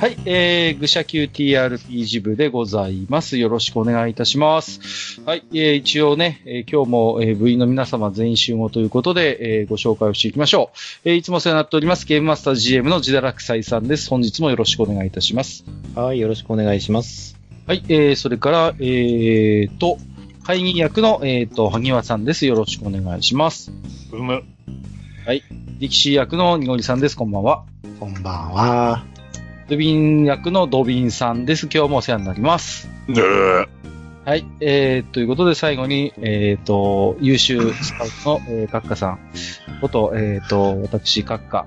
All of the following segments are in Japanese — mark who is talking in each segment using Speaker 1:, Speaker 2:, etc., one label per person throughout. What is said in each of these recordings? Speaker 1: はい、えー、愚者級 TRPG 部でございます。よろしくお願いいたします。はい、えー、一応ね、えー今日も、えー、部員の皆様全員集合ということで、えーご紹介をしていきましょう。えーいつもお世話になっております、ゲームマスター GM のジダラクサイさんです。本日もよろしくお願いいたします。
Speaker 2: はい、よろしくお願いします。
Speaker 1: はい、えー、それから、えーと、会議役の、えーと、萩和さんです。よろしくお願いします。
Speaker 3: うむ。
Speaker 1: 力士役のにごりさんです。こんばんは。
Speaker 2: こんばんは。
Speaker 1: ドビン役のドビンさんです。今日もお世話になります。
Speaker 3: ぬぅ。
Speaker 1: はい。えー、ということで最後に、えー、と、優秀スカウトの、えー、カッカさんこと、えー、と、私、カッカ。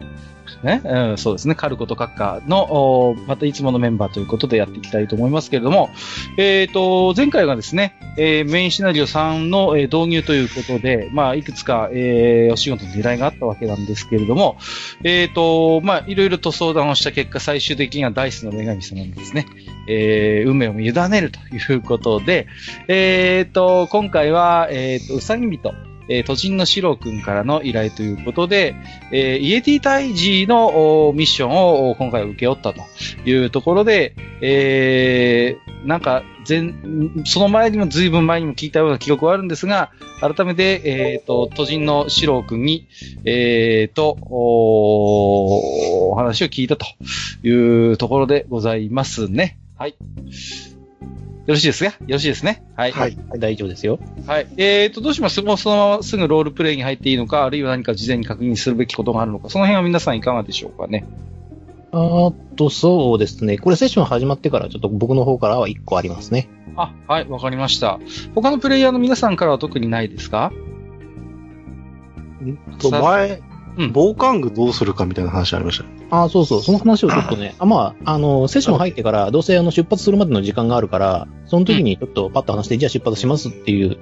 Speaker 1: ね、うん、そうですね。カルコとカッカの、おーまたいつものメンバーということでやっていきたいと思いますけれども、えー、と、前回がですね、えーメインシナリオ3の、えー導入ということで、まあ、いくつか、えーお仕事の依頼があったわけなんですけれども、えー、と、まあ、いろいろと相談をした結果、最終的にはダイスの女神様にですね、えー運命を委ねるということで、えー、と、今回は、えー、と、うさぎ人、えー、都人の四郎くんからの依頼ということで、えーイエティ退治のおーミッションをおー今回受け負ったというところで、えーなんか、前、その前にも随分前にも聞いたような記憶はあるんですが、改めて、えー、と、都人の四郎くんに、えー、と、おーお話を聞いたというところでございますね。はい。よろしいですかよろしいですね。はい。
Speaker 2: はい、大丈夫ですよ。
Speaker 1: はい。えーと、どうしますもうそのまますぐロールプレイに入っていいのか、あるいは何か事前に確認するべきことがあるのか、その辺は皆さんいかがでしょうかね。
Speaker 2: あーっと、そうですね。これセッション始まってからちょっと僕の方からは1個ありますね。
Speaker 1: あ、はい、わかりました。他のプレイヤーの皆さんからは特にないですか
Speaker 4: と
Speaker 1: さ
Speaker 4: 前、
Speaker 1: うん
Speaker 4: 防寒具どうするかみたいな話ありましたね。
Speaker 2: あーそうそう。その話をちょっと ね、あまあ、あの、セッション入ってから、どうせあの出発するまでの時間があるから、その時にちょっとパッと話して、じゃあ出発しますっていう、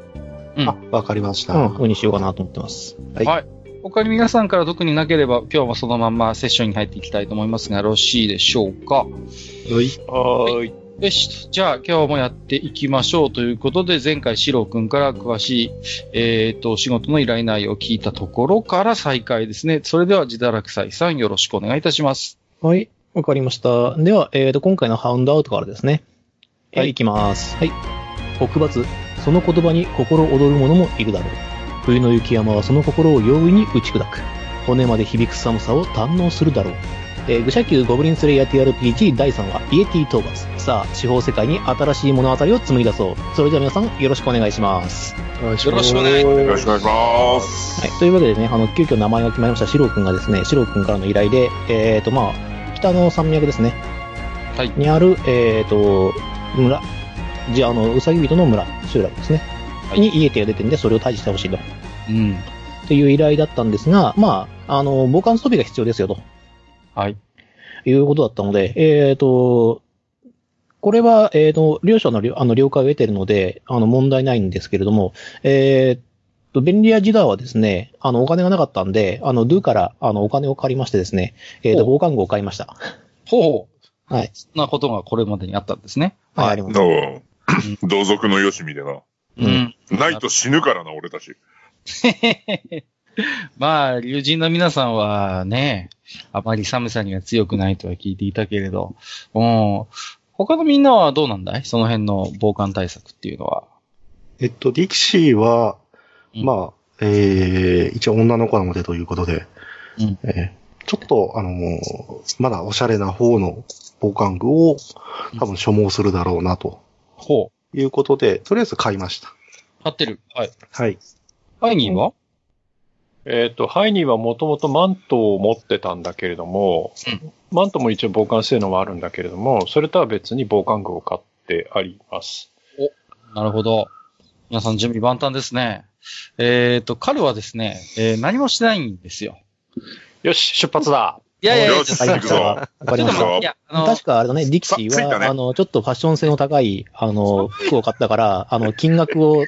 Speaker 1: うん
Speaker 4: あ、わかりました。
Speaker 2: うん、ふうにしようかなと思ってます。はい。
Speaker 1: はい他に皆さんから特になければ、今日はそのまんまセッションに入っていきたいと思いますが、よろしいでしょうか
Speaker 4: はい。
Speaker 3: はーい。
Speaker 1: よし。じゃあ、今日もやっていきましょうということで、前回、シロ君から詳しい、えっ、と、仕事の依頼内容を聞いたところから再開ですね。それでは、自堕落斎さん、よろしくお願いいたします。
Speaker 2: はい。わかりました。では、えーと、今回のハウンドアウトからですね。
Speaker 1: は
Speaker 2: はいい、いきます。はい。北伐、その言葉に心躍る者もいるだろう。冬の雪山はその心を容易に打ち砕く。骨まで響く寒さを堪能するだろう。えー愚者級ゴブリンスレイヤー TRPG 第3話、イエティ討伐。さあ、四方世界に新しい物語を紡ぎ出そう。それでは皆さん、よろしくお願いします。
Speaker 4: よろ
Speaker 1: よろしくお願い
Speaker 3: よろしくお願いします。
Speaker 2: はい、というわけでね、あの、急遽名前が決まりました、シロー君がですね、シロー君からの依頼で、えっ、と、まあ、北の山脈ですね。
Speaker 1: はい
Speaker 2: にある、えっ、と、村。じゃあ、あの、うさぎ人の村、集落ですね。
Speaker 1: はい
Speaker 2: に家手が出てるんで、それを退治してほしいと。
Speaker 1: うん。
Speaker 2: という依頼だったんですが、まあ、あの、防寒装備が必要ですよ、と
Speaker 1: はい。
Speaker 2: いうことだったので、えっ、と、これは、えっ、と、両者のりょあの了解を得ているので、あの、問題ないんですけれども、えっ、と、便利屋時代はですね、あの、お金がなかったんで、あの、ドゥから、あの、お金を借りましてですね、えっ、と、
Speaker 1: ほ
Speaker 2: 防寒具を買いました。
Speaker 1: ほう。
Speaker 2: はい。
Speaker 1: そんなことがこれまでにあったんですね。
Speaker 2: はい、あります。
Speaker 3: どう同族のよしみでな。
Speaker 2: うん
Speaker 1: ん。
Speaker 3: ないと死ぬからな、俺たち。
Speaker 1: まあ、竜神の皆さんはね、あまり寒さには強くないとは聞いていたけれど、うん。他のみんなはどうなんだいその辺の防寒対策っていうのは。
Speaker 4: えっと、力士は、
Speaker 1: うん
Speaker 4: まあ、えー、一応女の子なのでということで、
Speaker 1: うん
Speaker 4: えーちょっと、あのーまだおしゃれな方の防寒具を多分所望するだろうなと
Speaker 1: ほう。
Speaker 4: いうことで、とりあえず買いました。
Speaker 1: 張ってる。はい。
Speaker 4: はい。
Speaker 1: アイニーは
Speaker 5: えっ、と、ハイニーはもともとマントを持ってたんだけれども、マントも一応防寒性能はあるんだけれども、それとは別に防寒具を買ってあります。
Speaker 1: なるほど。皆さん準備万端ですね。えっ、と、カルはですね、えー何もしてないんですよ。
Speaker 5: よし、出発だ
Speaker 1: いやいやいや、
Speaker 3: よし、
Speaker 1: ちょっと
Speaker 2: はい
Speaker 3: 行くぞ。
Speaker 2: わかりまし
Speaker 1: 待
Speaker 2: た。
Speaker 1: って、いや、あの
Speaker 2: 確、かあれだね、ディキシー
Speaker 3: さ着いた
Speaker 2: は、
Speaker 3: ね
Speaker 2: あの、ちょっとファッション性の高い、あの、服を買ったから、あの、金額を、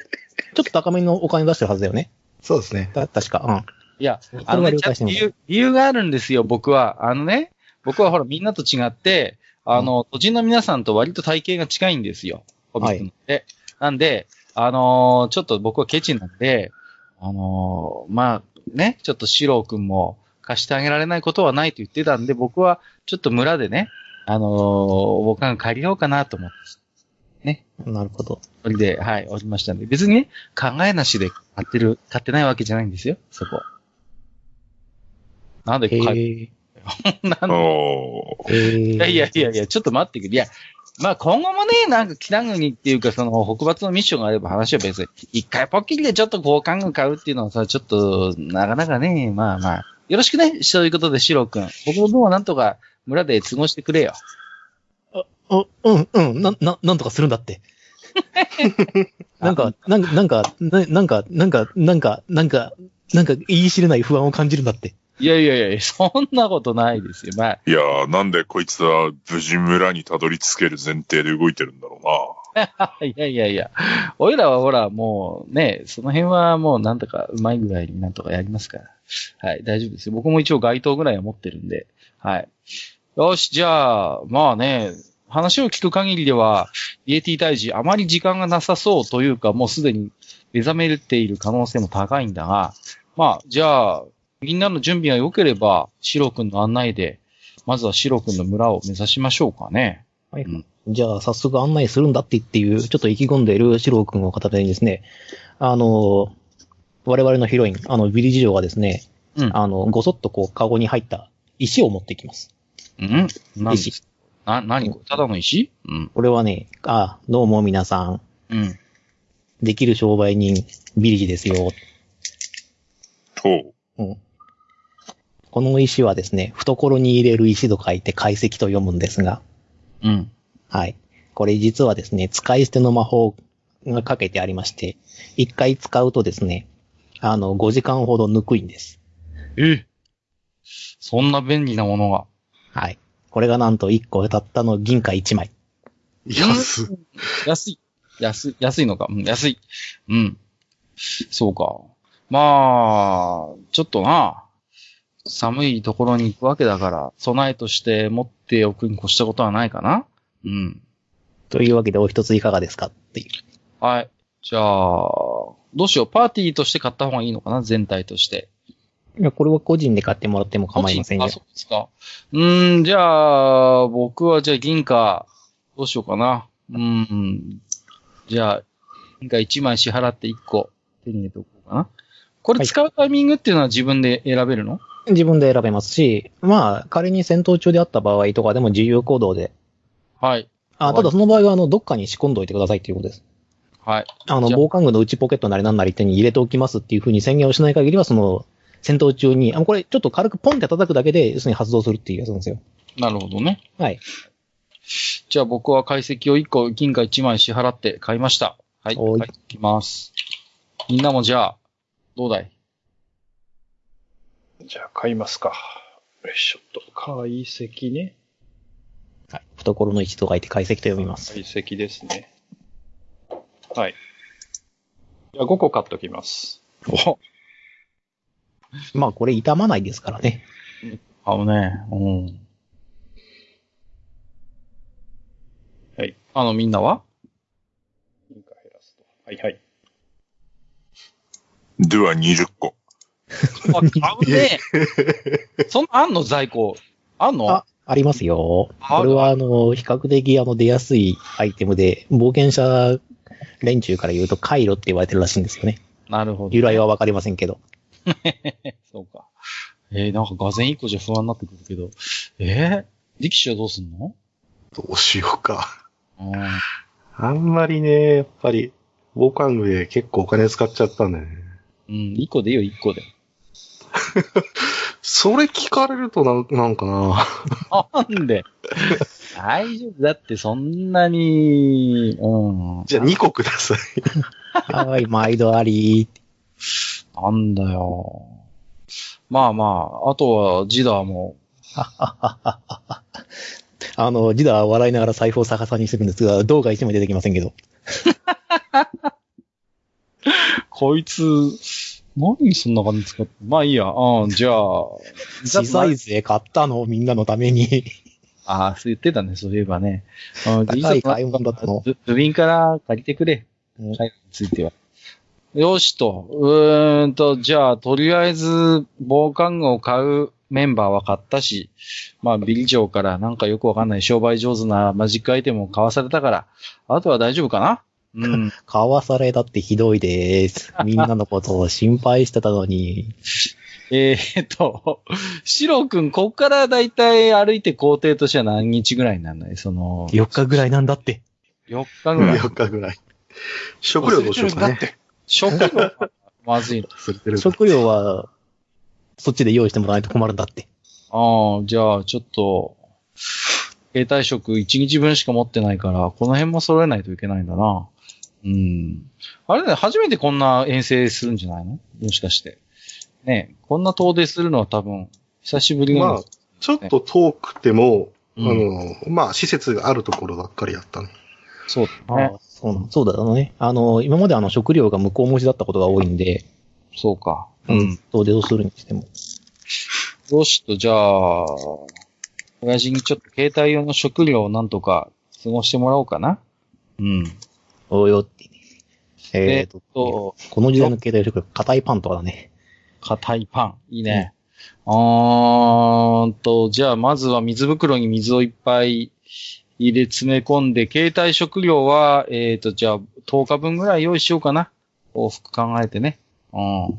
Speaker 2: ちょっと高めのお金出してるはずだよね。
Speaker 4: そうですね。
Speaker 2: た確か。
Speaker 1: いや、
Speaker 2: うん。
Speaker 1: あ
Speaker 2: こ
Speaker 1: の
Speaker 2: れは
Speaker 1: ね、
Speaker 2: 了
Speaker 1: ちゃん
Speaker 2: 解し
Speaker 1: と
Speaker 2: てま
Speaker 1: 理
Speaker 2: す。
Speaker 1: 由、理由があるんですよ、僕は。あのね、僕はほら、みんなと違って、あの、都人の皆さんと割と体型が近いんですよ。ホビットので、なんで、あのーちょっと僕はケチなんで、あのーまあ、ね、ちょっとシロー君も貸してあげられないことはないと言ってたんで、僕はちょっと村でね、あのー、僕が借りようかなと思って、
Speaker 2: なるほど。
Speaker 1: それで、はい、おりましたんで。別にね、考えなしで買ってる、買ってないわけじゃないんですよ、そこ。なんで
Speaker 2: へ
Speaker 1: 買い、
Speaker 2: え。
Speaker 1: なんで
Speaker 3: おー
Speaker 2: へー
Speaker 1: いやいやいやいや、ちょっと待ってくれ。いや、まあ今後もね、なんか北国っていうか、その北抜のミッションがあれば話は別に、一回ポッキリでちょっと交換軍買うっていうのはさ、ちょっと、なかなかね、まあまあ。よろしくね、そういうことで、シロ君。僕もどうなんとか村で過ごしてくれよ。
Speaker 2: う、うん、うん、な、な、なんとかするんだ って。なんか、なんか、なんか、ななんか、なんか、なんか、なんか、なんか言い知れない不安を感じるんだって。
Speaker 1: いやいやいや、そんなことないですよ。まあ、
Speaker 3: いやー、なんでこいつは無事村にたどり着ける前提で動いてるんだろう
Speaker 1: いや いやいや。おいらはほら、もうね、その辺はもうなんとかうまいぐらいになんとかやりますから。はい、大丈夫ですよ。僕も一応街灯ぐらいは持ってるんで。はい。よし、じゃあ、まあね、話を聞く限りでは、イエティ大使、あまり時間がなさそうというか、もうすでに目覚めている可能性も高いんだが、まあ、じゃあ、みんなの準備が良ければ、シロ君の案内で、まずはシロ君の村を目指しましょうかね。
Speaker 2: はい
Speaker 1: うん
Speaker 2: じゃあ、早速案内するんだって言っていう、ちょっと意気込んでいるシロー君を片手にですね、あの、我々のヒロイン、あの、ビリジ嬢がですね、
Speaker 1: うん
Speaker 2: あの、ごそっとこう、カゴに入った石を持ってきます。
Speaker 1: うん何
Speaker 2: 石。
Speaker 1: な、何これただの石うん。
Speaker 2: これはね、あ、どうも皆さん、
Speaker 1: うん。
Speaker 2: できる商売人、ビリジですよ。
Speaker 3: な。と、
Speaker 2: うん。この石はですね、懐に入れる石と書いて解石と読むんですが、
Speaker 1: うん。
Speaker 2: はい。これ実はですね、使い捨ての魔法がかけてありまして、一回使うとですね、あの、5時間ほどぬくいんです。
Speaker 1: えそんな便利なものが。
Speaker 2: はい。これがなんと1個たったの銀貨1枚。
Speaker 4: 安っ。
Speaker 1: 安い。安い、安いのか。うん、安い。うん。そうか。まあ、ちょっとな、寒いところに行くわけだから、備えとして持っておくに越したことはないかなうん。
Speaker 2: というわけでお一ついかがですかっていう。
Speaker 1: はい。じゃあ、どうしよう。パーティーとして買った方がいいのかな全体として。
Speaker 2: いや、これは個人で買ってもらっても構いませんよ
Speaker 1: あ、。そうですか。うーん、じゃあ、僕はじゃあ銀貨、どうしようかな。うーん。じゃあ、銀貨1枚支払って1個手に入れておこうかな。これ使うタイミングっていうのは自分で選べるの、
Speaker 2: 自分で選べますし、まあ、仮に戦闘中であった場合とかでも自由行動で。
Speaker 1: はい、は
Speaker 2: あ、
Speaker 1: い
Speaker 2: ただその場合は、あの、どっかに仕込んどいてくださいっていうことです。
Speaker 1: はい。
Speaker 2: あの、
Speaker 1: じゃあ
Speaker 2: 防寒具の内ポケットなりなんなり手に入れておきますっていうふうに宣言をしない限りは、その、戦闘中に、あこれちょっと軽くポンって叩くだけで、要するに発動するっていうやつなんですよ。
Speaker 1: なるほどね。
Speaker 2: はい。
Speaker 1: じゃあ僕は解析を1個、銀貨1枚支払って買いました。はい。
Speaker 2: おい
Speaker 1: 買ってきます。みんなもじゃあ、どうだい
Speaker 5: じゃあ買いますか。よいしょっと。解析ね。
Speaker 2: はい。懐の位置と書いて解析と読みます。
Speaker 5: 解析ですね。はい。じゃあ5個買っときます。
Speaker 1: お
Speaker 2: まあ、これ傷まないですからね。
Speaker 1: 買うね。うん。
Speaker 5: はい。
Speaker 1: あの、みんなは
Speaker 5: 銀貨減らすと。はいはい。
Speaker 3: では20個。
Speaker 1: あ、買うね。 そんな、あんの在庫。あんの
Speaker 2: あ、ありますよ。
Speaker 1: あ
Speaker 2: これは、あの、比較的、あの、出やすいアイテムで、冒険者連中から言うと、回路って言われてるらしいんですよね。
Speaker 1: なるほど。
Speaker 2: 由来はわかりませんけど。
Speaker 1: そうか。えー、なんか、がぜん1個じゃ不安になってくるけど。えー、力士はどうすんの
Speaker 4: どうしようか。
Speaker 1: うん。
Speaker 4: あんまりね、やっぱり、防寒具で結構お金使っちゃったんだよね。
Speaker 1: うん、1個でいいよ、1個で。
Speaker 4: それ聞かれるとなんなんかな。
Speaker 1: なんで大丈夫だって、そんなに、うん。
Speaker 4: じゃあ2個ください。
Speaker 2: はーい、毎度あり。
Speaker 1: なんだよ。まあまあ、あとは、ジダーも、
Speaker 2: あの、ジダは笑いながら財布を逆さにしてるんですが、動画一枚出てきませんけど。
Speaker 1: こいつ、何そんな感じ使って、まあいいや、うん、じゃあ、
Speaker 2: 小さいぜ、買ったの、みんなのため に。
Speaker 1: ああ、そう言ってたね、そういえばね。うん
Speaker 2: 高い
Speaker 1: じゃあ
Speaker 2: 買い物だったの
Speaker 1: ぶ部品から借りてくれ。
Speaker 2: うん
Speaker 1: はい、ついては。よしと。うーんと、じゃあ、とりあえず、防寒具を買う。メンバーは買ったし、まあ、ビリジョーからなんかよくわかんない商売上手なマジックアイテムを買わされたから、あとは大丈夫かな うん。
Speaker 2: 買わされだってひどいです。 みんなのことを心配してたのに。
Speaker 1: えーっと、シロ君、こっからだいたい歩いて工程としては何日ぐらいになるのその、
Speaker 2: 4日ぐらいなんだって。
Speaker 1: 4日 ぐらい。
Speaker 4: 4日ぐらい。食料どうしようかね。
Speaker 1: 食料がまずいの。
Speaker 4: 忘れてるから。
Speaker 2: 食料は、そっちで用意してもらわないと困るんだって。
Speaker 1: ああ、じゃあ、ちょっと、携帯食1日分しか持ってないから、この辺も揃えないといけないんだな。うん。あれだね、初めてこんな遠征するんじゃないのもしかして。ねえこんな遠出するのは多分、久しぶりなの
Speaker 4: まあ、ちょっと遠くても、
Speaker 1: うん
Speaker 4: あの、まあ、施設があるところばっかりやったね。
Speaker 1: そうだね。
Speaker 2: あそうなんそうだろうね。あの、今まであの食料が向こう持ちだったことが多いんで、
Speaker 1: そうか。
Speaker 4: うん。
Speaker 2: 遠出をするにしても。
Speaker 1: よしと、じゃあ、親父にちょっと携帯用の食料をなんとか過ごしてもらおうかな。うん。
Speaker 2: およって。え
Speaker 1: え
Speaker 2: っ、
Speaker 1: っ
Speaker 2: と、
Speaker 1: と、
Speaker 2: この時代の携帯食料、硬いパンとかだね。
Speaker 1: 硬いパン。いいね。あーんと、じゃあ、まずは水袋に水をいっぱい入れ、詰め込んで、携帯食料は、えっ、と、じゃあ、10日分ぐらい用意しようかな。往復考えてね。うん。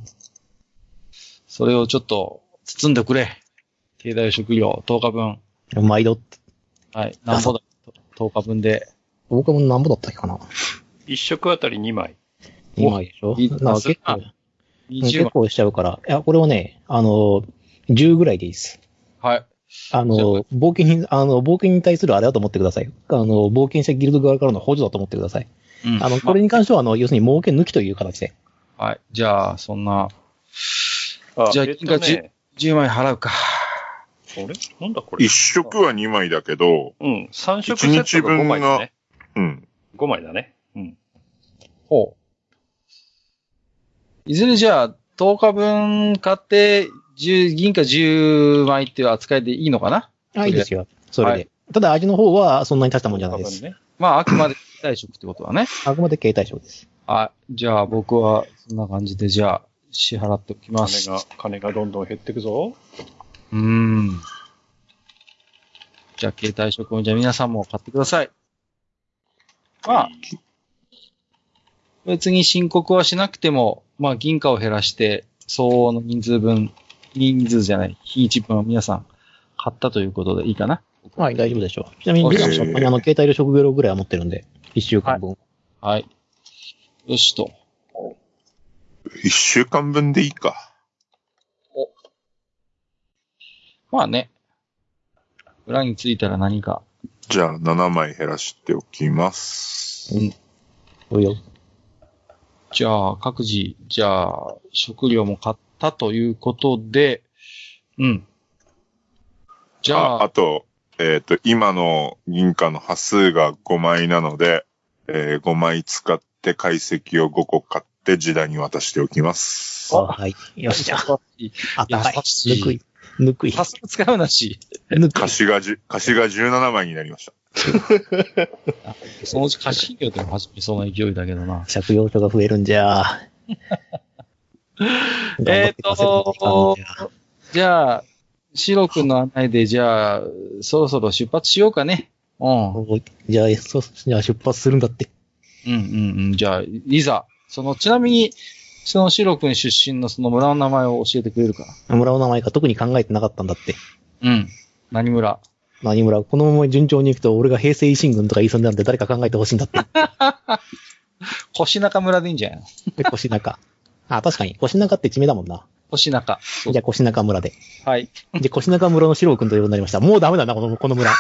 Speaker 1: それをちょっと、包んでくれ。携帯食料、10日分。
Speaker 2: 毎度、
Speaker 1: はい。なんぼだ。10日分で。
Speaker 2: 僕も何ぼだったっけかな。
Speaker 5: 一食あたり2枚。
Speaker 2: 2枚でしょ
Speaker 1: いい
Speaker 2: なんか結
Speaker 1: あ
Speaker 2: 構、
Speaker 1: 20
Speaker 2: 結
Speaker 1: 万。
Speaker 2: 構しちゃうから。いや、これはね、あの、10ぐらいでいいです。
Speaker 1: はい。
Speaker 2: あの、冒険に、あの、冒険に対するあれだと思ってください。あの、冒険者ギルド側からの補助だと思ってください。
Speaker 1: うん
Speaker 2: あの、これに関しては、あの、要するに儲け抜きという形で。
Speaker 1: はい。じゃあ、そんな、
Speaker 5: あ
Speaker 1: じゃあ
Speaker 5: えっと
Speaker 1: 銀貨十
Speaker 5: ね、
Speaker 1: 10万円払うか。
Speaker 5: あれなんだこれ
Speaker 3: 一食は二枚だけど、
Speaker 5: うん。3食セットが5枚だね。
Speaker 3: うん。
Speaker 5: 5枚だね。うん。
Speaker 1: ほう。いずれじゃあ、10日分買って、10銀貨10枚っていう扱いでいいのかな
Speaker 2: あ、いいですよ。それで。
Speaker 1: はい
Speaker 2: ただ、味の方はそんなに大したもんじゃな
Speaker 5: 多
Speaker 2: いで
Speaker 5: 分
Speaker 2: す。
Speaker 5: ね。
Speaker 1: まあ、あくまで期待食ってことだね。
Speaker 2: あくまで携帯賞です。
Speaker 1: はい。じゃあ、僕は、そんな感じで、じゃあ、支払っておきま
Speaker 5: 金
Speaker 1: す。
Speaker 5: が、金がどんどん減ってくぞ。
Speaker 1: うーん。じゃあ、携帯食も、じゃあ皆さんも買ってください。まあ、別に申告はしなくても、まあ、銀貨を減らして、相応の人数分、人数じゃない、日一分を皆さん買ったということでいいかな。
Speaker 2: はい、大丈夫でしょう。ちなみに、
Speaker 1: OK
Speaker 2: リさんもそこにあの、携帯の食料ぐらいは持ってるんで、1週間分。
Speaker 1: はい。よしと。
Speaker 3: 一週間分でいいか。
Speaker 1: まあね。裏についたら何か。
Speaker 3: じゃあ、7枚減らしておきます。
Speaker 2: およ。
Speaker 1: じゃあ、各自、じゃあ、食料も買ったということで、うん。じゃあ、
Speaker 3: あ、あと、えっ、と、今の銀貨の端数が5枚なので、え5枚使って解析を5個買って時代に渡しておきます。
Speaker 2: あはい。よっしゃ。あったかい。
Speaker 1: 優しい
Speaker 2: ぬくい。ぬくい。
Speaker 1: パス使うなし。
Speaker 2: ぬくい
Speaker 3: 貸。しがじ、貸しが17枚になりました。
Speaker 1: そのうち貸し業でも始めそうな勢いだけどな。
Speaker 2: 借用書が増えるん じゃ。
Speaker 1: えっ
Speaker 2: 頑張って稼がな
Speaker 1: と
Speaker 2: きゃいかんの
Speaker 1: じ
Speaker 2: じゃ、
Speaker 1: ゃあ、シロ君の案内で、じゃあ、そろそろ出発しようかね。うん。うん
Speaker 2: おいじゃあ、そう、じゃあ出発するんだって。
Speaker 1: うんうん。じゃあ、いざ、その、ちなみに、そのシロ君出身のその村の名前を教えてくれるか
Speaker 2: 村の名前か特に考えてなかったんだって。
Speaker 1: なうん。何村
Speaker 2: 何村、このまま順調に行くと俺が平成維新軍とか言いそうになるんで誰か考えてほしいん だって。
Speaker 1: 腰中村でいいんじゃないの
Speaker 2: で、腰中。あ、確かに。腰中って地名だもんな。
Speaker 1: 腰中。
Speaker 2: じゃあ腰中村で。
Speaker 1: はい。
Speaker 2: で、腰中村の四郎君ということになりました。もうダメだな、この、この村。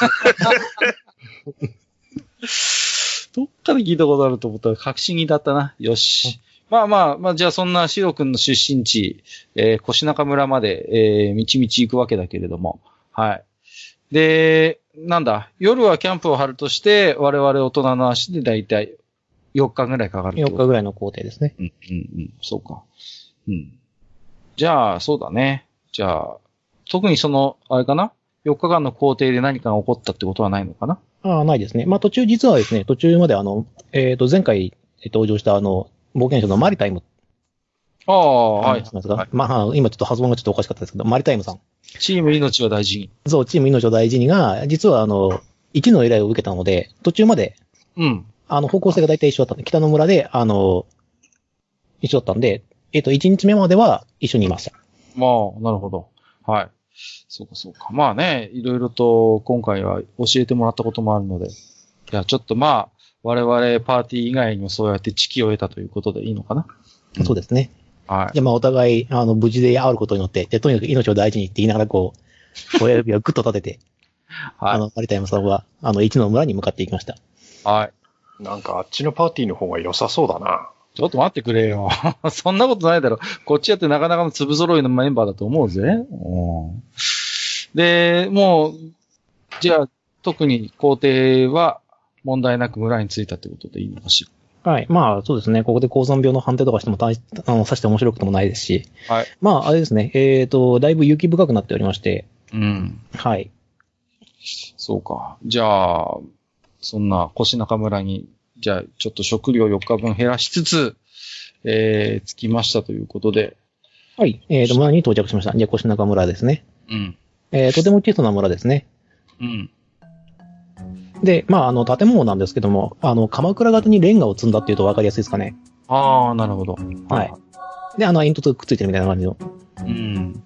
Speaker 1: どっかで聞いたことあると思ったら、確信にだったな。よし。まあまあ、まあ、じゃあそんなシロ君の出身地、えー、腰中村まで、えー、みちみち行くわけだけれども。はい。で、なんだ、夜はキャンプを張るとして、我々大人の足でだいたい4日ぐらいかかるって
Speaker 2: 4
Speaker 1: こと
Speaker 2: 日ぐらいの工程ですね。
Speaker 1: うん、うん、うん、そうか。うん。じゃあ、そうだね。じゃあ、特にその、あれかな ?4 日間の工程で何かが起こったってことはないのかな
Speaker 2: ああ、ないですね。まあ途中、実はですね、途中まであの、えっ、と、前回えー登場したあの、冒険者のマリタイム
Speaker 1: ああ、はい
Speaker 2: 話。なんですが、まあ、今ちょっと発音がちょっとおかしかったですけど、マリタイムさん。
Speaker 1: チーム命は大事に。
Speaker 2: そう、チーム命を大事にが、実はあの、1の依頼を受けたので、途中まで、
Speaker 1: うん。
Speaker 2: あの、方向性が大体一緒だったんで、北の村で、あの、一緒だったんで、えっ、と、1日目までは一緒にいました。
Speaker 1: まあ、なるほど。はい。そうかそうか。まあね、いろいろと今回は教えてもらったこともあるので。いや、ちょっとまあ、我々パーティー以外にもそうやって知識を得たということでいいのかな。うん
Speaker 2: そうですね。
Speaker 1: はい。
Speaker 2: じゃあ、まあ、お互い、あの、無事で会うことによって、で、とにかく命を大事にって言いながら、こ う、親指をぐっと立てて、あ
Speaker 1: は
Speaker 2: の、有田山さんは、あの、一の村に向かっていきました。
Speaker 1: い。はい。
Speaker 5: なんかあっちのパーティーの方が良さそうだな。
Speaker 1: ちょっと待ってくれよ。 そんなことないだろ。こっちやってなかなかの粒揃いのメンバーだと思うぜ。うんで、もう、じゃあ、特に皇帝は問題なく村に着いたってことでいいのかし
Speaker 2: はい。まあ、そうですね。ここで高山病の判定とかしても大し、あの、さして面白くともないですし。
Speaker 1: ら。はい。
Speaker 2: まあ、あれですね。えっ、と、だいぶ雪深くなっておりまして。
Speaker 1: うん。
Speaker 2: はい。
Speaker 1: そうか。じゃあ、そんな腰中村に、じゃあ、ちょっと食料4日分減らしつつ、えー、着きましたということで。
Speaker 2: はい。えっ、と、村に到着しました。じゃあ、越中村ですね。
Speaker 1: うん。
Speaker 2: えーとても小さな村ですね。
Speaker 1: うん。
Speaker 2: で、まあ、あの、建物なんですけども、あの、鎌倉型にレンガを積んだっていうと分かりやすいですかね。
Speaker 1: ああ、なるほど。
Speaker 2: はい。で、あの、煙突がくっついてるみたいな感じの。
Speaker 1: うん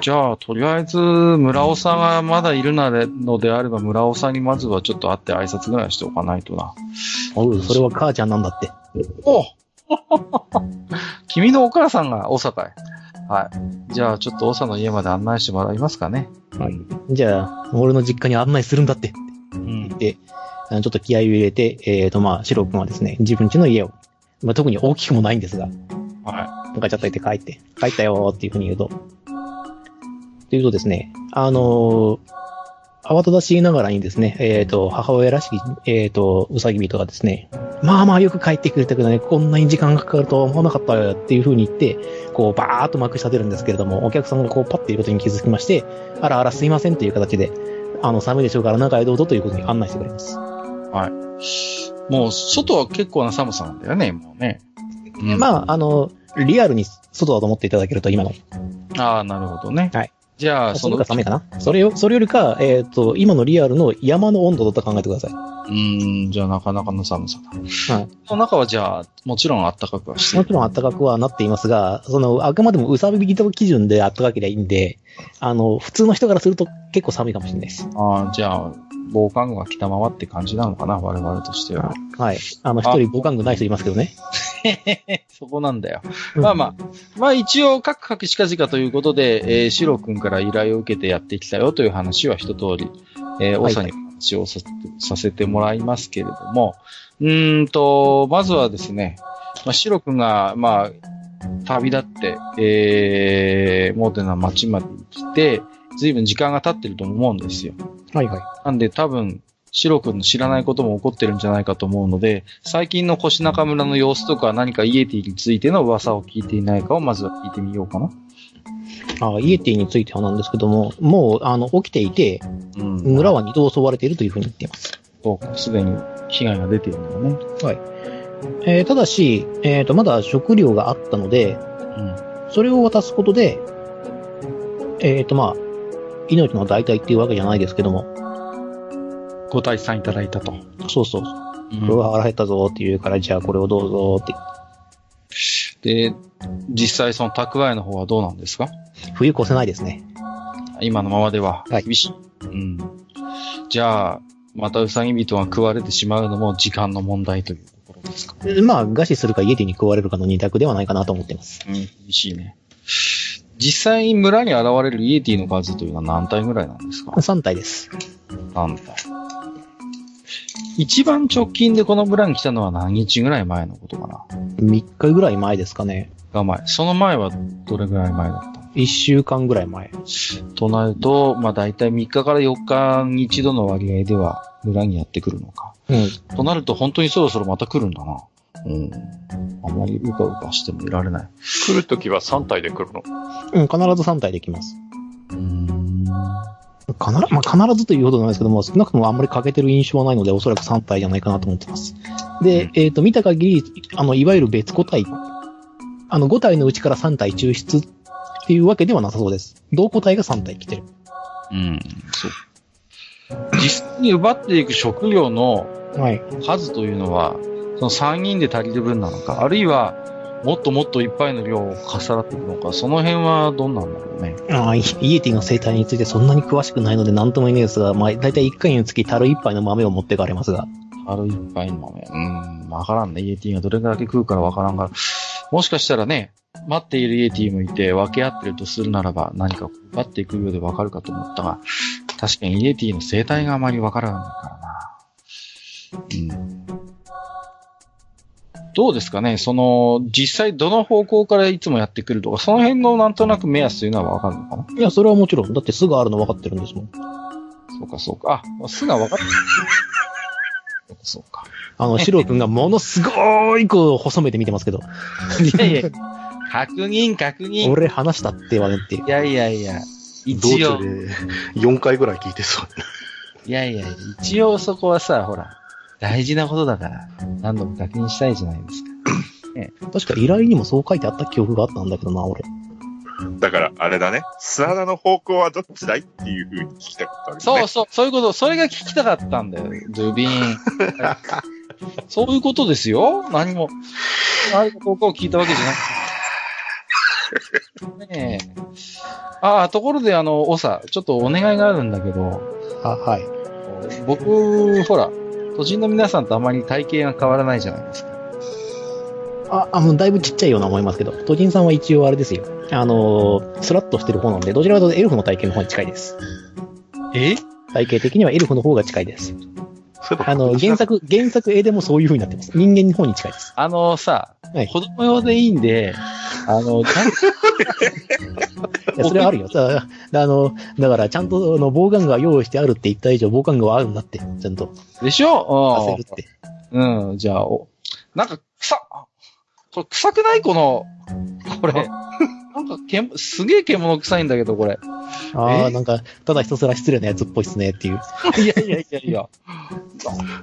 Speaker 1: じゃあ、とりあえず、村尾さんがまだいるなれのであれば、村尾さんにまずはちょっと会って挨拶ぐらいしておかないとな。
Speaker 2: おう、それは母ちゃんなんだって。
Speaker 1: お君のお母さんが、おさかい。はい。じゃあ、ちょっとおさの家まで案内してもらいますかね。
Speaker 2: じゃあ、俺の実家に案内するんだって。
Speaker 1: うん。
Speaker 2: で、あのちょっと気合を入れて、えーと、まあ、シロ君はですね、自分家の家を、まあ、特に大きくもないんですが、
Speaker 1: は
Speaker 2: ガチャッといて帰って、帰ったよーっていうふうに言うと。というとですね、あのー慌ただしいながらにですね、えっ、と、母親らしき、えっ、と、うさぎ人がですね、まあまあよく帰ってくれたけどね、こんなに時間がかかるとは思わなかったよっていうふうに言って、こう、バーっとまくし立てるんですけれども、お客さんがこう、パッていることに気づきまして、あらあらすいませんという形で、あの、寒いでしょうから中へどうぞということに案内してくれます。
Speaker 1: い。もう、外は結構な寒さなんだよね、もうね。うん
Speaker 2: まあ、あの、リアルに外だと思っていただけると今の。
Speaker 1: ああ、なるほどね。
Speaker 2: はい。
Speaker 1: じゃあ、
Speaker 2: そ
Speaker 1: そ
Speaker 2: れ
Speaker 1: の
Speaker 2: か、寒いかなそれよ、それよりか、えっ、と、今のリアルの山の温度だと考えてください。
Speaker 1: うん、じゃあ、なかなかの寒さだ。
Speaker 2: はい。
Speaker 1: その中は、じゃあ、もちろん暖かくはして
Speaker 2: もちろん暖かくはなっていますが、その、あくまでもうさび人基準で暖かければいいんで、あの、普通の人からすると結構寒いかもしれないです。
Speaker 1: ああ、じゃあ、防寒具は着たままって感じなのかな、我々としては。
Speaker 2: はい。あの、一人防寒具ない人いますけどね。
Speaker 1: そこなんだよ。まあまあ、まあ一応、カクカクしかじかということで、えー、シロ君から依頼を受けてやってきたよという話は一通り、えー、
Speaker 2: は
Speaker 1: オ
Speaker 2: い
Speaker 1: サにお話をさせてさせてもらいますけれども、うーんと、まずはですね、まあ、シロ君が、まあ、旅立って、えー、モーテな町まで来て、随分時間が経ってると思うんですよ。
Speaker 2: はいはい。
Speaker 1: なんで多分、シロ君の知らないことも起こってるんじゃないかと思うので、最近の腰中村の様子とか何かイエティについての噂を聞いていないかをまずは聞いてみようかな。
Speaker 2: あイエティについてはなんですけども、もう、あの、起きていて、
Speaker 1: うん
Speaker 2: 村は二度襲われているというふうに言っています。
Speaker 1: そうか、すでに被害が出ているんだよね。
Speaker 2: えーただし、えっ、と、まだ食料があったので、それを渡すことで、えっ、と、まあ、命の代替っていうわけじゃないですけども、
Speaker 1: うん。ご退散いただいたと。
Speaker 2: そうそう、
Speaker 1: うん
Speaker 2: これは腹減ったぞっていうから、じゃあこれをどうぞって。
Speaker 1: で、実際その蓄えの方はどうなんですか
Speaker 2: 冬越せないですね。
Speaker 1: 今のままでは
Speaker 2: はい
Speaker 1: 厳しい。うん。じゃあ、またウサギ人が食われてしまうのも時間の問題というところですか
Speaker 2: まあ、餓死するか家でに食われるかの二択ではないかなと思っています。
Speaker 1: うん、厳しいね。実際に村に現れるイエティの数というのは何体ぐらいなんですか
Speaker 2: 3体です。
Speaker 1: 何体。一番直近でこの村に来たのは何日ぐらい前のことかな
Speaker 2: 3日ぐらい前ですかね。
Speaker 1: が前。その前はどれぐらい前だった
Speaker 2: 1週間ぐらい前。
Speaker 1: のとなると、まあ大体3日から4日に一度の割合では村にやってくるのか。
Speaker 2: うん。
Speaker 1: となると本当にそろそろまた来るんだな。うん。あまりうかうかしてもいられない。
Speaker 5: 来るときは3体で来るの。
Speaker 2: うん、必ず3体できます。
Speaker 1: うーん。
Speaker 2: 必ず、まあ、必ずというほどじゃないですけども、少なくともあんまり欠けてる印象はないので、おそらく3体じゃないかなと思ってます。で、えっ、と、見た限り、あの、いわゆる別個体、あの、5体のうちから3体抽出っていうわけではなさそうです。同個体が3体来てる。
Speaker 1: うん、そう。実際に奪っていく食料の
Speaker 2: はい。
Speaker 1: 数というのは、その3人で足りる分なのか、あるいは、もっともっといっぱいの量を重なっていくのか、その辺はどうなんだろうね。
Speaker 2: ああ、イイエティの生態についてそんなに詳しくないので何とも言えないですが、まあ、だいたい1回につき樽1杯の豆を持ってかれますが。
Speaker 1: るいっぱいの豆。うん、わからんね。イエティがどれだけ食うからわからんから。もしかしたらね、待っているイエティもいて分け合ってるとするならば、何か奪っていくようでわかるかと思ったが、確かにイエティの生態があまりわからないからな。うん。どうですかねその、実際どの方向からいつもやってくるとか、その辺のなんとなく目安というのはわかるのかない
Speaker 2: や、それはもちろん。だって巣があるの分かってるんですもん。
Speaker 1: そうか、そうか。あ、巣が分かる。そうか、そうか。
Speaker 2: あ の、シロ君がものすごーい、こう、細めて見てますけど。
Speaker 1: いやいや、確認、確認。
Speaker 2: 俺話したって言われっていう
Speaker 1: い。やいやいや、
Speaker 4: 道
Speaker 1: 一応
Speaker 4: 中、で4回ぐらい聞いてそう。
Speaker 1: いやいや、一応そこはさ、ほら、大事なことだから、何度も確認したいじゃないですか。
Speaker 2: 確か依頼にもそう書いてあった記憶があったんだけどな、俺。
Speaker 3: だから、あれだね。巣穴の方向はどっちだいっていう風に聞きたかったわけだ
Speaker 1: そ
Speaker 3: ね。
Speaker 1: うそう、そういうこと、それが聞きたかったんだよ、ドゥビ ーン。そういうことですよ。何も、あれかどうかを聞いたわけじゃ なくて。ねえ。ああ、ところで、あの、オサ、ちょっとお願いがあるんだけど、
Speaker 2: あ、はい。
Speaker 1: 僕、ほら、都心の皆さんとあまり体型が変わらないじゃないですか。
Speaker 2: あ、あの、だいぶちっちゃいような思いますけど、トジンさんは一応あれですよ。あのー、スラッとしてる方なんで、どちらかというとエルフの体型の方に近いです。
Speaker 1: え
Speaker 2: 体型的にはエルフの方が近いです。
Speaker 4: そういえば
Speaker 2: あの、原。作、原作絵でもそういう風になってます。人間の方に近いです。
Speaker 1: あのさ、
Speaker 2: はい
Speaker 1: 子供用でいいんで、あ の、なん
Speaker 2: いや、それはあるよ。さあの、だから、ちゃんと、あの、防寒具は用意してあるって言った以上、防寒具はあるんだって、ちゃんと、
Speaker 1: でし
Speaker 2: させ
Speaker 1: ょ
Speaker 2: るって。
Speaker 1: うん。うん、じゃあ、お、なんか、臭っあこれ臭くないこの、これ。なんか、けん、すげえ獣臭いんだけど、これ。
Speaker 2: あ
Speaker 1: え
Speaker 2: あ、なんか、ただひたすら失礼なやつっぽいっすね、っていう。
Speaker 1: いやいやいやいや。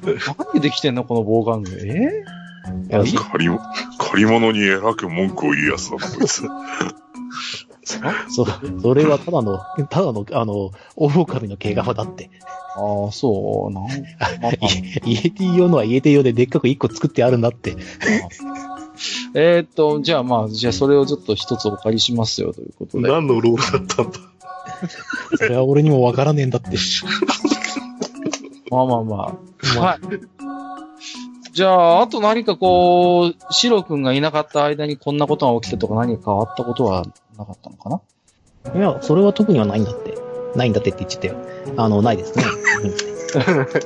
Speaker 1: な何でできてんのこの防寒具。え
Speaker 2: あの
Speaker 3: 借りも、借り物に偉く文句を言うやつだな、こいつ。
Speaker 2: そ、それはただの、ただの、あの、狼の毛皮だって。
Speaker 1: ああ、そう、なんか。 まあまあ
Speaker 2: イエティ用のはイエティ用ででっかく一個作ってあるんだって。
Speaker 1: えーっと、じゃあまあ、じゃあそれをちょっと一つお借りしますよ、ということで。
Speaker 4: 何のロールだったんだ
Speaker 2: それは俺にもわからねえんだって。
Speaker 1: まあまあまあ。
Speaker 2: まあ
Speaker 1: はい。じゃあ、あと何かこう、シロ君がいなかった間にこんなことが起きたとか何か変わったことはなかったのかない
Speaker 2: や、それは特にはないんだって。ないんだってって言っちゃったよ。あの、ないですね。
Speaker 4: 何だって。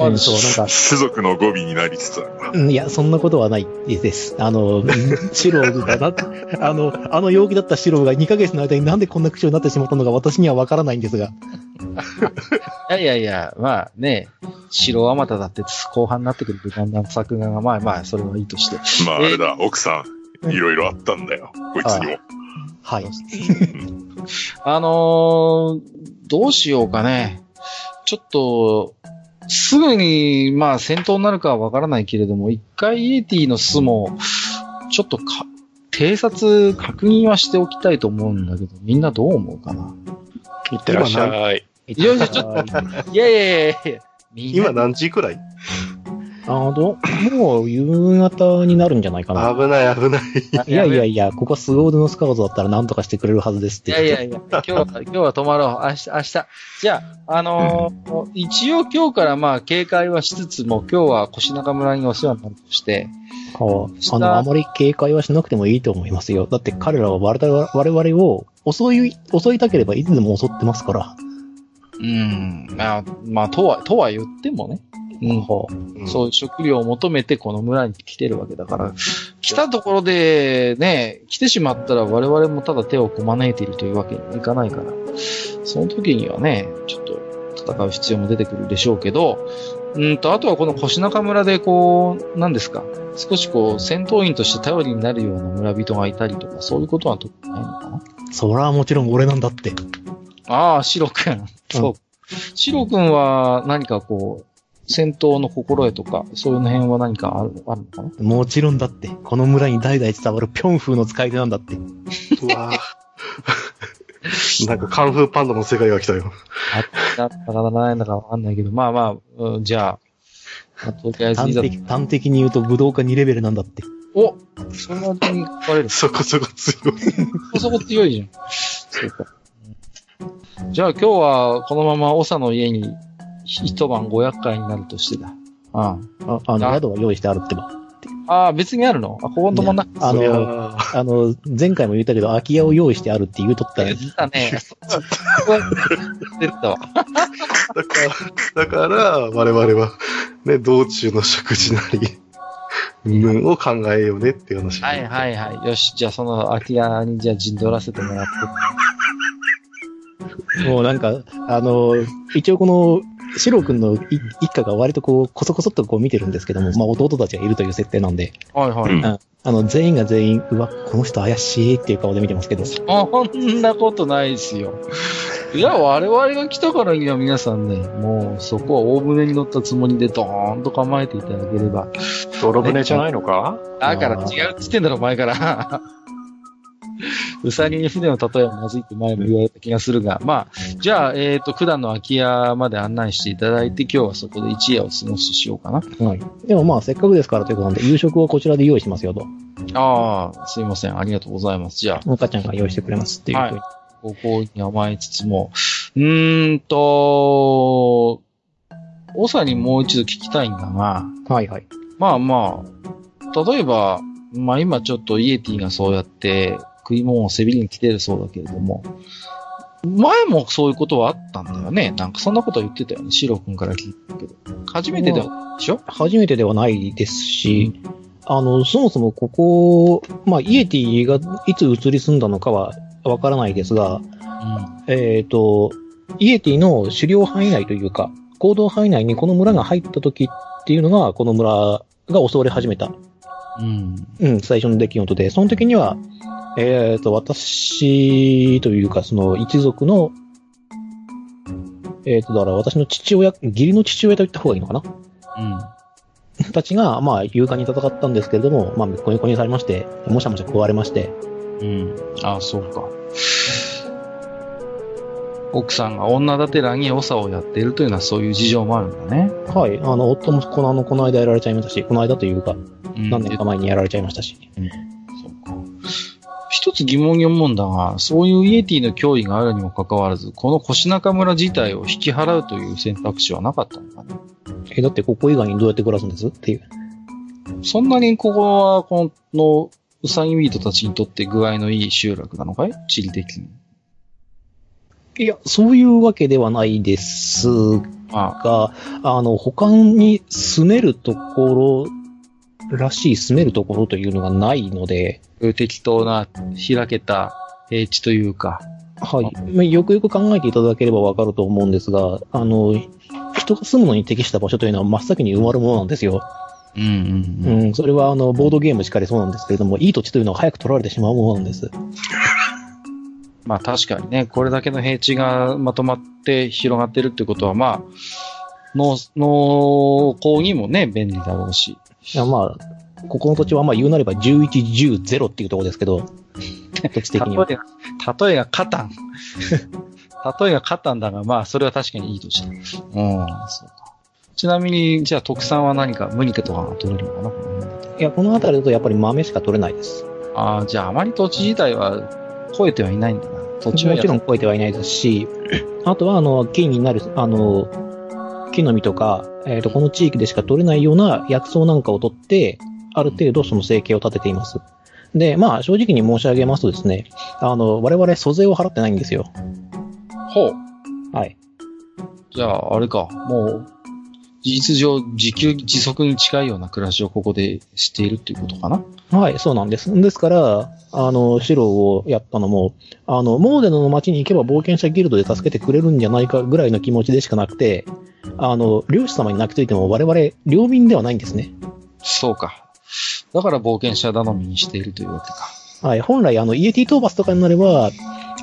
Speaker 2: うんうん、そう、なんか、
Speaker 3: 種族の語尾になりつつある。
Speaker 2: うんいや、そんなことはないです。あの、うんシローがな、あの、あの陽気だったシローが2ヶ月の間になんでこんな口調になってしまったのか私にはわからないんですが。
Speaker 1: いやいやいや、まあね、白あまただって後半になってくるとだんだん作画が、まあまあ、それはいいとして。
Speaker 3: まあ、あれだ、奥さん、いろいろあったんだよ。こいつにも。
Speaker 2: はい。
Speaker 1: あのー、どうしようかね。ちょっと、すぐに、まあ戦闘になるかはわからないけれども、一回イエティの巣も、ちょっとか、偵察、確認はしておきたいと思うんだけど、みんなどう思うかな。
Speaker 5: いってらっしゃい。
Speaker 1: いやいやちょ
Speaker 2: っと。
Speaker 1: いやいやいやいや、みんな
Speaker 4: 今何時くらい
Speaker 2: あの、もう夕方になるんじゃないかな。
Speaker 4: 危ない危ない。
Speaker 2: いやいやいや、ここはスゴードのスカウトだったら何とかしてくれるはずですっ
Speaker 1: い
Speaker 2: て。
Speaker 1: やいやいや、今日は、今日は泊まろう。明日、明日。じゃあ、あのー一応今日からまあ警戒はしつつも、今日は越中村にお世話になるとして、
Speaker 2: あの、あまり警戒はしなくてもいいと思いますよ。だって彼らは我々我々を襲い、襲いたければいつでも襲ってますから。
Speaker 1: うん、まあ、まあ、とは、とは言ってもね。うん、そうういう食料を求めてこの村に来てるわけだから、来たところでね、来てしまったら我々もただ手をこまねいているというわけにはいかないから、その時にはね、ちょっと戦う必要も出てくるでしょうけど、うんと、あとはこの腰中村でこう、何ですか、少しこう、戦闘員として頼りになるような村人がいたりとか、そういうことは特にないのかな
Speaker 2: そらもちろん俺なんだって。
Speaker 1: ああ、シロくん。そう。シロくんは何かこう、戦闘の心得とか、そういうの辺は何かあるあるのかな
Speaker 2: もちろんだって。この村に代々伝わるピョン風の使い手なんだって。
Speaker 4: うわぁ なんかカンフーパンダの世界が来たよ。
Speaker 1: なったかならないのかわかんないけど、まあまあ、うんじゃあ、まあとりあえずい
Speaker 2: 端
Speaker 1: ざ、
Speaker 2: 的端的に言うと武道家2レベルなんだって。
Speaker 1: おそんなに書かれる。そ
Speaker 4: そこそこ強い。
Speaker 1: こそこ強いじゃん。そうか。うんじゃあ今日はこのまま長の家に一晩500回になるとしてだ。あ
Speaker 2: あ、あの、
Speaker 1: あ
Speaker 2: 宿は用意してあるってば。
Speaker 1: ああ、別にあるのあ、ここのともなくて。
Speaker 2: あ
Speaker 4: いや
Speaker 2: の、
Speaker 4: ー
Speaker 2: あの、前回も言ったけど、空き家を用意してあるって言うとったら
Speaker 1: 言、ったね。そうだ出てたわ。
Speaker 4: だから、だから、我々は、ね、道中の食事なり、うんを考えようねっていう話。
Speaker 1: はいはいはい。よし、じゃあその空き家にじゃあ陣取らせてもらって。
Speaker 2: もうなんか、あの、一応この、シロ君のい一家が割とこう、こそこそっとこう見てるんですけども、まあ弟たちがいるという設定なんで、
Speaker 1: はいは
Speaker 3: う
Speaker 1: い。
Speaker 3: ん
Speaker 2: あの、全員が全員、うわ、この人怪しいっていう顔で見てますけど、
Speaker 1: そんなことないです よ。いや、我々が来たからには皆さんね、もうそこは大船に乗ったつもりでドーンと構えていただければ。
Speaker 5: 泥船じゃないのか
Speaker 1: だから違うっつってんだろ、前から。 うさぎに船を例えばまずいって前も言われた気がするが、まあ、じゃあ、えっ、と、九段の空き家まで案内していただいて、今日はそこで一夜を過ごししようかな。
Speaker 2: はい。でもまあ、せっかくですからということなんで、夕食をこちらで用意しますよと、
Speaker 1: ああ、すいません、ありがとうございます。じゃあ、
Speaker 2: お母ちゃんが用意してくれますっていうふうに。
Speaker 1: ご好意に甘えつつも、うーんと、オサにもう一度聞きたいんだが、
Speaker 2: はいはい。
Speaker 1: まあまあ、例えば、まあ今ちょっとイエティがそうやって食い物を背びりに来てるそうだけれども、前もそういうことはあったんだよね。なんかそんなことは言ってたよね。シロ君から聞いたけど。初めてだでしょ
Speaker 2: 初めてではないですし、あの、そもそもここ、まあ、イエティがいつ移り住んだのかはわからないですが、
Speaker 1: うん。
Speaker 2: えっ、と、イエティの狩猟範囲内というか、行動範囲内にこの村が入った時っていうのが、この村が襲われ始めた、
Speaker 1: うん。
Speaker 2: うん、最初の出来事で、その時には、えっ、と、私というか、その一族の、えっ、と、だから私の父親、義理の父親と言った方がいいのかな
Speaker 1: うん。
Speaker 2: たちが、まあ、勇敢に戦ったんですけれども、まあ、こにこにされまして、もしゃもしゃ食われまして、
Speaker 1: うん。ああ、そうか。奥さんが女だてらに長をやっているというのはそういう事情もあるんだね。
Speaker 2: はい、あの、夫もこの、あの、この間やられちゃいましたし、この間というか、
Speaker 1: うん
Speaker 2: 何年か前にやられちゃいましたし。
Speaker 1: そうか。一つ疑問に思うんだが、そういうイエティの脅威があるにもかかわらず、この腰中村自体を引き払うという選択肢はなかったのかね。
Speaker 2: え、だってここ以外にどうやって暮らすんですっていう。
Speaker 1: そんなにここは、この、ウサギビートたちにとって具合のいい集落なのかい地理的に。
Speaker 2: いや、そういうわけではないです
Speaker 1: あ
Speaker 2: が、あの、他に住めるところらしい住めるところというのがないので、
Speaker 1: 適当な、開けた平地というか。
Speaker 2: はい。まあよくよく考えていただければわかると思うんですが、あの、人が住むのに適した場所というのは真っ先に埋まるものなんですよ。
Speaker 1: うんうんうん。
Speaker 2: うん、それはあの、ボードゲームしかりそうなんですけれども、いい土地というのは早く取られてしまうものなんです。
Speaker 1: まあ確かにね、これだけの平地がまとまって広がってるってことは、まあ、農、農耕にもね、便利だろうし。
Speaker 2: いや、まあ、ここの土地はまあ言うなれば11、10、0っていうところですけ ど、土地的には。
Speaker 1: 例えが、例えがカタン。例えがカタンだが、まあ、それは確かにいいとして。うん、そうか。ちなみに、じゃあ特産は何か、ムニケとかが取れるのかなこの辺だと
Speaker 2: いや、この辺りだとやっぱり豆しか取れないです。
Speaker 1: ああ、じゃああまり土地自体は超えてはいないんだな。土
Speaker 2: もち
Speaker 1: 地はや
Speaker 2: ろん超えてはいないで すし、あとはあの、木になる、あの、木の実とか、えっ、と、この地域でしか取れないような薬草なんかを取って、ある程度その生計を立てています。で、まあ、正直に申し上げますとですね、あの、我々租税を払ってないんですよ。
Speaker 1: ほう。
Speaker 2: はい。
Speaker 1: じゃあ、あれか、もう、事実上、自給自足に近いような暮らしをここでしているっていうことかな
Speaker 2: はい、そうなんです。ですから、あの、白をやったのも、あの、モーデノの町に行けば冒険者ギルドで助けてくれるんじゃないかぐらいの気持ちでしかなくて、あの、漁師様に泣きついても我々、領民ではないんですね。
Speaker 1: そうか。だから冒険者頼みにしているというわけか。
Speaker 2: はい、本来、あの、イエティ討伐とかになれば、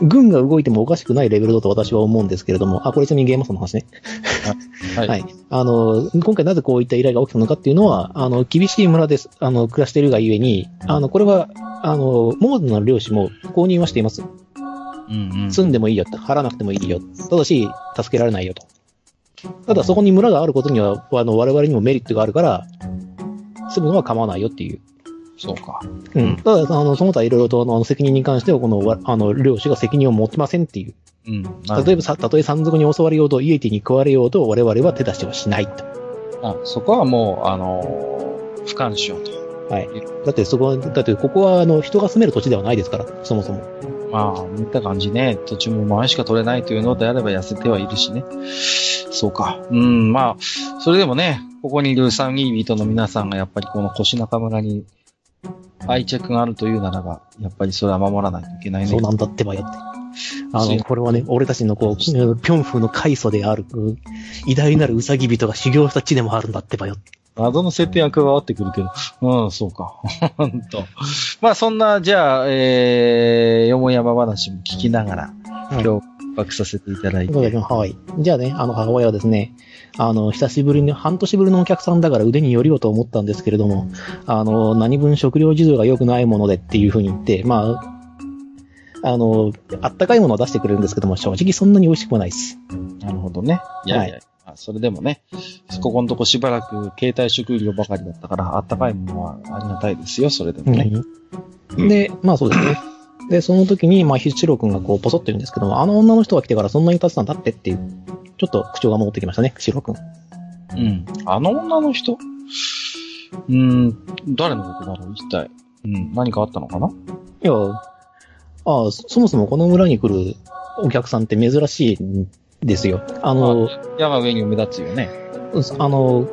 Speaker 2: 軍が動いてもおかしくないレベルだと私は思うんですけれども、あ、これちなみにゲームマスターの話ね。
Speaker 1: は
Speaker 2: はいい、あの、今回なぜこういった依頼が起きたのかっていうのは、あの、厳しい村です、あの、暮らしているがゆえに、あの、これは、あの、モードの漁師も公認はしています。
Speaker 1: うんうん
Speaker 2: 住んでもいいよって、払わなくてもいいよ。ただし、助けられないよと。ただ、そこに村があることには、あの、我々にもメリットがあるから、住むのは構わないよっていう。
Speaker 1: そうか。
Speaker 2: うん。ただ、あの、その他いろいろと、あの、責任に関しては、この、わあの、領主が責任を持ちませんっていう。
Speaker 1: うん。
Speaker 2: 例えばさ、たとえ山賊に襲われようと、イエティに食われようと、我々は手出しはしないと。
Speaker 1: あ、そこはもう、あのー不干渉と。
Speaker 2: だって、そこは、だって、ここは、あの、人が住める土地ではないですから、そもそも。
Speaker 1: まあ、見た感じね、途中も前しか取れないというのであれば痩せてはいるしね。そうか。うん、まあ、それでもね、ここにいるサンギービートの皆さんがやっぱりこの腰中村に愛着があるというならば、やっぱりそれは守らないといけないね。
Speaker 2: そうなんだってばよって。あ
Speaker 1: そう
Speaker 2: の、これはね、俺たちのこう、ピョンフの開祖である、うん偉大なるウサギ人が修行した地でもあるんだってばよって。
Speaker 1: 謎の設定が加わってくるけど。うん、そうか。 ほんと。まあ、そんな、じゃあ、えー、よもやま話も聞きながら、
Speaker 2: い
Speaker 1: 今日、爆させていただいて。
Speaker 2: そうですね、ハワイ。じゃあね、あの、ハワイはですね、あの、久しぶりに、半年ぶりのお客さんだから腕によりようと思ったんですけれども、あの、何分食料事情が良くないものでっていうふうに言って、まあ、あの、あったかいものは出してくれるんですけども、正直そんなに美味しくもないです。
Speaker 1: なるほどね。いやいや、
Speaker 2: は
Speaker 1: まあそれでもね、ここのとこしばらく携帯食料ばかりだったから、あったかいものはありがたいですよ、それでもね。
Speaker 2: うんで、まあそうですね。 で、その時に、まあ、ヒッチロー君がこう、ポソッと言うんですけども、あの女の人が来てからそんなに経つたんだってっていう、ちょっと口調が戻ってきましたね、ヒッチロー君。
Speaker 1: うん。あの女の人うーん、誰のことだろう、一体。うん、何かあったのかない
Speaker 2: や、ああ、そそもそもこの村に来るお客さんって珍しいんですよ。あの、
Speaker 1: 矢が上に目立つよね。
Speaker 2: あの、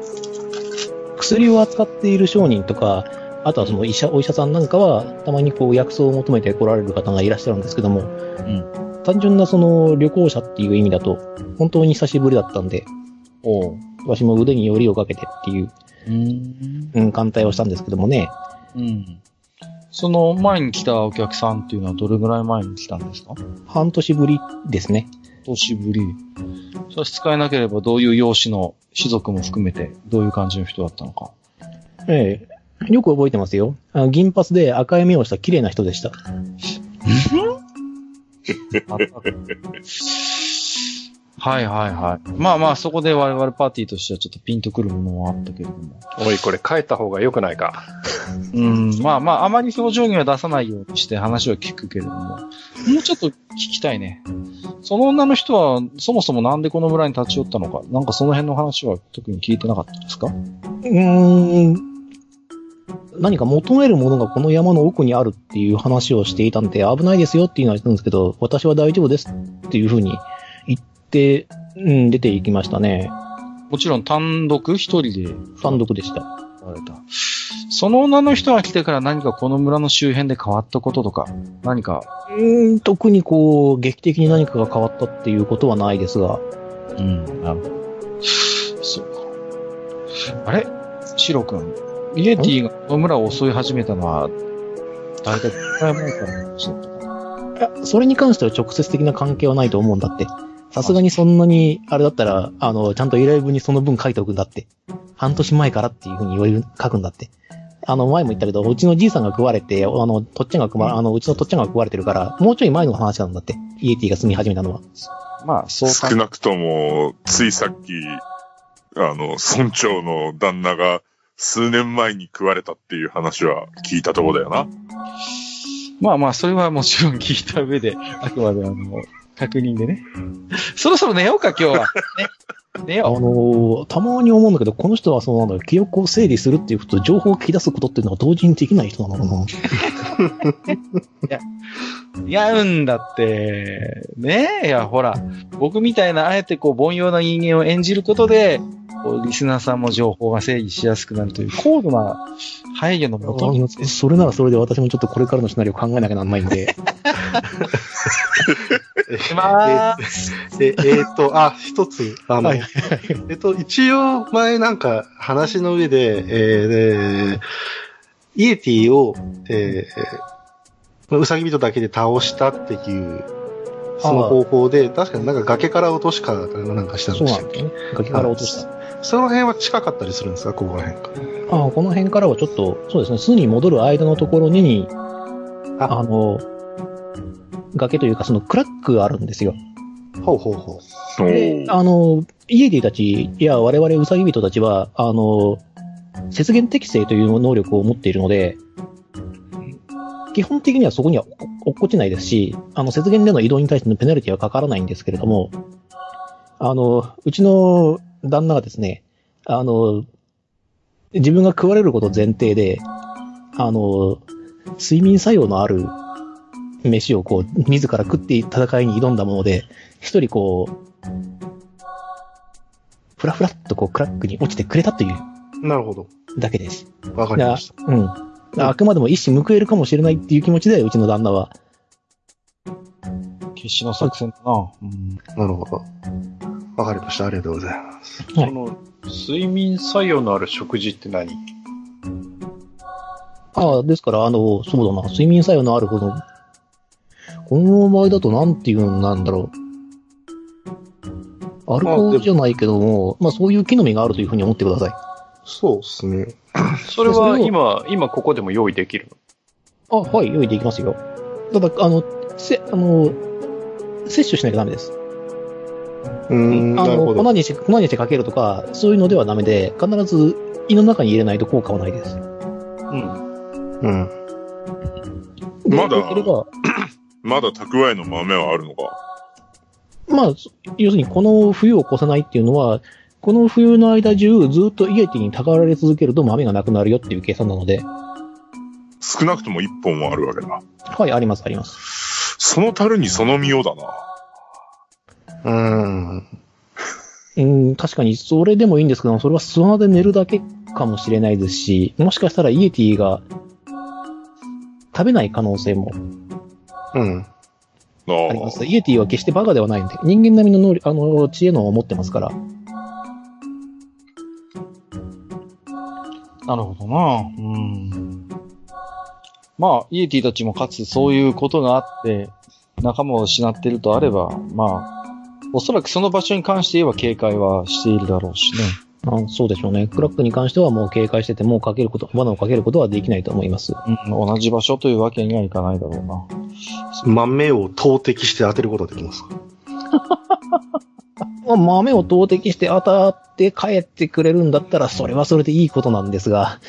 Speaker 2: 薬を扱っている商人とか、あとはその医者、お医者さんなんかは、たまにこう薬草を求めて来られる方がいらっしゃるんですけども、
Speaker 1: ん
Speaker 2: 単純なその旅行者っていう意味だと、本当に久しぶりだったんで、
Speaker 1: おう。
Speaker 2: わしも腕によりをかけてっていう、
Speaker 1: うーん。
Speaker 2: うん、艦隊をしたんですけどもね、
Speaker 1: うん。その前に来たお客さんっていうのはどれぐらい前に来たんですか
Speaker 2: 半年ぶりですね。
Speaker 1: 年ぶり。差し支えなければどういう容姿の種族も含めてどういう感じの人だったのか。
Speaker 2: ええ。よく覚えてますよ。あの銀髪で赤い目をした綺麗な人でした。
Speaker 1: はいはいはい。まあまあ、そこで我々パーティーとしてはちょっとピンとくるものはあったけれども。
Speaker 5: おい、これ変えた方が良くないか。
Speaker 1: うん、まあまあ、あまり表情には出さないようにして話は聞くけれども。もうちょっと聞きたいね。その女の人は、そもそもなんでこの村に立ち寄ったのか。なんかその辺の話は特に聞いてなかったですか
Speaker 2: うーん。何か求めるものがこの山の奥にあるっていう話をしていたんで、危ないですよっていうのは言ったんですけど、私は大丈夫ですっていうふうに言って、うん、出ていきましたね。
Speaker 1: もちろん単独一人で
Speaker 2: 単独でした。
Speaker 1: 言われた。その女の人が来てから何かこの村の周辺で変わったこととか、何か、
Speaker 2: うーん、特にこう、劇的に何かが変わったっていうことはないですが、
Speaker 1: うん、なるほど。そうか。あれシロ君、イエティがこの村を襲い始めたのは、大体どれくらい前からの話だったか
Speaker 2: いやそれに関しては直接的な関係はないと思うんだって。さすがにそんなに、あれだったら、あの、ちゃんと依頼文にその分書いておくんだって。半年前からっていうふうに言われる、書くんだって。あの、前も言ったけど、うちのじいさんが食われて、あの、とっちゃんが食わ、あの、うちのとっちゃんが食われてるから、もうちょい前の話なんだって。イエティが住み始めたのは。
Speaker 1: まあ、そう
Speaker 3: 少
Speaker 1: か。
Speaker 3: なくとも、ついさっき、あの、村長の旦那が数年前に食われたっていう話は聞いたとこだよな。
Speaker 1: まあまあ、それはもちろん聞いた上 で、あくまであの、確認でね。 そろそろ寝ようか、今 日は。ね、寝
Speaker 2: あ
Speaker 1: よう。
Speaker 2: の、たまに思うんだけど、この人はそうなんだよ。記憶を整理するっていうことと、情報を聞き出すことっていうのは同時にできない人なのかな。
Speaker 1: 違うんだって。ねえ、いや、ほら、僕みたいな、あえてこう、凡庸な人間を演じることで、こうリスナーさんも情報が整理しやすくなるという、高度な配慮のもとに、
Speaker 2: あのそれならそれで私もちょっとこれからのシナリオ考えなきゃなんないんで。
Speaker 1: しまー
Speaker 4: え、えーと、あ、一つ、あの、
Speaker 2: はい
Speaker 4: えっと、一応、前なんか、話の上で、えーでイエティを、えー、うさぎ人だけで倒したっていうその方法で、確かになんか崖から落としか、なんかしたん
Speaker 2: そう
Speaker 4: でし
Speaker 2: な
Speaker 4: た
Speaker 2: ん
Speaker 4: っ
Speaker 2: だ
Speaker 4: け
Speaker 2: よね。崖から落とした。あ
Speaker 4: その辺は近かったりするんですかここら辺か。
Speaker 2: あ、この辺からはちょっと、そうですね、巣に戻る間のところに、
Speaker 4: あ
Speaker 2: あの、崖というか、そのクラックがあるんですよ。
Speaker 4: ほうほうほ
Speaker 3: お
Speaker 2: で
Speaker 3: ー
Speaker 2: あの、イエディたち、いや、我々ウサギ人たちは、あの、節減適正という能力を持っているので、基本的にはそこには落っこちないですし、あの、節減での移動に対してのペナルティはかからないんですけれども、あの、うちの旦那がですね、あの、自分が食われることを前提で、あの、睡眠作用のある飯をこう、自ら食って戦いに挑んだもので、一人こう、ふらふらっとこうクラックに落ちてくれたという
Speaker 4: う。なるほど。
Speaker 2: だけです。
Speaker 4: わかりました。
Speaker 2: うん。あくまでも一矢報えるかもしれないっていう気持ちで、うちの旦那は。
Speaker 1: 決死の作戦だな。うん。
Speaker 4: なるほど。わかりました。ありがとうございます。
Speaker 2: はい
Speaker 5: その、睡眠作用のある食事って何
Speaker 2: ああ、ですから、あの、そうだな、睡眠作用のあるこの、この場合だとなんていうのなんだろう。アルコールじゃないけども、まあそういう木の実があるというふうに思ってください。
Speaker 4: そうですね。
Speaker 5: それは今、今ここでも用意できる
Speaker 2: あ、はい、用意できますよ。ただ、あの、せ、あの、摂取しなきゃダメです。
Speaker 4: うーん、
Speaker 2: あ
Speaker 4: なる
Speaker 2: の
Speaker 4: ほど。
Speaker 2: 粉にして粉にしてかけるとか、そういうのではダメで、必ず胃の中に入れないと効果はないです。
Speaker 5: のうん。
Speaker 4: うん。
Speaker 2: で
Speaker 3: まだ
Speaker 2: できれば、
Speaker 3: まだ蓄えの豆はあるのか。
Speaker 2: まあ、そ要するにこの冬を越さないっていうのは、この冬の間中ずっとイエティにたかられ続けると豆がなくなるよっていう計算なので、
Speaker 3: 少なくとも一本はあるわけだ。
Speaker 2: はい、ありますあります。
Speaker 3: その樽にその身をだな。
Speaker 4: うーん。
Speaker 2: うん、確かにそれでもいいんですけど、それは巣穴で寝るだけかもしれないですし、もしかしたらイエティが食べない可能性も
Speaker 4: うん。
Speaker 3: あー
Speaker 2: あります。イエティは決してバカではないんで、人間並みの能力、あの、知恵のを持ってますから。
Speaker 1: なるほどな。うん。まあ、イエティたちもかつそういうことがあって、仲間を失ってるとあれば、まあ、おそらくその場所に関して言えば警戒はしているだろうしね。
Speaker 2: あそうでしょうね。クラックに関してはもう警戒してて、もうかけること、罠をかけることはできないと思います。
Speaker 1: うん、同じ場所というわけにはいかないだろうな。
Speaker 4: 豆を投擲して当てることはできますか
Speaker 2: まあ、豆を投擲して当たって帰ってくれるんだったら、それはそれでいいことなんですが、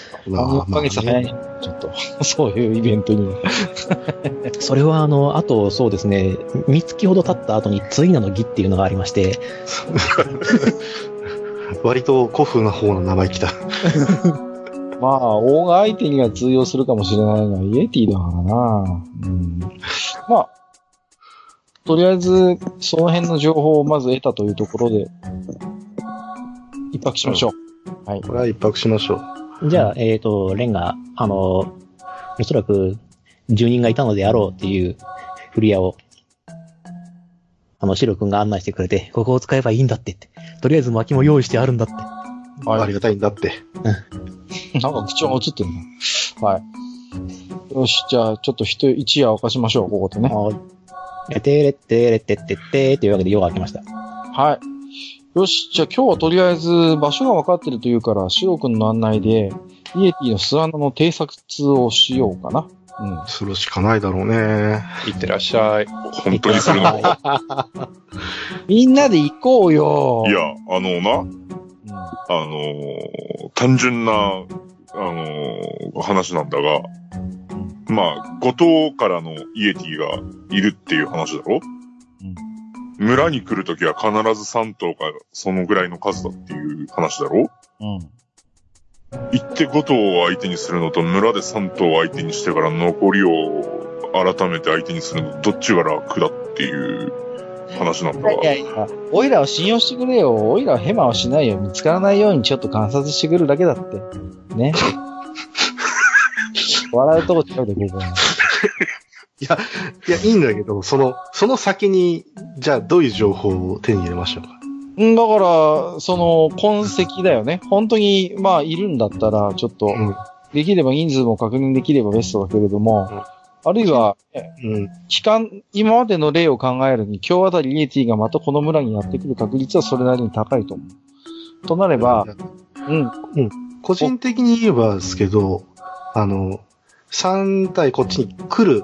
Speaker 1: あ
Speaker 4: ま
Speaker 1: の、おかげさ
Speaker 4: まあ
Speaker 1: ね、ちょっと、 そういうイベントに。
Speaker 2: それはあの、あとそうですね、三月ほど経った後に次なの儀っていうのがありまして、
Speaker 4: 割と古風な方の名前来た。
Speaker 1: まあ、大が相手には通用するかもしれないのはイエティだからな。うん。まあ、とりあえず、その辺の情報をまず得たというところで、一泊しましょう。はい。
Speaker 4: これは一泊しましょう。
Speaker 2: じゃあ、えっ、と、レンが、あの、おそらく、住人がいたのであろうっていうフリアを、あの、シロ君が案内してくれて、ここを使えばいいんだってって、とりあえず薪も用意してあるんだって。
Speaker 1: はい
Speaker 4: ありがたいんだって。
Speaker 1: なんか口調が映ってるな。はい。よし、じゃあ、ちょっと一一夜明かしましょう、ここでね。
Speaker 2: はい。てれってれってってってというわけで夜が明けました。
Speaker 1: はい。よし、じゃあ今日はとりあえず場所が分かってるというから、シロ君の案内で、イエティの巣穴の偵察をしようかな。うん。
Speaker 4: するしかないだろうね。
Speaker 5: いってらっしゃい。
Speaker 3: 本当にするのか。
Speaker 1: みんなで行こうよ
Speaker 3: いや、あのな、
Speaker 1: うんは
Speaker 3: あのー単純な、あのー話なんだが、まあ、五島からのイエティがいるっていう話だろ、村に来るときは必ず3頭か、そのぐらいの数だっていう話だろ行って5頭を相手にするのと村で3頭を相手にしてから残りを改めて相手にするのとどっちが楽だっていう話なんだが。
Speaker 1: いやいや、オイラを信用してくれよ。オイラはヘマはしないよ。見つからないようにちょっと観察してくるだけだって。ね。笑うとこちゃうで、ここは。
Speaker 4: いや、いいんだけど、その、その先に、じゃあどういう情報を手に入れましょうか。
Speaker 1: うん、だから、その、痕跡だよね。本当に、まあ、いるんだったら、ちょっと、
Speaker 4: うん
Speaker 1: できれば人数も確認できればベストだけれども、あるいは、ね
Speaker 4: うん。
Speaker 1: 期間、今までの例を考えるに、今日あたりイエティがまたこの村にやってくる確率はそれなりに高いと思う。となれば、うん、
Speaker 4: 個人的に言えばですけど、あの、3体こっちに来る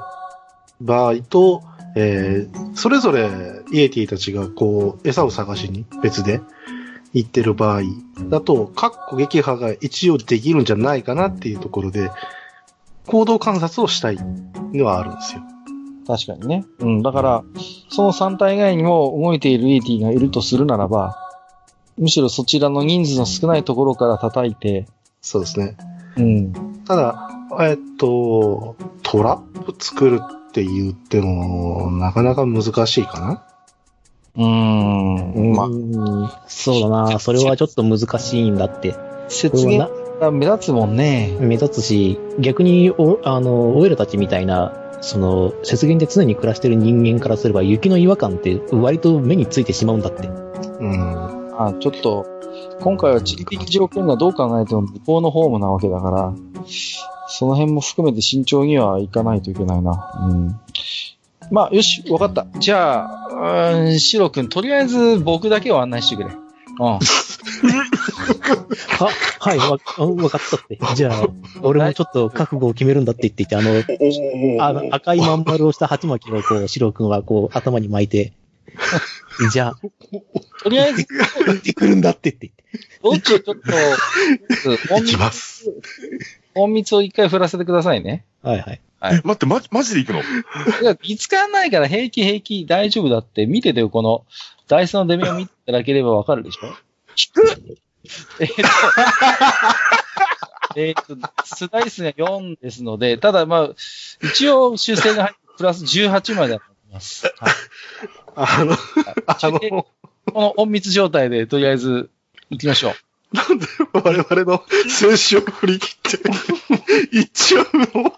Speaker 4: 場合と、えーそれぞれイエティたちがこう、餌を探しに別で行ってる場合だと、各個撃破が一応できるんじゃないかなっていうところで、行動観察をしたいのはあるんですよ。
Speaker 1: 確かにね。うん、だから、その3体以外にも動いている ET がいるとするならば、むしろそちらの人数の少ないところから叩いて、
Speaker 4: そうですね。
Speaker 1: うん、
Speaker 4: ただ、えっと、トラップ作るって言っても、なかなか難しいかな。
Speaker 1: うーん、まあ、
Speaker 2: うんそうだな。それはちょっと難しいんだって。こ
Speaker 1: 説
Speaker 2: れ
Speaker 1: 明
Speaker 2: は
Speaker 1: が目立つもんね。
Speaker 2: な目立つし、逆にお、あの、オイラたちみたいな、その、雪原で常に暮らしてる人間からすれば、雪の違和感って割と目についてしまうんだって。
Speaker 4: うん。
Speaker 1: あちょっと、今回は地理的条件がどう考えても向こうのホームなわけだから、その辺も含めて慎重にはいかないといけないな。うん。まあ、よし、わかった。じゃあ、うーん、シロ君、とりあえず僕だけを案内してくれ。うん。
Speaker 2: は、はい、わ、うんわかった って。じゃあ、俺もちょっと覚悟を決めるんだって言っていて、あの、
Speaker 3: お
Speaker 2: あの赤いまん丸をした鉢巻きをこう、シロ君はこう、頭に巻い て、じゃあ、
Speaker 1: とりあえず、
Speaker 2: 行ってくるんだってって
Speaker 1: どっちをち ょっと、
Speaker 4: いきます。
Speaker 1: 音密を一回振らせてくださいね。
Speaker 2: 言って。はいはい。
Speaker 3: 待って、マジ、マジで行くの
Speaker 1: いや、見つかんないから平気平気大丈夫だって見ててよ、この、ダイスの出目を見ていただければわかるでしょ引くえーっ と、えーっと、スダイスが4ですので、ただまあ、一応修正が入って、プラス18まであります。はい
Speaker 4: あの、あ
Speaker 1: 中
Speaker 4: の、
Speaker 1: この音密状態で、とりあえず、行きましょう。
Speaker 4: 我々の選手を振り切 って、いっちゃうの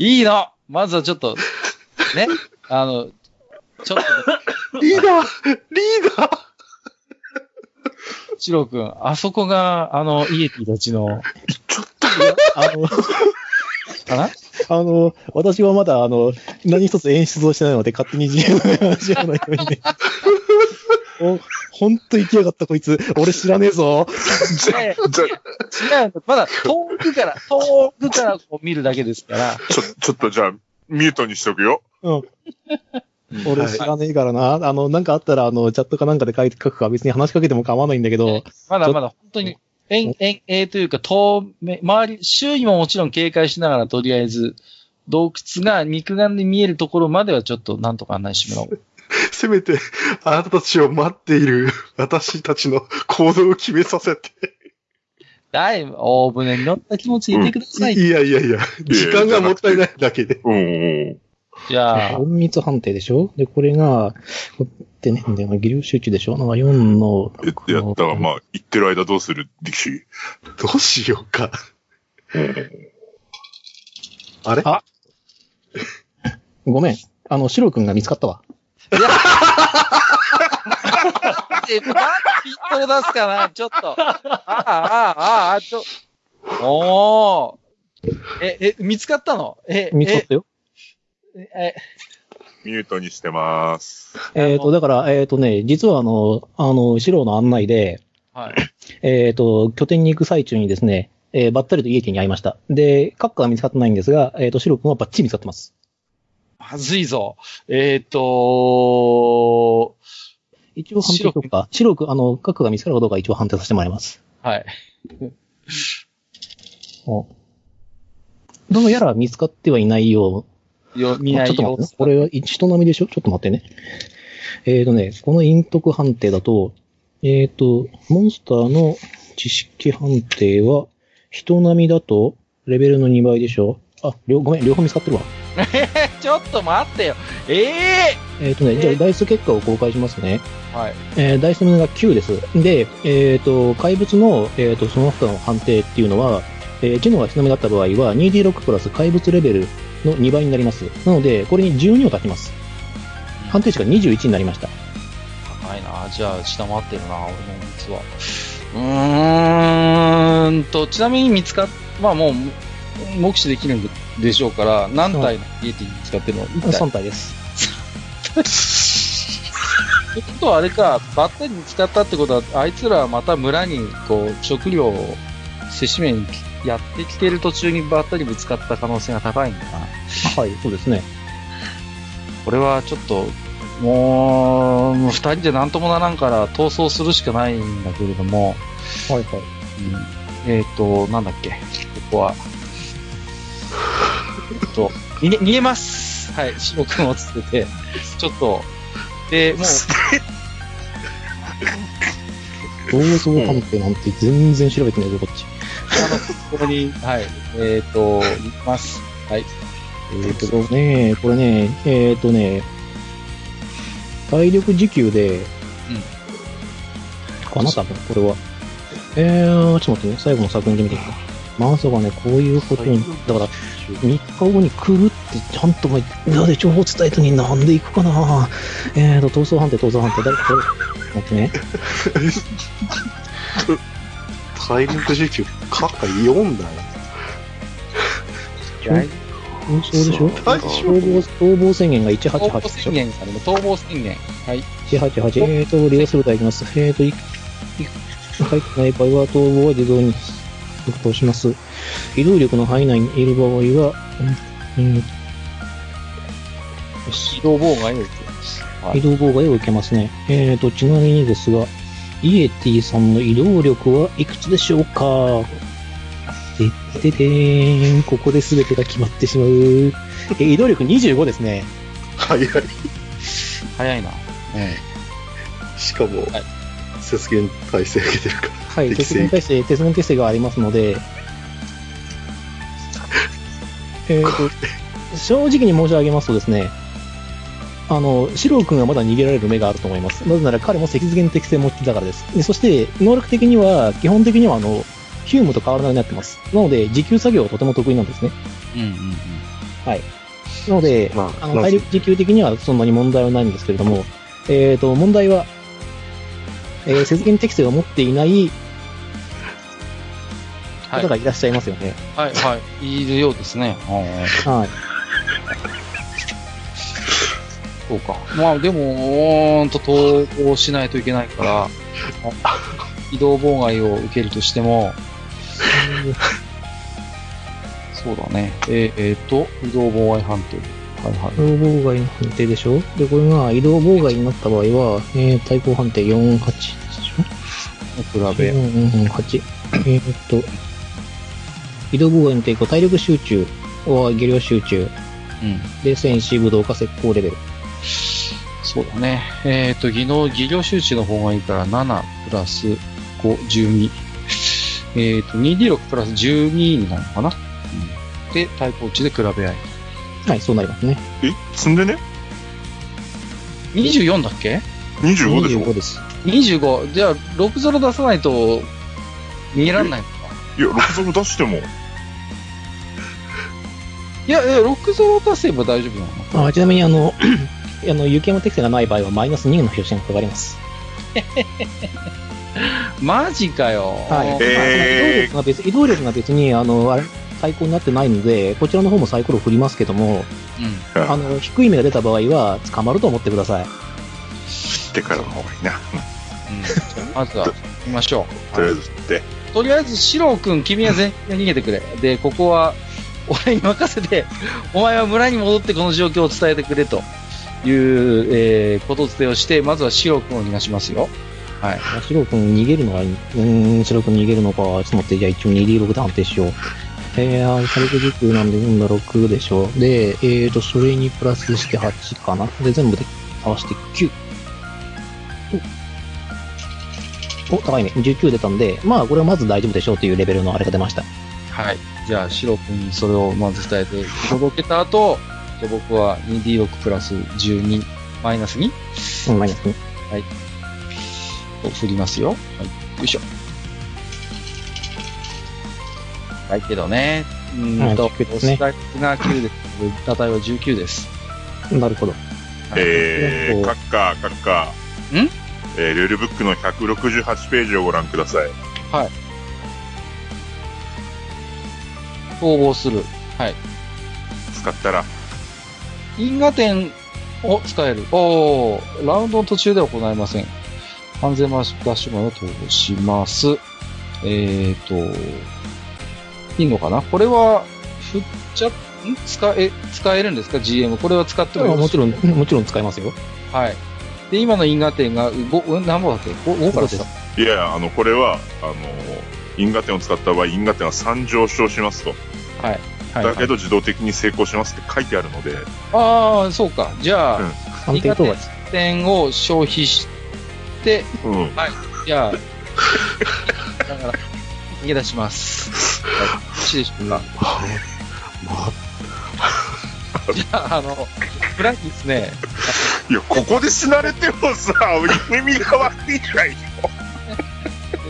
Speaker 1: いいのまずはちょっと、ね、あの、ちょっと、
Speaker 4: リーダーリーダー
Speaker 1: シロ君、あそこが、あの、イエティたちの、
Speaker 2: あの、
Speaker 1: かな
Speaker 2: あの、私はまだ、あの、何一つ演出をしてないので、勝手に自由の話をのようにね。お、ほんと行きやがったこいつ。俺知らねえぞ。
Speaker 1: いやいや
Speaker 3: じゃ、
Speaker 1: 違うのまだ遠くから、遠くからこう見るだけですから、
Speaker 3: ちょ、ちょっとじゃあ、ミュートにしとくよ。
Speaker 2: うん。俺知らねえからな。あの、なんかあったら、あの、チャットかなんかで書いて書くから別に話しかけても構わないんだけど、
Speaker 1: まだまだ本当に、遠、遠、えというか、遠目、周り、周囲ももちろん警戒しながら、とりあえず、洞窟が肉眼で見えるところまではちょっとなんとか案内してもらお う。
Speaker 4: せめて、あなたたちを待っている私たちの行動を決めさせて。
Speaker 1: だいぶ、大船に乗った気持ちでいてください。
Speaker 4: いやいやいや、時間がもったいないだけで。
Speaker 3: うんうん。
Speaker 1: じゃあ、
Speaker 2: 隠密判定でしょで、これが、こうやってね、で技量集中でしょなんか4の、
Speaker 3: えやったら、まあ、行ってる間どうする、ディキシー。
Speaker 4: どうしようか。あれ
Speaker 2: あごめん。あの、シロ君が見つかったわ。
Speaker 1: え、なんでピットを出すかなちょっと。ああ、ああ、ああ、ちょ、おー。え、え、見つかったのえ、
Speaker 2: 見つかったよ。
Speaker 1: え、え、
Speaker 3: ミュートにしてます。
Speaker 2: えっ、と、だから、えっ、とね、実はあの、あの、シロの案内で、
Speaker 1: はい。
Speaker 2: えっ、と、拠点に行く最中にですね、えーばったりとイエティに会いました。で、カッカは見つかってないんですが、えっ、と、シロ君はバッチリ見つかってます。
Speaker 1: まずいぞ。えっ、とー
Speaker 2: 一応判定しようか。シロ君、あの、カッカが見つかるかどうか一応判定させてもらいます。
Speaker 1: はい。
Speaker 2: おどうやら見つかってはいないよう
Speaker 1: よ、見ない
Speaker 2: ちょっと待
Speaker 1: よ
Speaker 2: ってね。これは人並みでしょちょっと待ってね。えーとね、この陰徳判定だと、えーと、モンスターの知識判定は、人並みだと、レベルの2倍でしょあ、両、ごめん、両方見つかってるわ。
Speaker 1: ちょっと待ってよ。ええ
Speaker 2: えーとね、じゃあ、ダイス結果を公開しますね。
Speaker 1: はい。
Speaker 2: えーダイスの値が9です。で、えーと、怪物の、えーと、その他の判定っていうのは、えー、ジェノが人並みだった場合は、2D6 プラス怪物レベルの2倍になります。なので、これに12を足します。判定値が21になりました。
Speaker 1: 高いな。じゃあ、下回ってるな、俺の実は。うーんと、ちなみに見つかっ、まあもう、目視できるんでしょうから、何体のイエティ使ってるの ?1 体。
Speaker 2: 3体です。
Speaker 1: ってことはあれか、バッテリーに使ったってことは、あいつらはまた村に、こう、食料をせしめにやってきてる途中にバッテリーぶつかった可能性が高いんだな。
Speaker 2: はい、そうですね。
Speaker 1: これはちょっと、もう、もう二人で何ともならんから逃走するしかないんだけれども、
Speaker 2: はいはい。
Speaker 1: うんえっ、と、なんだっけ、ここは。えっと、逃げ、逃げますはい、シモ君をつけて、ちょっと、で、もう、
Speaker 2: 銅像探偵なんて全然調べてないぞ、こっち。
Speaker 1: ここ に、はい、えっ、と、行きます。はい。
Speaker 2: えー、とね、これね、えっ、とね、体力時給で、かな、多分、これは。えー、ちょっと待ってね、最後の作品で見てみて。マウスがね、こういうことに、だから、3日後に来るって、ちゃんと前、裏で情報伝えたのになんで行くかなえーと、逃走判定、逃走判定、誰か、待ってね。
Speaker 4: 体力時給、カッカ4だよ。
Speaker 2: 逃走でしょ
Speaker 4: 大
Speaker 2: 逃亡逃亡宣言が
Speaker 1: 逃
Speaker 2: 188
Speaker 1: 亡
Speaker 2: でしょ
Speaker 1: 宣言される逃亡宣言。はい。
Speaker 2: 188、えーと、利用することができます。えーと、いい入ってない場合は、逃亡は自動に続行します。移動力の範囲内にいる場合は、うんうん
Speaker 1: 移動妨害を受けはい
Speaker 2: 移動妨害を受けますね。えーと、ちなみにですが、イエティさんの移動力はいくつでしょうかてっててーん。ここで全てが決まってしまう。えー移動力25ですね。
Speaker 4: 早い。
Speaker 1: 早いな。
Speaker 4: しかも、
Speaker 1: はい
Speaker 4: 節減体制受けてるから。
Speaker 2: はい、
Speaker 4: 適
Speaker 2: 鉄
Speaker 4: 正
Speaker 2: 分適正、鉄分適正がありますので、 えーと、正直に申し上げますとですね、あの、シロー君はまだ逃げられる目があると思います。なぜなら彼も赤原適正持ってたからです。でそして、能力的には、基本的にはあの、ヒュームと変わらなくなってます。なので、時給作業はとても得意なんですね。
Speaker 1: うんうんうん。
Speaker 2: なので、
Speaker 4: まあ
Speaker 2: あの体力時給的にはそんなに問題はないんですけれども、えー、と問題は、えー、節減適正を持っていない
Speaker 1: はい
Speaker 2: 方がいらっしゃいますよね。
Speaker 1: はい、はい。いるようですね。
Speaker 2: はい、
Speaker 1: そうか。まあでも、うーんと投稿しないといけない から、移動妨害を受けるとしても、そうだね。えー、えーと、移動妨害判定。はいはい。
Speaker 2: 移動妨害の判定でしょで、これが移動妨害になった場合は、えー、対抗判定48でし
Speaker 1: 比
Speaker 2: ょ
Speaker 1: べ。
Speaker 2: ?448。えー、っと、移動妨害の抵抗、体力集中、は下量集中、
Speaker 1: うん。
Speaker 2: で、戦士、武道家、石膏レベル。
Speaker 1: そうだね。えっ、と、技能、技量周知の方がいいから、7プラス5、12。えっ、と、2D6 プラス12になるのかな、うん、で、対抗値で比べ合い。
Speaker 2: はい、そうなりますね。
Speaker 3: え、積んでね
Speaker 1: 24だっけ
Speaker 3: ?25 でしょ
Speaker 2: 25です。
Speaker 1: ?25。じゃあ、6ゾロ出さないと、逃げられないのか。
Speaker 3: いや、6ゾロ出しても。
Speaker 1: いや、いや6ゾロ出せば大丈夫なのか
Speaker 2: あちなみにあの、 あの、雪山適正がない場合はマイナス2の表紙がかかります。
Speaker 1: マジかよ。
Speaker 2: はい。
Speaker 3: えー
Speaker 2: まあ移動力が別、移動力が別に、あの、あれ、最高になってないので、こちらの方もサイコロ振りますけども、
Speaker 1: うん。
Speaker 3: うん
Speaker 2: あの、低い目が出た場合は、捕まると思ってください。
Speaker 3: 切ってからの方がいい
Speaker 1: う
Speaker 3: な。
Speaker 1: ん、まずは、行きましょう。
Speaker 3: とりあえず切って。
Speaker 1: とりあえず、シロー君、君は全員逃げてくれ。で、ここは、俺に任せて、お前は村に戻ってこの状況を伝えてくれという、えー、こと伝えをして、まずはシロー君を逃がしますよ。はい。
Speaker 2: シロ君逃げるのが、うーん、シロ君逃げるのか、ちょっと待って、じゃあ一応 2D6 で判定しよう。えー、火力時給なんで4の6でしょ。で、えーと、それにプラスして8かな。で、全部で合わせて9。お、お高いね。19出たんで、まあ、これはまず大丈夫でしょうというレベルのあれが出ました。
Speaker 1: はい。じゃあ、シロー君にそれをまず伝えて、届けた後、じゃあ僕は 2D6 プラス12、マイナス 2?
Speaker 2: うん、マイナスね。
Speaker 1: を振りますよ。はい、よいしょ。はい、けどね。うーんと、
Speaker 2: はい19ですね
Speaker 1: スタックが9です。値は19です。
Speaker 2: なるほど。
Speaker 3: えー、カッカー、カッカー。
Speaker 1: ん
Speaker 3: えー、ルールブックの168ページをご覧ください。
Speaker 1: はい。統合する。
Speaker 3: 使ったら、
Speaker 1: 因果点を使える。おーラウンドの途中では行いません。完全マッシュダッシュマンを投入します。えーと、いいのかなこれは、振っちゃ、ん使え、使えるんですか ?GM。これは使っても
Speaker 2: あ
Speaker 1: よろ
Speaker 2: も
Speaker 1: しい
Speaker 2: ちろん、もちろん使えますよ。
Speaker 1: はい。で、今の因果点が5、ん何本だっけ 5, 5からで
Speaker 2: そう
Speaker 1: す
Speaker 2: で
Speaker 3: いやいや、あの、これは、あの、因果点を使った場合、因果点は3上昇しますと。
Speaker 1: はい。
Speaker 3: だけど自動的に成功しますって書いてあるので、
Speaker 1: ああ、そうか。じゃあ、
Speaker 3: うん
Speaker 2: 判定等は、
Speaker 1: 点を消費して、
Speaker 3: うん。
Speaker 1: じゃあ、だから、逃げ出します。はい。よろしいでしょうか。じゃあ、あの、フランキーですね。
Speaker 3: いや、ここで死なれてもさ、意味が悪いじゃない。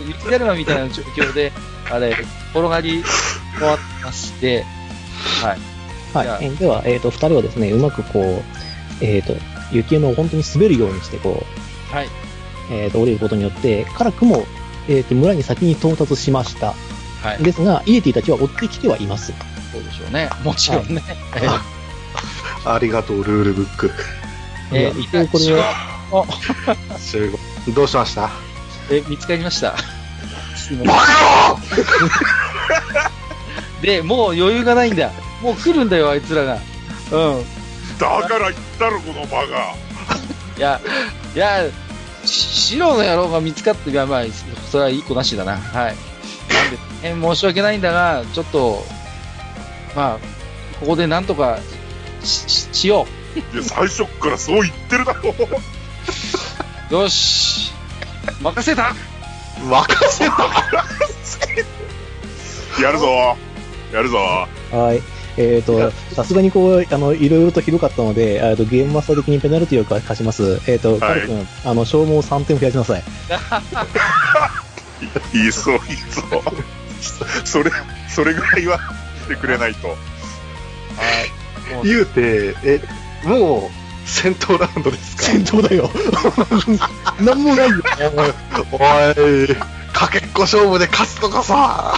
Speaker 1: 雪だるまみたいな状況で、あれ、転がり終わってまして、はい。じゃあ
Speaker 2: はい。えでは、えっ、と、二人はですね、うまくこう、えっ、と、雪山を本当に滑るようにして、こう、
Speaker 1: はい。
Speaker 2: えっ、と、降りることによって、辛くも、えっ、と、村に先に到達しました。
Speaker 1: はい。
Speaker 2: ですが、イエティたちは追ってきてはいます。
Speaker 1: そうでしょうね。もちろんね。
Speaker 4: ありがとう、ルールブック。
Speaker 1: えー、
Speaker 2: いや
Speaker 1: 一
Speaker 2: 一応
Speaker 1: 回
Speaker 2: こ
Speaker 1: こ
Speaker 2: れ
Speaker 1: れ
Speaker 2: は
Speaker 4: すごいどうしました
Speaker 1: え、見つかりました。 で、もう余裕がないんだ。もう来るんだよ、あいつらが。うん。
Speaker 3: だから言ったろ、この場が。
Speaker 1: いや、いや、し白の野郎が見つかって、いやまあ、それはいい子なしだな。はい。なんで、大変申し訳ないんだが、ちょっと、まあ、ここでなんとかしししよ
Speaker 3: いや、最初っからそう言ってるだろ。
Speaker 1: う。よし。任せた
Speaker 4: 任せ
Speaker 3: やるぞ。やるぞ。
Speaker 2: はい。えっ、と、さすがにこう、あの、いろいろとひどかったので、えーと、ゲームマスター的にペナルティを課します。えっ、と、カル君、あの、消耗3点増やしなさい。
Speaker 3: いいぞ、いいぞ。それ、それぐらいはしてくれないと。
Speaker 4: 言うて、え、もう、戦闘ラウンドですか
Speaker 2: 戦闘だ よ。なんもないよ。
Speaker 4: おい、かけっこ勝負で勝つとかさ、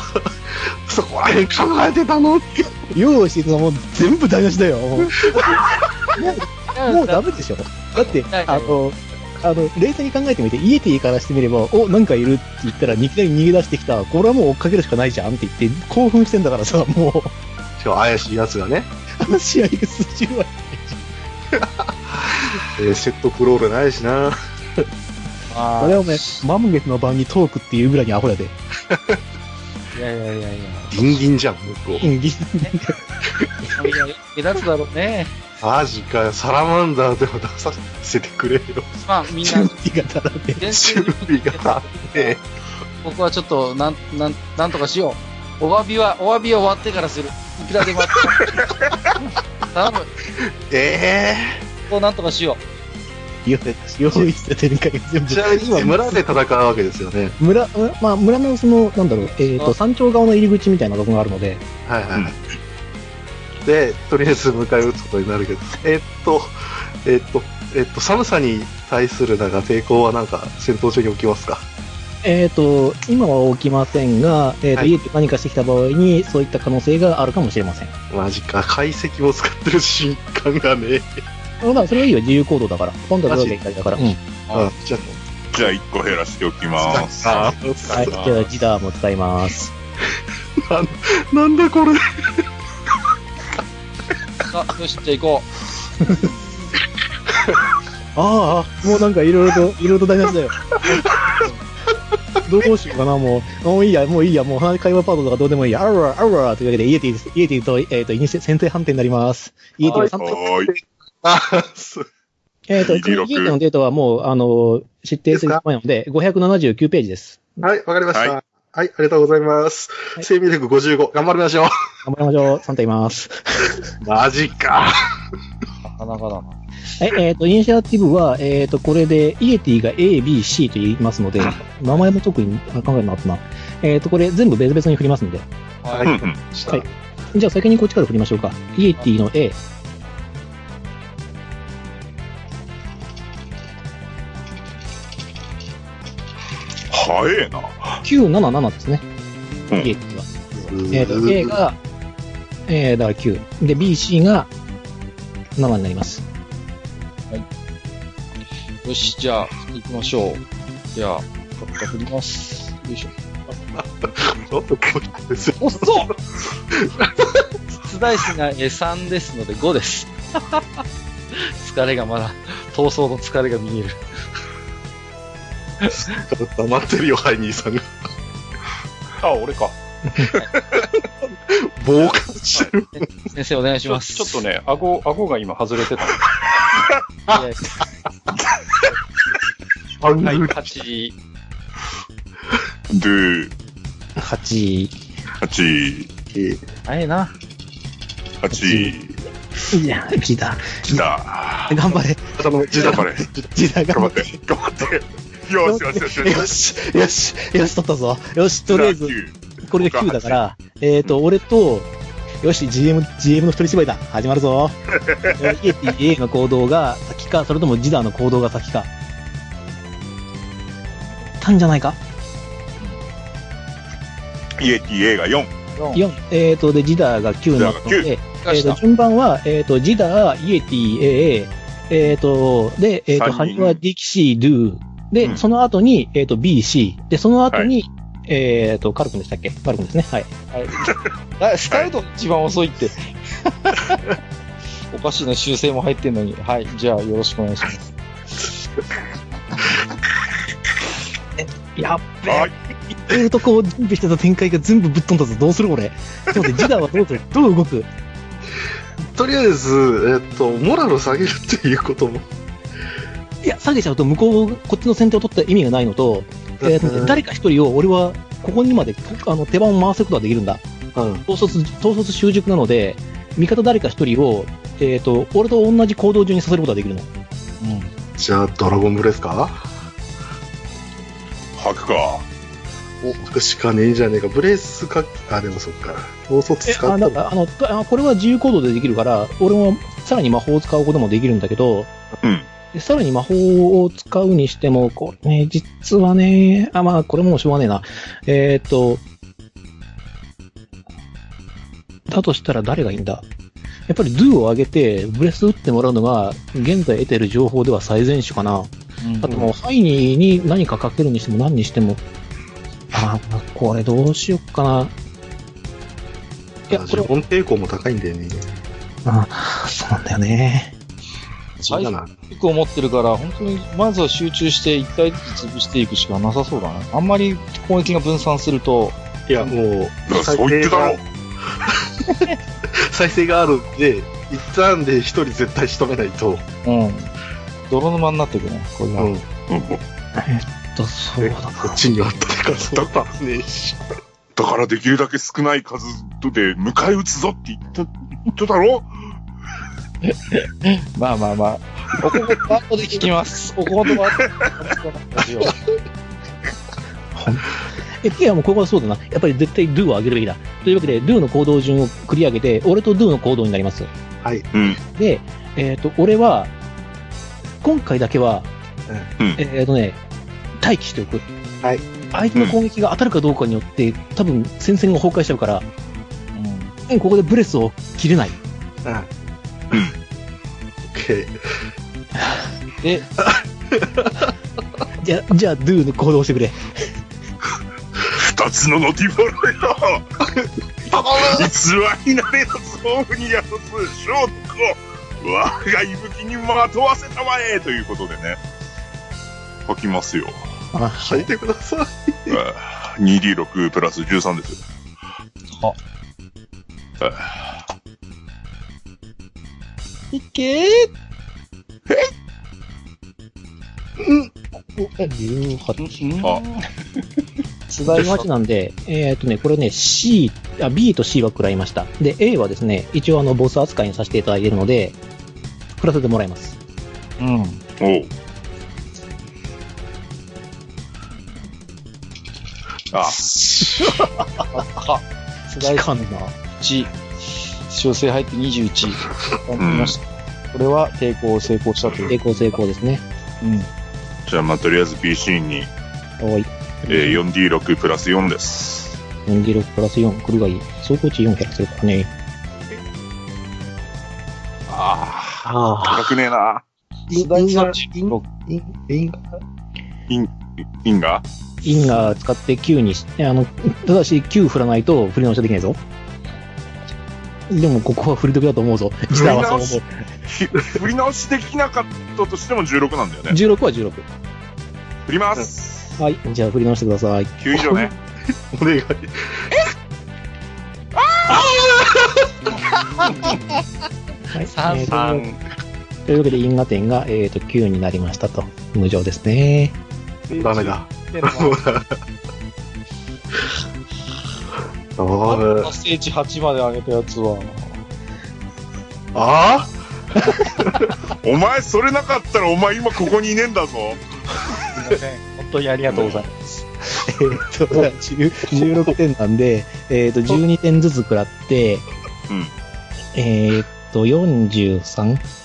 Speaker 4: そこら辺考えてたのって。
Speaker 2: 用意してたのも全部台無しだよ。もうもうダ
Speaker 1: メ
Speaker 2: メでしょ。だって
Speaker 1: はい、
Speaker 2: あの、あの、冷静に考えてみて、イエティからしてみれば、お、なんかいるって言ったら、いきなり逃げ出してきた。これはもう追っかけるしかないじゃんって言って、興奮してんだからさ、もう、
Speaker 4: しかも怪しいやつがね、
Speaker 2: あの試合が数十倍。
Speaker 4: えーセットクロールないしな。
Speaker 1: あ
Speaker 2: あれはお前、
Speaker 1: ー
Speaker 2: 満月の晩にトークっていうぐらいにアホやで。
Speaker 1: いやいやいやいや。
Speaker 4: ギンギンじゃん、向こ
Speaker 2: うん、ぎ
Speaker 1: いや目立つだろうね。
Speaker 4: う。マジかよ、サラマンダーでも出させてくれ よ。
Speaker 1: まあ、みん
Speaker 2: 準
Speaker 1: な、
Speaker 2: 備が足らね
Speaker 1: 厳
Speaker 4: 準備があって。
Speaker 1: 僕はちょっと、なん、なん、なんとかしよう。お詫びは、お詫びは終わってからする。いくらでもあって。頼む。
Speaker 4: え
Speaker 1: こうなんとかしよ
Speaker 2: え。用意して展開が全部
Speaker 4: ー、ち。なみに今、村で戦うわけですよね。
Speaker 2: 村、村まあ、村のその、なんだろう、えっ、と、
Speaker 1: あ
Speaker 2: 山頂側の入り口みたいなとこがあるので、
Speaker 4: はいはいはい。で、とりあえず迎え撃つことになるけど、 えっと、えっと、えっと、寒さに対するなんか抵抗はなんか戦闘中に起きますか
Speaker 2: えっ、と、今は起きませんが、えっ、と、
Speaker 4: はい
Speaker 2: 家で何かしてきた場合に、そういった可能性があるかもしれません。
Speaker 4: マジか、解析を使ってる瞬間がね。
Speaker 2: だから、それはいいよ、自由行動だから。今度は
Speaker 4: マ
Speaker 2: ど
Speaker 4: ジ
Speaker 2: うでだから。うん。はい。
Speaker 1: あ
Speaker 4: あ、じゃ
Speaker 3: じゃあ、1個減らしておきます。
Speaker 4: あ、あ
Speaker 2: じゃあ、ジダーも使います。
Speaker 4: なんだこれ。
Speaker 1: う。さあ、よし、じゃあ行こ
Speaker 2: ああ、もうなんかいろいろと、いろいろと台無 しだよ。どうしようかな、もう。もういいや、もういいや、もう会話パートとかどうでもいいや。あらら、あらら、というわけで、イエティ、イエティと、えっ、と、イニシ選定判定になります。イエティは3点。
Speaker 3: はーい。
Speaker 4: あ、す
Speaker 2: えっ、と、イエテ
Speaker 3: 26
Speaker 2: ィのデータはもう、あの、知ってする前なので、579ページです。
Speaker 4: はい、わかりました。
Speaker 3: は
Speaker 4: はい、ありがとうございます。
Speaker 2: はい
Speaker 4: 生命力55、頑張りましょう。
Speaker 2: 頑張りましょう。3点います。
Speaker 4: マジか。
Speaker 1: う。なかなかだな。
Speaker 2: はい、えっ、と、イニシアティブは、えっ、と、これで、イエティが A、B、C と言いますので、名前も特に考えなかったな。えっ、と、これ全部別々に振りますので。
Speaker 1: は
Speaker 4: は
Speaker 3: うんう
Speaker 1: い。
Speaker 3: ん。
Speaker 2: はいじゃあ先にこっちから振りましょうか。イエティの A。
Speaker 3: 早えな。
Speaker 2: 977ですね。
Speaker 3: うん
Speaker 2: イエティは。えっ、と、A が、えー、だから9。で、BC が7になります。
Speaker 1: よし、じゃあ、行きましょう。じゃあ、カッカ振ります。よいしょ。
Speaker 4: ちょっとこうですよ。
Speaker 1: おっそう出題数がえー3ですので5です。 疲れがまだ、闘争の疲れが見える。
Speaker 4: 黙ってるよ、ハイニーさんが。
Speaker 5: あ、俺か。
Speaker 4: 傍観してる。
Speaker 1: 先生お願いし
Speaker 5: ちょ
Speaker 1: ま
Speaker 5: ち
Speaker 1: す。
Speaker 5: ょっとね、顎、顎が今外れてた。
Speaker 1: いやいや
Speaker 4: ハン
Speaker 5: はい、
Speaker 4: グル
Speaker 5: 8。
Speaker 3: で、
Speaker 2: 8。
Speaker 3: 8、
Speaker 1: 早いな。
Speaker 3: 8、
Speaker 2: いや、来た。
Speaker 3: 来た。
Speaker 2: 頑張れ。
Speaker 4: 頭の
Speaker 3: 頑張れ。
Speaker 2: 時代
Speaker 3: 頑
Speaker 2: 頑張
Speaker 3: 張っ。
Speaker 2: って
Speaker 3: 頑張って。よしよしよしよ
Speaker 2: て。
Speaker 3: し。
Speaker 2: よし、よし、よし、取ったぞ。よし、とりあえず、これが9だから、えっ、ー、と、俺と、よし、GM、GM の一人芝居だ。始まる ぞ。えーイエティ A の行動が先か、それともジダーの行動が先か。たんじゃないか
Speaker 3: イエティ A が4。
Speaker 1: 4。
Speaker 2: ?4。えっ、ー、と、で、ジダーが9なの
Speaker 3: ジダーが
Speaker 2: で、え
Speaker 1: 出
Speaker 2: ー
Speaker 1: した
Speaker 2: と、順番は、えっ、ー、と、ジダー、イエティ、A、えっ、ー、と、で、えっ、ー、と、ハ
Speaker 3: 三
Speaker 2: ニ
Speaker 3: 人
Speaker 2: ワ、ディキシー、ドゥで、
Speaker 3: うん
Speaker 2: その後に、えっ、ー、と、B、C。で、その後に、えっ、ー、と、カル君でしたっけカル君ですね。はい。
Speaker 1: あスカルト一番遅い って。おかしいな、修正も入ってんのに。はい、じゃあよろしくお願いします。
Speaker 2: やっべ
Speaker 3: はい。
Speaker 2: いろいろとこう準備してた展開が全部ぶっ飛んだぞ。どうする俺。ちょっと待って、ジダーはどうするどう動く
Speaker 4: とりあえず、えっと、モラルを下げるっていうことも。
Speaker 2: いや、下げちゃうと向こう、こっちの先手を取った意味がないのと、えー
Speaker 4: うん
Speaker 2: 誰か一人を俺は、ここにまであの手番を回すことができるんだ。
Speaker 4: うん。
Speaker 2: 統率、統率習熟なので、味方誰か一人を、えっ、と、俺と同じ行動順にさせることができるの。
Speaker 4: じゃあ、ドラゴンブレスか
Speaker 3: 吐くか。
Speaker 4: お、くしかねえんじゃねえか。ブレスか、あ、でもそっか。統率使
Speaker 2: あ
Speaker 4: っ
Speaker 2: な
Speaker 4: た
Speaker 2: んかあのとあこれは自由行動でできるから、俺もさらに魔法を使うこともできるんだけど、
Speaker 3: うん
Speaker 2: でさらに魔法を使うにしても、これね、実はね、あ、まあ、これもうしょうがねえな。えーっと、だとしたら誰がいいんだやっぱりドゥを上げて、ブレス打ってもらうのが、現在得てる情報では最善手かな。あともう、ハイニーに何かかけるにしても何にしても、あー、これどうしよっかな。いや、これ
Speaker 4: 自、分抵抗も高いんだよね。
Speaker 2: ああ、そうなんだよね。
Speaker 1: 最初よく思ってるから、本当にまずは集中して一体ずつ潰していくしかなさそうだね。あんまり攻撃が分散すると、
Speaker 4: いや、も
Speaker 3: だから
Speaker 4: う、
Speaker 3: そう言ってたろ。
Speaker 4: 再生があるんで、一旦で一人絶対仕留めないと。
Speaker 1: うん、泥沼になってくね、これが。
Speaker 4: う
Speaker 2: え
Speaker 4: ん。
Speaker 2: っと、そうだな。
Speaker 4: こっちにあったから、そうだねえし。
Speaker 3: だからできるだけ少ない数で迎え撃つぞって言った、言っただろ
Speaker 1: まあまあまあ。おこごと後で聞きます。 おこごと後で聞きます。
Speaker 2: え、いや、もうここはそうだな。やっぱり絶対 do を上げるべきだ。というわけで、do の行動順を繰り上げて、俺と do の行動になります。
Speaker 4: はい。
Speaker 3: うん。
Speaker 2: で、えっ、と、俺は、今回だけは、
Speaker 3: うん
Speaker 2: えっ、とね、待機しておく。
Speaker 4: はい。
Speaker 2: 相手の攻撃が当たるかどうかによって、多分戦線が崩壊しちゃうから、うんここでブレスを切れない。
Speaker 4: うん。オッケー。
Speaker 1: で、
Speaker 2: じゃ、じゃあ do の行動をしてくれ。
Speaker 3: 二つのノティフォロよ偽りなれた総務に宿す将の子我が息吹にまとわせたまえということでね書きますよ
Speaker 4: 書いてください。
Speaker 3: あー 2D6 プラス13ですよ
Speaker 1: は
Speaker 3: あ
Speaker 1: いけー
Speaker 2: 18。
Speaker 3: あ
Speaker 1: つな
Speaker 2: 18なんで、えーっとね、これね、C、あ、B と C は食らいました。で、A はですね、一応あの、ボス扱いにさせていただいているので、食らせてもらいます。
Speaker 1: うん。
Speaker 3: ーおうあ
Speaker 1: か、つらい
Speaker 2: かんな。
Speaker 1: 1。小生入って21。
Speaker 3: ん
Speaker 1: これは抵抗成功したという。
Speaker 2: 成功成功ですね。
Speaker 1: うん。
Speaker 3: じゃあまあとりあえず BC に、
Speaker 2: おい。
Speaker 3: えー 4D6 プラス4です
Speaker 2: 4D6 プラス4、クルがいい。走行値4減らせるからね。
Speaker 4: ああ。
Speaker 3: 高くねえな。
Speaker 4: 因
Speaker 1: ダイ
Speaker 4: 因
Speaker 1: さ
Speaker 4: 果
Speaker 1: ん、
Speaker 4: 因
Speaker 1: 僕
Speaker 4: 因因
Speaker 3: インが
Speaker 2: インガー使って9にし、あの、ただし9振らないと振り直しはできないぞ。でもここは振り時だと思うぞ。自体はそう思う。
Speaker 3: ひ振り直しできなかったとしても16なんだよね。
Speaker 2: 16は16。
Speaker 3: 振ります。
Speaker 2: はい。じゃあ振り直してください。
Speaker 3: 9以上 ね。
Speaker 4: お願い。
Speaker 2: はい。
Speaker 1: 三
Speaker 2: えーと
Speaker 5: 3。
Speaker 2: というわけで因果点が、えー、と9になりましたと。無常ですね。
Speaker 4: ダメだ。
Speaker 1: でまあ
Speaker 4: あー
Speaker 1: ステージ8まで上げたやつは。
Speaker 4: あ
Speaker 3: お前、それなかったらお前今ここにいねえんだぞ。
Speaker 1: すいません。本当にありがとうございます。
Speaker 2: えー、と、10 16点なんで、えー、と12点ずつ食らって、
Speaker 3: うん
Speaker 2: えー、と、43?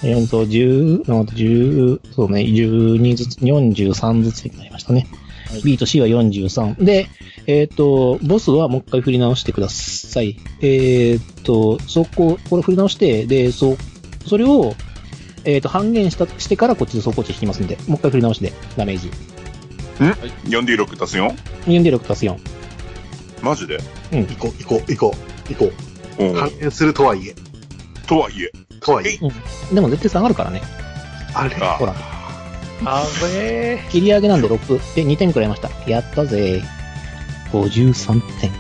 Speaker 2: 4と10、あと10そうね、12ずつ、43ずつになりましたね。B と C は43。で、えっ、と、ボスはもう一回振り直してください。えっ、と、そこ、これ振り直して、で、そ、それを、えっ、と、半減した、してからこっちで走行値引きますんで、もう一回振り直しで、ダメージ。
Speaker 3: 4D6 足す 4?
Speaker 2: 4で6足す4。
Speaker 3: マジで
Speaker 4: あ。行こう、行こう、行こう、行こ
Speaker 3: お
Speaker 4: う。
Speaker 3: う
Speaker 4: 反転するとはいえ。
Speaker 3: とはいえ。
Speaker 4: とはいえ。
Speaker 2: でも絶対下がるからね。
Speaker 4: あれ
Speaker 3: あ
Speaker 2: ほら。
Speaker 5: あべ
Speaker 2: 切り上げなんで6。で、2点くらいました。やったぜ。53点。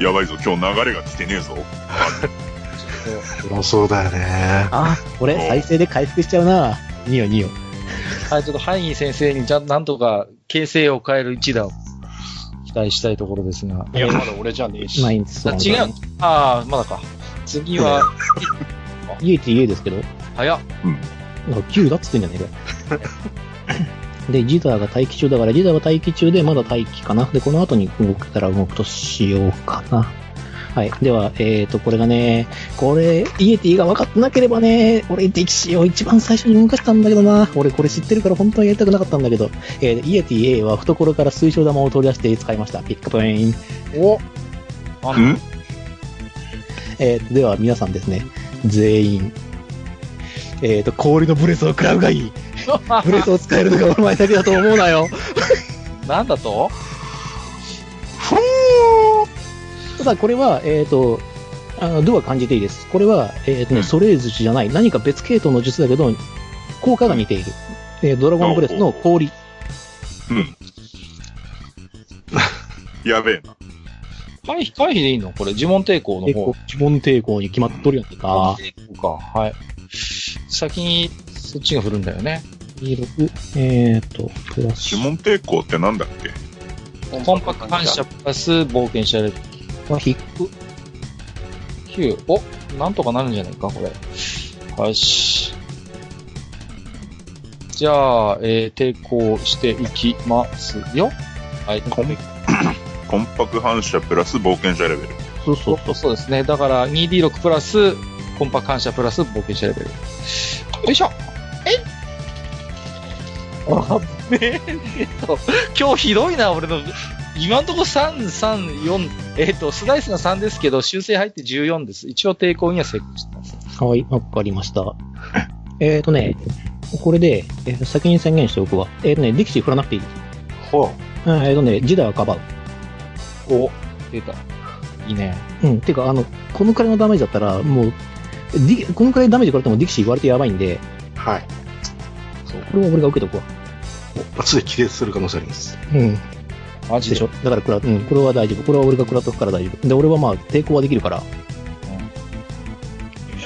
Speaker 3: やばいぞ、今日流れが来てねえぞ。
Speaker 4: そうだよね。
Speaker 2: あ、これ再生で回復しちゃうな。2よ2よ。
Speaker 1: はい、ちょっとハイニー先生に、じゃ、なんとか、形勢を変える一打を期待したいところですが。
Speaker 5: いや、まだ俺じゃねえし。
Speaker 2: まあいいんです。
Speaker 1: あ違う。ああ、まだか。次は、
Speaker 2: 家って家ですけど、
Speaker 1: 早っ。
Speaker 2: なんか9だっつってんじゃねえかよ。で、ジダーが待機中だから、ジダーが待機中で、まだ待機かな。で、この後に動けたら動くとしようかな。はい。では、えーと、これがね、これ、イエティが分かってなければね、俺、歴史を一番最初に動かしたんだけどな。俺、これ知ってるから本当はやりたくなかったんだけど、えーイエティ A は懐から水晶玉を取り出して使いました。ピックポイン。
Speaker 1: おあの
Speaker 3: ん
Speaker 2: えーと、では、皆さんですね、全員、えーと、氷のブレスを食らうがいい。ブレスを使えるのがお前だけだと思うな よ。
Speaker 1: なんだと
Speaker 3: ふぅ
Speaker 2: ただこれは、えっ、と、あの、ドゥは感じていいです。これは、えっ、とね、
Speaker 3: うん
Speaker 2: ソレーズじゃない、何か別系統の術だけど、効果が似ている。えードラゴンブレスの氷。
Speaker 3: ーやべえな。
Speaker 1: 回避、回避でいいのこれ、呪文抵抗の
Speaker 2: え
Speaker 1: 方
Speaker 2: こ。う呪文抵抗に決まっとるやん
Speaker 1: そ
Speaker 2: か。
Speaker 1: うか。はい。先に、そっちが振るんだよね。
Speaker 2: 26、えっ、と、プラス
Speaker 3: 指紋抵抗ってなんだっけ
Speaker 1: コンパクト反射プラス冒険者レベル
Speaker 2: は引く。
Speaker 1: 9。おなんとかなるんじゃないか、これ。よし。じゃあ、えー、抵抗していきますよ。はい。
Speaker 3: コンコンパク反射プラス冒険者レベル。
Speaker 2: そうそうそう。
Speaker 1: そうですね。だから、2D6 プラス、コンパ感謝プラス、冒険者レベル。よいしょえいあべえと、今日ひどいな、俺の。今んとこ3、3、4、えっ、と、スライスが3ですけど、修正入って14です。一応抵抗には成功してます。
Speaker 2: はい、わかりま した。えっ、とね、これで、えー先に宣言しておくわ。えっ、とね、力士振らなくていいです。
Speaker 4: ほ
Speaker 2: うんえっ、とね、時代はかばう。
Speaker 1: お、出た。いいね。
Speaker 2: うん、てか、あの、このくらいのダメージだったら、もう、ディこのくらいダメージ食らってもディキシー割とやばいんで、
Speaker 4: う。はい。
Speaker 2: これは俺が受けとくわ。
Speaker 4: 一発で亀裂する可能性あります。
Speaker 2: うん。
Speaker 1: マジ
Speaker 2: で
Speaker 1: で。
Speaker 2: しょだから食らう、うん、これは大丈夫。これは俺が食らっとくから大丈夫。で、俺はまあ、抵抗はできるから。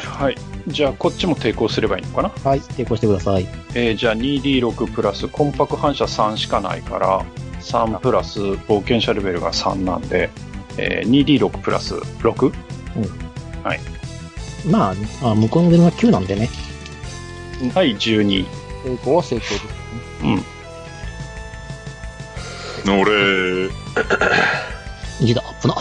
Speaker 5: はい。じゃあ、こっちも抵抗すればいいのかな
Speaker 2: はい。抵抗してください。
Speaker 5: えーじゃあ 2D6 プラス、コンパク反射3しかないから、3プラス、冒険者レベルが3なんで、えー 2D6 プラス 6?
Speaker 2: まあ、あ向こうの電話9なんでね。
Speaker 5: はい、12。
Speaker 1: 抵抗は成功です。
Speaker 3: 俺、
Speaker 2: ジダアップな。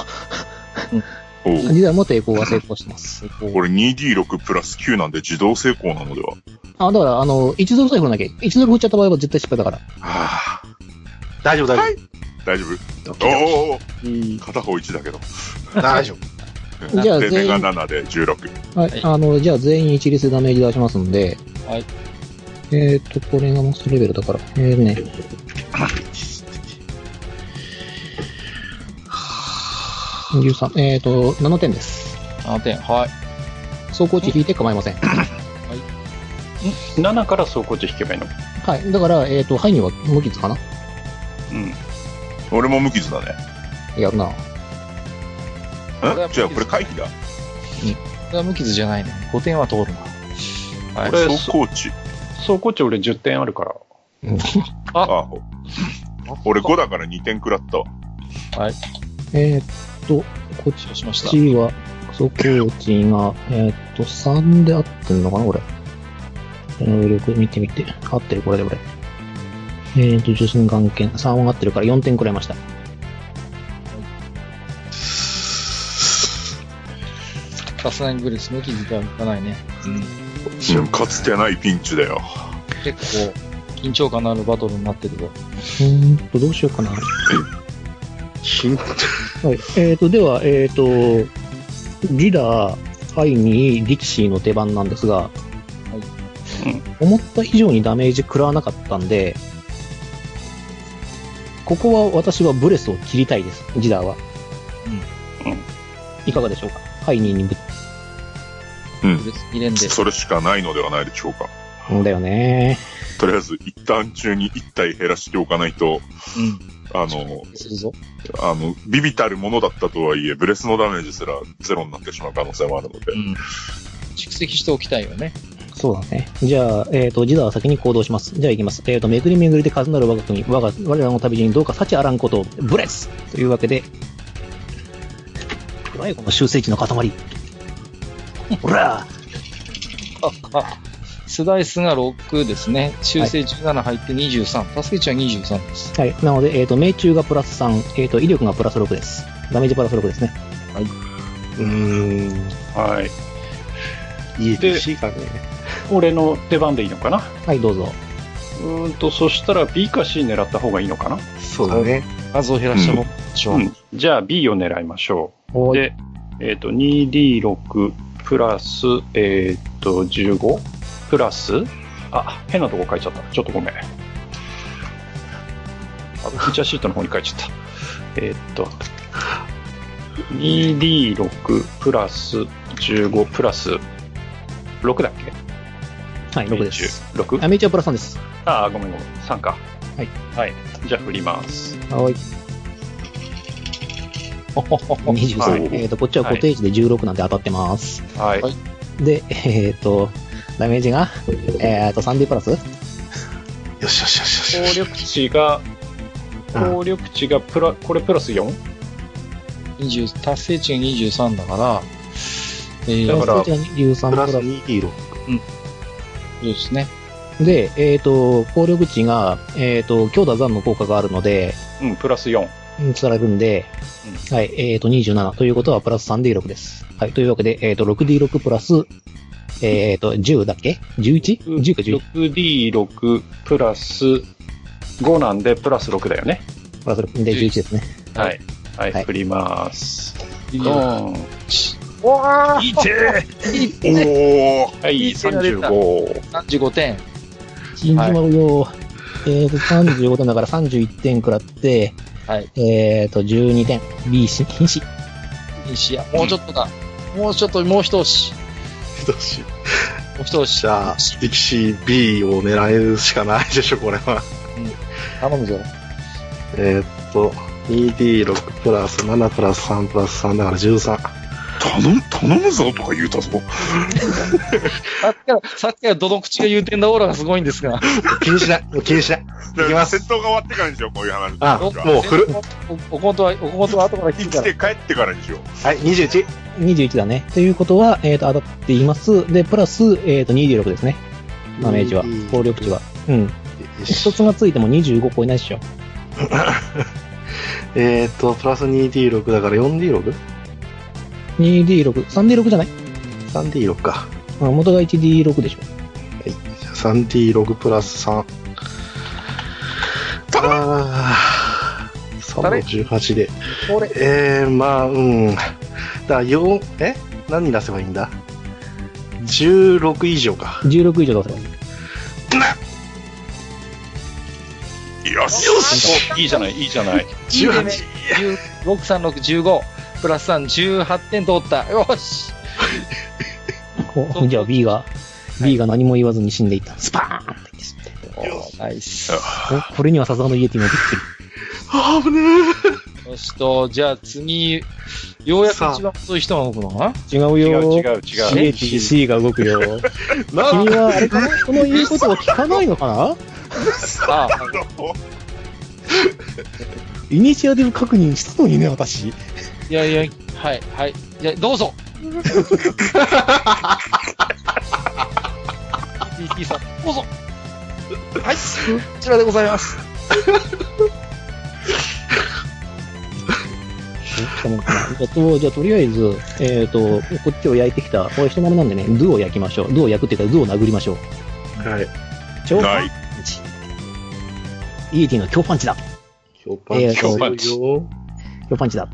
Speaker 3: おう
Speaker 2: ジダも抵抗は成功してます。
Speaker 1: 成功。
Speaker 3: これ 2D6 プラス9なんで自動成功なのでは。
Speaker 2: あ、だから、あの、1ドルさえ振らなきゃ。1ドル振っちゃった場合は絶対失敗だから。
Speaker 3: はぁ、
Speaker 4: 大丈夫、大丈
Speaker 3: 大丈夫
Speaker 4: 夫。
Speaker 3: おーおーおー片方1だけど。
Speaker 4: 大丈夫。
Speaker 3: ですね。
Speaker 2: じゃあ
Speaker 3: で、
Speaker 2: 全
Speaker 3: 目
Speaker 2: 員
Speaker 3: が7で16。
Speaker 2: はい、
Speaker 1: はい
Speaker 2: あの、じゃあ全員一律でダメージ出しますんで。
Speaker 1: はい。
Speaker 2: えっ、と、これがマストレベルだから。えー、ね。13、えっ、と、7点です。
Speaker 1: 7点。はい。
Speaker 2: 走行値引いて構いません。
Speaker 5: 7から走行値引けばいいの
Speaker 2: はい。だから、えっ、と、範囲は無傷かな
Speaker 3: うん。俺も無傷だね。
Speaker 2: やるな。
Speaker 1: 俺は無
Speaker 3: ん
Speaker 1: 傷
Speaker 3: 違う、これ回避だ。
Speaker 1: これは無傷じゃないね。5点は通るな。
Speaker 5: これ、
Speaker 3: 走
Speaker 5: 走
Speaker 3: 行値。
Speaker 5: 行値俺10点あるから。
Speaker 3: あ、ほ俺5だから2点食らったわ。
Speaker 2: えっ、と、こっ
Speaker 1: 使用しました。
Speaker 2: ちは、走行値が、えっ、と、3で合ってんのかなこれ。能力見てみて。合ってる、これでこれ。えっ、と、受信眼検、3は合ってるから4点くらいました。
Speaker 1: さすがにグレス無傷ではいかないね。
Speaker 3: うんかつてないピンチだよ。
Speaker 1: 結構、緊張感のあるバトルになってるぞ。
Speaker 2: うーんと、どうしようかな。は
Speaker 4: 金
Speaker 2: い。えっ、と、では、えっ、と、リラー、ハイニー、リキシーの出番なんですが、思った以上にダメージ食らわなかったんで、ここは私はブレスを切りたいです、ジダーは。
Speaker 5: うんうん
Speaker 2: いかがでしょうかハイニーにぶ
Speaker 1: グレス2連で。
Speaker 3: それしかないのではないでしょうか。
Speaker 2: んだよね。
Speaker 3: とりあえず、一旦中に1体減らしておかないと、
Speaker 1: うん。
Speaker 3: あの、
Speaker 1: するぞ。
Speaker 3: あの、ビビたるものだったとはいえ、ブレスのダメージすらゼロになってしまう可能性もあるので。
Speaker 1: うん。蓄積しておきたいよね。
Speaker 2: そうだね。じゃあ、えっ、と、ジダーは先に行動します。じゃあ行きます。えっ、と、めぐりめぐりで数なる我が国、我が、我らの旅路にどうか幸あらんことを、ブレスというわけで、ドライゴの修正値の塊。ほら
Speaker 1: あ、あ、スダイスが6ですね。修正17入って23。タスケチは23です。
Speaker 2: はい。なので、えっ、と、命中がプラス3、えっ、と、威力がプラス6です。ダメージプラス6ですね。
Speaker 4: うーん。
Speaker 5: はい。
Speaker 4: 家
Speaker 5: で
Speaker 4: でしいかね。
Speaker 5: 俺の出番でいいのかな
Speaker 2: はい、どうぞ。
Speaker 5: うーんと、そしたら B か C 狙った方がいいのかな
Speaker 4: そうだね。
Speaker 1: 数を減らしたもんでしょう。
Speaker 5: うん。じゃあ B を狙いましょう。
Speaker 2: おい。
Speaker 5: で、えっ、と、2D6 プラス、えっ、と、15プラス、あ、変なとこ書いちゃった。ちょっとごめん。あフィーチャーシートの方に書いちゃった。えっ、と、2D6 プラス15プラス6だっけ
Speaker 2: はい、6です。。
Speaker 5: 6?
Speaker 2: あ、メイチはプラス3です。
Speaker 5: ああ、ごめんごめん。3か。
Speaker 2: はい。
Speaker 5: はい。じゃあ振ります。
Speaker 2: はい。23。
Speaker 5: はい
Speaker 2: えっ、と、こっちは固定値で16なんで当たってます。
Speaker 5: はい。
Speaker 1: はい
Speaker 2: で、えっ、と、ダメージが、えっ、と、3D プラス
Speaker 4: よしよしよしよ
Speaker 5: 効
Speaker 4: し。
Speaker 5: 力値が、効力値がプラ、これプラス 4?
Speaker 1: 20達成値が23だから、え
Speaker 5: だ
Speaker 1: ー、
Speaker 5: から
Speaker 2: こちらに13
Speaker 4: プ
Speaker 2: プ
Speaker 4: ラ
Speaker 2: ラ
Speaker 4: ス
Speaker 2: ス。
Speaker 4: 2D6。
Speaker 1: そうですね。
Speaker 2: で、えっ、と、効力値が、えっ、と、強打残の効果があるので、
Speaker 5: うん、プラス4。
Speaker 2: うんつられるんで、はい、えっ、と、27。ということは、プラス 3D6 です。はい、というわけで、えっ、と、6D6 プラス、えっ、と、10だっけ ?11?10 か11
Speaker 5: 6D6 プラス5なんで、プラス6だよね。
Speaker 2: プラス6で11ですね。
Speaker 5: はい。はい、
Speaker 2: はい
Speaker 5: 振ります。
Speaker 1: いい
Speaker 5: ド
Speaker 1: よ
Speaker 5: ーン。
Speaker 1: わ
Speaker 5: いて
Speaker 3: おー
Speaker 5: はい、
Speaker 1: いい手が出た
Speaker 5: 35。
Speaker 1: !35 点。
Speaker 2: 信じまうよ。えっ、と、35点だから31点食らって、
Speaker 1: はい。
Speaker 2: えっ、と、12点。B し、瀕死。
Speaker 1: いいしや、もうちょっとだ。もうちょっと、もう一押し。
Speaker 4: どうしよ
Speaker 1: もう一押
Speaker 4: う
Speaker 1: し。
Speaker 4: じゃあ、力士 B を狙うしかないでしょ、これは。
Speaker 1: 頼むぞ。
Speaker 4: えーっと、2D6 プラス7プラス3プラス3だから13。
Speaker 3: 頼む、頼むぞとか言うたぞ。
Speaker 1: さっきから、さっきからどの口が言うてんだオーラがすごいんですが。
Speaker 4: 気にしない。もう気にしない。
Speaker 3: だ
Speaker 4: い
Speaker 3: か
Speaker 4: き
Speaker 3: ら
Speaker 4: ます
Speaker 3: 戦闘が終わってからにしよう、こういう話。
Speaker 4: あ
Speaker 1: も
Speaker 4: もう振る。
Speaker 1: おおことは、おことは後から聞
Speaker 3: 生
Speaker 1: くか
Speaker 3: き
Speaker 1: ら。
Speaker 3: て帰ってからにしよう。
Speaker 4: はい、21。
Speaker 2: 21だね。ということは、えっ、と、当たっています。で、プラス、えっ、と、2 d 6ですね。ダメージは。効力値は。うん。
Speaker 4: よし
Speaker 2: 一つがついても25超えないっしょ。
Speaker 4: えーっと、プラス 2D6 だから 4D6?3D6
Speaker 2: 2D6。3D6 じゃない
Speaker 4: か。
Speaker 2: あ元が 1D6 でしょ。
Speaker 4: じゃあ 3D6 プラス3。ああ、3の18で。
Speaker 1: これ、
Speaker 4: えー、まあ、うん。だから4、え何に出せばいいんだ ?16 以上か。
Speaker 2: 16以上出せば
Speaker 3: よし
Speaker 5: おいいじゃない、いいじゃない。
Speaker 4: 18。
Speaker 1: 63615プラス318点取ったよし
Speaker 2: おじゃあ B が、B が何も言わずに死んでいった。スパーンって言って死んで
Speaker 1: おナイス
Speaker 2: おこれにはさすがのイエティもびっくり。
Speaker 4: あぶね
Speaker 1: よしとじゃあ次ようやく一
Speaker 4: さあ
Speaker 1: 番遅い人が動くのかな
Speaker 2: 違う
Speaker 5: 違
Speaker 2: よ
Speaker 5: う違
Speaker 2: ー。
Speaker 5: う違う。
Speaker 2: イエティ C が動くよ。 君は、あれかな人の言うことを聞かないのかな
Speaker 1: ああ
Speaker 2: イニシアティブ確認したのにね、私。
Speaker 1: いやいやはいはいじゃあどうぞ PT さんどうぞはいこちらでございます
Speaker 2: えっと、じゃあとりあえず、えっ、と、こっちを焼いてきた、これ人丸なんでね、ドゥを焼きましょう。ドゥを焼くっていうか、ドゥを殴りましょう。
Speaker 4: ーはい。
Speaker 2: 超パ
Speaker 3: ない
Speaker 2: ン。チ。イエティの強パンチだ。
Speaker 4: 評判
Speaker 2: えー
Speaker 4: 強いよ。
Speaker 2: 強パンチだ。
Speaker 1: ヴ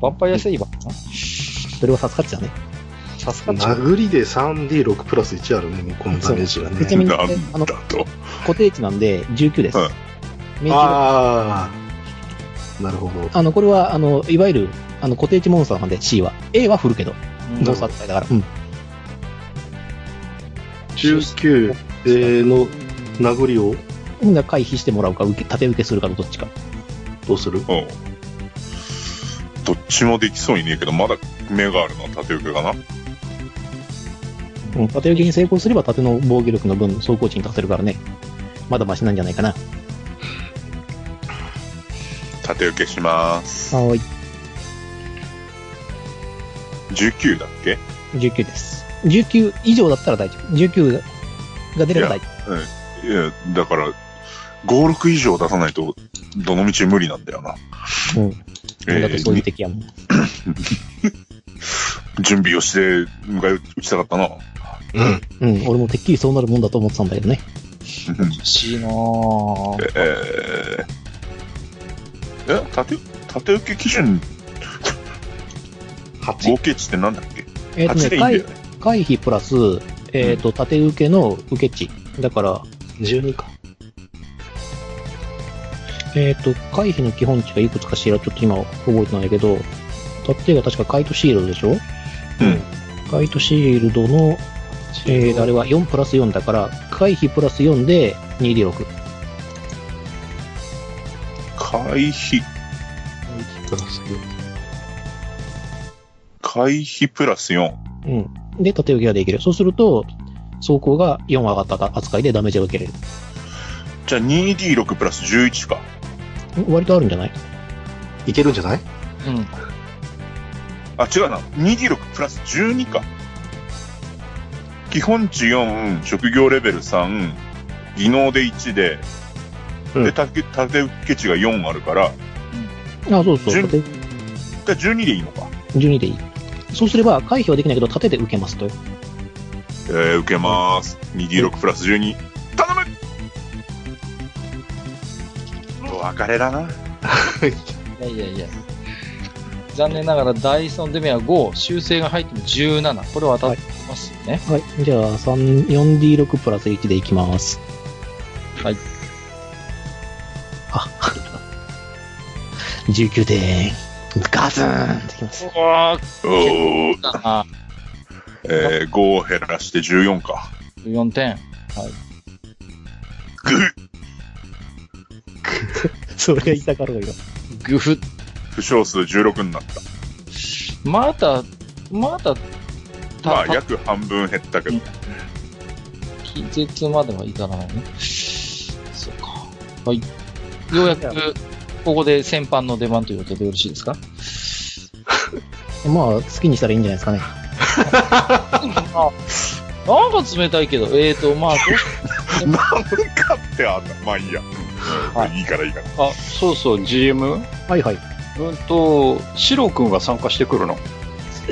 Speaker 1: ァンパイアセイバーかな
Speaker 2: それは授かっちゃうね。
Speaker 1: さすがに
Speaker 4: 殴りで 3D6 プラス1あるね、向こうのダメージが
Speaker 2: ちな
Speaker 4: ね。
Speaker 2: みに、
Speaker 3: なん
Speaker 2: あの
Speaker 3: だ、と。
Speaker 2: 固定値なんで19です。
Speaker 3: はい
Speaker 2: 明治が
Speaker 4: ああ。なるほど。
Speaker 2: あの、これは、あの、いわゆる、あの、固定値モンスターなんで C は。A は振るけど、
Speaker 1: うん
Speaker 2: モンスター扱いだから。うん。
Speaker 4: 19えーの殴りを
Speaker 2: ほんなら回避してもらうか、受け、縦受けするかのどっちか。
Speaker 4: どうする
Speaker 3: うん。どっちもできそうにねえけど、まだ目があるのは縦受けかな。
Speaker 2: うん。縦受けに成功すれば、縦の防御力の分、走行値に立てるからね。まだマシなんじゃないかな。
Speaker 3: 縦受けします。
Speaker 2: はい。
Speaker 3: 19だっけ
Speaker 2: 19です。19以上だったら大丈夫。19が出れば大丈
Speaker 3: いや、だから、5、6以上出さないと、どの道無理なんだよな。
Speaker 2: 夫。うん。
Speaker 3: え
Speaker 2: だってそういう
Speaker 3: ー、
Speaker 2: 敵やもん。
Speaker 3: 準備をして迎え撃ちたかったな。
Speaker 4: うん。
Speaker 2: うん。俺もてっきりそうなるもんだと思ってたんだけどね。
Speaker 1: 欲しいなぁ
Speaker 3: えー、え、縦、縦受け基準、
Speaker 4: 8。
Speaker 3: 合計値ってなんだっけ
Speaker 2: えっ、と
Speaker 3: ?8 で
Speaker 2: ね、
Speaker 3: いい
Speaker 2: 回
Speaker 3: んだよね。
Speaker 2: 回避プラス、えっ、と、縦受けの受け値。だから、
Speaker 4: 12か。
Speaker 2: えっ、と、回避の基本値がいくつかしら、ちょっと今覚えてないんだけど、縦が確かカイトシールドでしょ
Speaker 3: うん。
Speaker 2: カイトシールドの、えー、あれは4プラス4だから、回避プラス4で 2D6。
Speaker 3: 回避、回避プラス4。
Speaker 2: うん。で、縦受けができる。そうすると、走行が4上がった扱いでダメージを受けれる。
Speaker 3: じゃあ 2D6 プラス11か。
Speaker 2: 割とあるんじゃない
Speaker 4: いけるんじゃない
Speaker 1: うん
Speaker 3: あ、違うな。2D6 プラス12か。基本値4、職業レベル3、技能で1で、
Speaker 4: うん
Speaker 3: で、縦縦受け値が4あるから、
Speaker 2: あ、そうそう。
Speaker 3: 順
Speaker 2: 縦
Speaker 3: じゃあ12でいいのか。
Speaker 2: 12でいい。そうすれば、回避はできないけど、縦で受けますと。
Speaker 3: えー、受けまーす。2D6 プラス12。頼むお別れだな。
Speaker 1: いやいやいや。残念ながら、ダイソンデメは5、修正が入っても17。これは当たってますよね。
Speaker 2: はい。じゃあ、3 4D6 プラス1でいきます。
Speaker 1: はい。
Speaker 2: あ、19点。ガツンってきます。
Speaker 1: うわー
Speaker 3: おー、
Speaker 1: あ
Speaker 3: えー、5を減らして14か。
Speaker 1: 4点。
Speaker 3: ぐっ
Speaker 2: それが痛かろうよ。
Speaker 1: グフ。
Speaker 3: 負傷数16になった。
Speaker 1: また、また、
Speaker 3: ま
Speaker 1: た、
Speaker 3: あ、
Speaker 1: た、
Speaker 3: 約半分減ったけど。
Speaker 1: 気絶までは至らないね。そうか。はい。ようやく、ここで先般の出番ということでよろしいですか
Speaker 2: まあ、好きにしたらいいんじゃないですかね。
Speaker 1: なんか冷たいけど、えーと、まあ、どう
Speaker 3: なんかってあんな。まあいいや。、
Speaker 1: はい
Speaker 3: いからいいから。
Speaker 5: あ、そうそう、GM?
Speaker 2: はいはい。
Speaker 5: うんと、シロ君は参加してくるの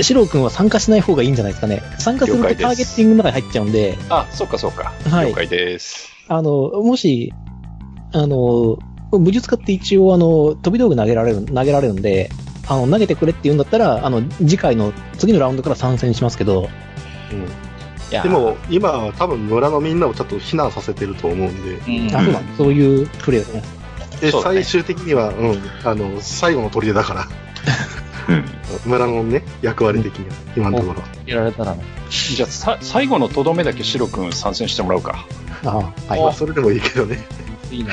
Speaker 2: シロー君は参加しない方がいいんじゃないですかね。参加すると
Speaker 5: 了解です
Speaker 2: ターゲッティングの中に入っちゃうんで、
Speaker 5: あ、そうかそうか。
Speaker 2: はい
Speaker 5: 了解です。
Speaker 2: あの、もし、あの、武術家って一応、あの、飛び道具投げられる、投げられるんで、あの、投げてくれって言うんだったら、あの、次回の、次のラウンドから参戦しますけど、
Speaker 4: うん
Speaker 2: いや
Speaker 4: でも、今は多分村のみんなをちょっと避難させてると思うんで、
Speaker 1: うん
Speaker 2: あそうだそういうプレーだね。
Speaker 4: で
Speaker 1: そうだね
Speaker 4: 最終的には、うん、あの、最後の砦だから、
Speaker 3: うん。
Speaker 4: 村のね、役割的には、今のところは。
Speaker 1: やられたらね。
Speaker 5: じゃあ、さ最後のとどめだけ白くん参戦してもらうか。
Speaker 2: ああはい
Speaker 4: まあ、それでもいいけどね。
Speaker 1: いいな。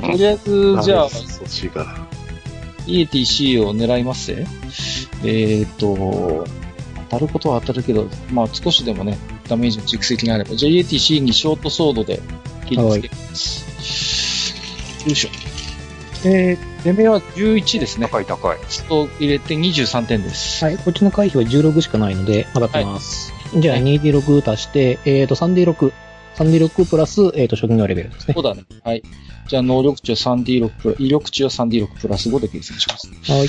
Speaker 1: とりあえず、じゃあ、
Speaker 4: そっちが。
Speaker 1: ETC を狙いますぜえーっと、当たることは当たるけど、まあ少しでもね、ダメージの蓄積があれば。じゃあ ETC にショートソードで切りつけます。よいしょ。えー、攻めは11ですね。
Speaker 5: 高い高い。
Speaker 1: スト入れて23点です。
Speaker 2: はい、こっちの回避は16しかないので、当たってます。じゃあ、
Speaker 1: はい
Speaker 2: 2D6 足して、えっ、と、3D6。3D6 プラス、えっ、と、初級のレベルですね。
Speaker 1: そうだね。はい。じゃあ能力値を 3D6 プラ、威力値を 3D6 プラス5で計算します。
Speaker 2: はい。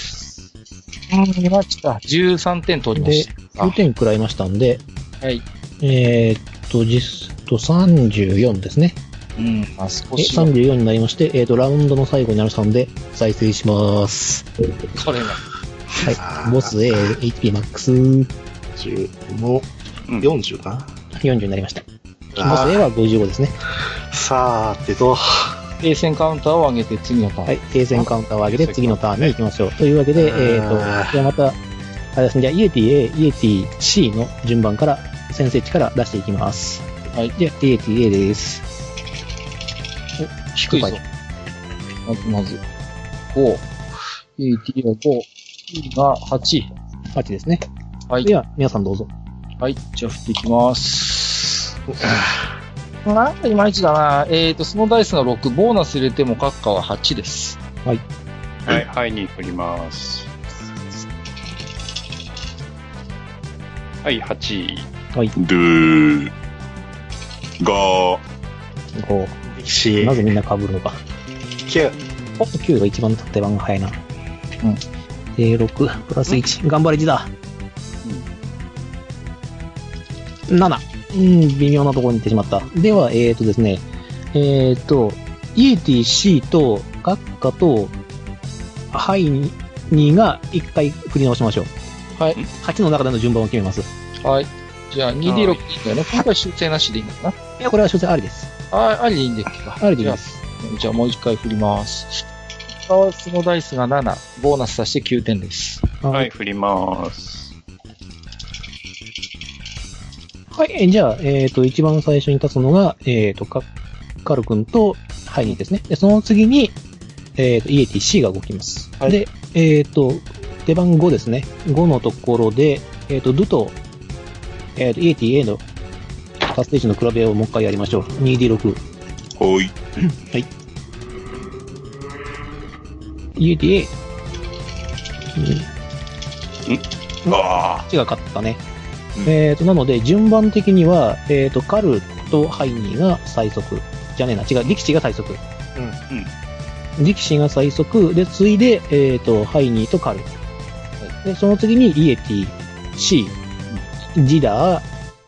Speaker 1: うん、見ました。13点取りま
Speaker 2: で
Speaker 1: し、た。
Speaker 2: 9点食らいましたんで、
Speaker 1: はい。
Speaker 2: えっ、と、実と34ですね。
Speaker 1: うん、まあ少
Speaker 2: え
Speaker 1: しは
Speaker 2: 34になりまして、えっ、と、ラウンドの最後になりましたので、再生します。
Speaker 1: それが。
Speaker 2: はい。ボス A、HP マックス40
Speaker 4: 10もう、
Speaker 5: うん
Speaker 4: 40かな。
Speaker 2: になりました。ボ
Speaker 4: あ
Speaker 2: ス A は55ですね。
Speaker 4: ーさーてと、
Speaker 1: 冷戦カウンターを上げて次のターン。
Speaker 2: はい、停戦カウンターを上げて次のターンに行きましょう。というわけで、えっ、と、じゃあまた、あれですね、じゃあイエティ A、イエティ C の順番から、先生値から出していきます。
Speaker 1: はい。
Speaker 2: じゃあ、イエティ A です。
Speaker 1: 低いぞ。まずまず。5。ET が5。E が8。
Speaker 2: 8ですね。
Speaker 1: はい
Speaker 2: では、皆さんどうぞ。
Speaker 1: はい。じゃあ振っていきます。なんかいまいちだな。えっ、ー、と、そのダイスが6。ボーナス入れてもカッカは8です。
Speaker 5: はい、はい、に振ります。はい、8位。
Speaker 3: ドゥー。が、
Speaker 2: こ
Speaker 4: 歴
Speaker 2: う、
Speaker 4: 史
Speaker 2: な、ぜみんな被るのか。
Speaker 4: 9、
Speaker 2: お9が一番手番が早いな。
Speaker 1: うん
Speaker 2: で、6、プラス1。頑張れ、字だ。7。うん、微妙なところに行ってしまった。では、えーとですね、えーと、イエティ C と、ガッカと、ハイニーが一回振り直しましょう。
Speaker 1: はい。
Speaker 2: 8の中での順番を決めます。
Speaker 1: はい。じゃあ 2D6 でいいんだよね。今回修正なしでいいのか
Speaker 2: いや、これは所詮ありです。
Speaker 1: なあ、ありでいいんですか
Speaker 2: ありでいいです。
Speaker 1: じゃあもう一回振ります。あそのダイスが7。ボーナス足して9点です。
Speaker 5: はい、。振ります。
Speaker 2: はい、えじゃあ、えっ、と、一番最初に立つのが、えっ、と、カカル君とハイニーですね。で、その次に、えっ、と、イエティ C が動きます。
Speaker 1: はい
Speaker 2: で、えっ、と、出番5ですね。5のところで、えっ、と、ドゥと、えっ、と、イエティ A の達成値の比べをもう一回やりましょう。2D6。
Speaker 3: ほい。
Speaker 2: イエティ A。うん
Speaker 3: あ
Speaker 2: こっちが勝ったね。
Speaker 3: うん
Speaker 2: えっ、と、なので、順番的には、えっ、と、カルとハイニーが最速。じゃねえな、違う、力士が最速。うん。力士が最速。で、次いで、えっ、と、ハイニーとカル。で、その次に、イエティ、C、ジダー、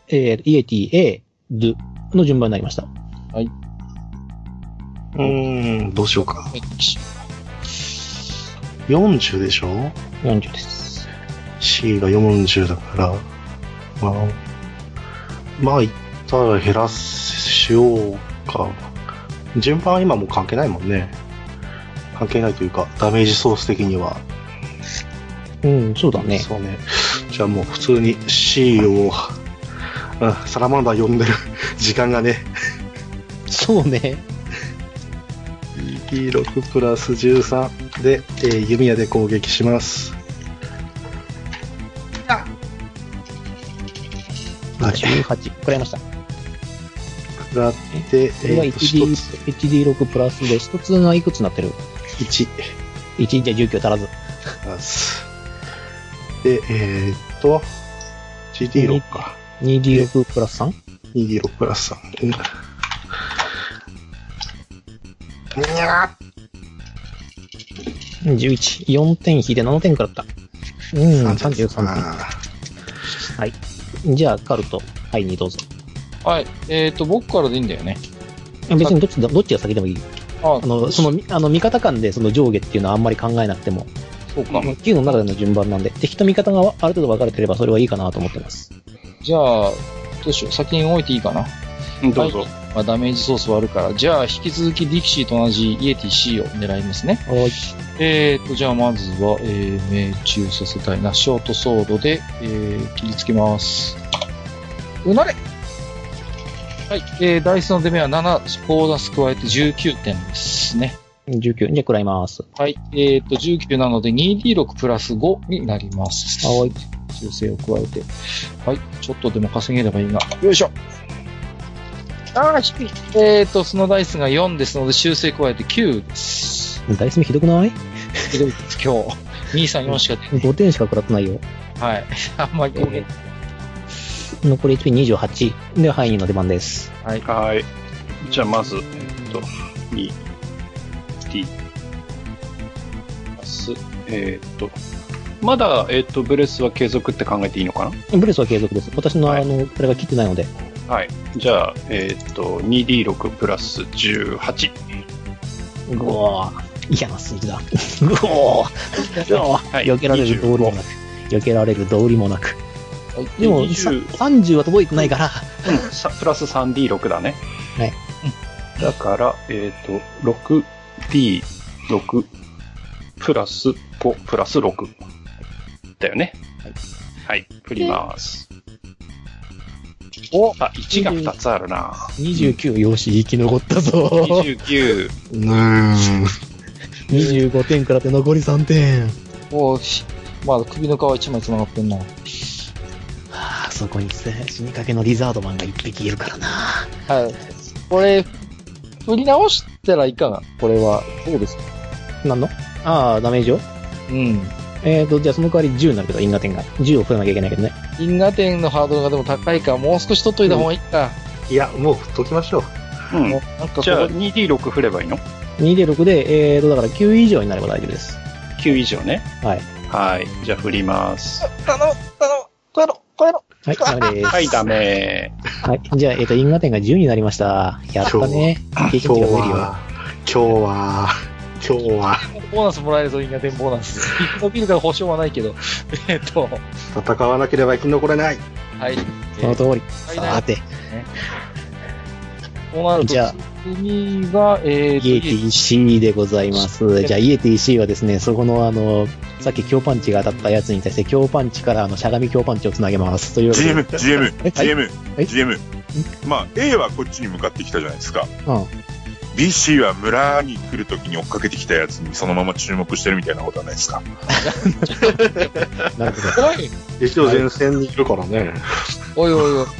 Speaker 2: えーイエティ、A、ドゥの順番になりました。
Speaker 4: うーん、どうしようか。
Speaker 1: は
Speaker 4: 40でしょ
Speaker 2: 40です。
Speaker 4: ?C が40だから、まあ、まあ、いったら減らしようか。順番は今もう関係ないもんね。関係ないというか、ダメージソース的には。
Speaker 2: うん、そうだね。
Speaker 4: そうね。じゃあもう普通に C を、うん、サラマンダー呼んでる時間がね、
Speaker 2: そうね。
Speaker 4: E6 プラス13で、えー弓矢で攻撃します。はい、
Speaker 2: 18。食らいました。
Speaker 4: 食らって、え
Speaker 2: これは
Speaker 4: ーと、1
Speaker 2: 1D、1D6 プラスで、1つがいくつになってる
Speaker 4: つ、1
Speaker 2: ?1 じゃ19足らず。
Speaker 4: プラス。で、えーっと、GD6 か。
Speaker 2: 2D6 プラス 3?
Speaker 4: ED6 プラス3で。にゃー
Speaker 2: 11。4点引いて7点くらった。うん、33
Speaker 4: あ
Speaker 2: 点。じゃあ、カルト、はい、にどうぞ。
Speaker 1: い。えっ、ー、と、僕からでいいんだよね。
Speaker 2: 別にどっちだ、どっちが先でもいい。
Speaker 1: あ
Speaker 2: あの、その、あの、味方間でその上下っていうのはあんまり考えなくても。
Speaker 1: そうか。
Speaker 2: 9の中での順番なんで、敵と味方がある程度分かれてればそれはいいかなと思ってます。
Speaker 1: じゃあ、どうしよう。先に置いていいかな。
Speaker 5: どうぞ。
Speaker 1: まあ、ダメージソースはあるから。じゃあ、引き続きディキシーと同じイエティ C を狙いますね。
Speaker 2: はい。
Speaker 1: えーと、じゃあまずは、えー、命中させたいな。ショートソードで、えー、切りつけます。うなれはい、えー、ダイスの出目は7、ボーナス加えて19点ですね。
Speaker 2: 19。じゃあ、食らいます。
Speaker 1: はい、えーと、19なので 2D6 プラス5になります。
Speaker 2: はい。
Speaker 1: 修正を加えて。はい、ちょっとでも稼げればいいな。よいしょあー、低い。えーと、そのダイスが4ですので修正加えて9です。
Speaker 2: ダイス目ひどくない
Speaker 1: ひどいです今日。234しか出
Speaker 2: ?5 点しか食らってないよ。
Speaker 1: はい。 あんまり、
Speaker 2: え残り HP28。で、ハイニーの出番です。
Speaker 1: はい。
Speaker 5: はい。じゃあ、まず、えっと、2、D、プラス、えっと、まだ、えっと、ブレスは継続って考えていいのか
Speaker 2: ブレスは継続です。私の、
Speaker 5: はい
Speaker 2: あの、これが切ってないので。
Speaker 5: なはい。じゃあ、えっと、2D6 プラス18。
Speaker 2: ぐおー。嫌な数字だ。 ぐおー。ぐおー。
Speaker 5: はい
Speaker 2: 避けられる道理もなく。避けられる道理もなく。でも、さ
Speaker 5: 20
Speaker 2: 30は届いてないから。
Speaker 5: うんさプラス 3D6 だね。
Speaker 2: はい
Speaker 5: だから、えっ、と、6D6 プラス5プラス6。だよね。はい。振ります。
Speaker 1: お
Speaker 5: あ、1が2つあるな。
Speaker 2: 29、よし、生き残ったぞ。
Speaker 5: 29。
Speaker 4: うーん。
Speaker 2: 25点くらって残り3点。
Speaker 1: おうし、まあ、首の皮一枚繋がってんな。は
Speaker 2: はあ、そこに死にかけのリザードマンが1匹いるからな。
Speaker 1: い。これ、振り直したらいかがこれは。そうです。
Speaker 2: なんのああ、ダメージを
Speaker 1: うん。
Speaker 2: えーと、じゃあその代わり10になるけど、因果点が。10を増えなきゃいけないけどね。
Speaker 1: 因果点のハードルがでも高いから、もう少し取っといた方がいいか。
Speaker 4: いや、もう振っときましょう。
Speaker 5: うん
Speaker 1: もうなんかこ
Speaker 5: じゃあ
Speaker 1: う、
Speaker 5: 2D6 振ればいいの
Speaker 2: 2で6で、えーと、だから9以上になれば大丈夫です。
Speaker 5: ?9 以上ね。
Speaker 2: はい。
Speaker 5: はい。じゃあ振ります。
Speaker 1: 頼む、頼む、こえろ、こえろ。
Speaker 2: はい、ダメです。
Speaker 5: はい、ダ。メ。
Speaker 2: はい、じゃあ、えーと、因果点が10になりました。やったね。経験
Speaker 4: 今日
Speaker 2: 値が増えるよ。
Speaker 4: は、今日は、今日は、
Speaker 1: ボーナスもらえるぞ、因果点ボーナ ス。生き延びるから保証はないけど。 えっと、
Speaker 4: 戦わなければ生き残れない。
Speaker 1: はい。
Speaker 2: その通り。
Speaker 1: はい
Speaker 2: さて、
Speaker 1: こうなると、
Speaker 2: じゃあ
Speaker 1: 次が、えーと、
Speaker 2: イエティ C でございます。じゃあ、イエティ C はですね、そこの、あの、さっき強パンチが当たったやつに対して、強パンチから、あの、しゃがみ強パンチをつなげます。というわけで。
Speaker 3: GM、GM、
Speaker 2: えはい
Speaker 3: GM
Speaker 2: はい、
Speaker 3: GM。まあ、A はこっちに向かってきたじゃないですか。
Speaker 2: うん。
Speaker 3: BC は村に来るときに追っかけてきたやつにそのまま注目してるみたいなことはないですか。
Speaker 2: なるほど。
Speaker 1: はい
Speaker 4: 一応前線にいるからね。
Speaker 1: おいおいおい。
Speaker 3: だか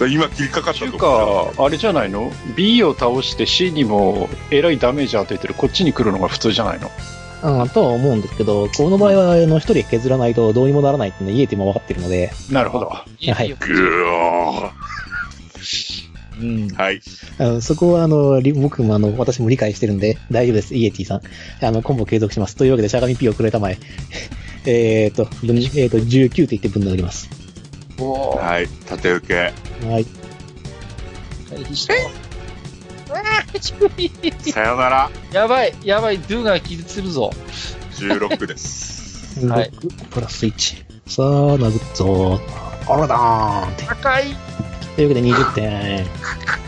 Speaker 3: ら今切りかかった
Speaker 5: ていう
Speaker 3: とこ
Speaker 5: か、あれじゃないの ?B を倒して C にもえらいダメージ当ててる、こっちに来るのが普通じゃないの
Speaker 2: うん、とは思うんですけど、この場合は、あの、一人削らないとどうにもならないっていうのは、イエティも分かってるので、
Speaker 5: なるほど。
Speaker 2: はい
Speaker 1: よ
Speaker 3: ぐお
Speaker 1: うん。
Speaker 3: ーはい。
Speaker 2: あのそこは、あの、り僕も、あの、私も理解してるんで、大丈夫です、イエティさん。あの、コンボ継続します。というわけで、しゃがみ P をくれたまえ。 えっと、分えーと、19と言ってぶん殴ります。
Speaker 1: おー
Speaker 3: はい。縦受け。
Speaker 2: はい。
Speaker 1: 回避した。うわー低い
Speaker 3: さよなら。
Speaker 1: やばい、やばい、ドゥが気絶するぞ。
Speaker 3: 16です。
Speaker 1: はい
Speaker 2: 6プラス1。さあ、殴っぞー。あらだーんって。
Speaker 1: 高い。
Speaker 2: というわけで、20点。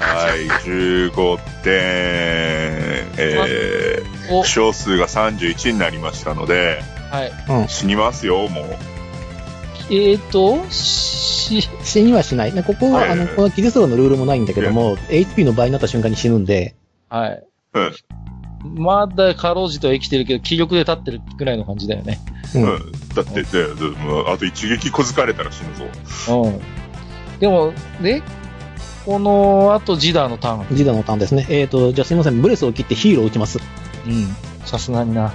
Speaker 3: はい。15点。えー、
Speaker 1: お、
Speaker 3: 負傷数が31になりましたので、
Speaker 1: はい。
Speaker 3: 死にますよ、もう。
Speaker 1: えーと、し、
Speaker 2: 死にはしない。でここは、
Speaker 3: はい
Speaker 2: あの、この技術のルールもないんだけども、HP の倍になった瞬間に死ぬんで、
Speaker 1: はい。
Speaker 3: うん
Speaker 1: まだかろうじとは生きてるけど、気力で立ってるぐらいの感じだよね。
Speaker 2: う
Speaker 3: うんん。だって、ででもうあと一撃小づかれたら死ぬぞ。
Speaker 1: うん。でも、ね、この後、ジダーのターン。
Speaker 2: ジダのターンですね。えーと、じゃあすいません、ブレスを切ってヒーローを打ちます。
Speaker 1: うん。さすがにな。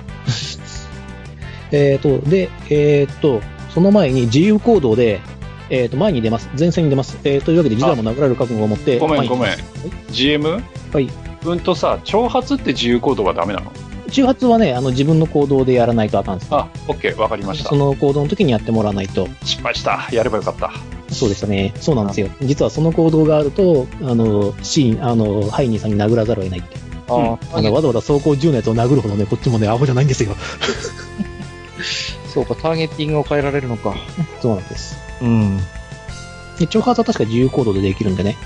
Speaker 2: えーと、で、えーと、その前に自由行動で、えーと、前に出ます。前線に出ます。えーというわけで、ジダも殴られる覚悟を持って、
Speaker 5: ごめん
Speaker 2: 前に出ます
Speaker 5: ご GM?
Speaker 2: はい。
Speaker 5: うんとさ、挑発って自由行動はダメなの
Speaker 2: 中発はね、あの、自分の行動でやらないとあかんです。
Speaker 5: あ、OK、わかりました
Speaker 2: そ。の行動の時にやってもらわないと。
Speaker 5: 失敗した。やればよかった。
Speaker 2: そうでしたね。そうなんですよ。実はその行動があると、あの、シーン、あの、ハイニーさんに殴らざるを得ないっていう。
Speaker 1: あー
Speaker 2: あの、わざわざ走行10のやつを殴るほどね、こっちもね、アホじゃないんですよ。
Speaker 1: そうか、ターゲティングを変えられるのか。
Speaker 2: そうなんです。
Speaker 1: うん。
Speaker 2: で、挑発は確か自由行動でできるんでね。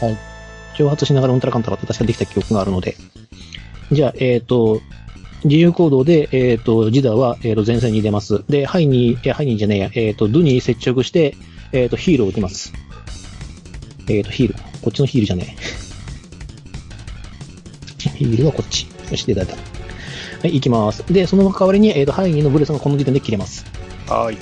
Speaker 2: はい。挑発しながらうんたらかんたらって確かできた記憶があるので。じゃあ、えっ、と、自由行動で、えっ、と、ジダは、えーと前線に出ます。で、ハイに、いや、ハイにじゃねえや、えっ、と、ドゥに接触して、えっ、と、ヒールを打ちます。えっ、と、ヒール。こっちのヒールじゃねえ。ヒールはこっち。よし、出た出た。はい、行きます。で、その代わりに、えっ、と、ハイニーのブレスがこの時点で切れます。
Speaker 5: はい。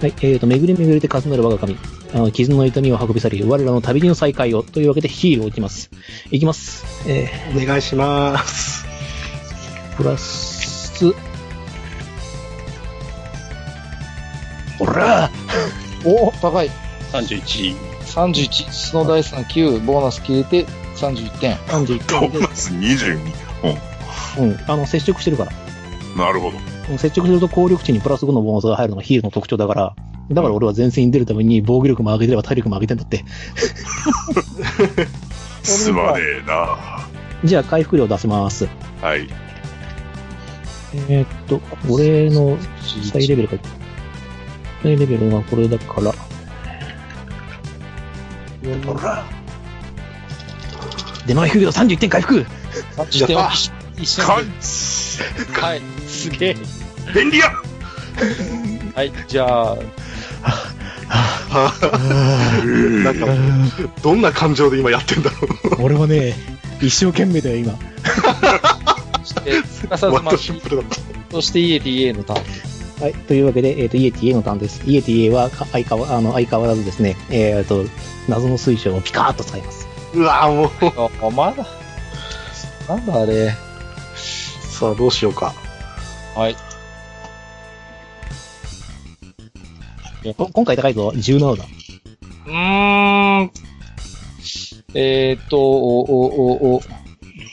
Speaker 2: はい、えーと、巡り巡れて重なる我が神。あの傷の痛みを運び去り、我らの旅路の再会を。というわけでヒールを打ちます。いきます。え
Speaker 4: お願いします。
Speaker 2: ー、プラス、ほら
Speaker 1: お高い。
Speaker 5: 31。
Speaker 1: 31。そのダイスが9、ボーナス消えて31点。
Speaker 2: !31
Speaker 3: ボ
Speaker 2: 点
Speaker 3: ー
Speaker 2: で、
Speaker 3: ナス22。
Speaker 2: うん、あの、接触してるから。
Speaker 3: なるほど。
Speaker 2: うん接触すると効力値にプラス5のボーナスが入るのがヒールの特徴だから、だから俺は前線に出るために防御力も上げてれば体力も上げてんだって。
Speaker 3: すまねえな。
Speaker 2: じゃあ回復量出せます。
Speaker 3: はい。
Speaker 2: えーっと、俺の最レベルが、最レベルがこれだから、
Speaker 4: ほら
Speaker 2: 出前給料31点回復
Speaker 1: 31点を一瞬
Speaker 3: 完治
Speaker 1: で。はい。すげえ。
Speaker 3: 便利や
Speaker 1: はい。じゃあ、
Speaker 4: はなんか、どんな感情で今やってんだろ
Speaker 2: 俺はね、一生懸命だよ、今。
Speaker 1: して、すかさ
Speaker 4: う。
Speaker 1: ず
Speaker 4: 割
Speaker 1: ま
Speaker 4: と
Speaker 1: あ、
Speaker 4: シンプルだった。
Speaker 1: そして EADA のターン。
Speaker 2: はい、というわけで、えっ、と、イエティ A のターンです。イエティ A はか相変わあの相変わらずですね、えっ、と、謎の水晶をピカーッと使います。
Speaker 4: うわぁ、もう。
Speaker 1: あ、 まだ。なんだあれ。
Speaker 4: さあ、どうしようか。
Speaker 1: はい。
Speaker 2: お今回高いぞ、17だ。
Speaker 1: うーん。えーっと、お、お、お、お、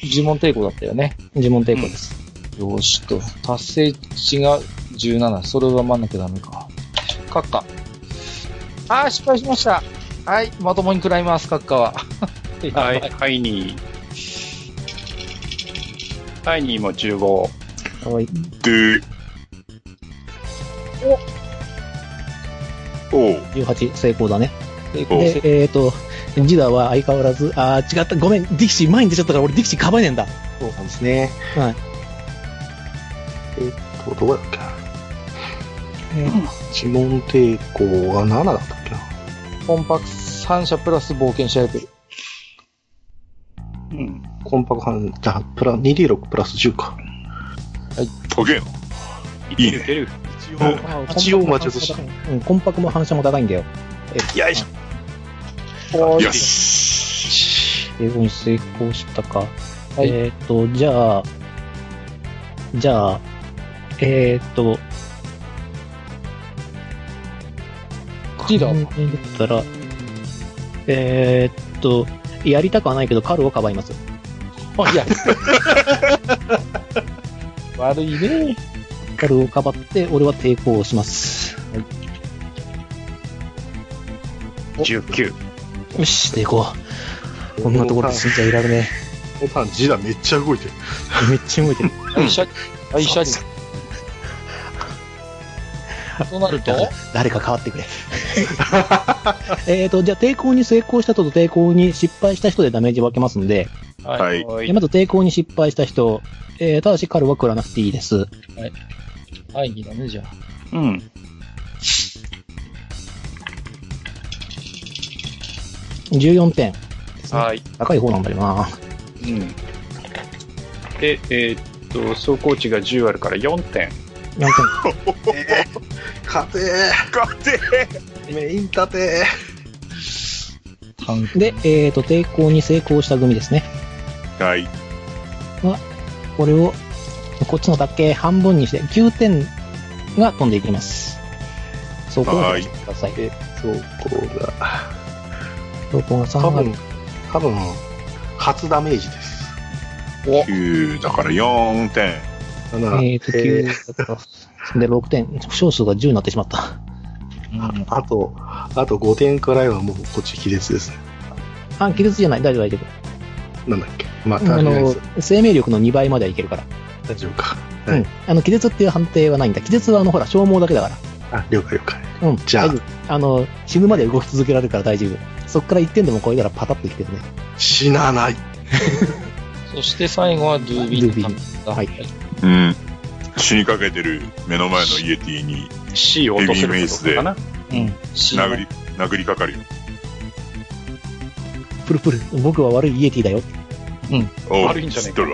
Speaker 1: 呪文抵抗だったよね。
Speaker 2: 呪文抵抗です。
Speaker 1: よーしと、達成値が17。それはまんなきゃダメか。カッカ。あー、失敗しました。はい、まともに食らいます、カッカは。
Speaker 5: は
Speaker 1: やば
Speaker 5: い。。ハイニー。ハイニーも15。
Speaker 2: はい。
Speaker 3: で、おう。
Speaker 2: 18、成功だね。
Speaker 1: 抵
Speaker 3: お
Speaker 1: 抗
Speaker 2: で
Speaker 1: せ、
Speaker 2: えっ、と、ジダは相変わらず、あー違った、ごめん、ディキシー前に出ちゃったから俺ディキシーかばねえんだ。
Speaker 4: そうなんですね。
Speaker 2: はい。
Speaker 4: えっと、どうだっけな。指紋抵抗が7だったっけな。
Speaker 1: コンパク3者プラス冒険者レベル。
Speaker 5: うん。
Speaker 4: コンパクハン、じゃあ、プラ、2D6 プラス10か。
Speaker 3: とげえな。いいね
Speaker 5: いける。
Speaker 4: 一応待ち落とし
Speaker 2: うん、コンパクも反射も高いんだよ。
Speaker 3: よいし
Speaker 1: お
Speaker 3: よ
Speaker 1: ーし。
Speaker 3: し。
Speaker 2: 英語に成功したか。
Speaker 1: はい
Speaker 2: えーっ、と、じゃあ、じゃあ、えーっ、と、
Speaker 1: リーダー
Speaker 2: 考えたら、えーっと、やりたくはないけど、カルをかばいます。
Speaker 1: いや。 悪いね。
Speaker 2: カルをかばって、俺は抵抗をします。
Speaker 5: 19。
Speaker 2: よし、抵抗。こんなところで死んじゃいられね
Speaker 4: このターン、ジダめっちゃ動いてる。
Speaker 2: え。めっちゃ動いてる。
Speaker 1: 愛車、愛車 に。となると、
Speaker 2: 誰か変わってくれ。えーっと、じゃあ抵抗に成功した人と抵抗に失敗した人でダメージ分けますんで、
Speaker 3: はい
Speaker 5: は
Speaker 2: でまず抵抗に失敗した人、えーただし彼は食らなくていいです。
Speaker 1: 会議だね、じゃあ。
Speaker 5: うん。
Speaker 2: 14点。
Speaker 5: はい。
Speaker 2: 高い方なんだよな。
Speaker 5: うん。で、えーっと、走行値が10あるから4点。
Speaker 2: 4点。
Speaker 4: 勝て
Speaker 3: 勝て
Speaker 4: ーメイン立て
Speaker 1: タン
Speaker 2: で、えーと、抵抗に成功した組ですね。
Speaker 3: はい。
Speaker 2: これを、こっちのだけ半分にして、9点が飛んでいきます。走行を出してください。
Speaker 4: ーそう、こうだ。
Speaker 2: 走行が3
Speaker 4: 多
Speaker 2: ある
Speaker 4: 分、多分、初ダメージです。
Speaker 3: 9だから4点。
Speaker 4: だから、
Speaker 2: えーと、
Speaker 4: えー
Speaker 2: 9だと、で、6点。負傷数が10になってしまった。
Speaker 1: うん
Speaker 4: あと、あと5点くらいはもうこっち亀裂ですね。
Speaker 2: あ、気絶じゃない。大丈夫、大丈
Speaker 4: なんだっけ。まあ、
Speaker 2: 夫。あ
Speaker 4: とりあえ
Speaker 2: の
Speaker 4: ず、
Speaker 2: 生命力の2倍まではいけるから。
Speaker 4: 大丈夫か。はい
Speaker 2: うん。あの、気絶っていう判定はないんだ。気絶はあの、ほら、消耗だけだか
Speaker 4: あ、了解了解。
Speaker 2: ら。うん。
Speaker 4: じゃあ
Speaker 2: 大丈夫あの、死ぬまで動き続けられるから大丈夫。そっから1点でも超えたらパタッといけるね。
Speaker 4: 死なない。
Speaker 1: そして最後はドゥービーのためだ
Speaker 2: はい
Speaker 3: うん。死にかけてる目の前のイエティに
Speaker 5: C を落とせることかな。
Speaker 1: うん。
Speaker 3: 殴り、殴りかかるよ。
Speaker 2: プルプル。僕は悪いイエティだよ。
Speaker 3: おう
Speaker 5: 悪いんじゃねえか
Speaker 3: 知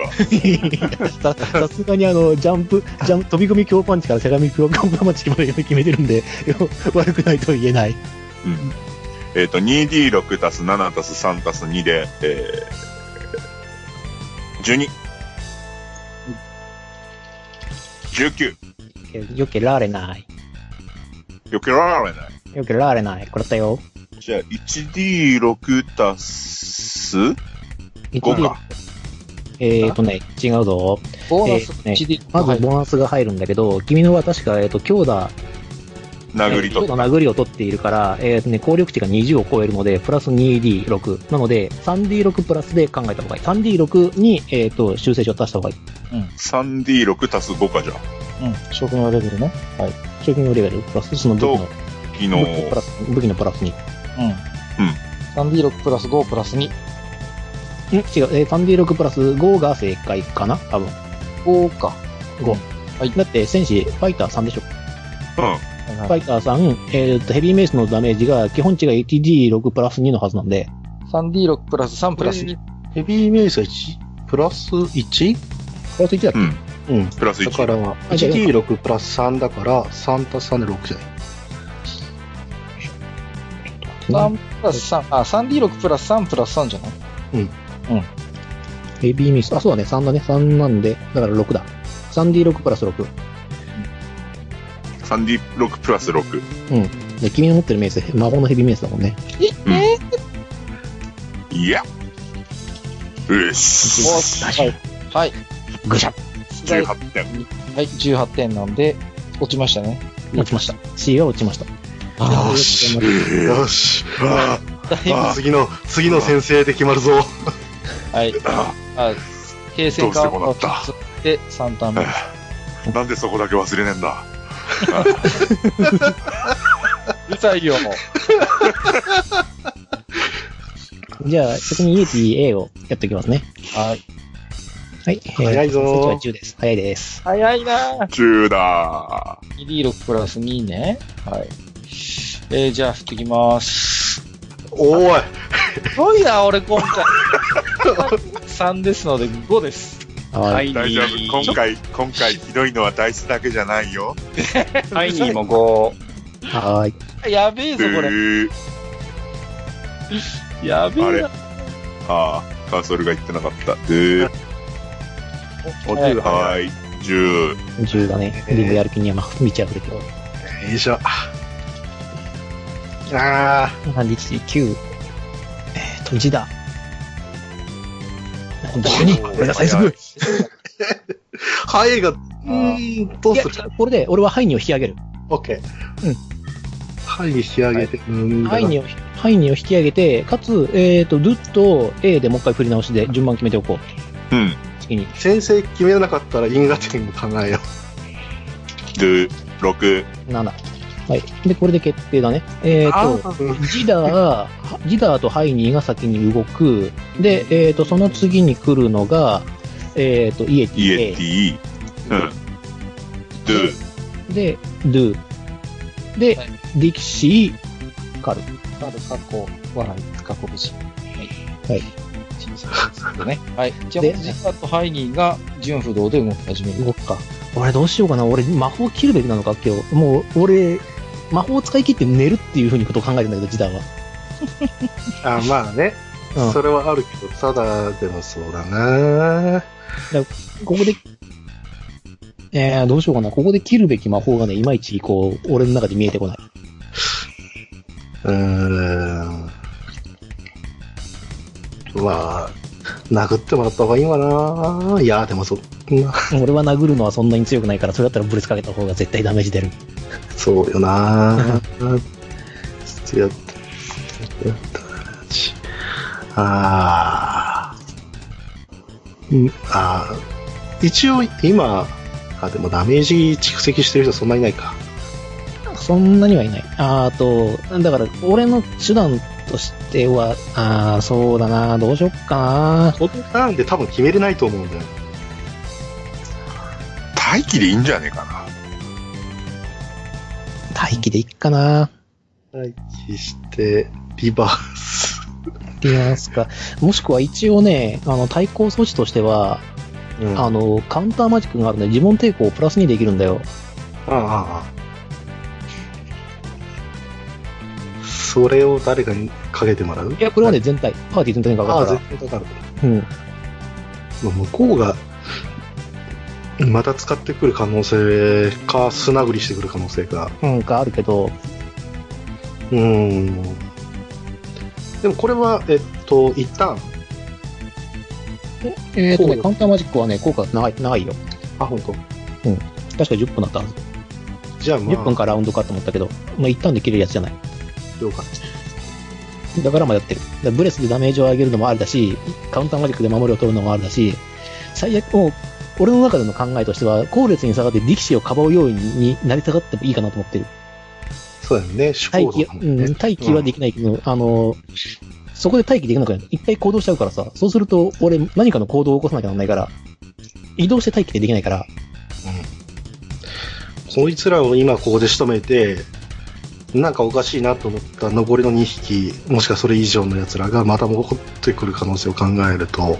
Speaker 3: っとるわ。
Speaker 2: ささすがにあの、ジャンプ、ジャンプ、飛び込み強パンチからしゃがみ強パンチまで決めてるんで、 悪くないとは言えない。
Speaker 3: うん。えっ、と、2D6 足す7足す3足す2で、えー、12。19。
Speaker 2: よけられない。
Speaker 3: 避けられない。
Speaker 2: よけられない。これだよ。
Speaker 3: じゃあ、1D6 足す5か。
Speaker 2: えっ、ー、とね、違うぞ。
Speaker 1: ボーナス
Speaker 2: えーね
Speaker 1: 1D。
Speaker 2: ま
Speaker 1: は
Speaker 2: ず
Speaker 1: い
Speaker 2: ボーナスが入るんだけど、君のは確か、えっ、と、強打、
Speaker 3: 殴りと
Speaker 2: 強。打の殴りを取っているから、えっ、とね、効力値が20を超えるので、プラス 2D6。なので、3D6 プラスで考えた方がいい。3D6 に、えっ、と、修正書を足した方がいい。
Speaker 3: 3D6 足す5かじゃあ。
Speaker 1: うん。職能レベルね。
Speaker 2: 職業レベルプラス、その武器の、
Speaker 3: 昨
Speaker 2: 武器
Speaker 3: 日、
Speaker 2: のプラス、武器のプラスに。
Speaker 1: うん。3D6 プラス5プラス2。
Speaker 2: ん違う、えー 3D6 プラス5が正解かな多分。
Speaker 1: 5か。
Speaker 2: はい。だって、戦士、ファイター3でしょ。
Speaker 1: はい
Speaker 2: フ
Speaker 1: はい
Speaker 2: ァイター3、えーっと、ヘビーメイスのダメージが、基本値が 1D6 プラス2のはずなんで、
Speaker 1: 3D6 プラス3プラス
Speaker 4: え
Speaker 1: 1
Speaker 4: ー。ヘビーメイスは1、プラス 1?
Speaker 2: プラス1だっ
Speaker 3: う
Speaker 2: け、
Speaker 3: ん、
Speaker 4: うん。
Speaker 3: プラス
Speaker 4: だか
Speaker 3: 1。
Speaker 4: ら、
Speaker 2: あじゃあ
Speaker 4: 1D6 プラス3だから、3たす3で6じゃない。
Speaker 1: 3プラス3、あ、3D6 プラス3プラス3じゃない
Speaker 2: ヘビーメイス、あ、そうだね、3だね、3なんで、だから6だ。3D6 プラス6。
Speaker 3: 3D6 プラス6。
Speaker 2: で、君の持ってるメイス、魔法のヘビーメイスだもんね。
Speaker 3: いや。よし。
Speaker 1: はい。はい。
Speaker 2: ぐしゃっ
Speaker 3: 18点。
Speaker 1: はい、18点なんで、落ちましたね。
Speaker 2: 落ちました。C は落ちました。
Speaker 4: あー
Speaker 2: よ
Speaker 4: し
Speaker 2: し
Speaker 4: よし。あ
Speaker 3: あ
Speaker 4: あ、 次の、次の先生で決まるぞ。
Speaker 1: はい。
Speaker 3: あ
Speaker 1: あ形成化
Speaker 3: どうしてこうなっ
Speaker 1: で3ターン目。
Speaker 3: なんでそこだけ忘れねえんだ。
Speaker 1: うるさいよ。
Speaker 2: じゃあ、先にイエティ A をやっておきますね。
Speaker 1: はい。
Speaker 2: はい。えー
Speaker 4: 早いぞー
Speaker 2: そっちは10です。早いです。
Speaker 1: 早いな
Speaker 3: 10だ。
Speaker 1: 2D6 プラス2ね。はい。えー、じゃあ振ってきます。
Speaker 4: おーい。
Speaker 1: すごいな、俺今 回。3ですので5です。
Speaker 2: は。
Speaker 5: はいい
Speaker 3: 大丈夫。今回、今回ひどいのはダイスだけじゃないよ。
Speaker 5: ハイニーも
Speaker 2: はい。
Speaker 1: やべえぞ、これ。
Speaker 3: うー
Speaker 1: やべ
Speaker 3: あ
Speaker 1: え
Speaker 3: れ
Speaker 1: な。
Speaker 3: ああ、カーソルが言ってなかった。うー
Speaker 5: 5。お
Speaker 1: はい
Speaker 5: 10は
Speaker 3: はい。10。
Speaker 2: 10だね。リブやる気には満ち溢れてる。
Speaker 4: よいしょ。あ
Speaker 2: 何日9。えー、と、字だ。
Speaker 3: おー
Speaker 2: 12! これが最速い
Speaker 4: あ、ハエが、うーん、どう
Speaker 2: や
Speaker 4: する、
Speaker 2: これで俺はハイニーを引き上げる。
Speaker 4: オッケ
Speaker 2: うん
Speaker 4: ー。ハイに引き上げて、うーん
Speaker 2: ハイニーを、ハイニーを引き上げて、かつ、えーと、ルッと A でもう一回振り直しで順番決めておこう。
Speaker 3: うん。
Speaker 2: 次に。
Speaker 4: 先生決めなかったら因果点考えよ
Speaker 3: 10。6。
Speaker 2: 7。はい。で、これで決定だね。え
Speaker 4: う。
Speaker 2: ーと、
Speaker 4: あー
Speaker 2: ジダー、ジダーとハイニーが先に動く。で、えーと、その次に来るのが、えーと、イエティ。
Speaker 3: イエティ。うん。10。
Speaker 2: で、ドゥ。で、
Speaker 1: はい
Speaker 2: ディキシー、カル。
Speaker 1: カード過去、笑い、過去無事。はい。
Speaker 2: はい。
Speaker 1: 小さいですけどね。はい。じゃ
Speaker 2: で
Speaker 1: あ、ジカとハイニーが純不動で動き始める。
Speaker 2: 動くか。俺どうしようかな。俺魔法切るべきなのか、今日。もう、俺、魔法を使い切って寝るっていうふうにことを考えてんだけど、時代は。
Speaker 4: あー、まあね。
Speaker 2: うん
Speaker 4: それはあるけど、ただ、でもそうだな
Speaker 2: ここで、えー、どうしようかな。ここで切るべき魔法がね、いまいち、こう、俺の中で見えてこない。
Speaker 4: うーん。まあ、殴ってもらった方がいいわないや、でもそ、な
Speaker 2: 俺は殴るのはそんなに強くないから、それだったらブレスかけた方が絶対ダメージ出る。
Speaker 4: そうよなぁ。やった。やった。ああ。んああ。一応、今、ああ、でもダメージ蓄積してる人そんなにいないか。
Speaker 2: そんなにはいない。あーあと、だから、俺の手段としては、あーそうだな、どうしよっか
Speaker 4: このターンで多分決めれないと思うんだよ。
Speaker 3: 待機でいいんじゃねえかな。
Speaker 2: な。待機でいっかな。
Speaker 4: 待機して、リバース。
Speaker 2: って言いますか。もしくは一応ね、あの、対抗措置としては、
Speaker 4: うん
Speaker 2: あの、カウンターマジックがあるので、自問抵抗をプラスにできるんだよ。
Speaker 4: ああああそれを誰かにかけてもらう
Speaker 2: いや、これはね、全体、パーティー全体にか
Speaker 4: あ
Speaker 2: か
Speaker 4: あ、
Speaker 2: るか
Speaker 4: 絶対かかる。
Speaker 2: ら。うん。
Speaker 4: まあ向こうが、また使ってくる可能性か、素殴りしてくる可能性か。
Speaker 2: うん、があるけど、
Speaker 4: うーん。でもこれは、えっと、一旦、
Speaker 2: えっ、と
Speaker 4: こう
Speaker 2: ね、
Speaker 4: よ
Speaker 2: カウンターマジックはね、効果長い、長いよ。
Speaker 4: あ、本当。
Speaker 2: 確か10分だったはず。
Speaker 4: じゃあまあ、
Speaker 2: 10分かラウンドかと思ったけど、まあ一旦できるやつじゃない。
Speaker 4: 了解
Speaker 2: だから迷ってる。だからブレスでダメージを上げるのもありだし、カウンターマジックで守りを取るのもありだし、最悪もう、俺の中での考えとしては、後列に下がって力士をかばうようになりたがってもいいかなと思ってる。
Speaker 4: そうだよね、主
Speaker 2: 待
Speaker 4: 行
Speaker 2: 機、
Speaker 4: だもんね。
Speaker 2: うん、待機はできないけど、あの、そこで待機できなくなる。一回行動しちゃうからさ、そうすると、俺何かの行動を起こさなきゃならないから、移動して待機ってできないから、
Speaker 4: こいつらを今ここで仕留めて、なんかおかしいなと思った残りの2匹、もしくはそれ以上の奴らがまた戻ってくる可能性を考えると、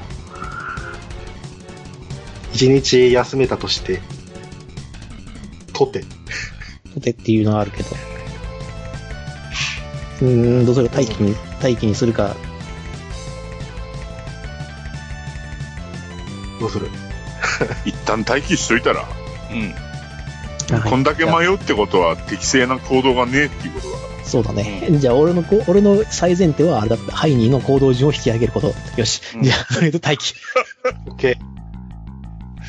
Speaker 4: 1日休めたとして、とて、
Speaker 2: とてっていうのはあるけど。うーん、どうする待機に、待機にするか、
Speaker 4: どうする
Speaker 3: 一旦待機しといたら、うん。
Speaker 2: はい
Speaker 3: こんだけ迷うってことは適正な行動がねえっていうことだか
Speaker 2: そうだね。じゃあ、俺のこ、俺の最前提は、あれだった。ハイニーの行動順を引き上げること。よし。
Speaker 3: うん
Speaker 2: じゃあ、えっと、待機。
Speaker 4: ?OK。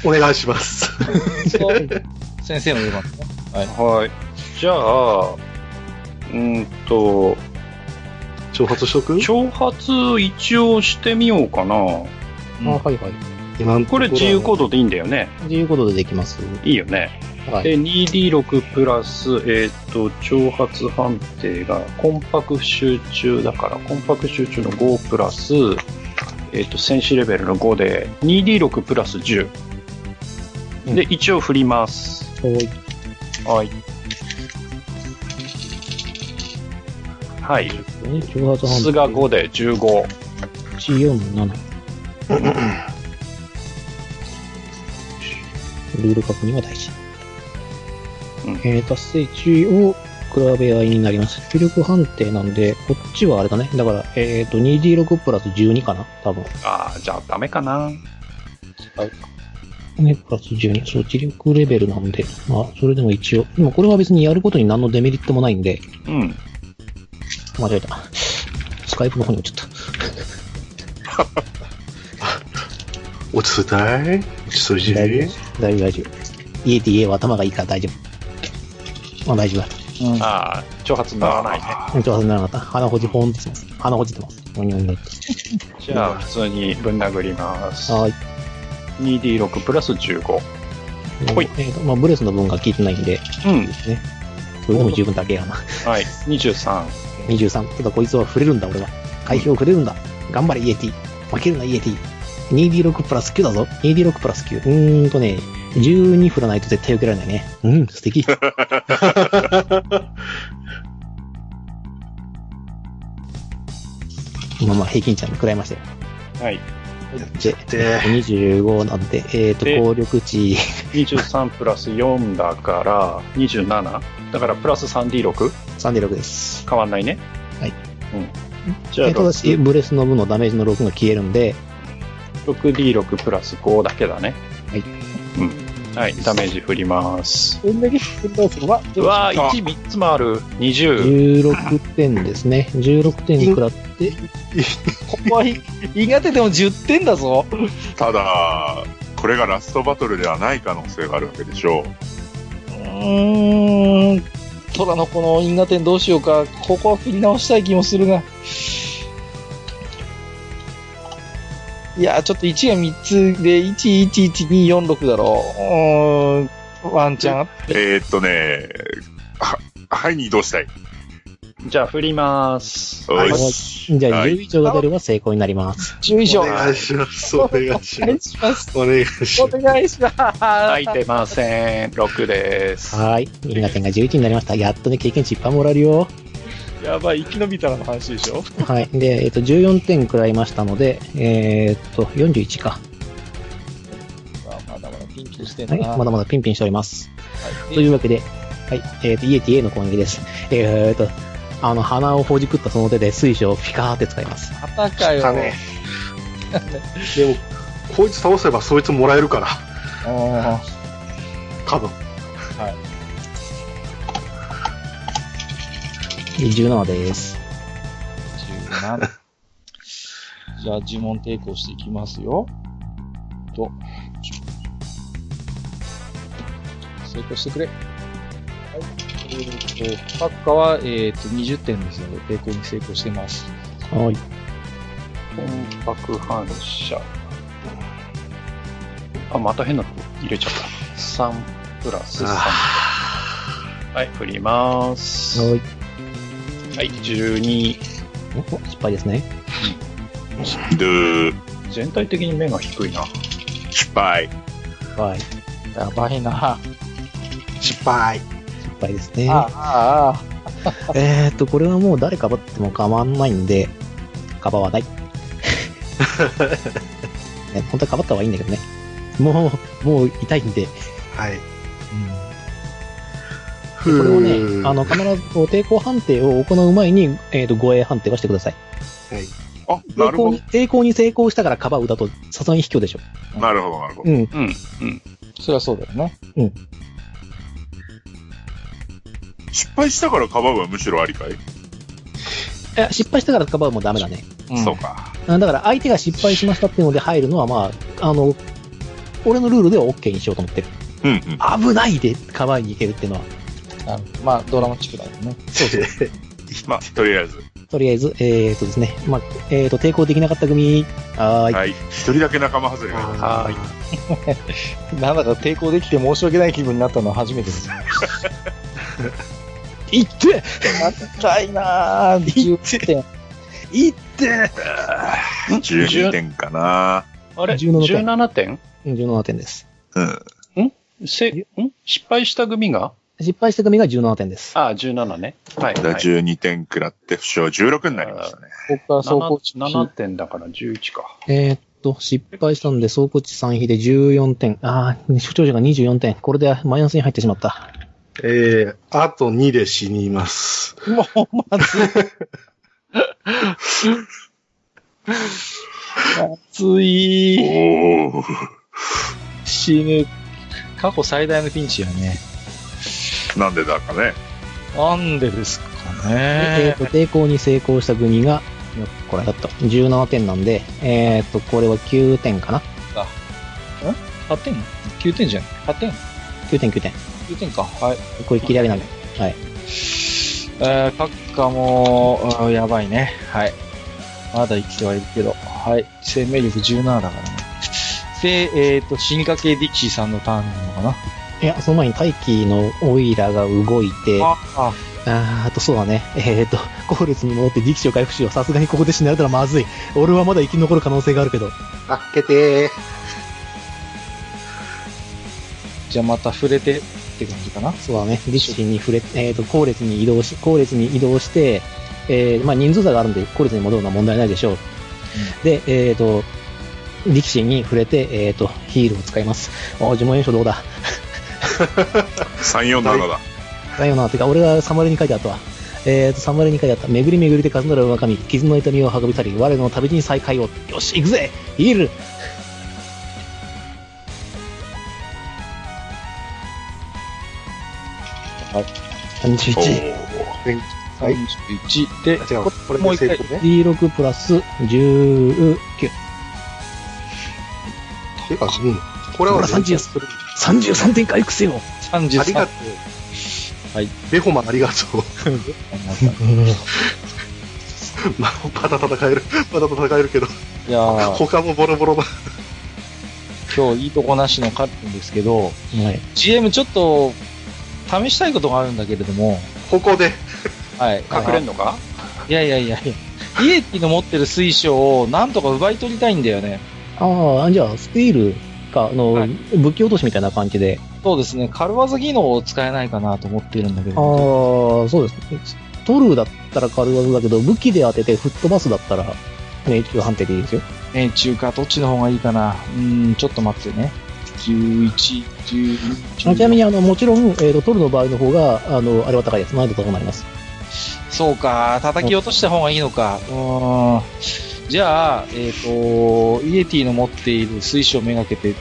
Speaker 4: お願いし ます。
Speaker 1: 先生も言えますね。
Speaker 5: はい。じゃあ、うーんと、
Speaker 4: 挑発しとく
Speaker 5: 挑発一応してみようかな。
Speaker 1: うん
Speaker 2: はいはい。
Speaker 4: 今のと
Speaker 5: こ
Speaker 4: ころ
Speaker 5: れ
Speaker 4: は
Speaker 5: 自由行動でいいんだよね。
Speaker 2: ということでできます。
Speaker 5: いいよね。
Speaker 2: はい。
Speaker 5: で、2D6 プラス、えっ、と、挑発判定が、コンパク集中だから、コンパク集中の5プラス、えっ、と、戦士レベルの5で、2D6 プラス10。で、一応振ります。
Speaker 2: はい
Speaker 5: はい。はい。
Speaker 2: 挑発
Speaker 5: すが5で15。
Speaker 2: 147。ルール確認は大事。
Speaker 5: うん
Speaker 2: えー達成値を比べ合いになります。出力判定なんで、こっちはあれだね。だから、えっ、と、2D6 プラス12かな多分。
Speaker 5: ああ、じゃあダメかな。
Speaker 2: ね、プラス12。そう、知力レベルなんで。まあ、それでも一応。でもこれは別にやることに何のデメリットもないんで。
Speaker 5: うん。
Speaker 2: 間違えた。スカイプの方に落ちゃっ
Speaker 4: 落ち着いたい落ち着い
Speaker 2: た。大
Speaker 4: て
Speaker 2: 丈
Speaker 4: る
Speaker 2: 夫。大丈夫、大丈夫。イエティ A は頭がいいから大丈夫。まあ大丈夫だ。
Speaker 1: うん
Speaker 5: ああ、挑発にならないね。
Speaker 2: 本当はならなかった。鼻ほじほーんとしてます。鼻ほじってます。ほにょほにょって
Speaker 5: じゃあ、普通にぶん殴ります。
Speaker 2: はーい。
Speaker 5: 2D6 プラス15。ほい
Speaker 2: えーと、まあブレスの分が効いてないんで、
Speaker 5: うん
Speaker 2: で。すね。それでも十分だけやな。
Speaker 5: はい。23。
Speaker 2: 23。ただこいつは触れるんだ、俺は。回避を触れるんだ。頑張れ、イエティ。負けるな、イエティ。2D6 プラス9だぞ。2D6 プラス9。うーんとね、12振らないと絶対受けられないね。うん、素敵。 まあまあ、平均値は食らいましたよ。
Speaker 5: はい。
Speaker 2: で、
Speaker 4: で、
Speaker 2: 25なんで、えっ、と、
Speaker 5: で
Speaker 2: 効力値、
Speaker 5: 23プラス4だから、27。だから、プラス 3D6?
Speaker 2: 3D6 です。
Speaker 5: 変わんないね。
Speaker 2: はい。
Speaker 5: うん。じゃあ
Speaker 2: えー、ただし、
Speaker 5: 6、
Speaker 2: ブレスの分のダメージの6が消えるんで、
Speaker 5: 6D6 プラス5だけだね。
Speaker 2: はい。
Speaker 5: うん。はい。ダメージ振ります。
Speaker 2: こんだけ振動するは、
Speaker 5: うわー、1、3つもある。20。
Speaker 2: 16点ですね。16点食らって、
Speaker 1: ここは言い当てても10点だぞ。
Speaker 3: ら。ただ、これがラストバトルではない可能性があるわけでしょう。
Speaker 1: うーん。虎のこの因果点どうしようか。ここは振り直したい気もするが。いや、ちょっと1が3つで、1、1、1、2、4、6だろう。うーん。ワンチャン。
Speaker 3: えーっとね、は、はいに移動したい。
Speaker 5: じゃあ振ります。
Speaker 3: おい
Speaker 2: はい
Speaker 3: し
Speaker 2: じゃあ、
Speaker 3: はい
Speaker 2: 10以上が出れば成功になります。
Speaker 1: 10以上。
Speaker 4: お願いします。お願いします。
Speaker 1: します。
Speaker 4: お願いし
Speaker 1: お
Speaker 4: ます。
Speaker 1: 願いします。
Speaker 5: はい、出ません。6です。
Speaker 2: はい。因果点が11になりました。やっとね、経験値いっぱいもらえるよ。
Speaker 6: やばい、生き延びたらの話でしょ
Speaker 2: はい。で、えっと、14点食らいましたので、えーっと、41か。
Speaker 6: まあまだまだピンキリしてん
Speaker 2: は
Speaker 6: だ
Speaker 2: い。
Speaker 6: な。
Speaker 2: まだまだピンピンしております。
Speaker 6: はい
Speaker 2: というわけで、はい、えっ、と、イエティへの攻撃です。えっ、と、あの、鼻をほじくったその手で水晶をピカーって使います。
Speaker 1: またかよ。
Speaker 4: だね。でも、こいつ倒せばそいつもらえるから、
Speaker 1: あ
Speaker 4: 多分。
Speaker 2: 17です。
Speaker 1: ー17。じゃあ、呪文抵抗していきますよ。と。成功してくれ。はい。えーと、パッカは、えっ、と、20点ですので、抵抗に成功してます。
Speaker 2: はい。
Speaker 5: 本格反射。あ、また変なとこ入れちゃった。3プラス3。はい、振ります。
Speaker 2: はい。
Speaker 5: はい、12。
Speaker 2: お失敗ですね。
Speaker 3: い。る
Speaker 5: 全体的に目が低いな。
Speaker 3: 失敗。
Speaker 2: はい。
Speaker 1: やばいな
Speaker 4: 失敗。
Speaker 2: 失敗ですね。
Speaker 1: ああ、あ
Speaker 2: えっと、これはもう誰かばっても構わないんで、かばわない。ね、本当はかばった方がいいんだけどね。もう、もう痛いんで。
Speaker 4: はい。
Speaker 2: こ
Speaker 4: ふ
Speaker 2: れを
Speaker 4: う
Speaker 2: ね、あの、必ずこう抵抗判定を行う前に、えっ、と、護衛判定はしてください。
Speaker 3: あ、な
Speaker 2: 抵
Speaker 3: る
Speaker 2: 抗
Speaker 3: ほ
Speaker 2: に、抵抗に成功したからかばうだと、さすがに卑怯でしょ。
Speaker 3: ど。なるほど、なるほど。
Speaker 2: うん。
Speaker 5: うん。
Speaker 1: そりゃそうだよね。
Speaker 3: 失敗したからかばうはむしろありかい、
Speaker 2: え失敗したからかばうもダメだね。
Speaker 3: そうか。
Speaker 2: あだから相手が失敗しましたっていうので入るのは、まあ、あの、俺のルールでは OK にしようと思ってる。
Speaker 3: うんうん。
Speaker 2: 危ないでかばいに行けるっていうのは、
Speaker 1: あのまあ、ドラマチックだよね。
Speaker 3: まあ、とりあえず。
Speaker 2: とりあえず、えっ、とですね、まあ、えっ、と、抵抗できなかった組、はーい。
Speaker 3: はい。一人だけ仲間外れがいる
Speaker 5: は
Speaker 1: なんだか抵抗できて申し訳ない気分になったのは初めてです。
Speaker 2: いって
Speaker 1: 高いなぁ。10点。
Speaker 2: いって
Speaker 3: 12点かな。
Speaker 5: あれ
Speaker 2: 17
Speaker 5: ?17 点
Speaker 2: !17 点です。
Speaker 3: うん。
Speaker 5: せん失敗した組が
Speaker 2: 失敗した組が17点です。
Speaker 5: あ、17ね。はい。
Speaker 3: だから
Speaker 5: はい
Speaker 3: 12点食らって、負傷16になりましたね。
Speaker 1: ここから走行中。
Speaker 5: 7点だから11か。
Speaker 2: えーっと、失敗したんで、走行値3比で14点。ああ、所長が24点。これでマイナスに入ってしまった。
Speaker 4: えー、あと2で死にます。
Speaker 1: もう、まずい。まずい。
Speaker 3: おお。
Speaker 1: 死ぬ。過去最大のピンチやね。
Speaker 3: なんでだかね。
Speaker 1: なんでですかね
Speaker 2: えーっ。と、抵抗に成功した組が、これだった。17点なんで、えーっと、これは9点かな
Speaker 1: 8点 ?9 点じゃん。8点
Speaker 2: ?9 点9点。
Speaker 1: ?9 点か。はい。
Speaker 2: これ切り上げなんで。
Speaker 1: えー、カッカも、うんやばいね。はい。まだ生きてはいるけど。はい。生命力17だからね。で、えっ、と、進化系ディキシーさんのターンなのかない
Speaker 2: や、その前に大気のオイラが動いて、あ
Speaker 1: あ、あ、
Speaker 2: ーあとそうだね。えーっと、後列に戻って力士を回復しよう。さすがにここで死なれたらまずい。俺はまだ生き残る可能性があるけど。
Speaker 4: あ開けて
Speaker 1: じゃあまた触れてって感じかな。
Speaker 2: そうだね、ディッシュに触れ、えっ、と、後列に移動し、後列に移動して、えーまあ人数差があるんで、後列に戻るのは問題ないでしょう。で、えっ、と、力士に触れて、えっ、と、ヒールを使います。お呪文炎症どうだ
Speaker 3: 3、4、7だ。
Speaker 2: だよな、てか、俺がサマレに書いてあったわ。えっ、と、サマレに書いてあった。巡り巡りで数なる若神、傷の痛みを運びたり、我の旅路に再会を。よし、行くぜヒール
Speaker 1: はい。
Speaker 3: お
Speaker 2: 31。
Speaker 3: お。
Speaker 4: はい
Speaker 1: 31で、
Speaker 4: 違う、これ
Speaker 1: もう
Speaker 4: で
Speaker 1: 一回
Speaker 4: 成功ね。
Speaker 2: D6 プラス19。
Speaker 4: てか、うん。これは
Speaker 2: ほら30
Speaker 4: する。
Speaker 2: 33点回復せよ
Speaker 4: ありが
Speaker 1: 33
Speaker 4: とう。
Speaker 1: はい。
Speaker 4: ベホマンありがとう。 まあ、まだ戦える。まだ戦えるけど、
Speaker 1: いやー
Speaker 4: 他もボロボロだ。
Speaker 1: 今日いいとこなしのカップンですけど、
Speaker 2: はい。
Speaker 1: GM ちょっと、試したいことがあるんだけれども、
Speaker 4: ここで。
Speaker 1: はい。
Speaker 5: 隠れんのか
Speaker 1: いやいやいやいや。イエティの持ってる水晶をなんとか奪い取りたいんだよね。
Speaker 2: ああ、じゃあ、スティールか、あの、
Speaker 1: はい
Speaker 2: 武器落としみたいな感じで。
Speaker 1: そうですね。軽技技能を使えないかなと思っているんだけ
Speaker 2: ああ
Speaker 1: ど。、
Speaker 2: そうですね。取るだったら軽技だけど、武器で当てて吹っ飛ばすだったら、命中判定でいいですよ。
Speaker 1: えー、中華どっちの方がいいかな。うーん、ちょっと待ってね。11、12。
Speaker 2: あちなみに、あの、もちろん、えっ、と、取るの場合の方が、あの、あれは高いです。難易度高くなります。
Speaker 1: そうか、叩き落とした方がいいのか。うーん。じゃあ、えっ、と、イエティの持っている水晶をめがけて、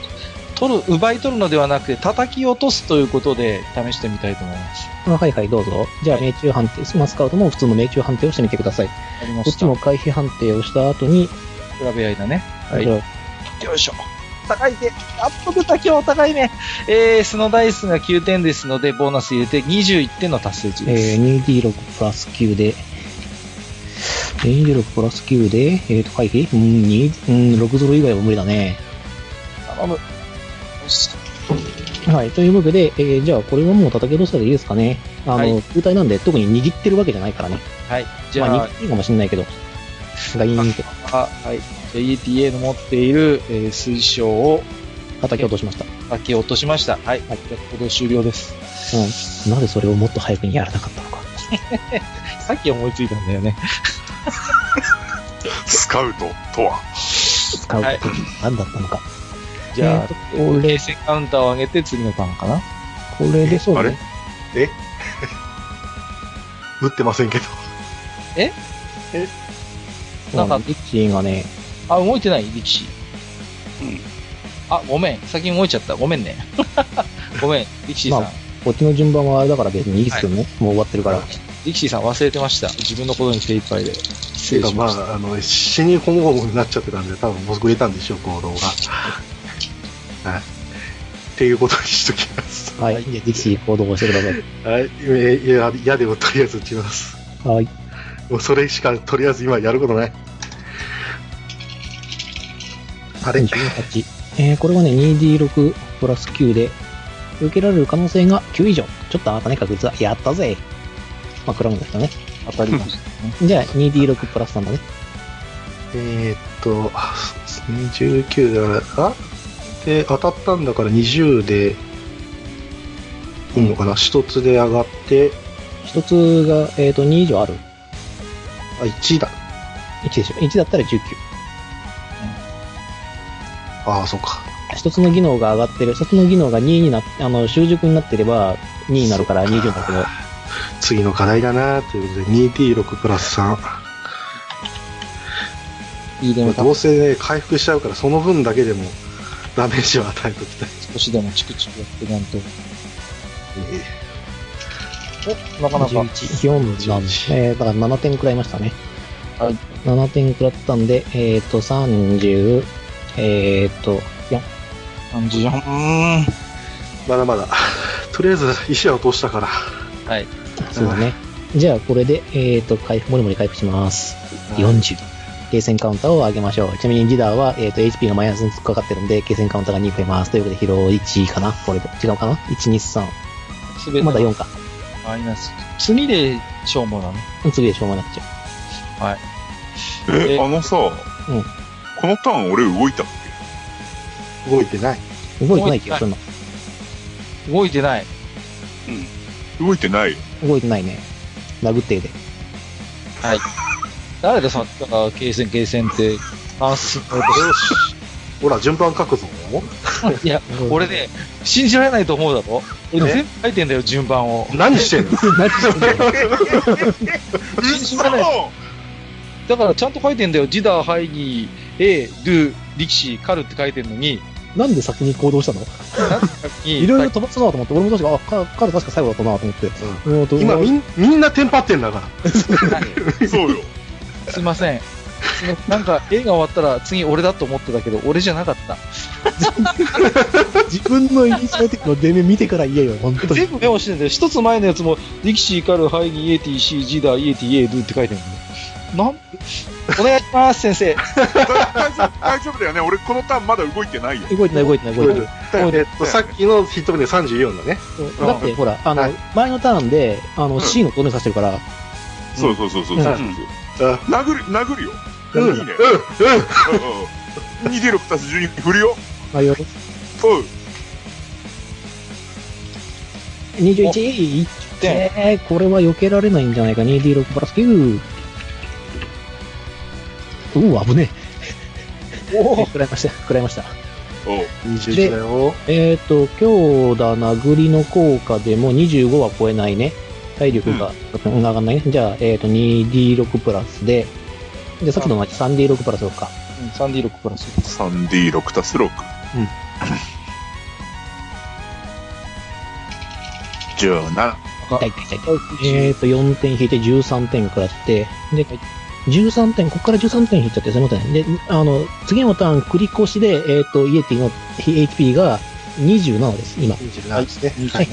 Speaker 1: 取る、奪い取るのではなくて、叩き落とすということで試してみたいと思います。
Speaker 2: あはいはい、どうぞ。じゃあ、命中判定、スマスカウトも普通の命中判定をしてみてください。
Speaker 1: わかりま
Speaker 2: こっ
Speaker 1: し
Speaker 2: ち
Speaker 1: た。
Speaker 2: も回避判定をした後に、
Speaker 1: 比べ合いだね。はい
Speaker 2: じゃあ
Speaker 1: よいしょ。高い手。あっとくた今日高いね。えー、スのダイスが9点ですので、ボーナス入れて21点の達成値です。
Speaker 2: えー、2D6 プラス9で、2D6 プラス9で、えっ、と、回避うん、2、うん、6ゾロ以外は無理だね。
Speaker 1: 頼む。よし
Speaker 2: はい、というわけで、えーじゃあこれはもう叩き落としたらいいですかね。あの、
Speaker 1: はい
Speaker 2: 空体なんで特に握ってるわけじゃないからね。
Speaker 1: はい。じゃあ、
Speaker 2: まあ、握ってるかもしれないけど、ガイーンって
Speaker 1: あはい。じゃあ、ETA の持っている、えー水晶を
Speaker 2: 叩き落としました。
Speaker 1: 先落としました。はい。はい。じゃあ、ここ終了です。
Speaker 2: うん。なぜそれをもっと早くにやらなかったのか。
Speaker 1: さっき思いついたんだよね。
Speaker 3: スカウトとは。
Speaker 2: 使うことは何だったのか。
Speaker 1: じゃあ、
Speaker 2: えーと
Speaker 1: 冷静カウンターを上げて次のターンかな。
Speaker 2: これでそう
Speaker 3: あ
Speaker 2: ね
Speaker 3: れ。
Speaker 4: 打ってませんけど。
Speaker 1: れなんか
Speaker 2: うんリッチーがね、
Speaker 1: あ、動いてない力士。
Speaker 5: うん。
Speaker 1: あ、ごめん。先に動いちゃった。ごめんね。ごめん。力士さん。
Speaker 2: まあこっちの順番はあれだから別にいいっすよね。もう終わってるから。
Speaker 1: 力士さん忘れてました。自分のことに精一杯で。失
Speaker 4: て
Speaker 1: 礼
Speaker 4: か
Speaker 1: し
Speaker 4: ま
Speaker 1: ました。
Speaker 4: あ、あの、死にほもごもになっちゃってたんで、多分もう増えたんでしょう、行動が。はい。っていうことにしときます。
Speaker 2: はい。じゃあ、ディキシー行動をしてくださ い。
Speaker 4: はい。えいや、嫌でもとりあえず打ちます。
Speaker 2: はい。
Speaker 4: もうそれしか、とりあえず今やることない。あれ
Speaker 2: 18。えー、これはね、2D6 プラス9で、受けられる可能性が9以上。ちょっとあなたね、確率は、やったぜ。まあ、クラウンですかね。
Speaker 1: 当たりました。
Speaker 2: じゃあ、2D6 プラス3だね。
Speaker 4: えーっと、あそうですね、19だから、あで、当たったんだから20で、いいのかな、一つで上がって、
Speaker 2: 一つが、えっ、と、2以上ある。
Speaker 4: あ、1だ。
Speaker 2: 1でしょ。1だったら19。
Speaker 4: ああ、そうか。
Speaker 2: 一つの技能が上がってる。一つの技能が2になっあの、習熟になってれば、2になるから20だけど。
Speaker 4: 次の課題だなということで、2D6 プラス3。
Speaker 1: いいでも
Speaker 4: どうせね、回復しちゃうから、その分だけでも、ダメージを与えときたい。
Speaker 1: 少しでもチクチクやってなんと。お、なかなか。
Speaker 2: 11、4なん
Speaker 4: 11
Speaker 2: えー、だから7点くらいましたね。
Speaker 1: はい。
Speaker 2: 7点くらったんで、えっ、と、30、えっ、と、4。
Speaker 1: 34。うーん。
Speaker 4: まだまだ。とりあえず、石は落としたから。
Speaker 1: はい。
Speaker 2: そうだね。じゃあ、これで、えっ、と、回復、もりもり回復します。
Speaker 4: うん
Speaker 2: 40。ゲーセンカウンターを上げましょう。ちなみにジダーは、えっ、と、HP がマイナスに突っかかってるんで、ゲーセンカウンターが2増えます。ということで、疲労1かなこれで。違うかな ?1、2、
Speaker 1: すべ
Speaker 2: 3。
Speaker 1: て
Speaker 2: まだ
Speaker 1: の
Speaker 2: 4か。
Speaker 1: マイナス。次で消耗なの
Speaker 2: 次でしょうがなくちゃう。
Speaker 1: え
Speaker 3: え、あのさ、
Speaker 2: ん
Speaker 3: このターン俺動いたっ
Speaker 4: 動いてない。
Speaker 2: 動いてない気がするな。
Speaker 1: 動いてない。
Speaker 3: け動いてないよ。
Speaker 2: 動いてないね。殴ってで。
Speaker 1: 誰でさ、だから、継戦、継戦って、あ、す、
Speaker 4: よし。ほら、順番書くぞ。
Speaker 1: いや、俺ね、信じられないと思うだろ俺全部書いてんだよ、順番を。
Speaker 4: 何してんの
Speaker 2: 何してんだよ
Speaker 3: 嘘
Speaker 1: だから、ちゃんと書いてんだよ。ジダー、ハイギー、エー、ドゥ、リキシー、カルって書いてんのに、
Speaker 2: なんで先に行動したの
Speaker 1: い
Speaker 2: いろいろ飛ばすなと思って、俺も確か、あ、カカード確か最後だったなと思って。うんと
Speaker 4: 今
Speaker 2: うわ
Speaker 4: みん、みんなテンパってんだから。
Speaker 3: そうよ。
Speaker 1: すいません。すいませんなんか、映画終わったら次俺だと思ってたけど、俺じゃなかった。
Speaker 2: 自分のイニシアティブの出目見てから言えよ、本当 に
Speaker 1: 全。部メモしてんだよ。一つ前のやつも、リキシー、カル、ハイギー、エーティー、シー、ジダー、イエティ、エー、ドゥって書いてんだよ。なん、お願いします、先 生。
Speaker 3: 大丈夫大丈夫だよね。俺このターンまだ動いてないよ。
Speaker 2: 動いてない動いてない動いてない。
Speaker 4: だえっと、さっきのヒット目で34だね。
Speaker 2: だって、ほら、あの
Speaker 4: はい、
Speaker 2: 前のターンで、あの、C の投入させてるから、
Speaker 3: そうそうそうそうそう。
Speaker 4: うん
Speaker 3: 殴る、殴るよ。
Speaker 4: うん、うん、う
Speaker 3: い
Speaker 4: ん
Speaker 3: いね。うんうん。2D6 足す12振るよ。
Speaker 2: あ、よ、
Speaker 3: うん。
Speaker 2: 21、いってー、これは避けられないんじゃないか、2D6 プラス9。うわ、危ねえ。お 食らいました、食らいました。
Speaker 3: おう
Speaker 4: 21だよ。
Speaker 2: えっ、と、強打殴りの効果でも25は超えないね。体力が上がらないね。じゃあ、えっ、と、2D6 プラスで、じゃあさっきの同じ 3D6 プラス6か。
Speaker 1: 3D6 プラス。
Speaker 3: 3D6 足す6。
Speaker 2: うん。
Speaker 3: 17。
Speaker 2: 痛い痛い痛い痛い。えっ、と、4点引いて13点食らって、で、13点、ここから13点引いちゃって、すいません。で、あの、次のターン繰り越しで、えっ、と、イエティの HP が27です、今。
Speaker 4: 27ですね。
Speaker 2: はい。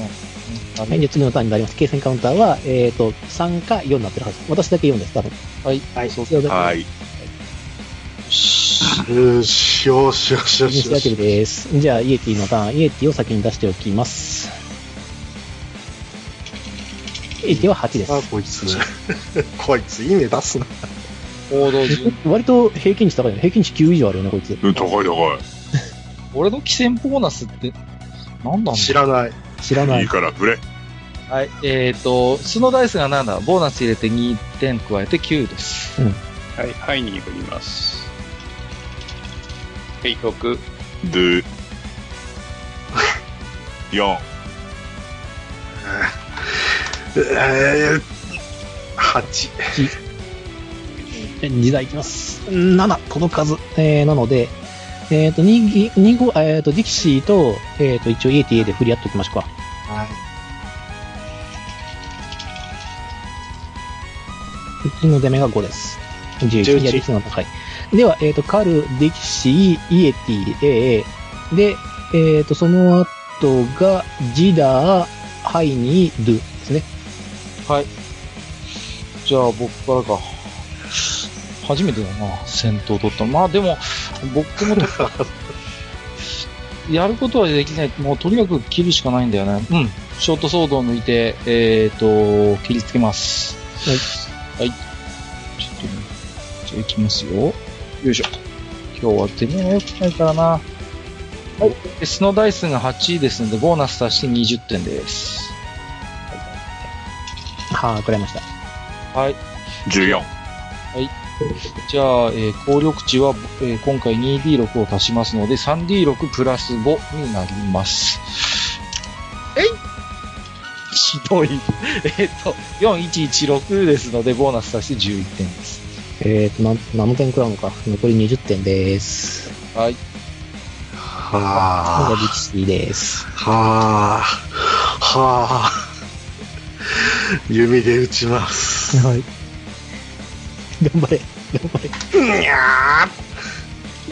Speaker 2: はい、で、次のターンになります。継戦カウンターは、えっ、と、3か4になってるはず。私だけ4です、多分。
Speaker 1: はい。
Speaker 4: はい
Speaker 2: そうですね。
Speaker 3: はい。
Speaker 4: よし、よし、よし、よし。
Speaker 2: 西
Speaker 4: よ
Speaker 2: 田テル
Speaker 4: し
Speaker 2: です。じゃあ、イエティのターン、イエティを先に出しておきます。イエティは8です
Speaker 4: あ、。こいつ。 こいつ、いいね出すな。
Speaker 1: 行動順。
Speaker 2: 割と平均値高いよね。平均値9以上あるよね、こいつ。
Speaker 3: うん、高い高。
Speaker 1: 俺の寄戦ボーナスって、何なんだ
Speaker 4: 知らない。
Speaker 2: 知らない
Speaker 3: い
Speaker 2: い
Speaker 3: い。から振れ。
Speaker 1: はい。えっ、と、素のダイスが7、ボーナス入れて2点加えて9です。
Speaker 5: はい、はいに振ります。はい、6。
Speaker 3: で、4。
Speaker 4: えー、8。
Speaker 2: 2台いきます。7、届かず。えー、なので、えっ、と、2、2号、えっ、と、ディキシーと、えっ、と、一応 ETA で振り合っておきましょうか。
Speaker 4: はい。
Speaker 2: うちの出目が5です。11。
Speaker 4: 11
Speaker 2: いや、ディキシーの方が高い。では、えっ、と、カル、ディキシー、イエティ、AA。で、えっ、と、その後が、ジダー、ハイニー、ドゥですね。
Speaker 1: じゃあ、僕からか。初めてだな、戦闘取ったの。まあでも、僕も取った。やることはできない。もうとにかく切るしかないんだよね。うん。ショートソードを抜いて、えっ、と、切りつけます。はい。ちょっとね、じゃあ行きますよ。よいしょ。今日は手目が良くないからな。はい。でスのダイスが8ですので、ボーナス足して20点です。
Speaker 2: はぁ、食らいました。
Speaker 1: はい。
Speaker 3: 14。
Speaker 1: じゃあ、えー効力値は、えー今回 2D6 を足しますので、3D6 プラス5になります。えいひどい。 えっと、4116ですので、ボーナス足して11点です。
Speaker 2: えっ、と、なん何点食らうのか。残り20点です。
Speaker 1: はい。
Speaker 2: これが
Speaker 4: は
Speaker 2: ディキシーです。
Speaker 4: あ、はあ、はあ。弓で打ちます。
Speaker 2: はい。頑張れ、頑張れ。
Speaker 4: にゃ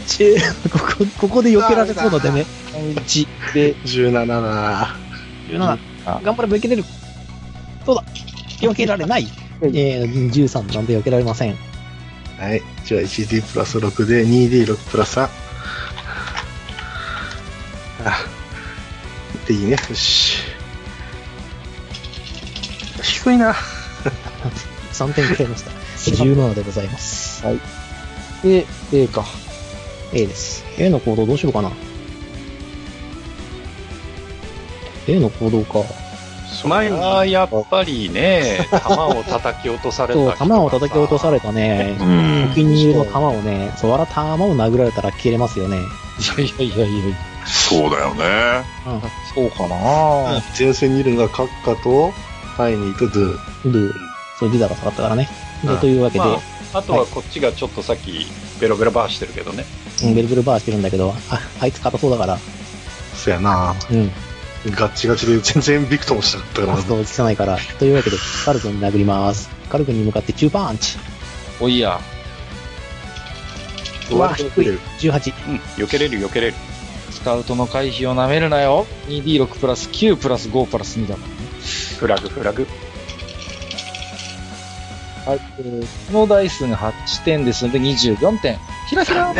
Speaker 2: ちぇ ここ、ここで避けられそうなダメ。
Speaker 1: 1で、
Speaker 4: ー17だ。
Speaker 2: 17。頑張れば避けれる。そうだ。避けられない。えー、13なんで避けられません。
Speaker 4: はい。じゃあ 1D プラス6で 2D6 プラス3。あでいいね。よし。低いな。
Speaker 2: 3点くらいました。17でございます。
Speaker 1: で、A か。
Speaker 2: A です。A の行動どうしようかな。A の行動か。
Speaker 5: 前はやっぱ りね、弾を叩き落とされた
Speaker 2: そう、
Speaker 5: 人がさ
Speaker 2: 弾を叩き落とされたね。
Speaker 3: うん。
Speaker 2: お気に入りの弾をね、そう、わら弾を殴られたら切れますよね。
Speaker 1: いやいやいやいや
Speaker 3: そうだよね。
Speaker 1: そうかな、
Speaker 4: 前線にいるのがカッカと、ハイニーとドゥ。
Speaker 2: ルー、そう、ギダが下がったからね。で、というわけで、
Speaker 5: まあ、あとはこっちがちょっとさっきベロベロバーしてるけどね。
Speaker 2: うんベルベルバーしてるんだけど、あ、あいつ硬そうだから、
Speaker 4: そやな
Speaker 2: うん、
Speaker 4: ガッチガチで全然ビクともしなかったから
Speaker 2: ラ
Speaker 4: な
Speaker 2: スト落ちさないから。というわけで、カル君に殴ります。カル君に向かって中パンチ。
Speaker 1: おいや。
Speaker 2: うわ、低い。18。
Speaker 5: うん、避けれる避けれる。
Speaker 1: スカウトの回避を舐めるなよ。2D6 プラス9プラス5プラス2だもんね。
Speaker 5: フラグフラグ。
Speaker 1: はい、えーこのダイスが8点ですので24点。ひらひ ら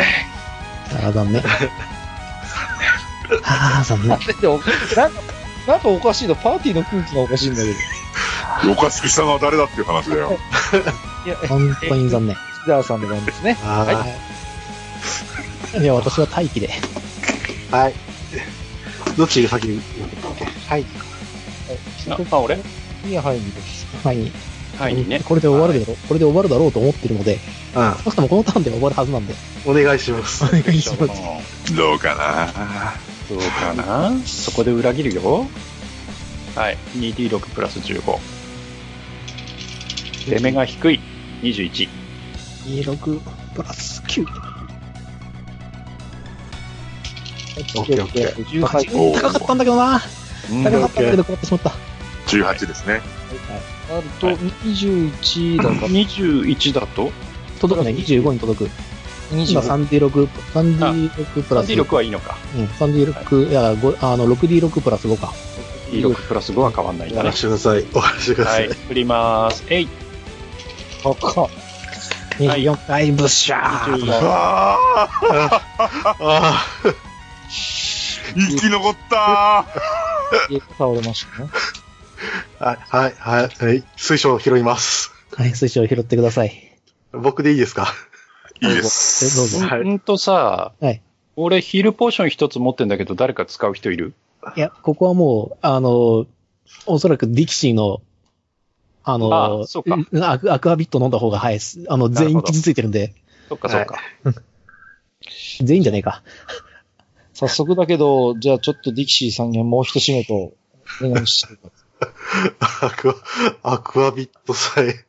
Speaker 2: ああ、残念。 ああ、残念。
Speaker 1: なんでおかなんかなんかおかしいの、パーティーの空気がおかしいんだけど。
Speaker 3: おかしくしたのは誰だっていう話だよ。
Speaker 1: いや、
Speaker 2: 本当に残念。
Speaker 1: シダーさんの番ですね。
Speaker 4: はい
Speaker 2: や、私は待機で。
Speaker 4: い。はい。どっちが先にはい。
Speaker 5: なあ、俺
Speaker 1: いや、はい、です。
Speaker 2: 前に。
Speaker 5: はい、ね。
Speaker 2: これで終わるだろう。これで終わるだろうと思ってるので、少なくともこのターンでは終わるはずなんで、
Speaker 4: うん。お願いします
Speaker 2: お。願いします。
Speaker 3: どうかな
Speaker 5: どうかなそこで裏切るよ。はい。2D6 プラス15。出 目が低い。21。
Speaker 2: 26プラス9。
Speaker 4: オッケーオッケー。
Speaker 1: 18
Speaker 2: 18高かったんだけどな。
Speaker 1: うん
Speaker 2: 高
Speaker 1: なる
Speaker 2: かったんだけど、困ってしまった。
Speaker 3: 18ですね。
Speaker 1: と、21だから、
Speaker 5: 21だと
Speaker 2: 届くね、25に届く。今
Speaker 1: 23
Speaker 2: 3D6、3D6 プラス。
Speaker 5: ?D6 はいいのか。
Speaker 2: うん、3D6、いや、ごあの、6D6 プラス5か。
Speaker 5: D6 プラス5は変わんないん
Speaker 4: 終
Speaker 5: だ
Speaker 4: わ
Speaker 5: ね
Speaker 4: ら。してください。終わらしてくだ
Speaker 5: は
Speaker 4: さい
Speaker 5: い。。振ります。えい。
Speaker 1: か。
Speaker 2: 24回、ブッシャー。
Speaker 5: 24
Speaker 3: ああ
Speaker 4: あ
Speaker 3: 生き残った
Speaker 1: 倒れましたね。
Speaker 4: あ、はい、はい、はい、はい。水晶を拾います。
Speaker 2: はい、水晶を拾ってください。
Speaker 4: 僕でいいですか
Speaker 3: いいで
Speaker 2: えどう
Speaker 3: す。
Speaker 2: ぞ。
Speaker 4: はい
Speaker 5: ほんとさ、
Speaker 2: はい
Speaker 5: 俺ヒルポーション一つ持ってんだけど、誰か使う人いる
Speaker 2: いや、ここはもう、あの、おそらくディキシーの、あの、
Speaker 5: あそうか
Speaker 2: アクアクアビット飲んだ方が早いです。あの、
Speaker 5: な
Speaker 2: 全
Speaker 5: るほ
Speaker 2: 員
Speaker 5: ど
Speaker 2: 傷ついてるんで、
Speaker 5: そっかそっか。
Speaker 2: 全員じゃねえか。
Speaker 1: 早速だけど、じゃあちょっとディキシーさんにはもう一仕事お願いして。
Speaker 4: アクア、アクアビットさえ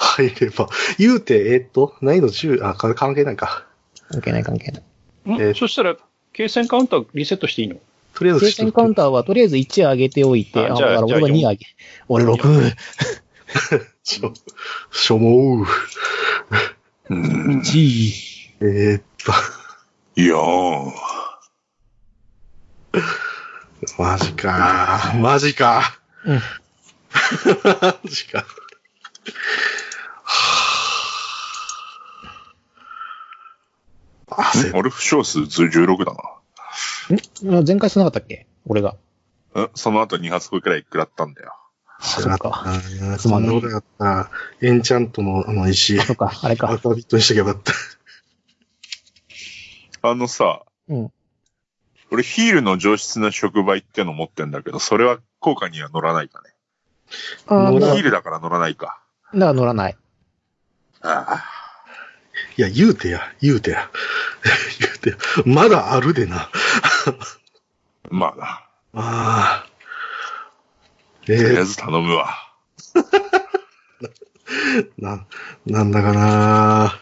Speaker 4: 入れば。言うて、えーっと、難易度10、あ、か関係ないか。
Speaker 2: 関係ない関係ない。
Speaker 5: ん
Speaker 4: えー
Speaker 5: そしたら、継戦カウンターリセットしていいの
Speaker 4: とりあえず
Speaker 2: 停
Speaker 4: ち
Speaker 2: 戦
Speaker 4: ょっ
Speaker 2: カウン
Speaker 4: と、
Speaker 2: ターはとりあえず1上げておいて、
Speaker 5: あ
Speaker 2: あ
Speaker 5: じゃあ
Speaker 2: だから
Speaker 5: じゃあ
Speaker 2: 俺は2上げ。俺6。
Speaker 4: しょ、しょもう。
Speaker 3: うん
Speaker 2: 1
Speaker 4: えーっと、
Speaker 3: いやー
Speaker 4: マジか。マジか。
Speaker 2: うん
Speaker 4: マジか。はぁ焦っ
Speaker 3: 俺、負傷数16だ
Speaker 2: 前回しなかったっけ俺が。
Speaker 3: な。んその後2発くらい食らったんだよ。
Speaker 2: そっか。
Speaker 4: たな。
Speaker 2: つま
Speaker 4: そん
Speaker 2: ん
Speaker 4: な
Speaker 2: ない
Speaker 4: ことやったら、エンチャントのあの石、
Speaker 2: そっか、あれ
Speaker 4: ア
Speaker 2: か。
Speaker 4: クアビットにしとけばよかった。
Speaker 3: あのさ、
Speaker 2: うん
Speaker 3: 俺ヒールの上質な触媒っての持ってんだけど、それは効果には乗らないかね。
Speaker 2: あー
Speaker 4: 乗
Speaker 2: だ
Speaker 4: ら
Speaker 2: か
Speaker 3: ヒールだから乗らないか。
Speaker 2: ら乗らない。
Speaker 3: あ
Speaker 4: いや、言うてや、言うてや。 言うてや。まだあるでな。
Speaker 3: あ、まあな。
Speaker 4: ああ。え
Speaker 3: とりあえ
Speaker 4: ー、
Speaker 3: ず頼むわ。
Speaker 4: な、なんだかな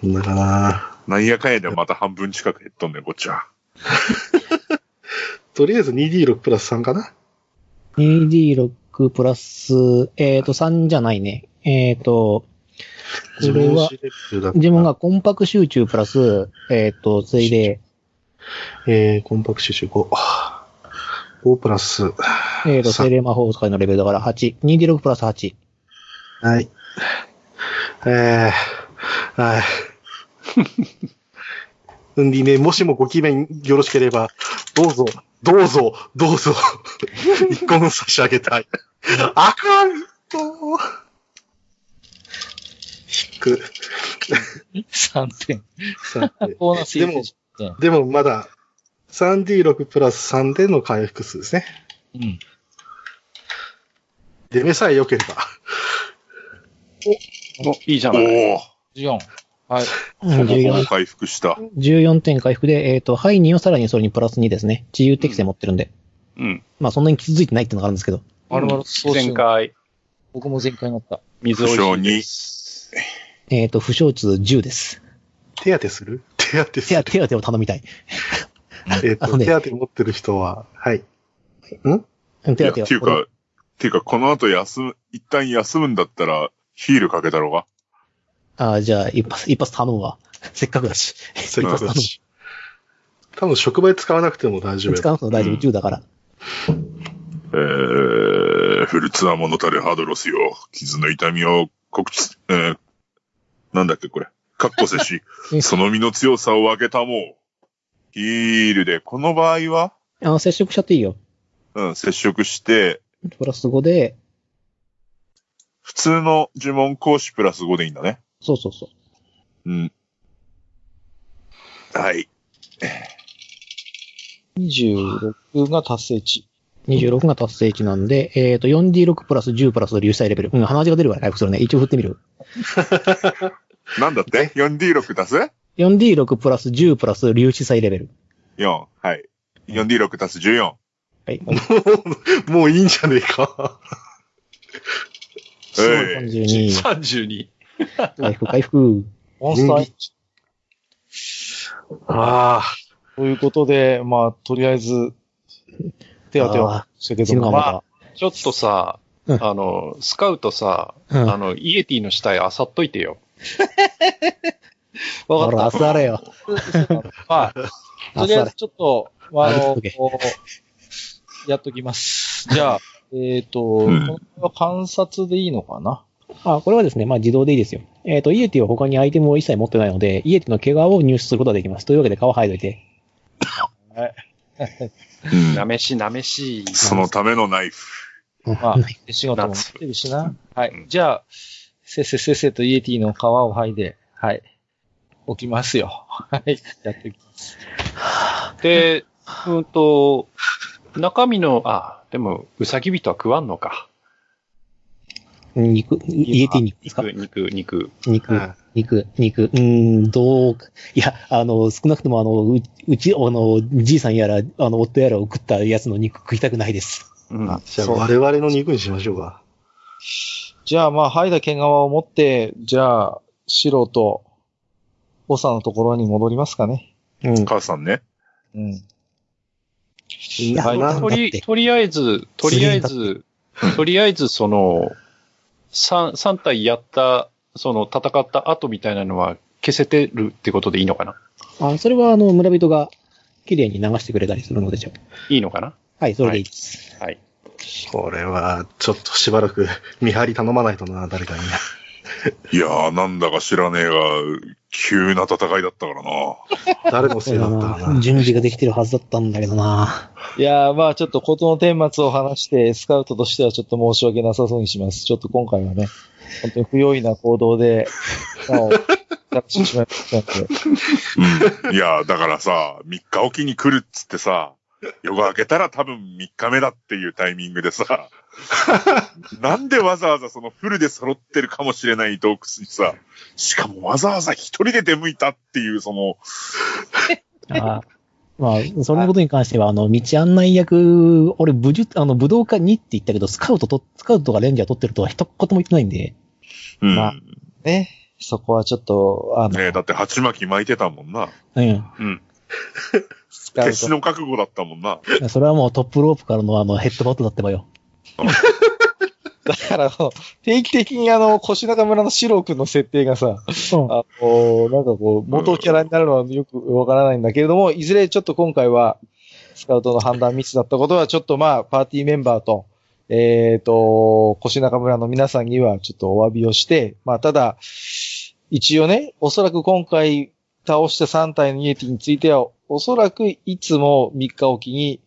Speaker 4: なんだかな
Speaker 3: なんやかんやでまた半分近く減っとんねん、こっちは。
Speaker 4: とりあえず 2D6 プラス3かな
Speaker 2: 2D6 プラス、えっ、と、3じゃないね。えっ、と、これは、自分
Speaker 4: が。
Speaker 2: がコンパク集中プラス、えっ、と、ついで、
Speaker 4: えー、コンパクト収集5。5プラス。
Speaker 2: えっ、と、
Speaker 4: さ
Speaker 2: 精霊魔法使いのレベルだから8。2D6 プラス8。
Speaker 4: はい。えー、 はい。うんでね、もしもご機嫌よろしければ、どうぞ、どうぞ、どうぞ、 一個分差し上げた い。あかんと引く。
Speaker 1: 3点。
Speaker 4: さて
Speaker 1: ボーナス
Speaker 4: でも
Speaker 1: 1
Speaker 4: でもまだ、3D6 プラス3での回復数ですね。
Speaker 1: 点。
Speaker 4: 出目さえ良ければ。
Speaker 5: お、いいじゃ
Speaker 3: お
Speaker 5: ない。
Speaker 1: うん。14。はい。
Speaker 3: おほぼほぼ
Speaker 2: 14,
Speaker 3: 回復した。
Speaker 2: 14点回復で、えっ、と、ハイ2をさらにそれにプラス2ですね。自由適性持ってるんで。
Speaker 5: うん。
Speaker 2: まあ、そんなに傷ついてないってのがあるんですけど。
Speaker 1: 我々そうしよう
Speaker 5: 前回、
Speaker 1: 僕も全開になった。
Speaker 5: 水を
Speaker 3: 負傷
Speaker 5: に。
Speaker 3: に
Speaker 2: えっ、と、負傷値10です。
Speaker 4: 手当てする手当てす
Speaker 2: 手当
Speaker 4: る。
Speaker 2: 手当てを頼みたい。
Speaker 4: えっ
Speaker 2: あ
Speaker 4: と、
Speaker 2: のね
Speaker 4: 手当て持ってる人は、はい。
Speaker 2: うん
Speaker 3: い
Speaker 2: 手
Speaker 3: や
Speaker 2: 当
Speaker 3: って
Speaker 2: て
Speaker 3: い
Speaker 2: は。
Speaker 3: うか、っていうか、この後休む、一旦休むんだったら、ヒールかけたろうが。
Speaker 2: ああ、じゃあ、一発、一発頼むわ。 せっかくだし。
Speaker 4: せっかくだし。多分、触媒使わなくても大丈夫 や
Speaker 2: 使うの大丈夫、
Speaker 3: うん
Speaker 2: 10だから。
Speaker 3: えー、フルツアーものたれハードロスよ。傷の痛みを告知、えー、なんだっけこれ。かっこせし、その身の強さを分けたもう。ヒールで、この場合は、
Speaker 2: あの、接触しちゃっていいよ。
Speaker 3: うん、接触して、
Speaker 2: プラス5で、
Speaker 3: 普通の呪文講師プラス5でいいんだね。
Speaker 2: そうそうそう。
Speaker 3: うん。はい。
Speaker 1: 26が達成値。
Speaker 2: 26が達成値なんで、えっ、と、4D6 プラス10プラス粒子体レベル。うん、鼻血が出るわ、回復するね。一応振ってみる。
Speaker 3: なんだって ?4D6 足す
Speaker 2: 4D6 プラス10プラス粒子体レベル。
Speaker 3: ?4。はい。4D6 足す14。
Speaker 2: はい。
Speaker 4: もういいんじゃねえか。
Speaker 3: えい。
Speaker 2: 32。
Speaker 5: 32。
Speaker 2: 回復、回復。
Speaker 1: モンスター
Speaker 4: あ
Speaker 1: ということで、まあ、とりあえず、手当てはしたけ
Speaker 2: 死
Speaker 1: ど
Speaker 2: ぬか、
Speaker 1: も、
Speaker 2: ま
Speaker 1: まあ、
Speaker 2: だ。
Speaker 5: ちょっとさ、
Speaker 2: うん
Speaker 5: あの、スカウトさ、
Speaker 2: うん
Speaker 5: あの、イエティの死体漁っとい てよ。
Speaker 1: わ
Speaker 2: ほ、
Speaker 1: からっ
Speaker 2: 明日あれよ。
Speaker 1: た。まあ、と
Speaker 2: 明
Speaker 1: り
Speaker 2: 日
Speaker 1: あ
Speaker 2: あ
Speaker 1: え
Speaker 2: れ
Speaker 1: ず。ちょっと、まあ、あ
Speaker 2: あ
Speaker 1: の
Speaker 2: オッケー、
Speaker 1: こうやっとき ます。じゃあ、えっ、と、
Speaker 3: ん
Speaker 1: これは観察でいいのかな
Speaker 2: あ、これはですね、まあ自動でいいですよ。えっ、と、イエティは他にアイテムを一切持ってないので、イエティの怪我を入手することができます。というわけで、皮剥いといて。
Speaker 3: うん
Speaker 5: なめし、なめし。
Speaker 3: そのためのナイフ。
Speaker 1: まあ、仕事も持ってるしな。はい。じゃあ、せっせっせっせとイエティの皮を剥いで、はい。置きますよ。 はい。やってきます。
Speaker 5: で、うんと、中身の、あ、でも、うさぎ人は食わんのか。
Speaker 2: 肉、イエティ肉ですか
Speaker 5: 肉、肉、肉。
Speaker 2: 肉、
Speaker 4: うん
Speaker 2: 肉、肉、うーん、どうか、いや、あの、少なくともあの、ううち、あの、じいさんやら、あの、夫やらを食ったやつの肉食いたくないです。
Speaker 5: うん。
Speaker 4: あ。じゃあ、我々の肉にしましょうか。
Speaker 1: じゃあ、まあ、剥いだ毛皮を持って、じゃあ、白と、ボサのところに戻りますかね。
Speaker 2: うん。
Speaker 3: 母さんね。
Speaker 1: うん。
Speaker 2: や
Speaker 1: はい
Speaker 2: なん
Speaker 5: と
Speaker 2: だって
Speaker 5: り、とりあえず、とりあえず、とりあえず、その、三、三体やった、その、戦った後みたいなのは消せてるってことでいいのかな
Speaker 2: あそれはあの、村人が綺麗に流してくれたりするのでしょう。
Speaker 5: いいのかな
Speaker 2: はい、それでいいです。
Speaker 5: はい。
Speaker 4: これは、ちょっとしばらく見張り頼まないとな、誰かに。
Speaker 3: いやー、なんだか知らねえが、急な戦いだったからな。
Speaker 4: 誰のせいだった
Speaker 2: そ
Speaker 4: か
Speaker 2: うだな
Speaker 4: な。
Speaker 2: 準備ができてるはずだったんだけどな。
Speaker 1: いやー、まあ、ちょっと事の顛末を話して、スカウトとしてはちょっと申し訳なさそうにします。ちょっと今回はね、本当に不用意な行動で、なお、やってしまいましたので。
Speaker 3: うん。いやー、だからさ、3日おきに来るっつってさ、夜が明けたら多分3日目だっていうタイミングでさ、なんでわざわざそのフルで揃ってるかもしれない洞窟にさ、しかもわざわざ一人で出向いたっていう、その、
Speaker 2: あまあ、そのことに関しては、あの、道案内役、俺、武術、あの、武道家にって言ったけど、スカウトと、スカウトがレンジャー取ってるとは一言も言ってないんで、
Speaker 3: うん。
Speaker 1: まあね。そこはちょっと、あの、
Speaker 3: ねえ、だって鉢巻き巻いてたもんな。
Speaker 2: うん。
Speaker 1: スカウ
Speaker 3: 決
Speaker 1: ト
Speaker 3: 死の覚悟だったもんな。
Speaker 2: それはもうトップロープからのあのヘッドバットだってばよ。
Speaker 1: だから、あの定期的にあの、腰中村の四郎くんの設定がさ、あの、なんかこう、元キャラになるのはよくわからないんだけれども、いずれちょっと今回は、スカウトの判断ミスだったことは、ちょっとまあ、パーティーメンバーと、えっ、と、腰中村の皆さんにはちょっとお詫びをして、まあ、ただ、一応ね、おそらく今回倒した3体のイエティについては、おそらくいつも3日おきに、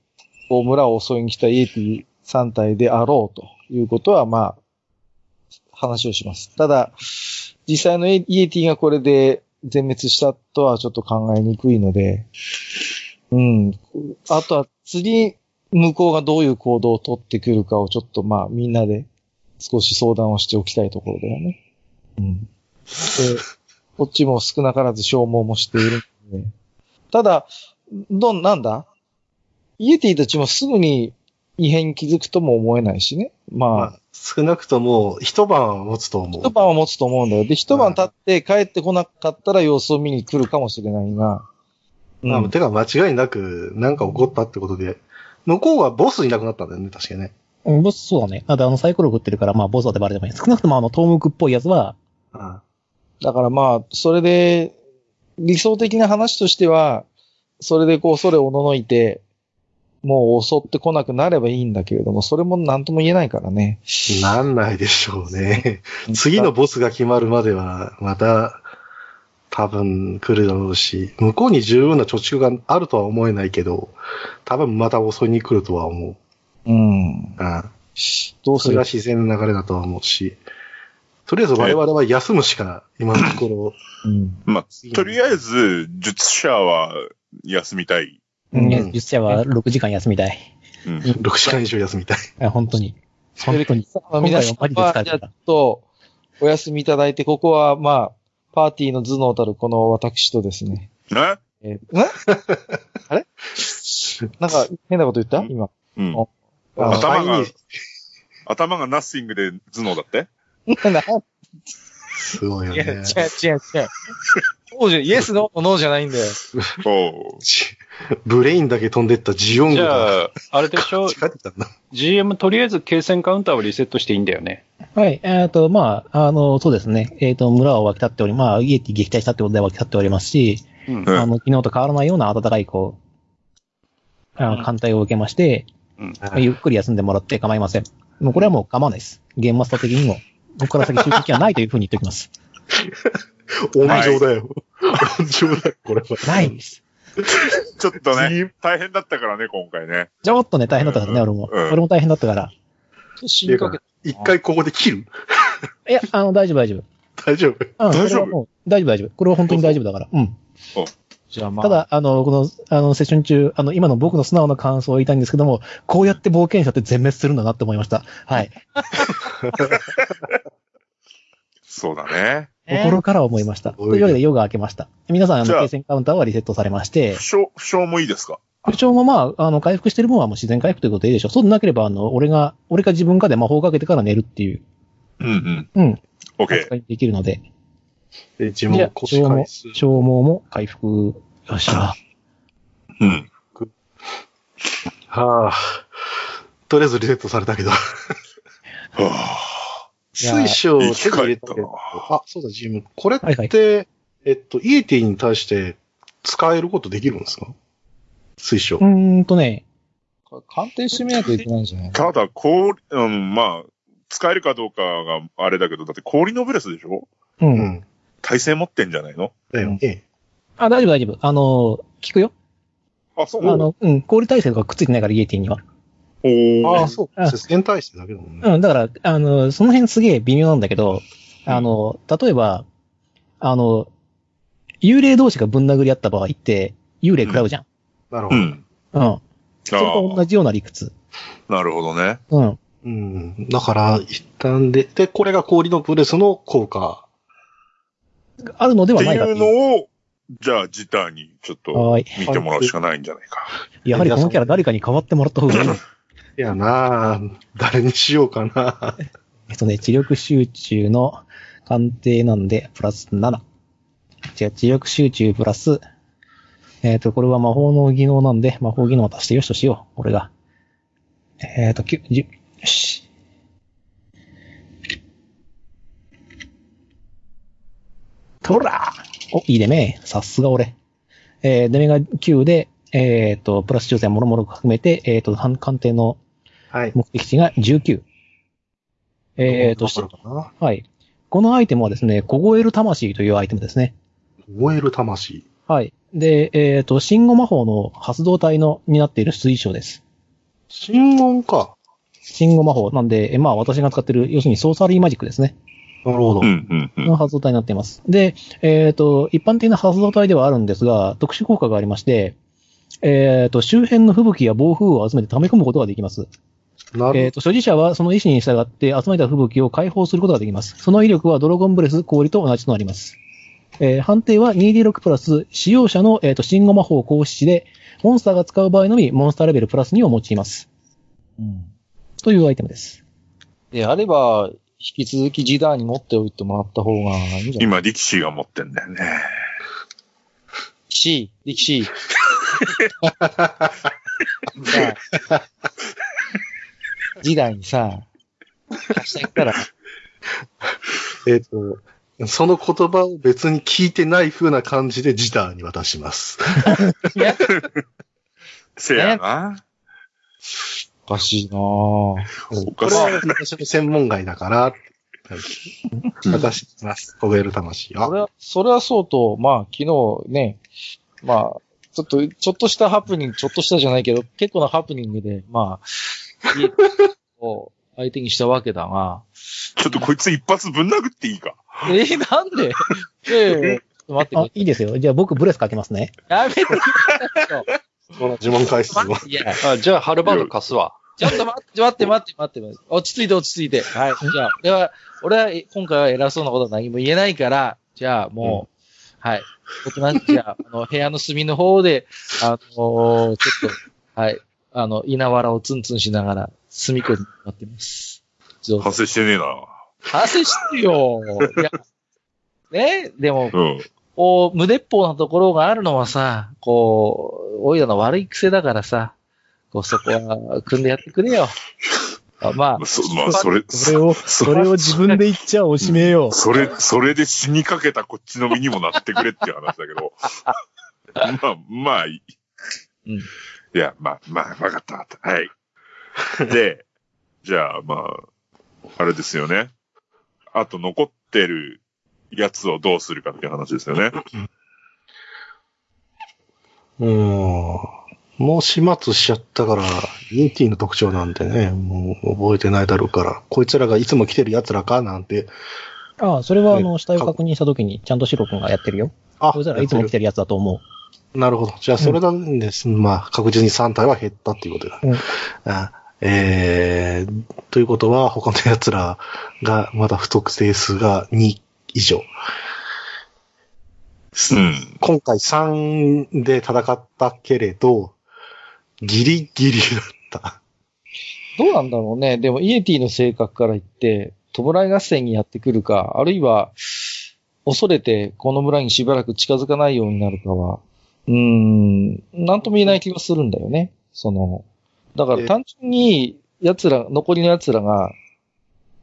Speaker 1: こう村を襲いに来たイエティ3体であろうということは、まあ、話をします。ただ、実際のイエティがこれで全滅したとはちょっと考えにくいので、うん。あとは次、向こうがどういう行動を取ってくるかをちょっとまあみんなで少し相談をしておきたいところだよね。うん。で、こっちも少なからず消耗もしているので。ただ、どん、なんだイエティたちもすぐに異変に気づくとも思えないしね。
Speaker 4: ま
Speaker 1: まあ
Speaker 4: あ、少なくとも、一晩は持つと思う。
Speaker 1: 一晩は持つと思うんだよ。で、一晩経って帰ってこなかったら様子を見に来るかもしれないが。
Speaker 4: まあ、てか間違いなく、なんか起こったってことで、向こうはボスいなくなったんだよね、確かね。
Speaker 2: うん、ボス、そうだね。だってあのサイコロ振ってるから、まあボスだってバレてもいい。少なくともあの、トームクっぽいやつは、
Speaker 4: あ
Speaker 1: だからまあ、それで、理想的な話としては、それでこう、それをおののいて、もう襲ってこなくなればいいんだけれども、それも何とも言えないからね。
Speaker 4: なんないでしょうね。次のボスが決まるまでは、また、多分来るだろうし、向こうに十分な貯蓄があるとは思えないけど、多分また襲いに来るとは思
Speaker 1: う
Speaker 4: う。
Speaker 1: ん。
Speaker 4: うん。
Speaker 1: どう
Speaker 4: そ
Speaker 1: す
Speaker 4: れ
Speaker 1: る
Speaker 4: が自然な流れだとは思うし、とりあえず我々は休むしか、今のとこ
Speaker 1: うん。
Speaker 3: ま
Speaker 4: 次
Speaker 3: あ、とりあえず、術者は休みたい。
Speaker 1: うん
Speaker 2: いや実際は6時間休みたい。
Speaker 3: うん。
Speaker 4: ろ、6時間以上休みたい。
Speaker 2: いや本当に。本当に。
Speaker 1: まあ、
Speaker 2: 今
Speaker 1: 皆
Speaker 2: 回
Speaker 1: さ
Speaker 2: は
Speaker 1: ん
Speaker 2: マジで疲
Speaker 1: は、
Speaker 2: れ
Speaker 1: じゃあち
Speaker 2: て
Speaker 1: ょ
Speaker 2: た
Speaker 1: っ。と、お休みいただいて、ここは、まあ、パーティーの頭脳たるこの私とですね。
Speaker 3: ね
Speaker 1: えー、ん あれなんか、変なこと言った今。
Speaker 3: うん。
Speaker 4: あ
Speaker 3: 頭が
Speaker 4: 前に
Speaker 3: 頭がナッシングで頭脳 だって
Speaker 1: な
Speaker 4: すごいよ
Speaker 1: いや、違う違う
Speaker 4: ね。
Speaker 1: 違う。そうじゃ、イエスノーノーじゃないんだよ。
Speaker 3: おう。
Speaker 4: ち ブレインだけ飛んでったジオン
Speaker 5: じ
Speaker 4: グが
Speaker 5: ゃあ、あれでしょ
Speaker 4: 近ってたんだ。
Speaker 5: ?GM とりあえず継戦カウンターをリセットしていいんだよね。
Speaker 2: はい。えっ、と、まあ、あの、そうですね。えっ、と、村は沸き立っており、まあ、イエティ撃退したってことで沸き立っておりますし、
Speaker 5: う
Speaker 3: う
Speaker 5: ん
Speaker 3: ん
Speaker 2: あの、昨日と変わらないような温かい、こう、あ
Speaker 5: うん
Speaker 2: の艦隊を受けまして、
Speaker 5: うん
Speaker 2: まあゆっくり休んでもらって構いません。もうこれはもう構わないです。ゲームマスター的にも、ここから先集中はないというふうに言っておきます。
Speaker 4: 温情だよ。 温情だよ、これは。
Speaker 2: ないです。
Speaker 3: ちょっとね、
Speaker 4: 次
Speaker 3: 大変だったからね、今回ね。
Speaker 2: ちょっとね、大変だったからね、俺も。
Speaker 3: うん
Speaker 2: 俺も大変だったから。
Speaker 1: 死にかけ
Speaker 4: 一回ここで切る
Speaker 2: いや、あの、大丈夫、大丈夫。
Speaker 4: 大丈夫
Speaker 2: うん、
Speaker 3: 大丈夫
Speaker 2: これはもう大丈夫、大丈夫。これは本当に大丈夫だから。うん。
Speaker 1: じゃあまあ、
Speaker 2: ただ、あの、この、あの、セッション中、あの、今の僕の素直な感想を言いたいんですけども、こうやって冒険者って全滅するんだなって思いました。はい。
Speaker 3: そうだね。
Speaker 2: 心から思いました。
Speaker 4: すご
Speaker 2: と
Speaker 4: いね
Speaker 2: いうわけで、夜が明けました。皆さん、あ
Speaker 3: じゃ
Speaker 2: の、
Speaker 3: あ
Speaker 2: 停戦カウンターはリセットされまして
Speaker 3: 負、傷、負傷もいいですか
Speaker 2: 不調もまあ、あの、回復してる分はもう自然回復ということでいいでしょう。そうでなければ、あの、俺が、俺か自分かで魔法をかけてから寝るっていう、
Speaker 3: うん
Speaker 2: うん
Speaker 3: OK。
Speaker 2: 扱いにできるので、
Speaker 4: で、呪
Speaker 2: じゃ
Speaker 4: 文
Speaker 2: あ、
Speaker 4: 腰
Speaker 2: 消
Speaker 4: 返
Speaker 2: 耗、
Speaker 4: す。
Speaker 2: 消耗も回復、よっしゃ。
Speaker 3: うん。
Speaker 4: はあ。とりあえずリセットされたけど。
Speaker 3: は
Speaker 2: や
Speaker 4: 水晶を手に入れたけ
Speaker 3: 生き返っ
Speaker 4: ど。あ、そうだ、ジム。これって、
Speaker 2: はいはい
Speaker 4: えっと、イエティに対して使えることできるんですか水晶
Speaker 2: う。ーんとね、
Speaker 1: 鑑定してみないといけないんじゃない
Speaker 3: あただ、氷、うん、まあ、使えるかどうかがあれだけど、だって氷のブレスでしょ
Speaker 2: う。
Speaker 4: うんん。
Speaker 3: 耐性持ってんじゃないの
Speaker 4: だよね。
Speaker 2: あ、大丈夫、大丈夫。あの、聞くよ。
Speaker 3: あ、そ
Speaker 2: あ
Speaker 3: うな
Speaker 2: の、うん、氷耐性とかくっついてないから、イエティには。
Speaker 3: おー
Speaker 4: ああ、そう
Speaker 2: あ
Speaker 4: か。節電体制だけどもんね。
Speaker 2: うん、だから、あの、その辺すげえ微妙なんだけど、あの、例えば、あの、幽霊同士がぶん殴り合った場合って、幽霊食らうじゃん。
Speaker 4: なるほ
Speaker 3: う
Speaker 4: ど。
Speaker 3: ん。
Speaker 2: うん。それと同じような理屈。
Speaker 3: なるほどね。
Speaker 2: うん。
Speaker 4: うん。だから、一旦で、で、これが氷のブレスの効果。
Speaker 2: あるので
Speaker 3: っ
Speaker 2: は
Speaker 3: て
Speaker 2: ないかっ
Speaker 3: い
Speaker 2: て
Speaker 3: う
Speaker 2: いう。
Speaker 3: のを、じゃあ、ジターにちょっと
Speaker 2: はい。
Speaker 3: 見てもらうしかないんじゃないか。
Speaker 2: やはりこのキャラ誰かに変わってもらった方がいい。
Speaker 4: いやなあ誰にしようかな
Speaker 2: えっとね、知力集中の鑑定なんで、プラス7。じゃあ、知力集中プラス、えっ、と、これは魔法の技能なんで、魔法技能を足してよしとしよう、俺が。えっ、と、9、10、よし。とらーお、いいでめさすが俺。えー、デメが9で、えっ、と、プラス抽選もろもろ含めて、えっ、と、鑑定の
Speaker 4: はい。
Speaker 2: 目的地が19。えっ、と、
Speaker 4: どうなるかな
Speaker 2: はい。このアイテムはですね、凍える魂というアイテムですね。
Speaker 4: 燃える魂。
Speaker 2: はい。で、えっ、と、信号魔法の発動体の、になっている水晶です。
Speaker 4: 神音か。
Speaker 2: 信号魔法なんで、えまあ私が使ってる、要するにソーサリーマジックですね。
Speaker 4: なるほど。
Speaker 3: うん、うん、うん。
Speaker 2: の発動体になっています。で、えっ、と、一般的な発動体ではあるんですが、特殊効果がありまして、えっ、と、周辺の吹雪や暴風を集めて溜め込むことができます。
Speaker 4: な
Speaker 2: えっ、
Speaker 4: る
Speaker 2: と、所持者はその意思に従って集めた吹雪を解放することができます。その威力はドラゴンブレス氷と同じとなります。えー判定は 2D6 プラス、使用者の、えっ、と、信号魔法行使で、モンスターが使う場合のみ、モンスターレベルプラス2を用います。
Speaker 1: うん。
Speaker 2: というアイテムです。
Speaker 1: であれば、引き続きジダーに持っておいてもらった方がいいんじゃない
Speaker 3: 今、力士が持ってんだよね。
Speaker 1: し、力 士。じゃあジダーにさ、貸してあげたら、
Speaker 4: えっ、と、その言葉を別に聞いてない風な感じでジターに渡します。
Speaker 3: せやな。
Speaker 1: おかしいなぁ。
Speaker 3: お
Speaker 4: こ
Speaker 3: か
Speaker 4: れ
Speaker 3: しい。
Speaker 4: は私の専門外だから、私、ます。凍える魂
Speaker 1: それ
Speaker 4: は。
Speaker 1: は、それはそうと、まあ、昨日ね、まあ、ちょっと、ちょっとしたハプニング、ちょっとしたじゃないけど、結構なハプニングで、まあ、家を相手にしたわけだが、
Speaker 3: ちょっとこいつ一発ぶん殴っていいか。
Speaker 1: えーなんでええ待ってく
Speaker 2: あ
Speaker 1: れ、
Speaker 2: いいですよ。じゃあ僕ブレスかけますね。
Speaker 1: やめてくださいよ
Speaker 4: その呪文回数は。
Speaker 1: いや、
Speaker 5: あ、じゃあ、ハルバーグ貸すわ。
Speaker 1: ちょっと待って、待って、待って、待って待って。落ち着いて、落ち着いて。はい。じゃあ、俺は、俺はえ今回は偉そうなことは何も言えないから、じゃあもう、はい。僕なんじゃあ、あの、部屋の隅の方で、あのーちょっと、はい。あの、稲わらをツンツンしながら、隅っこに待ってます。ちょっと
Speaker 3: 反省してねえな。
Speaker 1: 反省してるよ。いや、ねでも、
Speaker 3: うん。
Speaker 1: こう、無鉄砲なところがあるのはさ、こう、おいらの悪い癖だからさ、こう、そこは、組んでやってくれよ。あまあ、
Speaker 3: そまあ、それ、
Speaker 2: それを、それを自分で言っちゃおしめよう。
Speaker 3: それ、それで死にかけたこっちの身にもなってくれっていう話だけど。 まあ、まあ、いい。
Speaker 1: うん
Speaker 3: いや、まあ、まあ、わかったわかった。はい。で、じゃあ、まあ、あれですよね。あと残ってるやつをどうするかっていう話ですよね。
Speaker 4: うーん。もう始末しちゃったから、ユーティーの特徴なんてね、もう覚えてないだろうから、こいつらがいつも来てる奴らかなんて、
Speaker 2: ああ、それはあの、
Speaker 4: ね
Speaker 2: 死体を確認した時に、ちゃんとシロ君がやってるよ。
Speaker 4: あ
Speaker 2: こいつらいつも来てるやつだと思
Speaker 4: なるほど。じゃあ、それなんです。まあ、確実に3体は減ったっていうことだ。
Speaker 2: うん
Speaker 4: あえー、ということは、他の奴らが、まだ不特定数が2以上。
Speaker 3: うん。
Speaker 4: 今回3で戦ったけれど、ギリギリだった。
Speaker 1: どうなんだろうね。でも、イエティの性格から言って、弔い合戦にやってくるか、あるいは、恐れて、この村にしばらく近づかないようになるかは、うーん、なんとも言えない気がするんだよね。その、だから
Speaker 4: え
Speaker 1: 単純に、奴ら、残りの奴らが、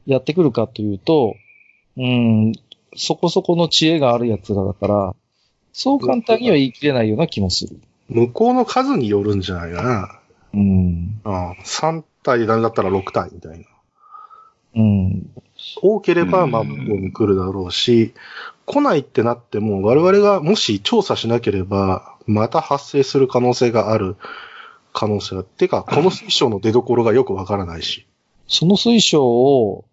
Speaker 1: やってくるかというと、うーん、そこそこの知恵がある奴らだから、そう簡単には言い切れないような気もする。
Speaker 4: 向こうの数によるんじゃないかな。
Speaker 1: うん。
Speaker 4: うん、3体でダメだったら6体みたいな。
Speaker 1: うん。
Speaker 4: 多ければ、まあ、
Speaker 3: うん
Speaker 4: 向こうに来るだろうし、来ないってなっても、我々がもし調査しなければ、また発生する可能性がある可能性が、てか、この水晶の出所がよくわからないし。
Speaker 1: その水晶を、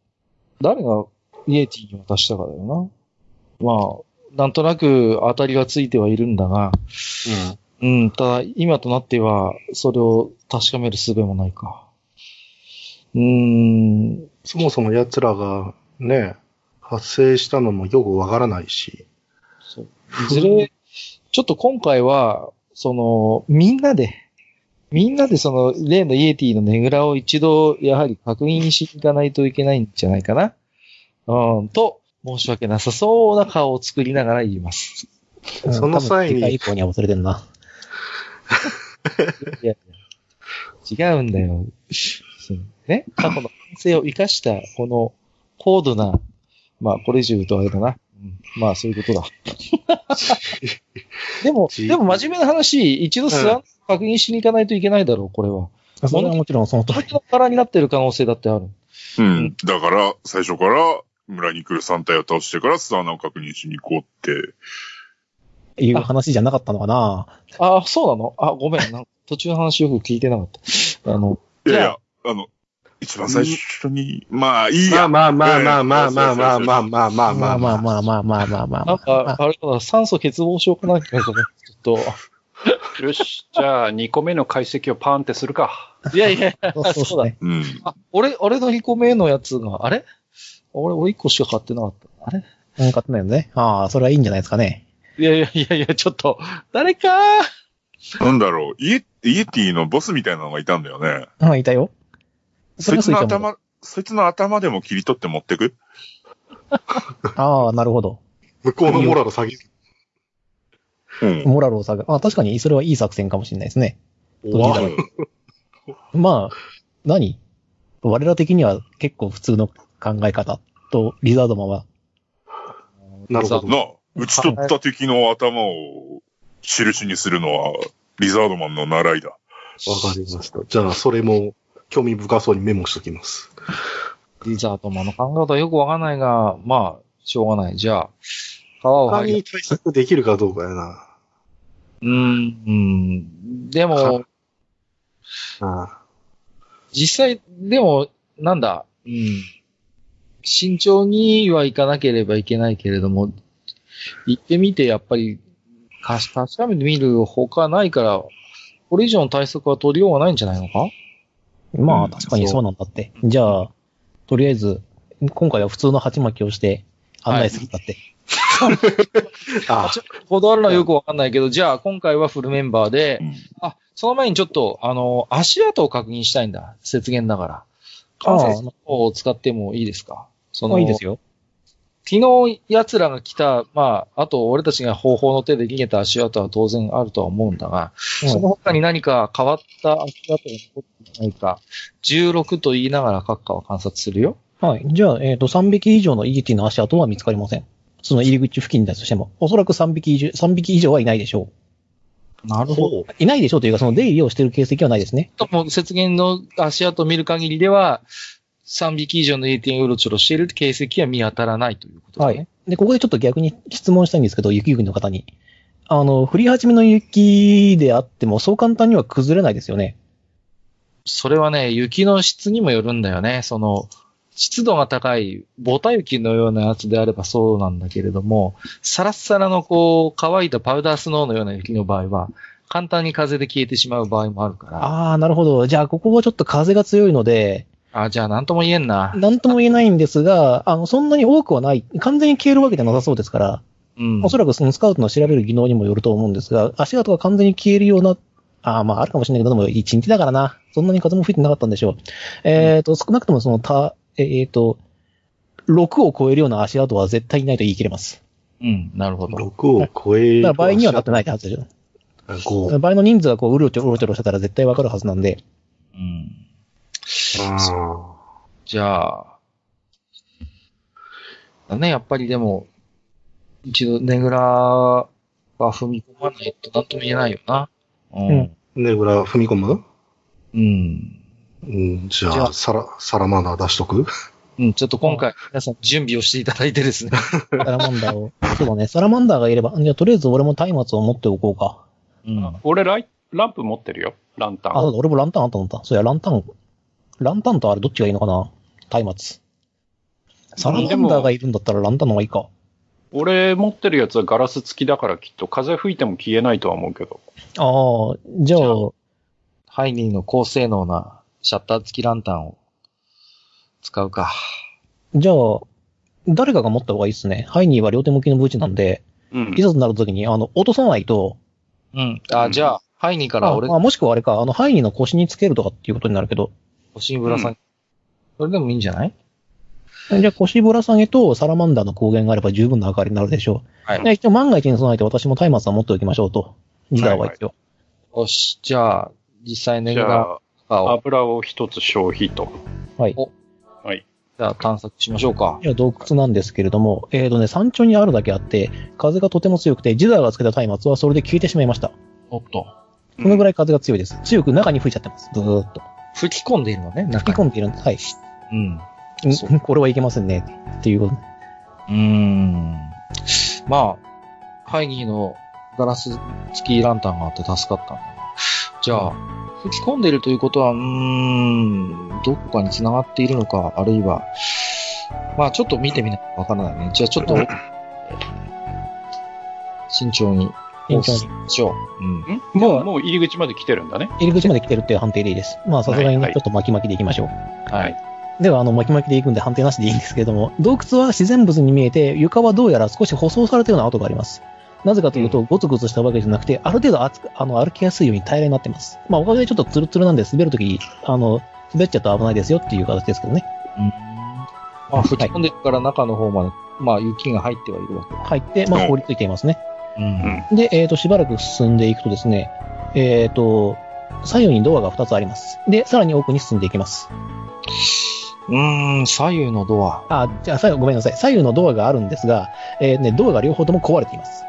Speaker 1: 誰がイエティに渡したかだよな。まあ、なんとなく当たりはついてはいるんだが、うん、ただ今となっては、それを確かめる術もないか。うーん、
Speaker 4: そもそも奴らが、ね、発生したのもよくわからないし。
Speaker 1: そう。いずれ、ちょっと今回は、その、みんなで、みんなでその、例のイエティのねぐらを一度、やはり確認しに行かないといけないんじゃないかな。うん、と、申し訳なさそうな顔を作りながら言います。
Speaker 2: う。
Speaker 4: その際
Speaker 2: うん多分
Speaker 4: に
Speaker 2: 次回以降には忘れてんな。
Speaker 1: いやいや違うんだよ。そうね、過去の反省を生かした、この、高度な、まあ、これ以上言うとあれだな。うんまあ、そういうことだ。でも、
Speaker 4: ち
Speaker 1: でも真面目な話、一度スワン確認しに行かないといけないだろう、これは。
Speaker 2: それはもちろんその通
Speaker 1: こっ
Speaker 2: り
Speaker 1: ち。の柄になってる可能性だってある。
Speaker 3: うん。だから、最初から村に来る3体を倒してから巣穴を確認しに行こうって。
Speaker 2: いう話じゃなかったのかな。
Speaker 1: ああ、そうなのあ、ごめん。なんか途中の話よく聞いてなかった。あの、
Speaker 3: いやい
Speaker 1: じゃ
Speaker 3: や、あの、一番最初に、まあ、いい
Speaker 4: ま
Speaker 3: や
Speaker 4: あ。まあまあまあまあまあまあまあまあまあまあまあ。
Speaker 2: まあまあまあまあまあま
Speaker 1: なん
Speaker 2: あまあま
Speaker 1: か、あれかな、酸素欠乏症かなんかかなちょっ
Speaker 5: よし、じゃあ、2個目の解析をパーンってするか。
Speaker 1: と。いやいや、
Speaker 2: あ。そうそう
Speaker 1: そう
Speaker 2: だね。
Speaker 3: うん。
Speaker 1: あ俺、俺の2個目のやつが、あれ俺、俺1個しか買ってなかった。あれ
Speaker 2: うん、勝てないよね。ああ、それはいいんじゃないですかね。
Speaker 1: いやいやいやいや、ちょっと、誰か
Speaker 3: なんだろう、イエイエティのボスみたいなのがいたんだよね。
Speaker 2: うん、いたよ。
Speaker 3: そいつ
Speaker 2: れが
Speaker 3: の
Speaker 2: 水晶も
Speaker 3: 頭、そいつの頭でも切り取って持ってく
Speaker 2: ああ、なるほど。
Speaker 4: 向こうのモラル下げる。
Speaker 3: うん。
Speaker 2: モラルを下げ、あ確かにそれはいい作戦かもしれないですね。
Speaker 4: 怖
Speaker 2: どっちだろうまあ、何我ら的には結構普通の考え方と、リザードマンは、
Speaker 4: なるほど。
Speaker 3: なあ、打ち取った敵の頭を印にするのは、リザードマンの習いだ。
Speaker 4: かりました。じゃあ、それも興味深そうにメモしときます。
Speaker 1: リザートマンの考え方はよくわかんないが、まあ、しょうがない。じゃあ、皮を
Speaker 4: 他
Speaker 1: 剥ぎ
Speaker 4: に対策できるかどうかやな。
Speaker 1: うーん、うんでも
Speaker 4: は、あ
Speaker 1: 実際、でも、なんだ、うん。慎重にはいかなければいけないけれども、行ってみて、やっぱり、かし確かめてみる他ないから、これ以上の対策は取りようがないんじゃないのか
Speaker 2: ま
Speaker 3: う
Speaker 2: あ
Speaker 3: ん
Speaker 2: 確かにそうなんだって。じゃあ、とりあえず、今回は普通の鉢巻きをして案内するんだって。
Speaker 4: あ
Speaker 1: ちょこだわるのはよくわかんないけど、じゃあ今回はフルメンバーで、
Speaker 3: うん
Speaker 1: あ、その前にちょっと、あの、足跡を確認したいんだ。雪原だから。
Speaker 2: あ
Speaker 1: 関
Speaker 2: あ
Speaker 1: 節を使ってもいいですかそ
Speaker 2: まあいいですよ。
Speaker 1: 昨日奴らが来た、まあ、あと俺たちが方法の手で逃げた足跡は当然あるとは思うんだが、その他に何か変わった足跡が残っていないか、16と言いながら各家は観察するよ。
Speaker 2: はい。じゃあ、えっ、と、3匹以上のイエティの足跡は見つかりません。その入り口付近だとしても、おそらく3匹以上、3匹以上はいないでしょ
Speaker 1: な
Speaker 4: あ、。ほ
Speaker 2: う。いないでしょうというか、その出入りをしている形跡はないですね。
Speaker 1: とも、雪原の足跡を見る限りでは、3匹以上の ATM をうろちょろしている形跡は見当たらないということだね。。
Speaker 2: で、ここでちょっと逆に質問したいんですけど、雪国の方に。あの、降り始めの雪であっても、そう簡単には崩れないですよね。
Speaker 1: それはね、雪の質にもよるんだよね。その、湿度が高い、ボタ雪のようなやつであればそうなんだけれども、サラッサラのこう、乾いたパウダースノーのような雪の場合は、簡単に風で消えてしまう場合もあるから、
Speaker 2: ああ、なるほど。じゃあ、ここはちょっと風が強いので、
Speaker 1: あじゃあなんとも言えんな。
Speaker 2: なんとも言えないんですが、あの、そんなに多くはない。完全に消えるわけではなさそうですから、
Speaker 1: うん。
Speaker 2: おそらくそのスカウトの調べる技能にもよると思うんですが、足跡が完全に消えるような、ああ、まああるかもしれないけど、でも一日だからな。そんなに風も吹いてなかったんでしょう。えっ、と、少なくともその、た、えっ、えーと、6を超えるような足跡は絶対にないと言い切れます。
Speaker 1: うん、なるほど。
Speaker 4: 6を超え
Speaker 2: だ
Speaker 4: る
Speaker 2: から倍にはなってないはずでしょ。
Speaker 4: 5。
Speaker 2: 倍の人数がこう、うろちょうろちょろしてたら絶対わかるはずなんで。
Speaker 1: うん。
Speaker 4: あ
Speaker 1: じゃあ、だね、やっぱりでも、一度、ねぐらは踏み込まないとなんとも言えないよな。
Speaker 2: うん。
Speaker 4: ーね、裏踏み込む
Speaker 1: うん。
Speaker 4: うん、じ
Speaker 1: じ
Speaker 4: ゃ
Speaker 1: ゃあ
Speaker 4: あ、サラ、サラマンダー出しとく
Speaker 1: うん、ちょっと今回、皆さん準備をしていただいてですね。
Speaker 2: サラマンダーを。そうだね。サラマンダーがいれば、じゃあとりあえず俺も松明を持っておこうか。
Speaker 1: うん。
Speaker 5: 俺ライ、ランプ持ってるよ。ランタ
Speaker 2: あ、そう
Speaker 5: ン。
Speaker 2: だ、俺もランタンあったと思った。そういや、ランタン、ランタンとあれどっちがいいのかな松明。サラマンダーがいるんだったらランタンの方がいいか。
Speaker 5: 俺持ってるやつはガラス付きだからきっと風吹いても消えないとは思うけど。
Speaker 2: ああ、じゃあ、
Speaker 1: ハイニーの高性能なシャッター付きランタンを使うか。
Speaker 2: じゃあ、誰かが持った方がいいっすね。ハイニーは両手向きのブーチなんで、
Speaker 5: うん
Speaker 2: い。ざとなるときに、あの、落とさないと、
Speaker 1: うん。あ、じゃあ、ハイニーから
Speaker 2: あ
Speaker 1: 俺
Speaker 2: あ、もしくはあれか、あの、ハイニーの腰につけるとかっていうことになるけど、
Speaker 1: 星にぶら下げ、それでもいいんじゃない
Speaker 2: じゃあ腰ぶら下げとサラマンダーの光源があれば十分な明かりになるでしょう。
Speaker 1: はい
Speaker 2: で一応万が一に備えて私も松明は持っておきましょうと。ギターは一応。
Speaker 1: よし、じゃあ、実際ネ
Speaker 5: じ
Speaker 1: グ
Speaker 5: ゃ
Speaker 1: ラ
Speaker 5: あ、
Speaker 1: カを、
Speaker 5: 油を一つ消費と。
Speaker 2: はい
Speaker 1: お
Speaker 5: はい。
Speaker 1: じゃあ探索しましょうか
Speaker 2: い。や、洞窟なんですけれども、えーとね、山頂にあるだけあって、風がとても強くて、ジダーがつけた松明はそれで消えてしまいました。
Speaker 1: おっと。
Speaker 2: このぐらい風が強いです。強く中に吹いちゃってます。ずーっと。
Speaker 1: 吹き込んでいるのね、中
Speaker 2: 吹
Speaker 1: に
Speaker 2: き込んでいるんです。はい。
Speaker 1: うん。そ
Speaker 2: うんこれはいけませんね。っていうこと。
Speaker 1: うーん。まあ、ハイニーのガラス付きランタンがあって助かったんだなじゃあ、吹き込んでいるということは、うーん、どこかに繋がっているのか、あるいは、まあちょっと見てみないとわからないね。じゃあちょっと、慎重に、
Speaker 2: 慎重に
Speaker 1: しよう。うん。
Speaker 5: んもう、もう入り口まで来てるんだね。
Speaker 2: 入り口まで来てるっていう判定でいいです。まあ、さすがに
Speaker 5: は
Speaker 2: ね
Speaker 5: い
Speaker 2: ちょっと巻き巻きでいきましょう。
Speaker 1: はいい。
Speaker 2: では、あの、巻き巻きで行くんで判定なしでいいんですけれども、洞窟は自然物に見えて、床はどうやら少し舗装されたような跡があります。なぜかというと、ゴツゴツしたわけじゃなくて、ある程度厚くあの歩きやすいように平らになってます。まあ、おかげでちょっとツルツルなんで滑るとき、あの、滑っちゃうと危ないですよっていう形ですけどね。
Speaker 1: うんまあ、吹き込んでいくから中の方まで、まあ雪が入ってはいるわけだ。
Speaker 2: 入って、まあ、凍りついていますね。
Speaker 1: うん。
Speaker 2: で、えっ、と、しばらく進んでいくとですね、えっ、と、左右にドアが2つあります。で、さらに奥に進んでいきます。
Speaker 1: うーん、左右のドア。
Speaker 2: あ、じゃあ、左右、ごめんなさい。左右のドアがあるんですが、えーね、ドアが両方とも壊れています。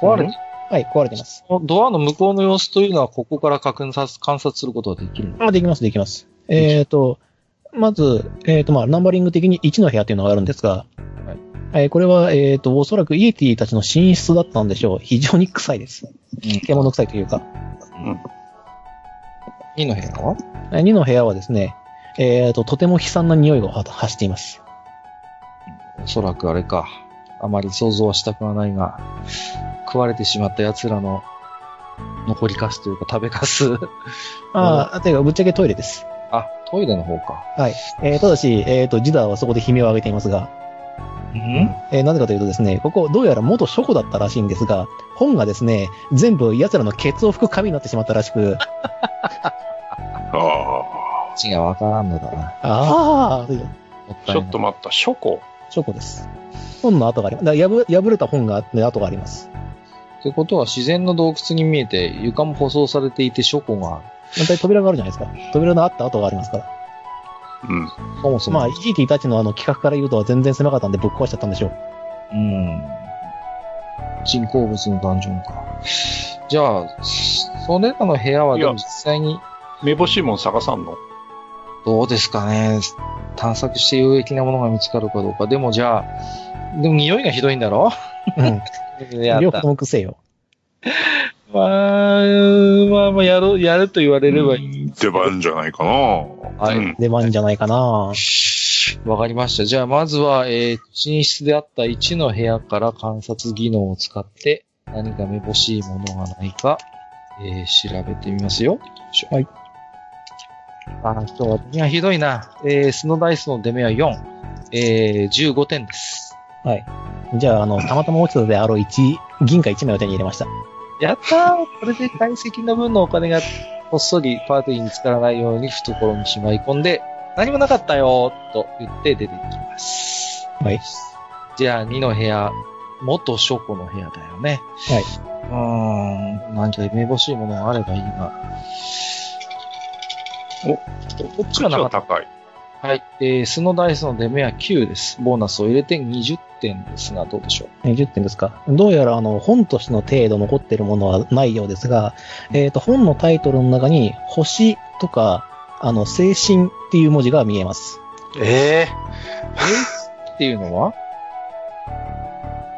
Speaker 1: 壊れて
Speaker 2: はい、壊れてます。
Speaker 1: ドアの向こうの様子というのは、ここから確認さ観察することはできるの
Speaker 2: あ、できます、できます。えっ、と、まず、えっ、と、まあ、ナンバリング的に1の部屋っていうのがあるんですが、はい、これは、えっ、と、おそらくイエティたちの寝室だったんでしょう。非常に臭いです。獣臭いというか。
Speaker 1: ?2 の部屋は
Speaker 2: えー2の部屋はですね、えっ、と、とても悲惨な匂いがは発しています。
Speaker 1: おそらくあれか。あまり想像はしたくはないが、食われてしまった奴らの残りかすというか食べかす。
Speaker 2: ああ、ていうか、ぶっちゃけトイレです。
Speaker 1: あ、トイレの方か。
Speaker 2: はい。えーただし、えっ、と、ジダーはそこで悲鳴を上げていますが、
Speaker 1: うん
Speaker 2: えーなぜかというとですね、ここ、どうやら元書庫だったらしいんですが、本がですね、全部奴らのケツを拭く紙になってしまったらしく、
Speaker 3: ああ。
Speaker 1: ちがわからんのだな。
Speaker 2: ああ、とい
Speaker 1: も
Speaker 2: う
Speaker 1: ったい
Speaker 5: ち
Speaker 1: な
Speaker 5: ょ
Speaker 1: い
Speaker 5: っと待った、書庫
Speaker 2: 書庫です。本の跡があります。だから破破れた本があって跡があります。
Speaker 1: ってことは自然の洞窟に見えて、床も舗装されていて書庫がある。
Speaker 2: 反対に扉があるじゃないですか。扉のあった跡がありますから。
Speaker 5: うん。
Speaker 1: そもそも。
Speaker 2: まあ、イーティたちのあの企画から言うとは全然狭かったんでぶっ壊しちゃったんでしょう。
Speaker 1: うん。人工物のダンジョンか。じゃあ、それらの部屋はでも
Speaker 5: いや
Speaker 1: 実際に、
Speaker 5: めぼしいもん探さんの
Speaker 1: どうですかね。探索して有益なものが見つかるかどうか。でもじゃあ、でも匂いがひどいんだろ
Speaker 2: うん。
Speaker 1: や
Speaker 2: 両
Speaker 1: っ
Speaker 2: 方
Speaker 1: た
Speaker 2: と。もくせえよ。
Speaker 1: まあ、まあ、まあ、やる、やると言われればいい。
Speaker 3: 出番じゃないかな。
Speaker 1: はい
Speaker 3: うん
Speaker 2: 出番じゃないかな
Speaker 1: わかりました。じゃあ、まずは、えー寝室であった1の部屋から観察技能を使って、何かめぼしいものがないか、えー調べてみますよ。
Speaker 2: はい。
Speaker 1: あー、今日は、いや、ひどいな。えー、スノーダイスの出目は4。えー、15点です。
Speaker 2: はい。じゃあ、あの、たまたま落ちたであろう1、銀貨1枚を手に入れました。
Speaker 1: やったーこれで解析の分のお金が、こっそりパーティーに使わないように懐にしまい込んで、何もなかったよーと言って出ていきます。
Speaker 2: はい。
Speaker 1: じゃあ2の部屋、元書庫の部屋だよね。はい。うーん、なんかめぼしいものがあればいいが。
Speaker 5: こっ
Speaker 1: ちはなかっ
Speaker 5: 高い。
Speaker 1: はい。えー、スノダイスの出目は9です。ボーナスを入れて20点ですが、どうでしょう。
Speaker 2: 20点ですか。どうやら、あの、本としての程度残ってるものはないようですが、えっ、と、本のタイトルの中に、星とか、あの、精神っていう文字が見えます。
Speaker 4: ええ
Speaker 1: っていうのは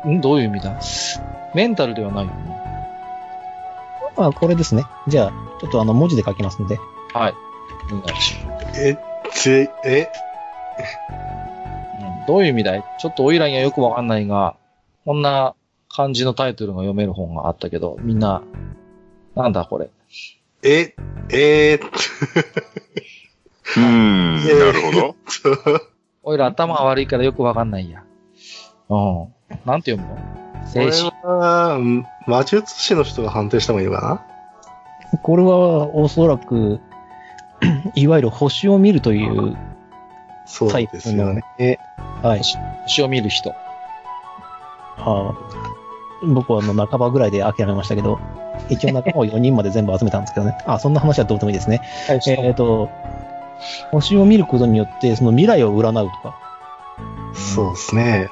Speaker 1: んどういう意味だメンタルではないよね。
Speaker 2: まあ、これですね。じゃあ、ちょっとあの、文字で書きますんで。
Speaker 1: はい。お願いします。
Speaker 4: え、ぜ、え、
Speaker 1: うん、どういう意味だいちょっとオイラにはよくわかんないが、こんな漢字のタイトルが読める本があったけど、みんな、なんだこれ。
Speaker 4: え、えー、
Speaker 3: うーん、なるほど。
Speaker 1: おいら頭が悪いからよくわかんないや。うん。なんて読むの
Speaker 4: これ
Speaker 1: 精神。
Speaker 4: は、うん魔術師の人が判定した方がいいのか
Speaker 2: これは、おそらく、 いわゆる星を見るという、
Speaker 4: なそうですよね。
Speaker 2: はい。
Speaker 1: 星を見る人。
Speaker 2: あー僕はあの半ばぐらいで諦めましたけど、一応仲間を4人まで全部集めたんですけどね。あ、そんな話はどうでもいいですね。
Speaker 1: はい
Speaker 2: えっ、と、星を見ることによって、その未来を占うとか、
Speaker 4: そうですね。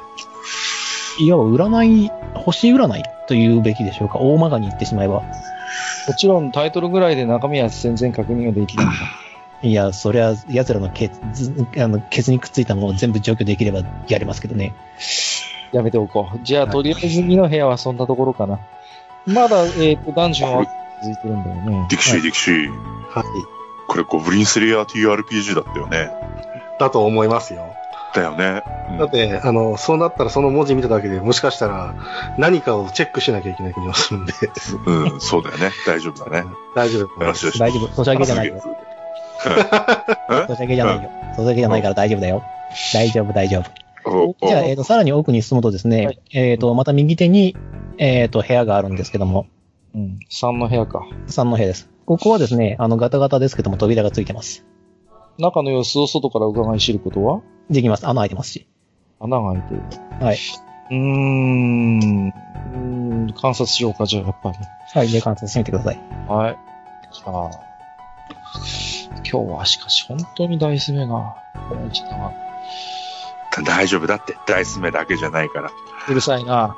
Speaker 2: いわば占い、星占いというべきでしょうか。大まかに言ってしまえば。
Speaker 1: もちろんタイトルぐらいで中身は全然確認ができない。
Speaker 2: いや、そりゃ、奴らのケツ、あの、ケツにくっついたものを全部除去できればやりますけどね。
Speaker 1: やめておこう。じゃあ、とりあえず2の部屋はそんなところかな。まだ、えっ、と、ダンジョンは続いてるんだよね。
Speaker 3: ディクシー、ディクシー。
Speaker 4: はい。
Speaker 3: これゴブリンスレイヤー TRPG だったよね。
Speaker 4: だと思いますよ。
Speaker 3: だよね。
Speaker 4: だって、あの、そうなったらその文字見ただけでもしかしたら何かをチェックしなきゃいけない気もするんで。
Speaker 3: うん、そうだよね。大丈夫だね。
Speaker 4: 大丈夫だと思い
Speaker 3: よ
Speaker 4: ま
Speaker 3: し
Speaker 4: す。
Speaker 3: よし。
Speaker 2: 大丈夫。ソシャゲじゃない
Speaker 3: あ
Speaker 2: よ。
Speaker 3: すげえ
Speaker 2: ソシャゲじゃないよ。ソシャゲじゃないから大丈夫だよ。大丈夫、大丈夫。
Speaker 3: おお
Speaker 2: じゃあ、えっ、と、さらに奥に進むとですね、
Speaker 1: はい
Speaker 2: えっ、と、また右手に、えっ、と、部屋があるんですけども、
Speaker 1: うん。3の部屋か。
Speaker 2: 3の部屋です。ここはですね、あの、ガタガタですけども、扉がついてます。
Speaker 1: 中の様子を外から伺い知ることは
Speaker 2: できます。穴開いてますし。
Speaker 1: 穴が開いてる。
Speaker 2: はい。
Speaker 1: うーん。うーん観察しようか、じゃあ、やっぱり。
Speaker 2: はい、で、観察してみてください。
Speaker 1: はい。じゃあ、今日はしかし本当にダイス目が、この一打が
Speaker 3: 大丈夫だって。ダイス目だけじゃないから。
Speaker 1: うるさいな。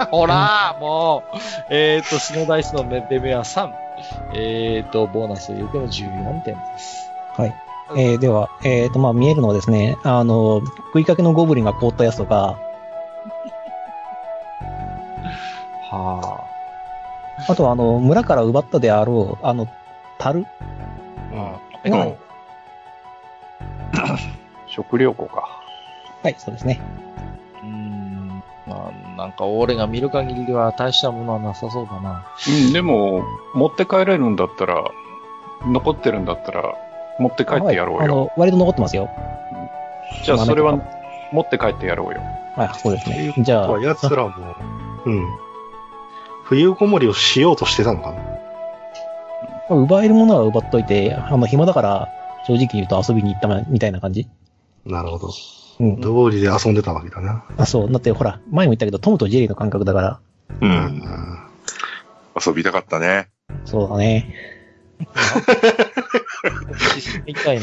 Speaker 1: ほらー、もう、えっ、ー、と、スノーダイスのメレベルは3。えっ、ー、と、ボーナスを入れても14点です。
Speaker 2: えーでは、えっ、と、まあ、見えるのはですね、あの、食いかけのゴブリンが凍ったやつとか、
Speaker 1: は
Speaker 2: あとは、あの、村から奪ったであろう、あの、樽
Speaker 3: うん。
Speaker 2: が、
Speaker 5: 食料庫か。
Speaker 2: はい、そうですね。
Speaker 1: あ。うーん。まあ、なんか、俺が見る限りでは大したものはなさそうだ な。
Speaker 5: うん、でも、持って帰れるんだったら、残ってるんだったら、持って帰ってやろう
Speaker 2: あ
Speaker 5: よ。
Speaker 2: の、割と残ってますよ。
Speaker 5: じゃあ、
Speaker 2: まあ
Speaker 5: それは
Speaker 2: なん、
Speaker 5: 持って帰ってやろうよ。
Speaker 2: はい、そうです
Speaker 4: という
Speaker 2: ね
Speaker 4: こ。
Speaker 2: じ
Speaker 4: と
Speaker 2: ゃあ
Speaker 4: は、、奴らも、うん。冬ごもりをしようとしてたのかな
Speaker 2: まあ奪えるものは奪っといて、あの、暇だから、正直言うと遊びに行ったまみたいな感じ。
Speaker 4: なるほど。
Speaker 2: うん。
Speaker 4: 道理で遊んでたわけだな。
Speaker 2: あ、そう。だってほら、前も言ったけど、トムとジェリーの感覚だから、
Speaker 4: う
Speaker 3: う。
Speaker 4: ん
Speaker 3: 遊びたかったね。
Speaker 2: そうだね。
Speaker 1: 一体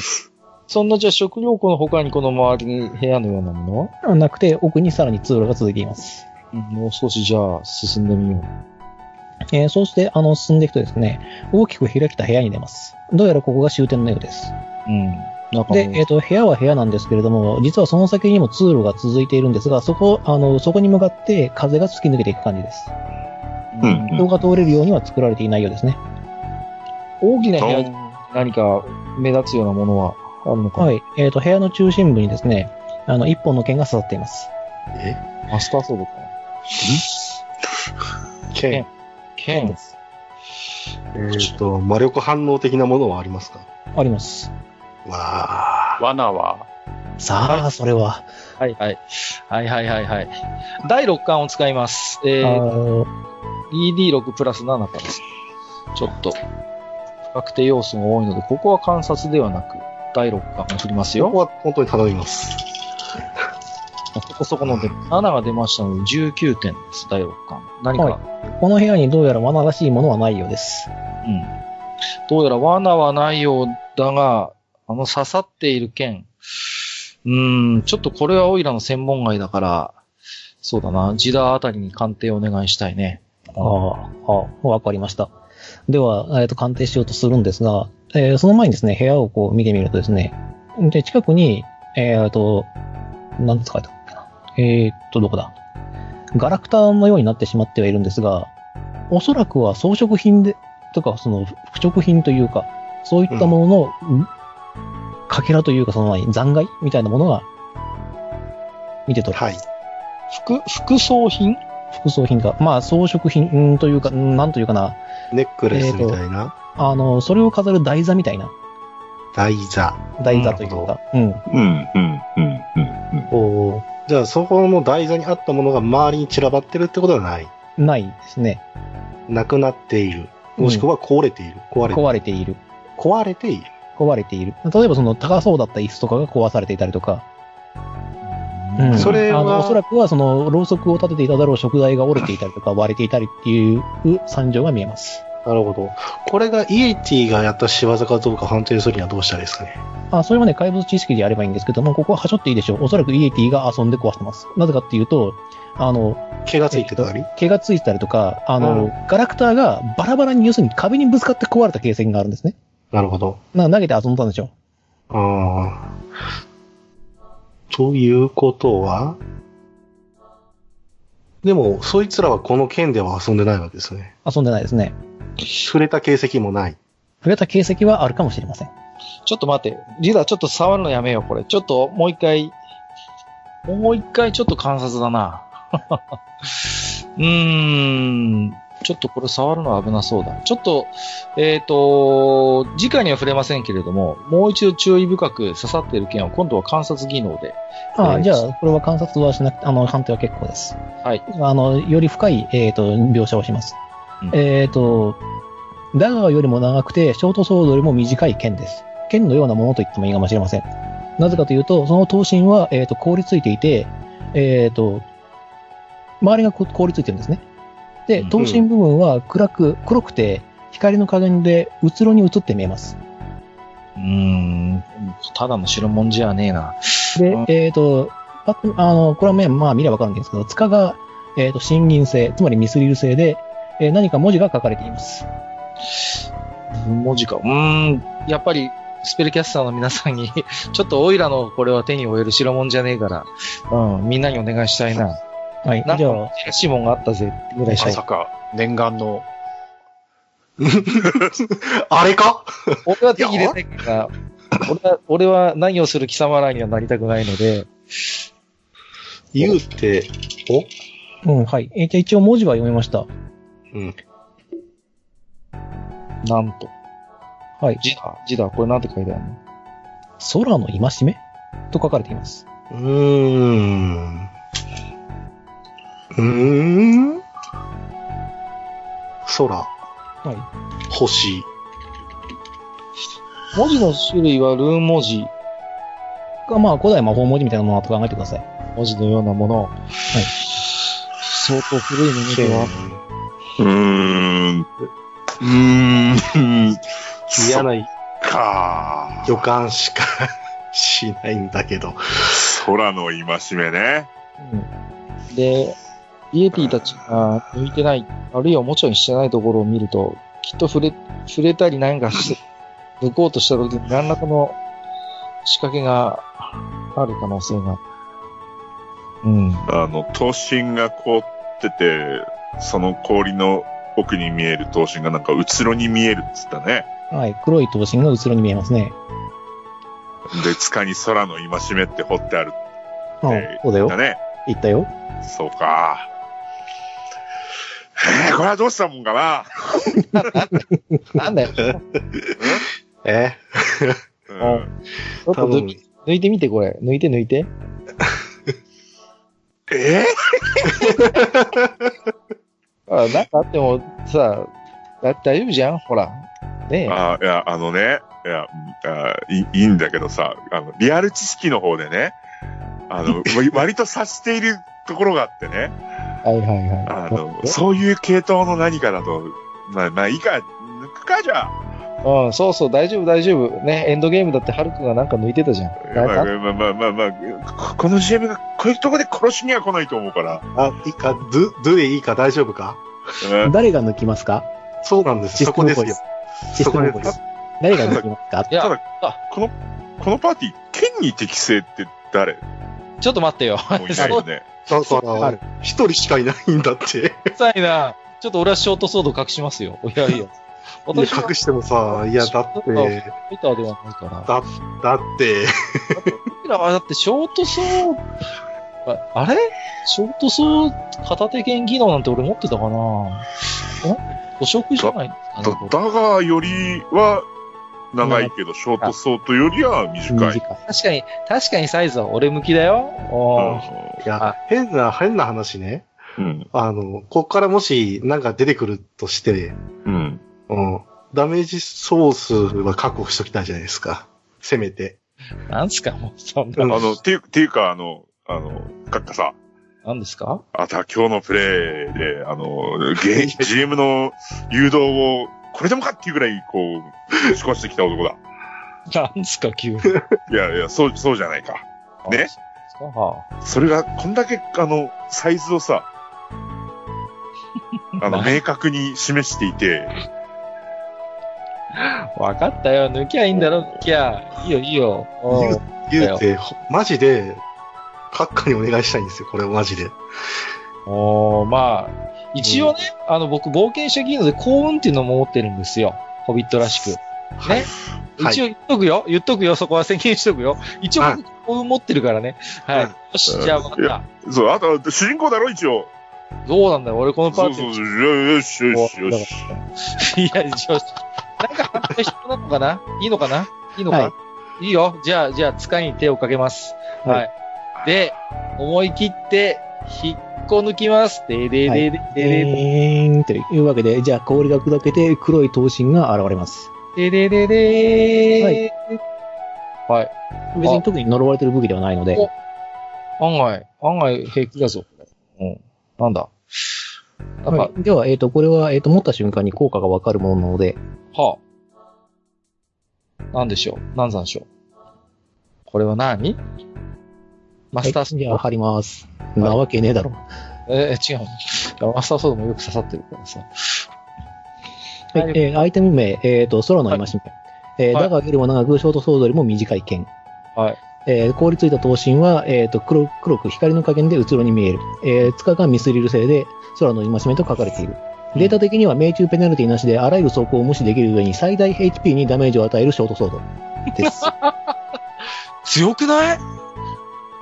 Speaker 1: そんな、じゃあ食料庫の他にこの周りに部屋のようなも
Speaker 2: なくて、奥にさらに通路が続いています。
Speaker 1: のもう少しじゃあ進んでみよう。
Speaker 2: えーそうして、あの、進んでいくとですね、大きく開けた部屋に出ます。どうやらここが終点のようです。
Speaker 1: うん。なんか
Speaker 2: で、えっ、と、部屋は部屋なんですけれども、実はその先にも通路が続いているんですが、そこ、あの、そこに向かって風が突き抜けていく感じです。
Speaker 3: う
Speaker 1: うんん。
Speaker 2: 人が通れるようには作られていないようですね。
Speaker 1: 大きな部屋に
Speaker 3: あ
Speaker 1: 何か目立つようなものはあるのかな、
Speaker 2: はい。えっ、と、部屋の中心部にですね、あの、一本の剣が刺さっています。
Speaker 4: え
Speaker 1: マスターソードかな
Speaker 4: 剣。
Speaker 1: 剣
Speaker 2: です。
Speaker 4: えっ、と、魔力反応的なものはありますか
Speaker 2: あります。
Speaker 4: わあ。
Speaker 5: 罠は、
Speaker 2: さあ、それは。
Speaker 1: はいはい。はいはいはいはい。第6巻を使います。え
Speaker 2: あ
Speaker 1: ー、
Speaker 2: ー
Speaker 1: ED6 プラス7からです。ちょっと、不確定要素が多いので、ここは観察ではなく、第6巻を振ります
Speaker 4: ここ
Speaker 1: よ。
Speaker 4: は本当に頼みます。
Speaker 1: そこそこの出7が出ましたので、19点です、第6巻。何か、
Speaker 2: はいこの部屋にどうやら罠らしいものはないようです。
Speaker 1: うん。どうやら罠はないようだが、あの刺さっている剣。うーん、ちょっとこれはオイラの専門外だから、そうだな、ジダあたりに鑑定をお願いしたいね。
Speaker 2: ああ、ああわかりました。では、えっ、と、鑑定しようとするんですが、えーその前にですね、部屋をこう見てみるとですね、で、近くに、えっ、と、何て書いてあったっけな。えっ、と、どこだ。ガラクタのようになってしまってはいるんですが、おそらくは装飾品で、とか、その、腐食品というか、そういったものの、んかけらというか、その何、残骸みたいなものが、見て取れます
Speaker 4: はい。
Speaker 1: 服、服装品
Speaker 2: 副葬品か、まあ装飾品うんというか、うんなんというかな、
Speaker 4: ネックレスみたいな、
Speaker 2: あの、それを飾る台座みたいな、
Speaker 4: 台座。
Speaker 2: 台座というか、うん。
Speaker 3: うん、うん、うん、うん。
Speaker 4: おーじゃあ、そこの台座にあったものが周りに散らばってるってことはない。
Speaker 2: ないですね。
Speaker 4: なくなっている。もしくは壊れている。壊れている。
Speaker 2: 壊れている。壊
Speaker 4: 壊れている。
Speaker 2: れている。例えばその高そうだった椅子とかが壊されていたりとか、うん
Speaker 4: それは
Speaker 2: あのおそらくはそのろうそくを立てていただろう食材が折れていたりとか割れていたりっていう惨状が見えます。
Speaker 4: なるほど。これがイエティがやった仕業かどうか判定するにはどうしたらいいですかね。
Speaker 2: あ、それはね、怪物知識でやればいいんですけども、ここははしょっていいでしょう。おそらくイエティが遊んで壊してます。なぜかっていうと、あの、
Speaker 4: 毛がついてたり、
Speaker 2: 毛がついてたりとか、あの、ガラクターがバラバラに、要するに壁にぶつかって壊れた形跡があるんですね。
Speaker 4: なるほど。
Speaker 2: な投げて遊んだんでしょ
Speaker 4: ああ。ということはでも、そいつらはこの剣では遊んでないわけですね。
Speaker 2: 遊んでないですね。
Speaker 4: 触れた形跡もない。
Speaker 2: 触れた形跡はあるかもしれません。
Speaker 1: ちょっと待って、リーダーちょっと触るのやめよう、これ。ちょっともう一回、もう一回ちょっと観察だな。うーん、ちょっとこれ触るのは危なそうだ。ちょっと、えっ、と、直には触れませんけれども、もう一度注意深く刺さっている件を今度は観察技能で。
Speaker 2: あ
Speaker 1: はい
Speaker 2: じゃあ、これは観察はしなくて、あの、判定は結構です。
Speaker 1: はい。
Speaker 2: あの、より深い、えっ、と、描写をします。
Speaker 1: うん
Speaker 2: えっ、と、ダガーよりも長くて、ショートソードよりも短い剣です。剣のようなものと言ってもいいかもしれません。なぜかというと、その刀身は、えっ、と、凍りついていて、えっ、と、周りがこ凍りついてるんですね。で、
Speaker 1: うん
Speaker 2: 刀身部分は暗く、黒くて、光の加減で、うつろに映って見えます。
Speaker 1: うーん、ただの白もんじゃねえな。
Speaker 2: で、えっ、と、パッとあの、これはねまあ見ればわかるんですけど、塚が、
Speaker 7: えっ、と、信銀性、つまりミスリル性で、えー何か文字が書かれています。
Speaker 1: 文字か。うーん。やっぱり、スペルキャスターの皆さんに、 ちょっとオイラのこれは手に負える代物じゃねえから、うん、みんなにお願いしたいな。
Speaker 7: はい
Speaker 1: な。ん
Speaker 7: じ
Speaker 1: か
Speaker 7: ゃ
Speaker 1: 欲
Speaker 7: あ、
Speaker 1: しいもんがあったぜ、ぐらいした
Speaker 5: ま
Speaker 1: い
Speaker 5: さ。か、念願の、
Speaker 4: あれか
Speaker 1: 俺は手に入れたいから、俺は、俺は何をする貴様らにはなりたくないので、
Speaker 4: 言うて、
Speaker 7: うん、はい。えーじゃあ一応文字は読めました。
Speaker 4: うん。
Speaker 1: なんと。
Speaker 7: はい。
Speaker 1: 字だ、字だ、これなんて書いてあるの
Speaker 7: 空の戒めと書かれています。
Speaker 4: うーん。うーん。空、
Speaker 7: はい。
Speaker 4: 星、
Speaker 1: 文字の種類はルーン文字、
Speaker 7: が、まあ、古代魔法文字みたいなものだと考えてください。
Speaker 1: 文字のようなもの。はい。相当古いもので
Speaker 4: 剣、
Speaker 1: は、
Speaker 3: うーん。うーん。
Speaker 4: 嫌
Speaker 3: そっ
Speaker 4: な
Speaker 3: か
Speaker 4: 予感しか しないんだけど。
Speaker 3: 空の戒めね。
Speaker 1: で、イエティたちが向いてない、あるいはおもちゃにしてないところを見ると、きっと触れ、触れたりなんかして、抜こうとした時に何らかの仕掛けがある可能性が。うん。
Speaker 3: あの、刀身が凍ってて、その氷の奥に見える刀身がなんかうつろに見えるっつったね。
Speaker 7: はい。黒い刀身が後ろに見えますね。
Speaker 3: で、塚に空の戒めって彫ってあるっ
Speaker 7: うん
Speaker 3: えー
Speaker 7: そうだよ
Speaker 3: だ。ね。
Speaker 7: 言ったよ。
Speaker 3: そうか。えー、これはどうしたもんかな。
Speaker 1: なんだ よ。
Speaker 4: え
Speaker 3: うん
Speaker 1: んちょ
Speaker 4: 多
Speaker 1: っと抜
Speaker 4: 分
Speaker 1: き、抜いてみて、これ。抜いて、抜いて。
Speaker 3: え
Speaker 1: あなんかあっても、さ、だ大丈夫じゃんほら。ねえ
Speaker 3: ー、。あーいや、あのね、いや、あーいいいんだけどさ、あの、リアル知識の方でね、あの、割割と察しているところがあってね、
Speaker 1: はいはいはい。
Speaker 3: あの、そういう系統の何かだと、まあ、まあ、いいか、抜くかじゃあ。
Speaker 1: うん、そうそう、大丈夫、大丈夫。ね、エンドゲームだって、ハルクがなんか抜いてたじゃん。
Speaker 3: まあ
Speaker 1: な
Speaker 3: まあ
Speaker 1: んか
Speaker 3: まあまあまあ、ここの CM がこういうとこで殺しには来ないと思うから。
Speaker 4: あ、いいか、ど、どでいいか大丈夫か
Speaker 3: うん
Speaker 2: 誰が抜きますか
Speaker 4: そうなんです。そこですよ。
Speaker 2: シス
Speaker 4: そ
Speaker 2: テ
Speaker 4: こ
Speaker 2: ム
Speaker 4: で
Speaker 2: ボイ
Speaker 4: す
Speaker 2: ス。誰が抜きますか
Speaker 1: いや、
Speaker 3: この、このパーティー、剣に適正って誰も
Speaker 1: ちょっと待ってよ。
Speaker 3: ういないよね。
Speaker 4: だか
Speaker 2: あ
Speaker 4: ら
Speaker 2: る、
Speaker 4: 一人しかいないんだって。
Speaker 1: うるさいな。ちょっと俺はショートソード隠します よ。いやいや。
Speaker 4: いや
Speaker 1: 私は
Speaker 4: 隠してもさ、いや、だっ
Speaker 1: ちょ
Speaker 4: て、
Speaker 1: 見たではないから。
Speaker 4: だ、だって、
Speaker 1: 僕らはだってショートソード、ああれショートソード片手剣技能なんて俺持ってたかなえ捕食じゃないですかねこれ
Speaker 3: だがよりは長いけど、ショートソートよりは短い。
Speaker 7: 短い。
Speaker 1: 確かに、確かにサイズは俺向きだよ。おー
Speaker 4: いや、変な、変な話ね。
Speaker 3: うん。
Speaker 4: あの、こっからもし、なんか出てくるとして、
Speaker 3: うん。
Speaker 4: うん、ダメージソースは確保しときたいじゃないですか。せめて。
Speaker 1: なんすかもうそんな。
Speaker 3: あの、っていう、っていうか、あの、あの、かっかさ、
Speaker 1: なんですか
Speaker 3: あた、今日のプレイで、あの、ゲ ー GM の誘導を、これでもかっていうぐらい、こう、ぶち壊してきた男だ。
Speaker 1: なんすか 急に。
Speaker 3: いやいや、そう、そうじゃないか。ね
Speaker 1: あそうはあ
Speaker 3: それが、こんだけ、あの、サイズを さ、あの、明確に示していて、
Speaker 1: わかったよ。抜きゃいいんだろ、抜きゃ。いいよ、いいよ。おー
Speaker 4: 言うて、ほマジで、カッカにお願いしたいんですよ、これマジで。
Speaker 1: おー、まあ、一応ね、あの、僕、冒険者技能で幸運っていうのも持ってるんですよ。ホビットらしく。ね。
Speaker 4: はい
Speaker 1: 一応言っとくよ。言っとくよ。そこは宣言しとくよ。一応
Speaker 4: はい
Speaker 1: 僕、幸運持ってるからね。はい。
Speaker 4: うん
Speaker 1: よし、じゃあ分かっ
Speaker 3: そう、あと、主人公だろ、一応。
Speaker 1: た。どうなんだよ。俺、このパ
Speaker 3: そ
Speaker 1: ー
Speaker 3: う
Speaker 1: テ
Speaker 3: そ
Speaker 1: ィ
Speaker 3: う
Speaker 1: ー
Speaker 3: そう、よしよしよし。
Speaker 1: いや、一応、なんか反対必要なのかないいのかないいのか、、
Speaker 2: はい
Speaker 1: いよ。じゃあ、じゃあ、使いに手をかけます。はい。で、思い切って、引っこ抜きます。ででででででで
Speaker 2: えーん、というわけで、じゃあ氷が砕けて黒い刀身が現れます。
Speaker 1: でででで
Speaker 2: はい
Speaker 1: はい。
Speaker 2: 別に特に呪われてる武器ではないので、
Speaker 1: お案外、案外平気だぞ。うん。なんだ。なんか、
Speaker 2: はい、では、えっ、と、これは、えっ、と、持った瞬間に効果がわかるものなので、
Speaker 1: はあ。なんでしょう。なんざんでしょう。これは何マスタース
Speaker 2: はいじゃあ貼ります。
Speaker 1: い
Speaker 2: なわけねえだろ。
Speaker 1: えー違うの。いやマスターソードもよく刺さってるからさ。
Speaker 2: はい、えーアイテム名、えっ、と、空の戒め。えー
Speaker 1: はい
Speaker 2: だがよりも長く、ショートソードよりも短い剣。
Speaker 1: はい。
Speaker 2: えー凍りついた刀身は、えっ、と黒、黒く光の加減でうつろに見える。えー塚がミスリル製で、空の戒めと書かれている。データ的には命中ペナルティなしで、あらゆる走行を無視できる上に最大 HP にダメージを与えるショートソード です。
Speaker 1: 強くない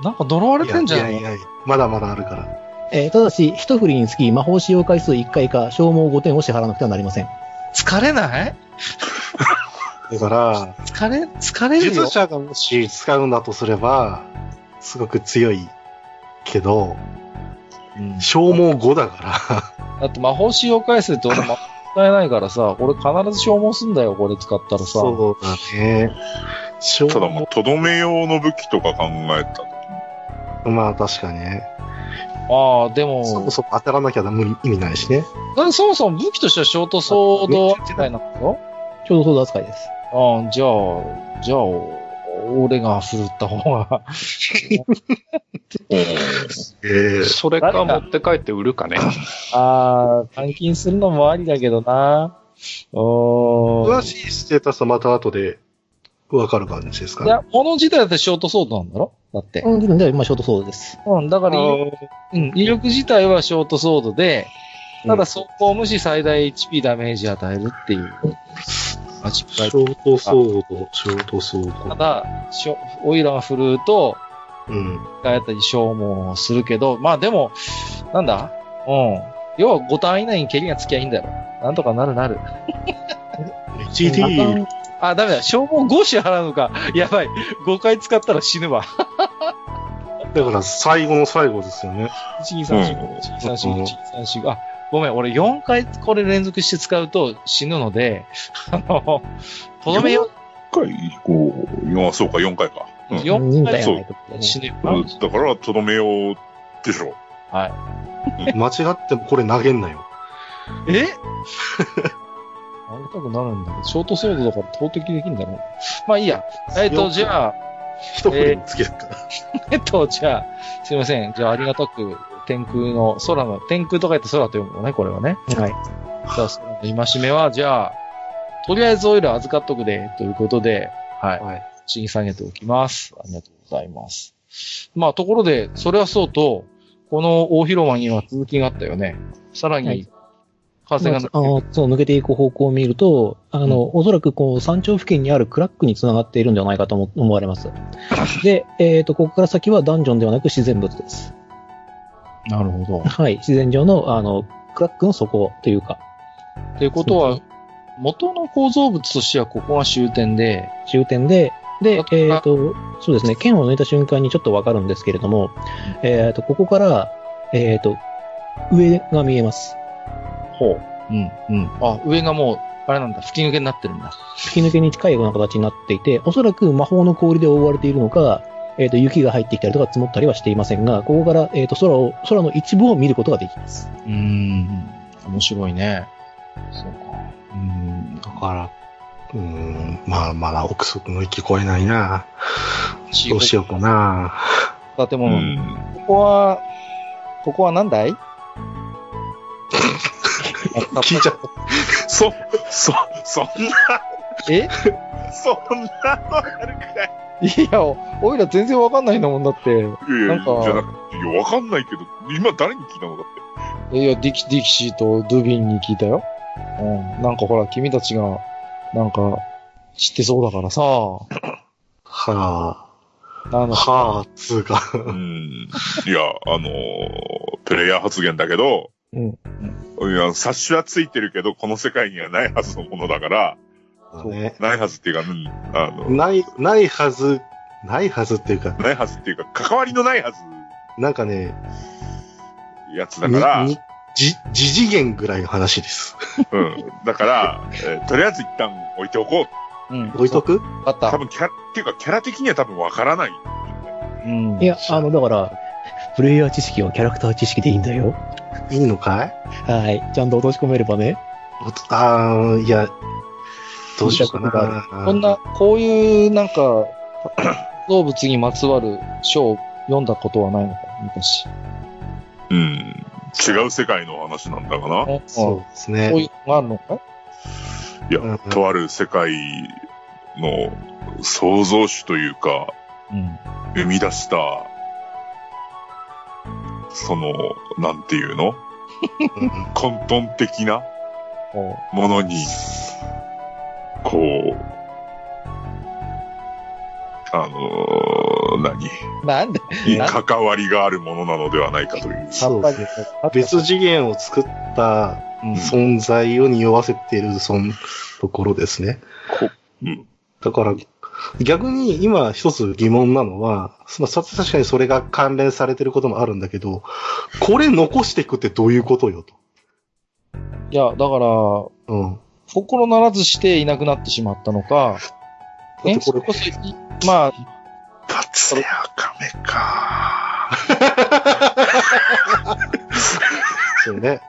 Speaker 1: なんか呪われてんじゃない
Speaker 4: いやいやいやまだまだあるから。
Speaker 2: えーただし、一振りにつき魔法使用回数1回か消耗5点を支払わなくてはなりません。
Speaker 1: 疲れない
Speaker 4: だから、
Speaker 1: 疲れ、疲れるよ
Speaker 4: 術。者がもし使うんだとすれば、すごく強いけど、
Speaker 1: うん
Speaker 4: 消耗5だから。
Speaker 1: だって魔法使用回数って俺もったいないからさ、俺必ず消耗すんだよ、これ使ったらさ。
Speaker 4: そうだね。消
Speaker 3: ただまあ、とどめ用の武器とか考えたら
Speaker 4: まあ確かにね。
Speaker 1: ああ、でも、
Speaker 4: そもそも当たらなきゃ無理意味ないしね。
Speaker 1: だってそもそも武器としてはショートソード扱いなんだろ
Speaker 2: ちょうどソード扱いです。
Speaker 1: ああ、じゃあ、じゃあ、俺が振るった方が。
Speaker 4: ええ
Speaker 5: それか持って帰って売るかね。
Speaker 1: ああ、換金するのもありだけどな。お
Speaker 4: 詳
Speaker 1: ー。
Speaker 4: しいステータスはまた後で分かる感じですか
Speaker 1: いや、物自体だってショートソードなんだろだって。
Speaker 2: うん、で、まあ、ショートソードです。
Speaker 1: うん、だから、うん、威力自体はショートソードで、ただ速攻無視最大 HP ダメージ与えるっていう。マジ
Speaker 4: シ
Speaker 1: ック
Speaker 4: ョートソード、ショートソー
Speaker 1: た
Speaker 4: ド。
Speaker 1: だ、しょオイラが振るうと、
Speaker 4: うん。
Speaker 1: 一回あたり消耗するけど、まあでも、なんだうん。要は5ターン以内に蹴りがつきゃいいんだよ。なんとかなるなる。
Speaker 4: 1D、
Speaker 1: あ、ダメだ。消耗5支払うのか。 やばい。5回使ったら死ぬわ。
Speaker 4: だから最後の最後ですよね。
Speaker 1: 1、2、3、4、1、2、3、4、1、2、3、4。あ、ごめん。俺4回これ連続して使うと死ぬので、 あの、とどめよ、
Speaker 3: 1回、こう、4、そうか、4回か。うん。
Speaker 1: 四
Speaker 2: 人体
Speaker 1: 回
Speaker 2: がないと。
Speaker 1: 死ぬよな。
Speaker 3: うんだから、とどめ用でしょ。
Speaker 4: 間違ってもこれ投げんなよ。
Speaker 1: え 投げたくなるんだけど、ショートソードだから投擲できるんだろう。まあいいや。えっ、と、じゃあ、
Speaker 4: 一振りつけるから。
Speaker 1: えっと、じゃあ、すいません。じゃあ、ありがたく、天空の、空の、天空と書いて空と読むのね、これはね。
Speaker 2: はい。
Speaker 1: じゃあ、空の戒めは、じゃあ、とりあえずオイル預かっとくで、ということで、はい。
Speaker 4: はい
Speaker 1: 口に下げておきます。ありがとうございます。まあ、ところで、それはそうと、この大広間には続きがあったよね。さらに、
Speaker 2: はい
Speaker 1: 風が抜け
Speaker 2: あのそう、抜けていく方向を見ると、あの、おそらくこう、山頂付近にあるクラックにつながっているんじゃないかと思思われ ます。で、えっ、と、ここから先はダンジョンではなく自然物です。
Speaker 1: なるほど。
Speaker 2: はい。自然上の、あの、クラックの底というか、
Speaker 1: ということは、元の構造物としてはここが終点で、
Speaker 2: 終点で、で、えっ
Speaker 1: あ、
Speaker 2: と、そうですね、剣を抜いた瞬間にちょっとわかるんですけれども、えっ、と、ここから、えっ、と、上が見えます。
Speaker 1: ほう。うん、うん。あ、上がもう、あれなんだ、吹き抜けになってるんだ。
Speaker 2: 吹き抜けに近いような形になっていて、おそらく魔法の氷で覆われているのか、えっ、と、雪が入ってきたりとか積もったりはしていませんが、ここから、えっ、と、空を、空の一部を見ることができます。
Speaker 1: うーん、面白いね。そうか。うーん、
Speaker 4: だから、うーん、まあまだ憶測の域超えないな。どうしようかな。
Speaker 1: 建
Speaker 3: う
Speaker 1: 物、
Speaker 3: ん。
Speaker 1: ここは、ここは何だい あ
Speaker 4: 聞いちゃっ
Speaker 3: そ、そ、そん
Speaker 1: え
Speaker 3: な、そんなのあるかい
Speaker 1: いや、おいら全然わかんないんだもんだって。
Speaker 3: いやい
Speaker 1: なん
Speaker 3: や、
Speaker 1: か
Speaker 3: じゃなくて、いや、わかんないけど、今誰に聞いたのだって。
Speaker 1: いや、ディキ、ディキシーとドゥビンに聞いたよ。うん。なんかほら、君たちが、なんか、知ってそうだからさ、
Speaker 4: た。は
Speaker 1: あ
Speaker 4: あ、
Speaker 1: の、
Speaker 4: はあ、つうか。
Speaker 3: うん。いや、あのープレイヤー発言だけど、
Speaker 1: うん
Speaker 3: いや、察しはついてるけど、この世界にはないはずのものだから、
Speaker 4: ね
Speaker 3: ないはずっていうか、うん、あの、
Speaker 4: ない、ないはず、ないはずっていうか、
Speaker 3: ないはずっていうか、関わりのないはず、
Speaker 4: なんかね、
Speaker 3: やつだから、
Speaker 4: に、にじ、じ次元ぐらいの話です。
Speaker 3: うん。だから、えーとりあえず一旦置いておこう。
Speaker 1: うん。
Speaker 4: 置いとく
Speaker 1: あっ
Speaker 3: 多
Speaker 1: た。
Speaker 3: 分キャラ、っていうか、キャラ的には多分わからない。
Speaker 1: うん
Speaker 2: いや、あの、だから、プレイヤー知識はキャラクター知識でいいんだよ。
Speaker 4: いいのかい
Speaker 2: はい。ちゃんと落とし込めれ ばね。
Speaker 4: おとあー、いや、どうしようか
Speaker 2: 聞い
Speaker 4: な。
Speaker 1: こんな、こういう、なんか、 動物にまつわる書を読んだことはないのか、昔。
Speaker 3: うん。違う世界の話なんだかな。
Speaker 4: そうですね。
Speaker 1: こういうのがあるのか
Speaker 3: いや、
Speaker 4: うんうん
Speaker 3: とある世界の創造主というか、
Speaker 1: うん。
Speaker 3: 生み出した、その、なんていうの
Speaker 4: うん
Speaker 3: 混沌的なものに、こう、あの何
Speaker 1: なんで
Speaker 3: に関わりがあるものなのではないかという。
Speaker 4: そうですね。別次元を作った
Speaker 1: うん
Speaker 4: 存在を匂わせている、そのところですね。
Speaker 3: うん。
Speaker 4: だから、逆に今一つ疑問なのは、まあ、さ確かにそれが関連されてることもあるんだけど、これ残していくってどういうことよと。
Speaker 1: いや、だから、
Speaker 4: うん。
Speaker 1: 心ならずしていなくなってしまったのか、
Speaker 4: だって
Speaker 1: ね、
Speaker 4: こ
Speaker 1: そ
Speaker 4: れ
Speaker 1: れこそ、いまあ、
Speaker 3: 達也亀か。
Speaker 4: そうね。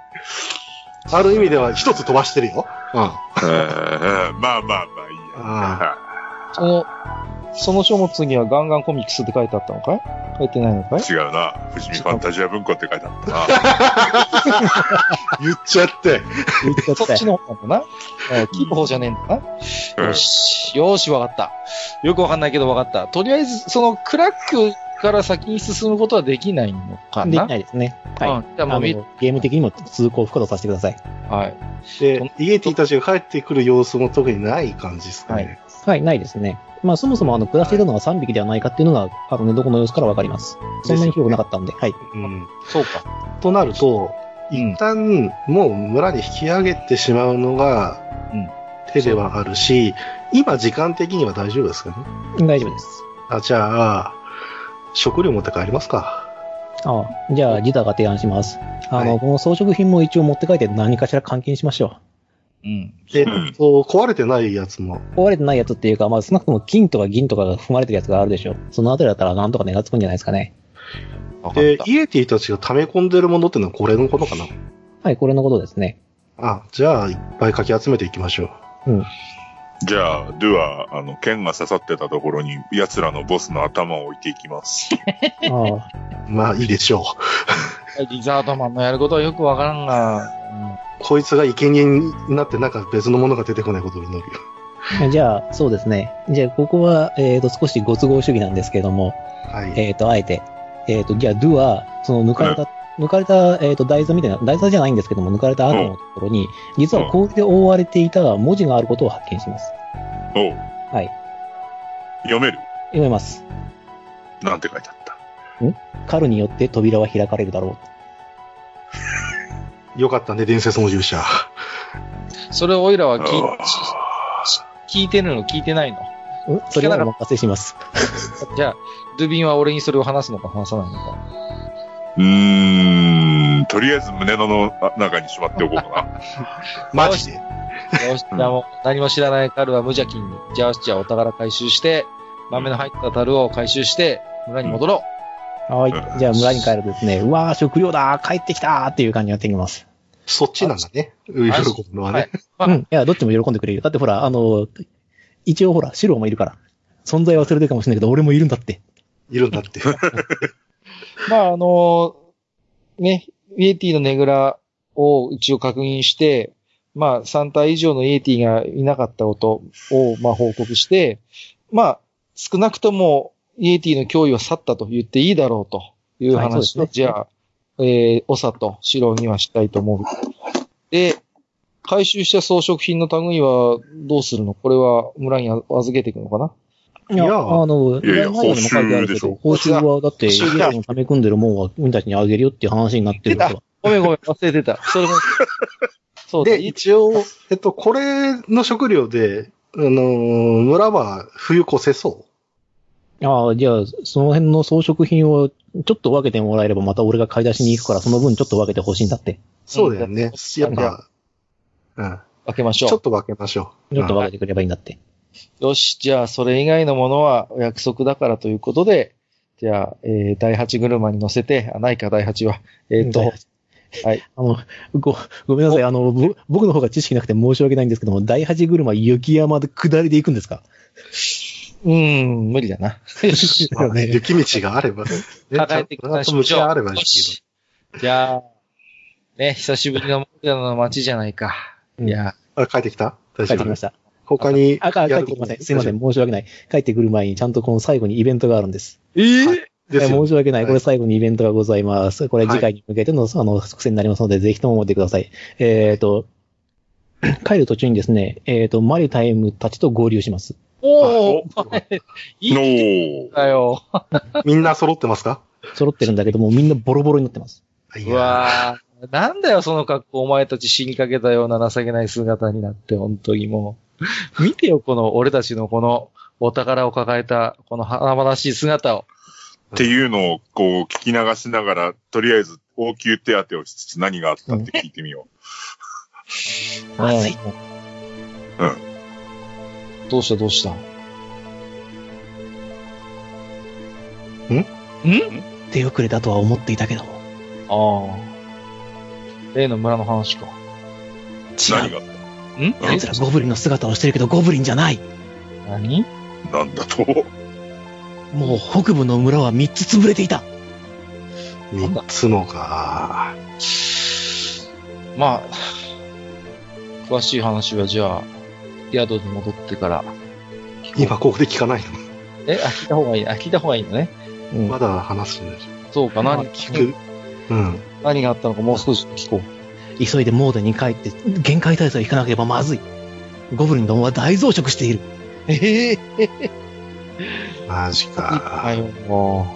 Speaker 4: ある意味では一つ飛ばしてるよ。うん。
Speaker 3: えーまあまあまあいいや。
Speaker 1: その、その書物にはガンガンコミックスって書いてあったのかい書いてないのかい
Speaker 3: 違うな。富士見ファンタジア文庫って書いてあった
Speaker 4: 言っちゃって。
Speaker 2: 言っちゃ
Speaker 1: そ
Speaker 2: っ
Speaker 1: っち
Speaker 2: て。
Speaker 1: の方なんだな。えー聞く方じゃねえんだな。
Speaker 3: な。うん
Speaker 1: よし、よーし、わかった。よくわかんないけどわかった。とりあえず、そのクラックから先に進むことはできないのかな
Speaker 2: できないですね。はい。
Speaker 1: うんじゃあも
Speaker 2: あの
Speaker 1: うみ
Speaker 2: ゲーム的にも通行不可とさせてください。
Speaker 1: はい。
Speaker 4: で、イエティたちが帰ってくる様子も特にない感じですかね。
Speaker 2: はい、ないですね。まあ、そもそも、あの、暮らしていたのが3匹ではないかっていうのが、あのね、どこの様子からわかります。そんなに広くなかったんで、はい。
Speaker 4: うん。
Speaker 1: そうか。
Speaker 4: となると、一旦もう村に引き上げてしまうのが
Speaker 1: うん、
Speaker 4: 手ではあるし、今時間的には大丈夫ですかね。
Speaker 2: 大丈夫です。
Speaker 4: あ、じゃあ、食料持って帰りますか。
Speaker 2: ああじゃあ、ジタが提案します。あの、
Speaker 4: はい
Speaker 2: この装飾品も一応持って帰って何かしら換金しましょ
Speaker 1: うん。
Speaker 4: えっ
Speaker 3: うん
Speaker 4: と、壊れてないやつも。
Speaker 2: う。壊れてないやつっていうか、まあ、少なくとも金とか銀とかが踏まれてるやつがあるでしょう。そのあたりだったらなんとか値がつくんじゃないですかね。
Speaker 1: わかっ
Speaker 4: で
Speaker 1: た、。
Speaker 4: イエティたちが溜め込んでるものってのはこれのことかな。
Speaker 2: はい、これのことです ね。
Speaker 4: あ、じゃあ、いっぱいかき集めていきましょう。
Speaker 3: じゃあ、ドゥは、あの、剣が刺さってたところに、奴らのボスの頭を置いていきます。
Speaker 2: ああ
Speaker 4: まあ、いいでしょう。
Speaker 1: リザードマンのやることはよくわからんが、
Speaker 4: こいつが生贄になってなんか別のものが出てこないことになるよ。
Speaker 2: じゃあ、そうですね。じゃあ、ここは、えっ、と、少しご都合主義なんですけども、
Speaker 4: はい。
Speaker 2: えっ、と、あえて、えっ、と、じゃあ、ドゥは、その、抜かれた、抜かれた、えっ、と、台座みたいな、台座じゃないんですけども、抜かれた後のところに、実は氷で覆われていた文字があることを発見します。
Speaker 3: おう
Speaker 2: はい。
Speaker 3: 読める
Speaker 2: 読めます。
Speaker 3: なんて書いてあった
Speaker 2: カルによって扉は開かれるだろ
Speaker 4: よかったね、伝説の従者。
Speaker 1: それをおいらは聞
Speaker 3: あ
Speaker 1: い聞いてるの聞いてないの
Speaker 2: う。んそれはお任せします。
Speaker 1: じゃあ、ドゥビンは俺にそれを話すのか話さないのか。
Speaker 3: ーうーん、とりあえず胸のの中にしまっておこうか
Speaker 4: マジで。
Speaker 1: よし、じゃあもう何も知らない彼は無邪気に、じゃあ、じゃあお宝回収して、豆の入った樽を回収して、村に戻ろ
Speaker 2: はい。じゃあ、村に帰るとですね、うわー、食料だー、帰ってきたーっていう感じになってきます。
Speaker 4: そっちなんだね。喜ぶのは
Speaker 1: は
Speaker 4: ね
Speaker 1: い。
Speaker 2: うん。いや、どっちも喜んでくれるよ。だってほら、あの、一応ほら、シローもいるから。存在忘れてるかもしれないけど、俺もいるんだって。
Speaker 4: いるん だって。
Speaker 1: う。まあ、あのーね、イエティのねぐらを一応確認して、まあ、3体以上のイエティがいなかったことを、まあ、報告して、まあ、少なくともイエティの脅威は去ったと言っていいだろうという
Speaker 2: はいそうで
Speaker 1: 話
Speaker 2: す
Speaker 1: を、
Speaker 2: ね
Speaker 1: じゃあ、えー、オサとシロにはしたいと思う。で、回収した装飾品の類はどうするのこれは村に預けていくのかない
Speaker 4: いや
Speaker 2: あの、
Speaker 3: いやいや
Speaker 2: 前にも書いてあるけど報
Speaker 1: 報酬でし
Speaker 2: 酬
Speaker 1: ょ
Speaker 2: はだって、
Speaker 1: 報酬
Speaker 2: 家に溜め込んでるもんは、君たちにあげるよっていう話になってるから。
Speaker 1: ごめんごめん、忘れてた。それも。 そうだ
Speaker 4: で、一応、えっと、これの食料で、あのー村は冬越せそ
Speaker 2: ああ、じゃあ、その辺の装飾品をちょっと分けてもらえれば、また俺が買い出しに行くから、その分ちょっと分けてほしいんだって。
Speaker 4: う。そうだよね。やっぱ、うん。
Speaker 1: 分けまし
Speaker 4: ちょ
Speaker 1: ょ
Speaker 4: っと分けましょう。
Speaker 2: ちょっと
Speaker 4: うん
Speaker 2: 分けてくればいいんだって。
Speaker 1: う。よし、じゃあ、それ以外のものはお約束だからということで、じゃあ、えー、第8車に乗せて、あ、ないか、第8は。えーっ
Speaker 2: 第
Speaker 1: と、
Speaker 2: あの、ご、ごめんなさい。あの、ぼ僕の方が知識なくて申し訳ないんですけども、第八車、雪山で下りで行くんですか
Speaker 1: うーん、無理だな。
Speaker 4: まあね雪道があれば、ね、
Speaker 1: 抱えて
Speaker 4: ち
Speaker 1: く
Speaker 4: ゃん
Speaker 1: だ
Speaker 4: と
Speaker 1: さい。
Speaker 4: 向き合わればいい
Speaker 1: よ
Speaker 4: け
Speaker 1: しじゃあ、ね、久しぶりのモグラの街じゃないか。いや、
Speaker 4: あ、帰ってきた大
Speaker 2: 帰
Speaker 4: 丈
Speaker 2: ってき
Speaker 4: 夫
Speaker 2: ました。
Speaker 4: 他に。
Speaker 2: あ、か帰ってきません。すいません。。申し訳ない。帰ってくる前にちゃんとこの最後にイベントがあるんです。
Speaker 1: ええ
Speaker 2: え
Speaker 4: ですよ
Speaker 2: 申
Speaker 4: ね。
Speaker 2: し訳ない。
Speaker 4: はい
Speaker 2: これ最後にイベントがございます。これ次回に向けての、あの、伏線になりますので、ぜひとも思ってください。えっ、と、 帰る途中にですね、えっ、と、マリタイムたちと合流します。
Speaker 1: おおいい
Speaker 3: おー。
Speaker 1: だよ。
Speaker 4: みんな揃ってますか
Speaker 2: 揃ってるんだけども、みんなボロボロになってます。
Speaker 4: いうや
Speaker 1: わーなんだよ、その格好。お前たち死にかけたような情けない姿になって、本当にもう。見てよ、この、俺たちのこの、お宝を抱えた、この華々しい姿を。
Speaker 3: っていうのを、こう、聞き流しながら、とりあえず、応急手当をしつつ何があったって聞いてみよ
Speaker 2: まずい。
Speaker 1: どうした、どうした。
Speaker 2: 手遅れだとは思っていたけども。
Speaker 1: ああ。例の村の話か。
Speaker 3: う。
Speaker 2: 違
Speaker 3: 何
Speaker 2: う。
Speaker 3: があっ
Speaker 1: ん
Speaker 2: 奴らゴブリンの姿をしてるけど、ゴブリンじゃない。
Speaker 1: 何
Speaker 3: たなんだと
Speaker 2: もう北部の村は3つ潰れていた。
Speaker 4: 三つのか。
Speaker 1: まあ、詳しい話はじゃあ、宿に戻ってから。
Speaker 4: 今ここで聞かないの。
Speaker 1: え、あ、聞いた方がいい。あ、聞いた方がいいのね。うん
Speaker 4: ま。だ話してない。
Speaker 1: そうか、何、
Speaker 4: 聞く。うん。
Speaker 1: 何があったのかもう少し聞こう。
Speaker 2: 急いでモーデンに帰って、限界対策引かなければまずい。ゴブリンどもは大増殖している。
Speaker 1: ええ
Speaker 4: マジ
Speaker 1: は
Speaker 4: か。
Speaker 1: い、も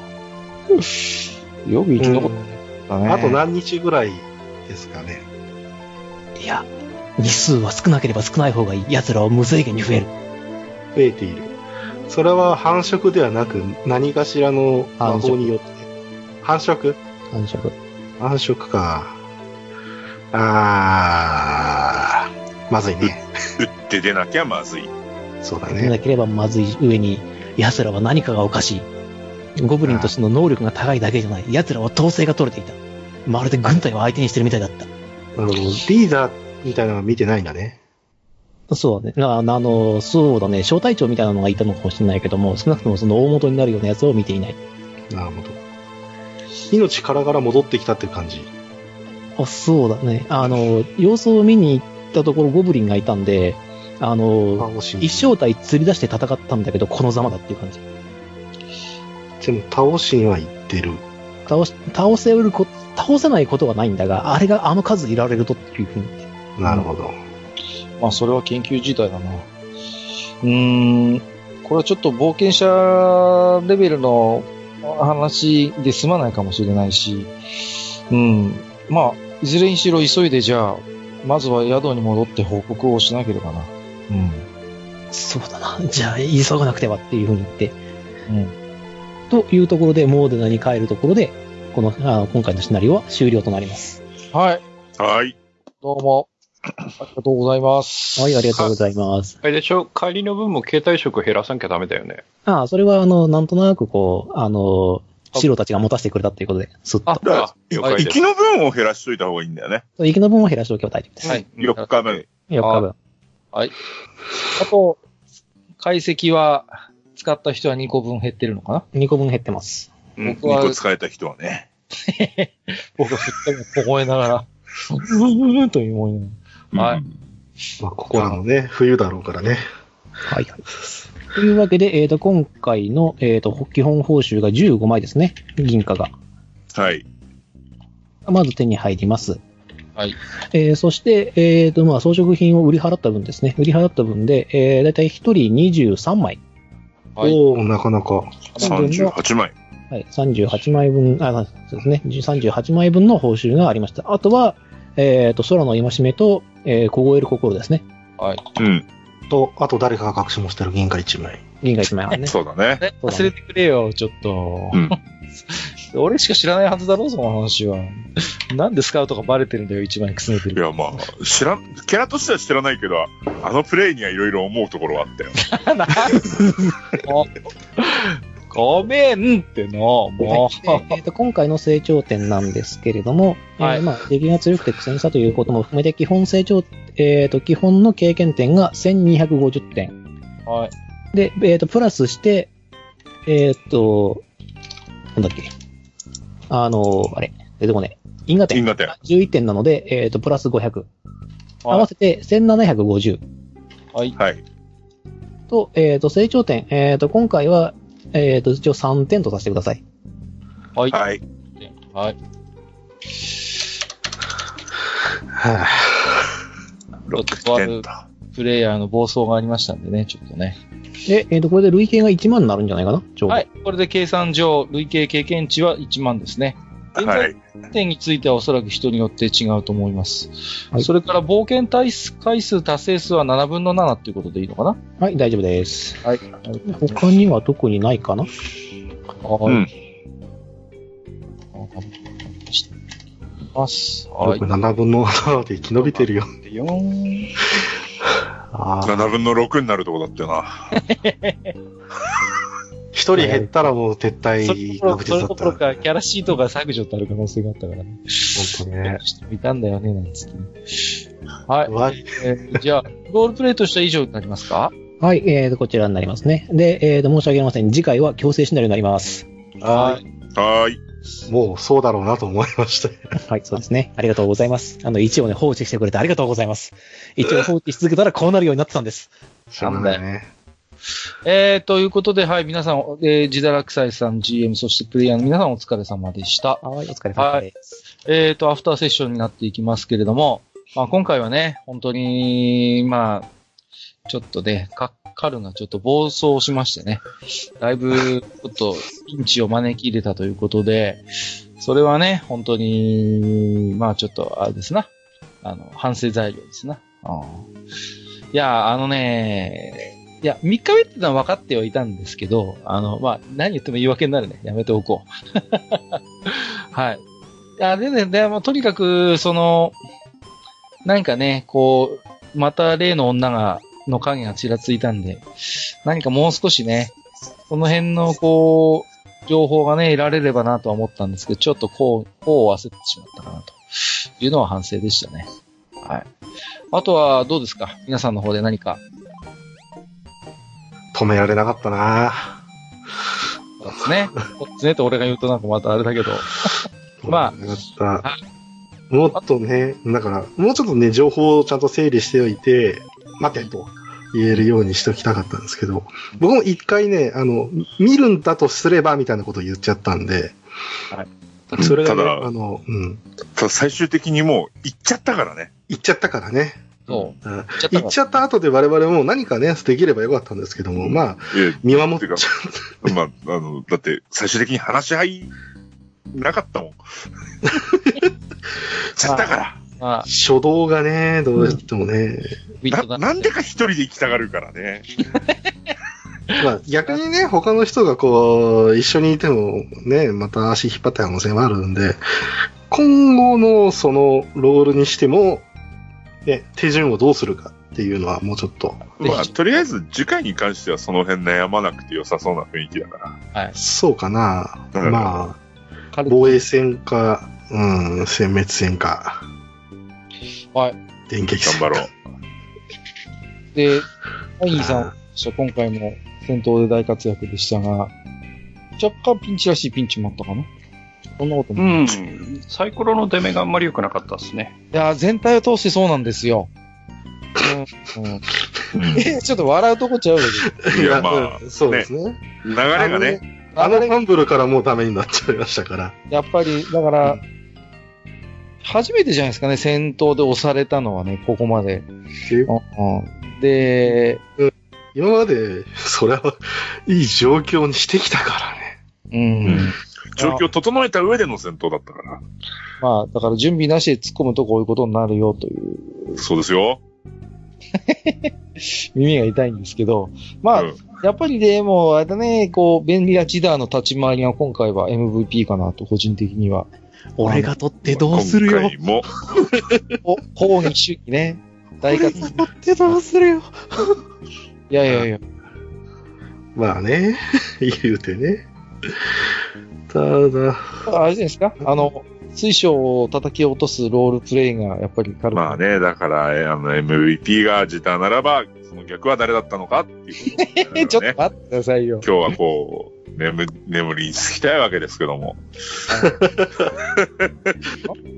Speaker 1: う。よく生き残ったね。
Speaker 4: あと何日ぐらいですかね。
Speaker 2: いや、日数は少なければ少ない方がいい。奴らは無制限に増える。
Speaker 4: 増えている。それは繁殖ではなく、何かしらの魔法によって。繁殖
Speaker 2: 繁殖。
Speaker 4: 繁殖か。あー、まずいね。
Speaker 3: 打って出なきゃまずい。
Speaker 4: そうだ
Speaker 2: な
Speaker 4: ね。
Speaker 2: ければまずい上に、奴らは何かがおかしい。ゴブリンとしての能力が高いだけじゃない。奴らは統制が取れていた。まるで軍隊を相手にしてるみたいだった。
Speaker 4: なるほど。リーダーみたいなのは見てないんだね。
Speaker 2: そうだね。なあの、そうだね。小隊長みたいなのがいたのかもしれないけども、少なくともその大元になるようなやつを見ていない。
Speaker 4: なるほど。命からがら戻ってきたっていう感じ。
Speaker 2: あ、そうだね。あの、様子を見に行ったところゴブリンがいたんで、あ
Speaker 4: 魔
Speaker 2: の、
Speaker 4: 法神
Speaker 2: 一正体釣り出して戦ったんだけど、このざまだっていう感じ。
Speaker 4: でも倒しには行ってる。
Speaker 2: 倒し、倒せるこ、倒せないことはないんだが、あれがあの数いられるとっていうふうに。
Speaker 4: なるほど。
Speaker 1: まあ、それは研究自体だな。うーん、これはちょっと冒険者レベルの話で済まないかもしれないし、うん、まあ、いずれにしろ急いでじゃあ、まずは宿に戻って報告をしなければな。うん。
Speaker 2: そうだな。じゃあ、急がなくてはっていうふうに言って。
Speaker 1: うん。
Speaker 2: というところで、モーデナに帰るところで、この、あ今回のシナリオは終了となります。
Speaker 1: はい、
Speaker 3: はい。
Speaker 1: どうも。ありがとうございます。
Speaker 2: はい、ありがとうございます。
Speaker 5: あれでしょ帰りの分も携帯食減らさなきゃダメだよね。
Speaker 2: ああ、それは、あの、なんとなく、こう、あの、シロたちが持たせてくれたということで、すっと。
Speaker 1: あ
Speaker 3: だか
Speaker 5: 了
Speaker 3: ら、
Speaker 5: 解
Speaker 3: 生
Speaker 5: です
Speaker 3: きの分を減らしといた方がいいんだよね。
Speaker 2: 生きの分を減らしておけば大丈夫です。
Speaker 1: はい。
Speaker 3: 4日分。
Speaker 2: 4日分。
Speaker 1: あと、解析は、使った人は2個分減ってるのかな
Speaker 2: 2個分減ってます。
Speaker 3: うん、
Speaker 1: 僕は
Speaker 3: 2個使えた人はね。
Speaker 1: 僕は振っても凍えなが ら、ブンブンブンという思いながはい
Speaker 3: うん
Speaker 4: まあ、ここはあのね、冬だろうからね。
Speaker 2: はいはい。というわけで、えっ、と、今回の、えっ、と、基本報酬が15枚ですね。銀貨が。
Speaker 3: はい。
Speaker 2: まず手に入ります。
Speaker 1: はい。
Speaker 2: えーそして、えっ、と、まあ、装飾品を売り払った分ですね。売り払った分で、えー、だいたい1人23枚。
Speaker 1: はい
Speaker 4: おー、なかなか。
Speaker 3: 38枚。
Speaker 2: はい。38枚分、あ、そうですね。38枚分の報酬がありました。あとは、えっ、と、空の戒めと、えー、凍える心ですね。
Speaker 3: うん。
Speaker 4: と、あと誰かが隠し持してる銀貨1枚。
Speaker 2: 銀貨1枚はね。
Speaker 3: そうだね。
Speaker 1: ら。忘れてくれよ、ちょっと。
Speaker 3: うん
Speaker 1: 俺しか知らないはずだろ、その話は。なんでスカウトがバレてるんだよ、一枚くすねて
Speaker 3: い
Speaker 1: る。
Speaker 3: や、まあ、知らん、キャラとしては知らないけど、あのプレイにはいろいろ思うところはあったよ。
Speaker 1: なんもうごめんっての、もう。
Speaker 2: はいでえーと今回の成長点なんですけれども、
Speaker 1: はい
Speaker 2: えーまあ、敵が強くて苦戦したということも含めて、基本成長、えー、と基本の経験点が1250点。
Speaker 1: はい。
Speaker 2: で、えー、とプラスして、えっ、と、なんだっけ、あのーあれ、出てこねえ、
Speaker 7: 因果点
Speaker 3: 因。果点。
Speaker 7: 11点なので、えっ、と、プラス500。合わせて1750
Speaker 3: はい。
Speaker 7: と、えっ、と、成長点。えっ、と、今回は、えっ、と、一応3点とさせてください。
Speaker 1: はい。
Speaker 3: はい。
Speaker 1: はい。
Speaker 4: はあ
Speaker 3: 6点だ。
Speaker 1: プレイヤーの暴走がありましたんでね、ちょっとね。
Speaker 7: で、えっ、と、これで累計が1万になるんじゃないかなちょうど。
Speaker 1: はい。これで計算上、累計経験値は1万ですね。現
Speaker 3: は
Speaker 1: 在
Speaker 3: い。
Speaker 1: 点についてはおそらく人によって違うと思います。
Speaker 7: はい
Speaker 1: それから冒険対数回数達成数は7分の7っていうことでいいのかな
Speaker 7: はい、大丈夫です。
Speaker 1: はい。
Speaker 7: 他には特にないかな
Speaker 1: は
Speaker 3: う
Speaker 1: い。
Speaker 3: ん。
Speaker 1: ます。はい
Speaker 4: 僕。7分の7で生き延びてるよ。
Speaker 5: 4、
Speaker 4: ああ。
Speaker 3: 7分の6になるとこだったよな。
Speaker 4: 一人減ったらもう撤
Speaker 1: それど
Speaker 4: 退
Speaker 1: ころ
Speaker 4: 確
Speaker 1: それ
Speaker 4: 実
Speaker 1: ど
Speaker 4: だっ
Speaker 1: こ
Speaker 4: た。
Speaker 1: ろ
Speaker 4: 本
Speaker 1: か、キャラシートが削除ってある可能性があったからね。
Speaker 4: 当ね。
Speaker 1: いたんだよね、なんつってね。はい。
Speaker 4: わ
Speaker 1: えーじゃあ、ロールプレイとしては以上になりますか。
Speaker 7: はい、えーと、こちらになりますね。で、えーと、申し訳ありません。次回は強制シナリオになります。
Speaker 4: はい
Speaker 3: はーい。
Speaker 4: もうそうだろうなと思いました。
Speaker 7: はい、そうですね。ありがとうございます。あの、一応ね、放置してくれてありがとうございます。一応放置し続けたらこうなるようになってたんです。
Speaker 4: しょうがないね。
Speaker 1: えー、ということで、はい、皆さん、えー、ジダラクサイさん、GM、そしてプレイヤーの皆さんお疲れ様でした。
Speaker 7: はい、お疲れ様です。
Speaker 1: えー、と、アフターセッションになっていきますけれども、まあ、今回はね、本当に、まあ、ちょっとね、か、カルがちょっと暴走しましてね、だいぶ、ちょっと、ピンチを招き入れたということで、それはね、本当に、まあちょっと、あれですな、あの、反省材料ですな。うんいや、あのね、いや、3日目ってのは分かってはいたんですけど、あの、まあ、何言っても言い訳になるね。やめておこう。 はい。いや、でね、でもとにかく、その、何かね、こう、また例の女が、の影がちらついたんで、何かもう少しね、この辺の、こう、情報がね、得られればなとは思ったんですけど、ちょっとこう、こう焦ってしまったかなというのは反省でしたね。はい。あとは、どうですか皆さんの方で何か。
Speaker 4: 止められなかったな。
Speaker 1: そうですね。こっちねって俺が言うとなんかまたあれだけど。ま
Speaker 4: あ、もっとね、だから、もうちょっとね、情報をちゃんと整理しておいて、待てと言えるようにしておきたかったんですけど、僕も一回ね、あの、見るんだとすればみたいなことを言っちゃったんで、
Speaker 1: はい
Speaker 4: それが、ね、
Speaker 3: ただ
Speaker 4: あの、うん、
Speaker 3: ただ最終的にもう行っちゃったからね。
Speaker 4: 言っちゃったからね。
Speaker 1: そう。
Speaker 4: うん
Speaker 1: 言っちゃった
Speaker 4: 言
Speaker 1: か
Speaker 4: っちゃった後で我々も何かね、できればよかったんですけども、まあ、
Speaker 3: え
Speaker 4: 見守ってち
Speaker 3: か
Speaker 4: ゃ
Speaker 3: まあ、あの、だって最終的に話し合いなかったもん。行っちゃったから。
Speaker 1: らまあ、
Speaker 4: 初動がね、どうしてもね、
Speaker 1: ビット
Speaker 3: な、
Speaker 1: な
Speaker 3: なんん
Speaker 1: で
Speaker 3: でか一人で行きたがるからね。
Speaker 4: まあ 逆にね、他の人がこう、一緒にいてもね、また足引っ張った可能性もあるんで、今後のそのロールにしても、ね、手順をどうするかっていうのはもうちょっと、
Speaker 1: ぜひ
Speaker 3: まあ、とりあえず次回に関してはその辺悩まなくて良さそうな雰囲気だから。
Speaker 4: そうかな。
Speaker 3: うん
Speaker 4: まあ、
Speaker 1: 軽く
Speaker 4: 防衛戦か、うん、殲滅戦か。
Speaker 1: はい。
Speaker 4: 電撃
Speaker 3: 頑
Speaker 4: 戦。
Speaker 3: 張ろう。
Speaker 1: で、アイギーさん、そう今回も戦闘で大活躍でしたが、若干ピンチらしいピンチもあったかなそんなこと
Speaker 5: う
Speaker 1: も。い
Speaker 5: ん、サイコロの出目があんまり良くなかったですね。
Speaker 1: やー、全体を通してそうなんですよ。うんうん、えちょっと笑うとこちゃうよ。
Speaker 3: いや、まあ、
Speaker 4: うんそうですね。
Speaker 3: 流れがね、
Speaker 4: あのファンブルからもうダメになっちゃいました から。
Speaker 1: やっぱり、だから、初めてじゃないですかね、戦闘で押されたのはね、ここまで。うんで、
Speaker 4: 今まで、それは、いい状況にしてきたからね。
Speaker 1: うん。
Speaker 3: 状況整えた上での戦闘だったから。
Speaker 1: まあ、だから準備なしで突っ込むとこういうことになるよという
Speaker 3: そうですよ。
Speaker 1: 耳が痛いんですけど、まあ、
Speaker 3: うん
Speaker 1: やっぱりね、もう、あれだね、こう、便利なチダーの立ち回りが今回は MVP かなと、個人的 には。
Speaker 2: 俺が取ってどうする
Speaker 3: 今
Speaker 2: よ
Speaker 3: 回も、
Speaker 1: お、抗議主義ね。大活躍。
Speaker 2: 取ってどうするよ
Speaker 1: いやいやいや。
Speaker 4: まあね、 言うてね。ただ、
Speaker 1: あれじゃないですかあの、水晶を叩き落とすロールプレイが、やっぱりカルコ。
Speaker 3: まあね、だから、えあの、MVP がジターならば、その逆は誰だったのかっていうことになるよね
Speaker 1: え、ちょっと待ってくださいよ。
Speaker 3: 今日はこう、眠、眠りにつきたいわけですけども。
Speaker 1: あ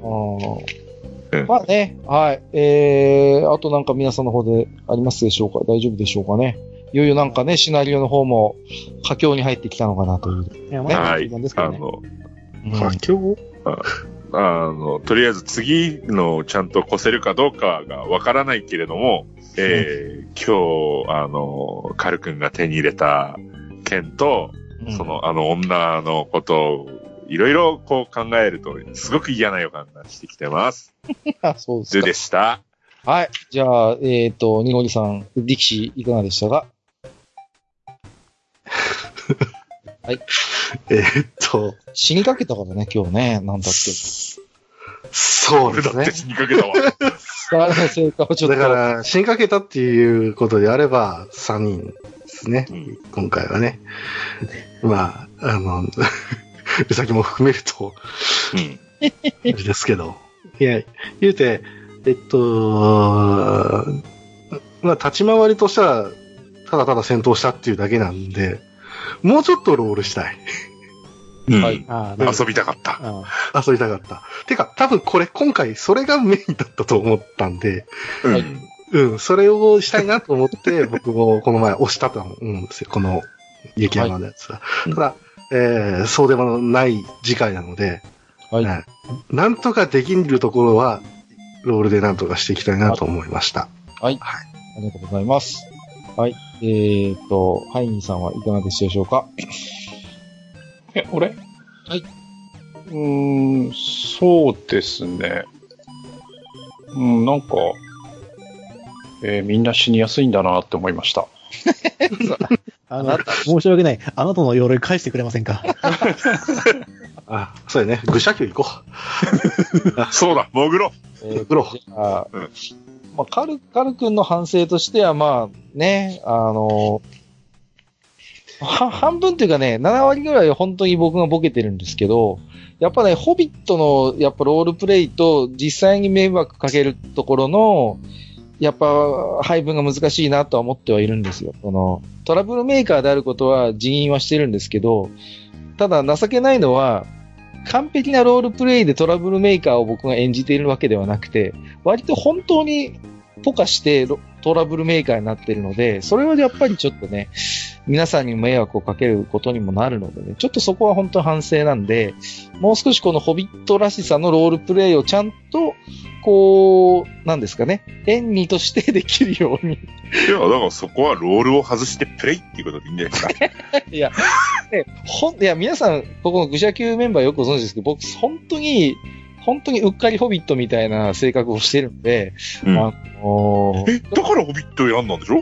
Speaker 1: ーまあね、はい。えー、あとなんか皆さんの方でありますでしょうか大丈夫でしょうかねいよいよなんかね、シナリオの方も佳境に入ってきたのかなという。
Speaker 2: いや、まだ
Speaker 3: は
Speaker 2: 中
Speaker 3: い
Speaker 2: 盤です。か
Speaker 3: あ
Speaker 2: らね。
Speaker 3: の、
Speaker 1: うん
Speaker 4: 境
Speaker 3: あの、とりあえず次のちゃんと越せるかどうかがわからないけれども、えー、今日、あの、カル君が手に入れた剣と、その、あの、女のことを、いろいろこう考えると、すごく嫌な予感がしてきてます。
Speaker 1: あ そうです
Speaker 3: ズ
Speaker 1: か
Speaker 3: でした。
Speaker 1: はい。じゃあ、えっ、と、にごりさん、力士いかがでした か
Speaker 4: えーっと、
Speaker 1: 死にかけたからね、今日ね、なんだって。
Speaker 4: そうで
Speaker 3: 俺だ
Speaker 4: すね
Speaker 3: って。死にかけたわ。
Speaker 1: 力の成果をちょっと。
Speaker 4: だから、死にかけたっていうことであれば、3人ですね。
Speaker 3: うん
Speaker 4: 今回はね。まあ、あの、 うさぎも含めると、
Speaker 3: うん。
Speaker 4: あれですけど。いや、言うて、えっと、まあ、立ち回りとしては、ただただ戦闘したっていうだけなんで、もうちょっとロールしたい。
Speaker 3: うん
Speaker 1: はい
Speaker 2: ああ、
Speaker 3: 遊びたかった。
Speaker 2: あ
Speaker 4: 遊びたかった。てか、多分これ、今回、それがメインだったと思ったんで、
Speaker 3: うん。
Speaker 1: はい
Speaker 4: うん、それをしたいなと思って、僕もこの前押したと思うんですよ、この雪山のやつは。
Speaker 3: い
Speaker 4: ただ、えー、そうでもない次回なので、
Speaker 1: はい
Speaker 4: なんとかできるところは、ロールでなんとかしていきたいなと思いました。
Speaker 1: ありがとうございます。はい。えっ、と、ハイニーさんはいかがでしたでしょうか。
Speaker 5: え、俺はいうーん、そうですね。うん、なんか、えーみんな死にやすいんだなって思いました。
Speaker 2: あの、申し訳ない。あなたの鎧返してくれませんか
Speaker 4: あ、そうやね。愚者級行こ
Speaker 3: そうだ、潜ろ
Speaker 1: え
Speaker 4: う。
Speaker 1: ー
Speaker 4: グロ。
Speaker 1: じゃあ
Speaker 3: うん、
Speaker 1: まあ、カル、カル君の反省としては、まあ、ね、あの、は、半分というかね、7割ぐらいは本当に僕がボケてるんですけど、やっぱね、ホビットの、やっぱロールプレイと、実際に迷惑かけるところの、やっぱ、配分が難しいなとは思ってはいるんですよ。この、トラブルメーカーであることは辞任はしてるんですけど、ただ情けないのは、完璧なロールプレイでトラブルメーカーを僕が演じているわけではなくて、割と本当にポカしてロトラブルメーカーになってるので、それはやっぱりちょっとね、皆さんに迷惑をかけることにもなるのでね、ちょっとそこは本当に反省なんで、もう少しこのホビットらしさのロールプレイをちゃんと、こう、なんですかね、演技としてできるように
Speaker 3: う。いや、だからそこはロールを外してプレイっていうことでいいんじゃないですか。
Speaker 1: いや、ね、ほん、いや、皆さん、ここの愚者級メンバーよくご存知ですけど、僕、本当に、本当にうっかりホビットみたいな性格をしてるんで、
Speaker 3: うん
Speaker 1: あのー
Speaker 3: え、だからホビットを選んだんでしょ
Speaker 1: い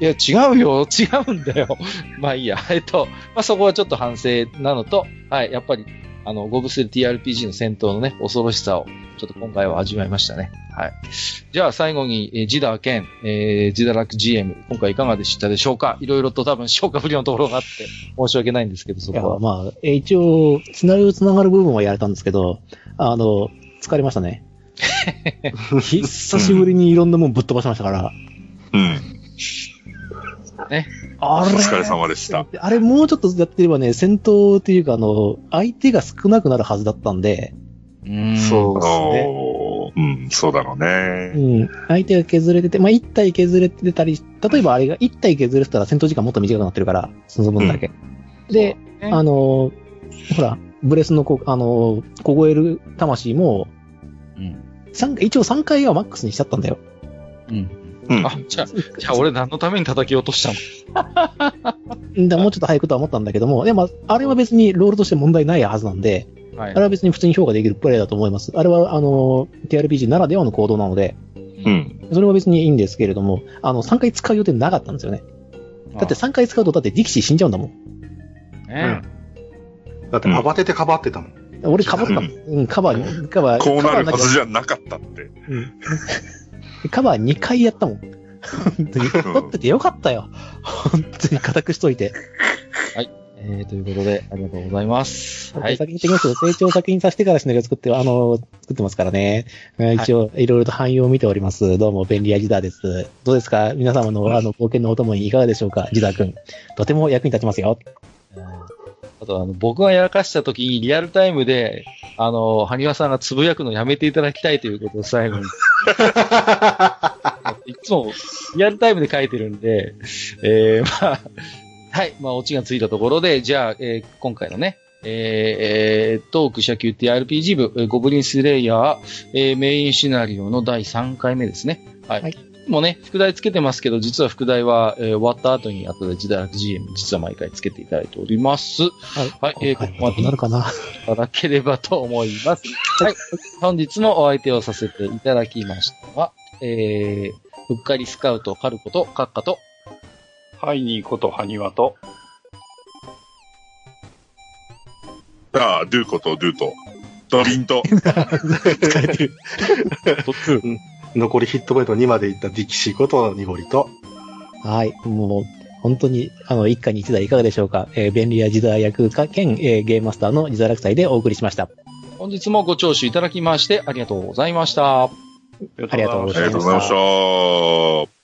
Speaker 1: や、違うよ、 違うんだよ。まあいいや、えっと、まあそこはちょっと反省なのと、はい、やっぱり、あの、ゴブスル TRPG の戦闘のね、恐ろしさを、ちょっと今回は味わいましたね。はい。じゃあ最後に、えージダー兼、えー、ジダラック GM、今回いかがでしたでしょうかいろいろと多分消化不良のところがあって、申し訳ないんですけど、そ
Speaker 2: いや、
Speaker 1: こは。
Speaker 2: まあ、え一応、つなぐつながる部分はやれたんですけど、あの、疲れまし たね。久しぶりにいろんなもんぶっ飛ばしましたから。
Speaker 3: うん。
Speaker 2: あ
Speaker 3: お
Speaker 2: れ
Speaker 3: 疲れ様でした。
Speaker 2: あれ、もうちょっとやってればね、戦闘っていうか、あの、相手が少なくなるはずだったんで、
Speaker 4: そうですね。
Speaker 3: おーうん、そうだろう
Speaker 2: う
Speaker 3: ね。
Speaker 2: ん、相手が削れてて、まあ、1体削れてたり、例えばあれが1体削れてたら戦闘時間もっと短くなってるから、その分だけ。で、
Speaker 1: ね
Speaker 2: あの、ほら、ブレスのこ、あの、凍える魂も、
Speaker 1: うん。
Speaker 2: 三一応3回はマックスにしちゃったんだよ。
Speaker 1: うん。
Speaker 3: うん。
Speaker 1: あ、じゃあ、じゃあ俺何のために叩き落としたの
Speaker 2: だもうちょっと早くとは思ったんだけども、でも、あれは別にロールとして問題ないはずなんで、
Speaker 1: はい
Speaker 2: あれは別に普通に評価できるプレイだと思います。あれは、あの、TRPG ならではの行動なので、
Speaker 3: うん。
Speaker 2: それは別にいいんですけれども、あの、3回使う予定なかったんですよね。だって3回使うと、だってディキシー死んじゃうんだもん。
Speaker 1: ね
Speaker 4: だって慌ててかばってたもん。
Speaker 2: 俺、かばったもん。うん、カバー、カバー、
Speaker 3: こうなる
Speaker 2: カバー
Speaker 3: は
Speaker 2: きゃ
Speaker 3: ずじゃなかったって。
Speaker 2: うんカバー2回やったもん。本当に。
Speaker 3: うん
Speaker 2: 取っててよかったよ。本当に固くしといて。
Speaker 1: えーということで、ありがとうございます。はい
Speaker 2: 先に言ってきますけど、成長を先にさせてからシナリオ作って、あの、作ってますからね。えー一応、いろいろと汎用を見ております。どうも、便利屋ジダーです。どうですか皆様の、あの、冒険のお供にいかがでしょうかジダー君。とても役に立ちますよ。
Speaker 1: あとあの、僕がやらかした時にリアルタイムで、あの、萩和さんがつぶやくのやめていただきたいということを最後 に。いつもリアルタイムで書いてるんで、えー、まあ、はい、まあ、オチがついたところで、じゃあ、えー今回のね、えーえー、トーク社級 TRPG 部、えーゴブリンスレイヤー、えーメインシナリオの第3回目ですね。はい。
Speaker 2: はい
Speaker 1: もうね、副題つけてますけど、実は副題は、えー終わった後に後で時代 GM、実は毎回つけていただいております。
Speaker 2: はい
Speaker 1: はい、えーこ
Speaker 2: 今回
Speaker 1: こま
Speaker 2: もどう
Speaker 1: で
Speaker 2: なるかな
Speaker 1: いただければと思います。はい。本日もお相手をさせていただきましたのは、えー、うっかりスカウト、カルコと、カッカと、
Speaker 5: ハイニーことハニワと、
Speaker 3: ああ、ドゥーコとドゥーと、ドリン と、
Speaker 4: 使えてる。残りヒットポイント2までいったディキシーことニゴリと、
Speaker 2: はい。もう、本当に、あの、一家に一台いかがでしょうかえー便利屋ジダー役か、兼、えーゲームマスターのジダー落イでお送りしました。
Speaker 1: 本日もご聴取いただきましてありがとうございました。
Speaker 5: あり
Speaker 2: ありがとうご
Speaker 3: あり
Speaker 2: ざ
Speaker 3: が
Speaker 2: い
Speaker 3: とう
Speaker 2: ま
Speaker 3: ご
Speaker 2: し
Speaker 3: ざい
Speaker 2: た
Speaker 3: ました。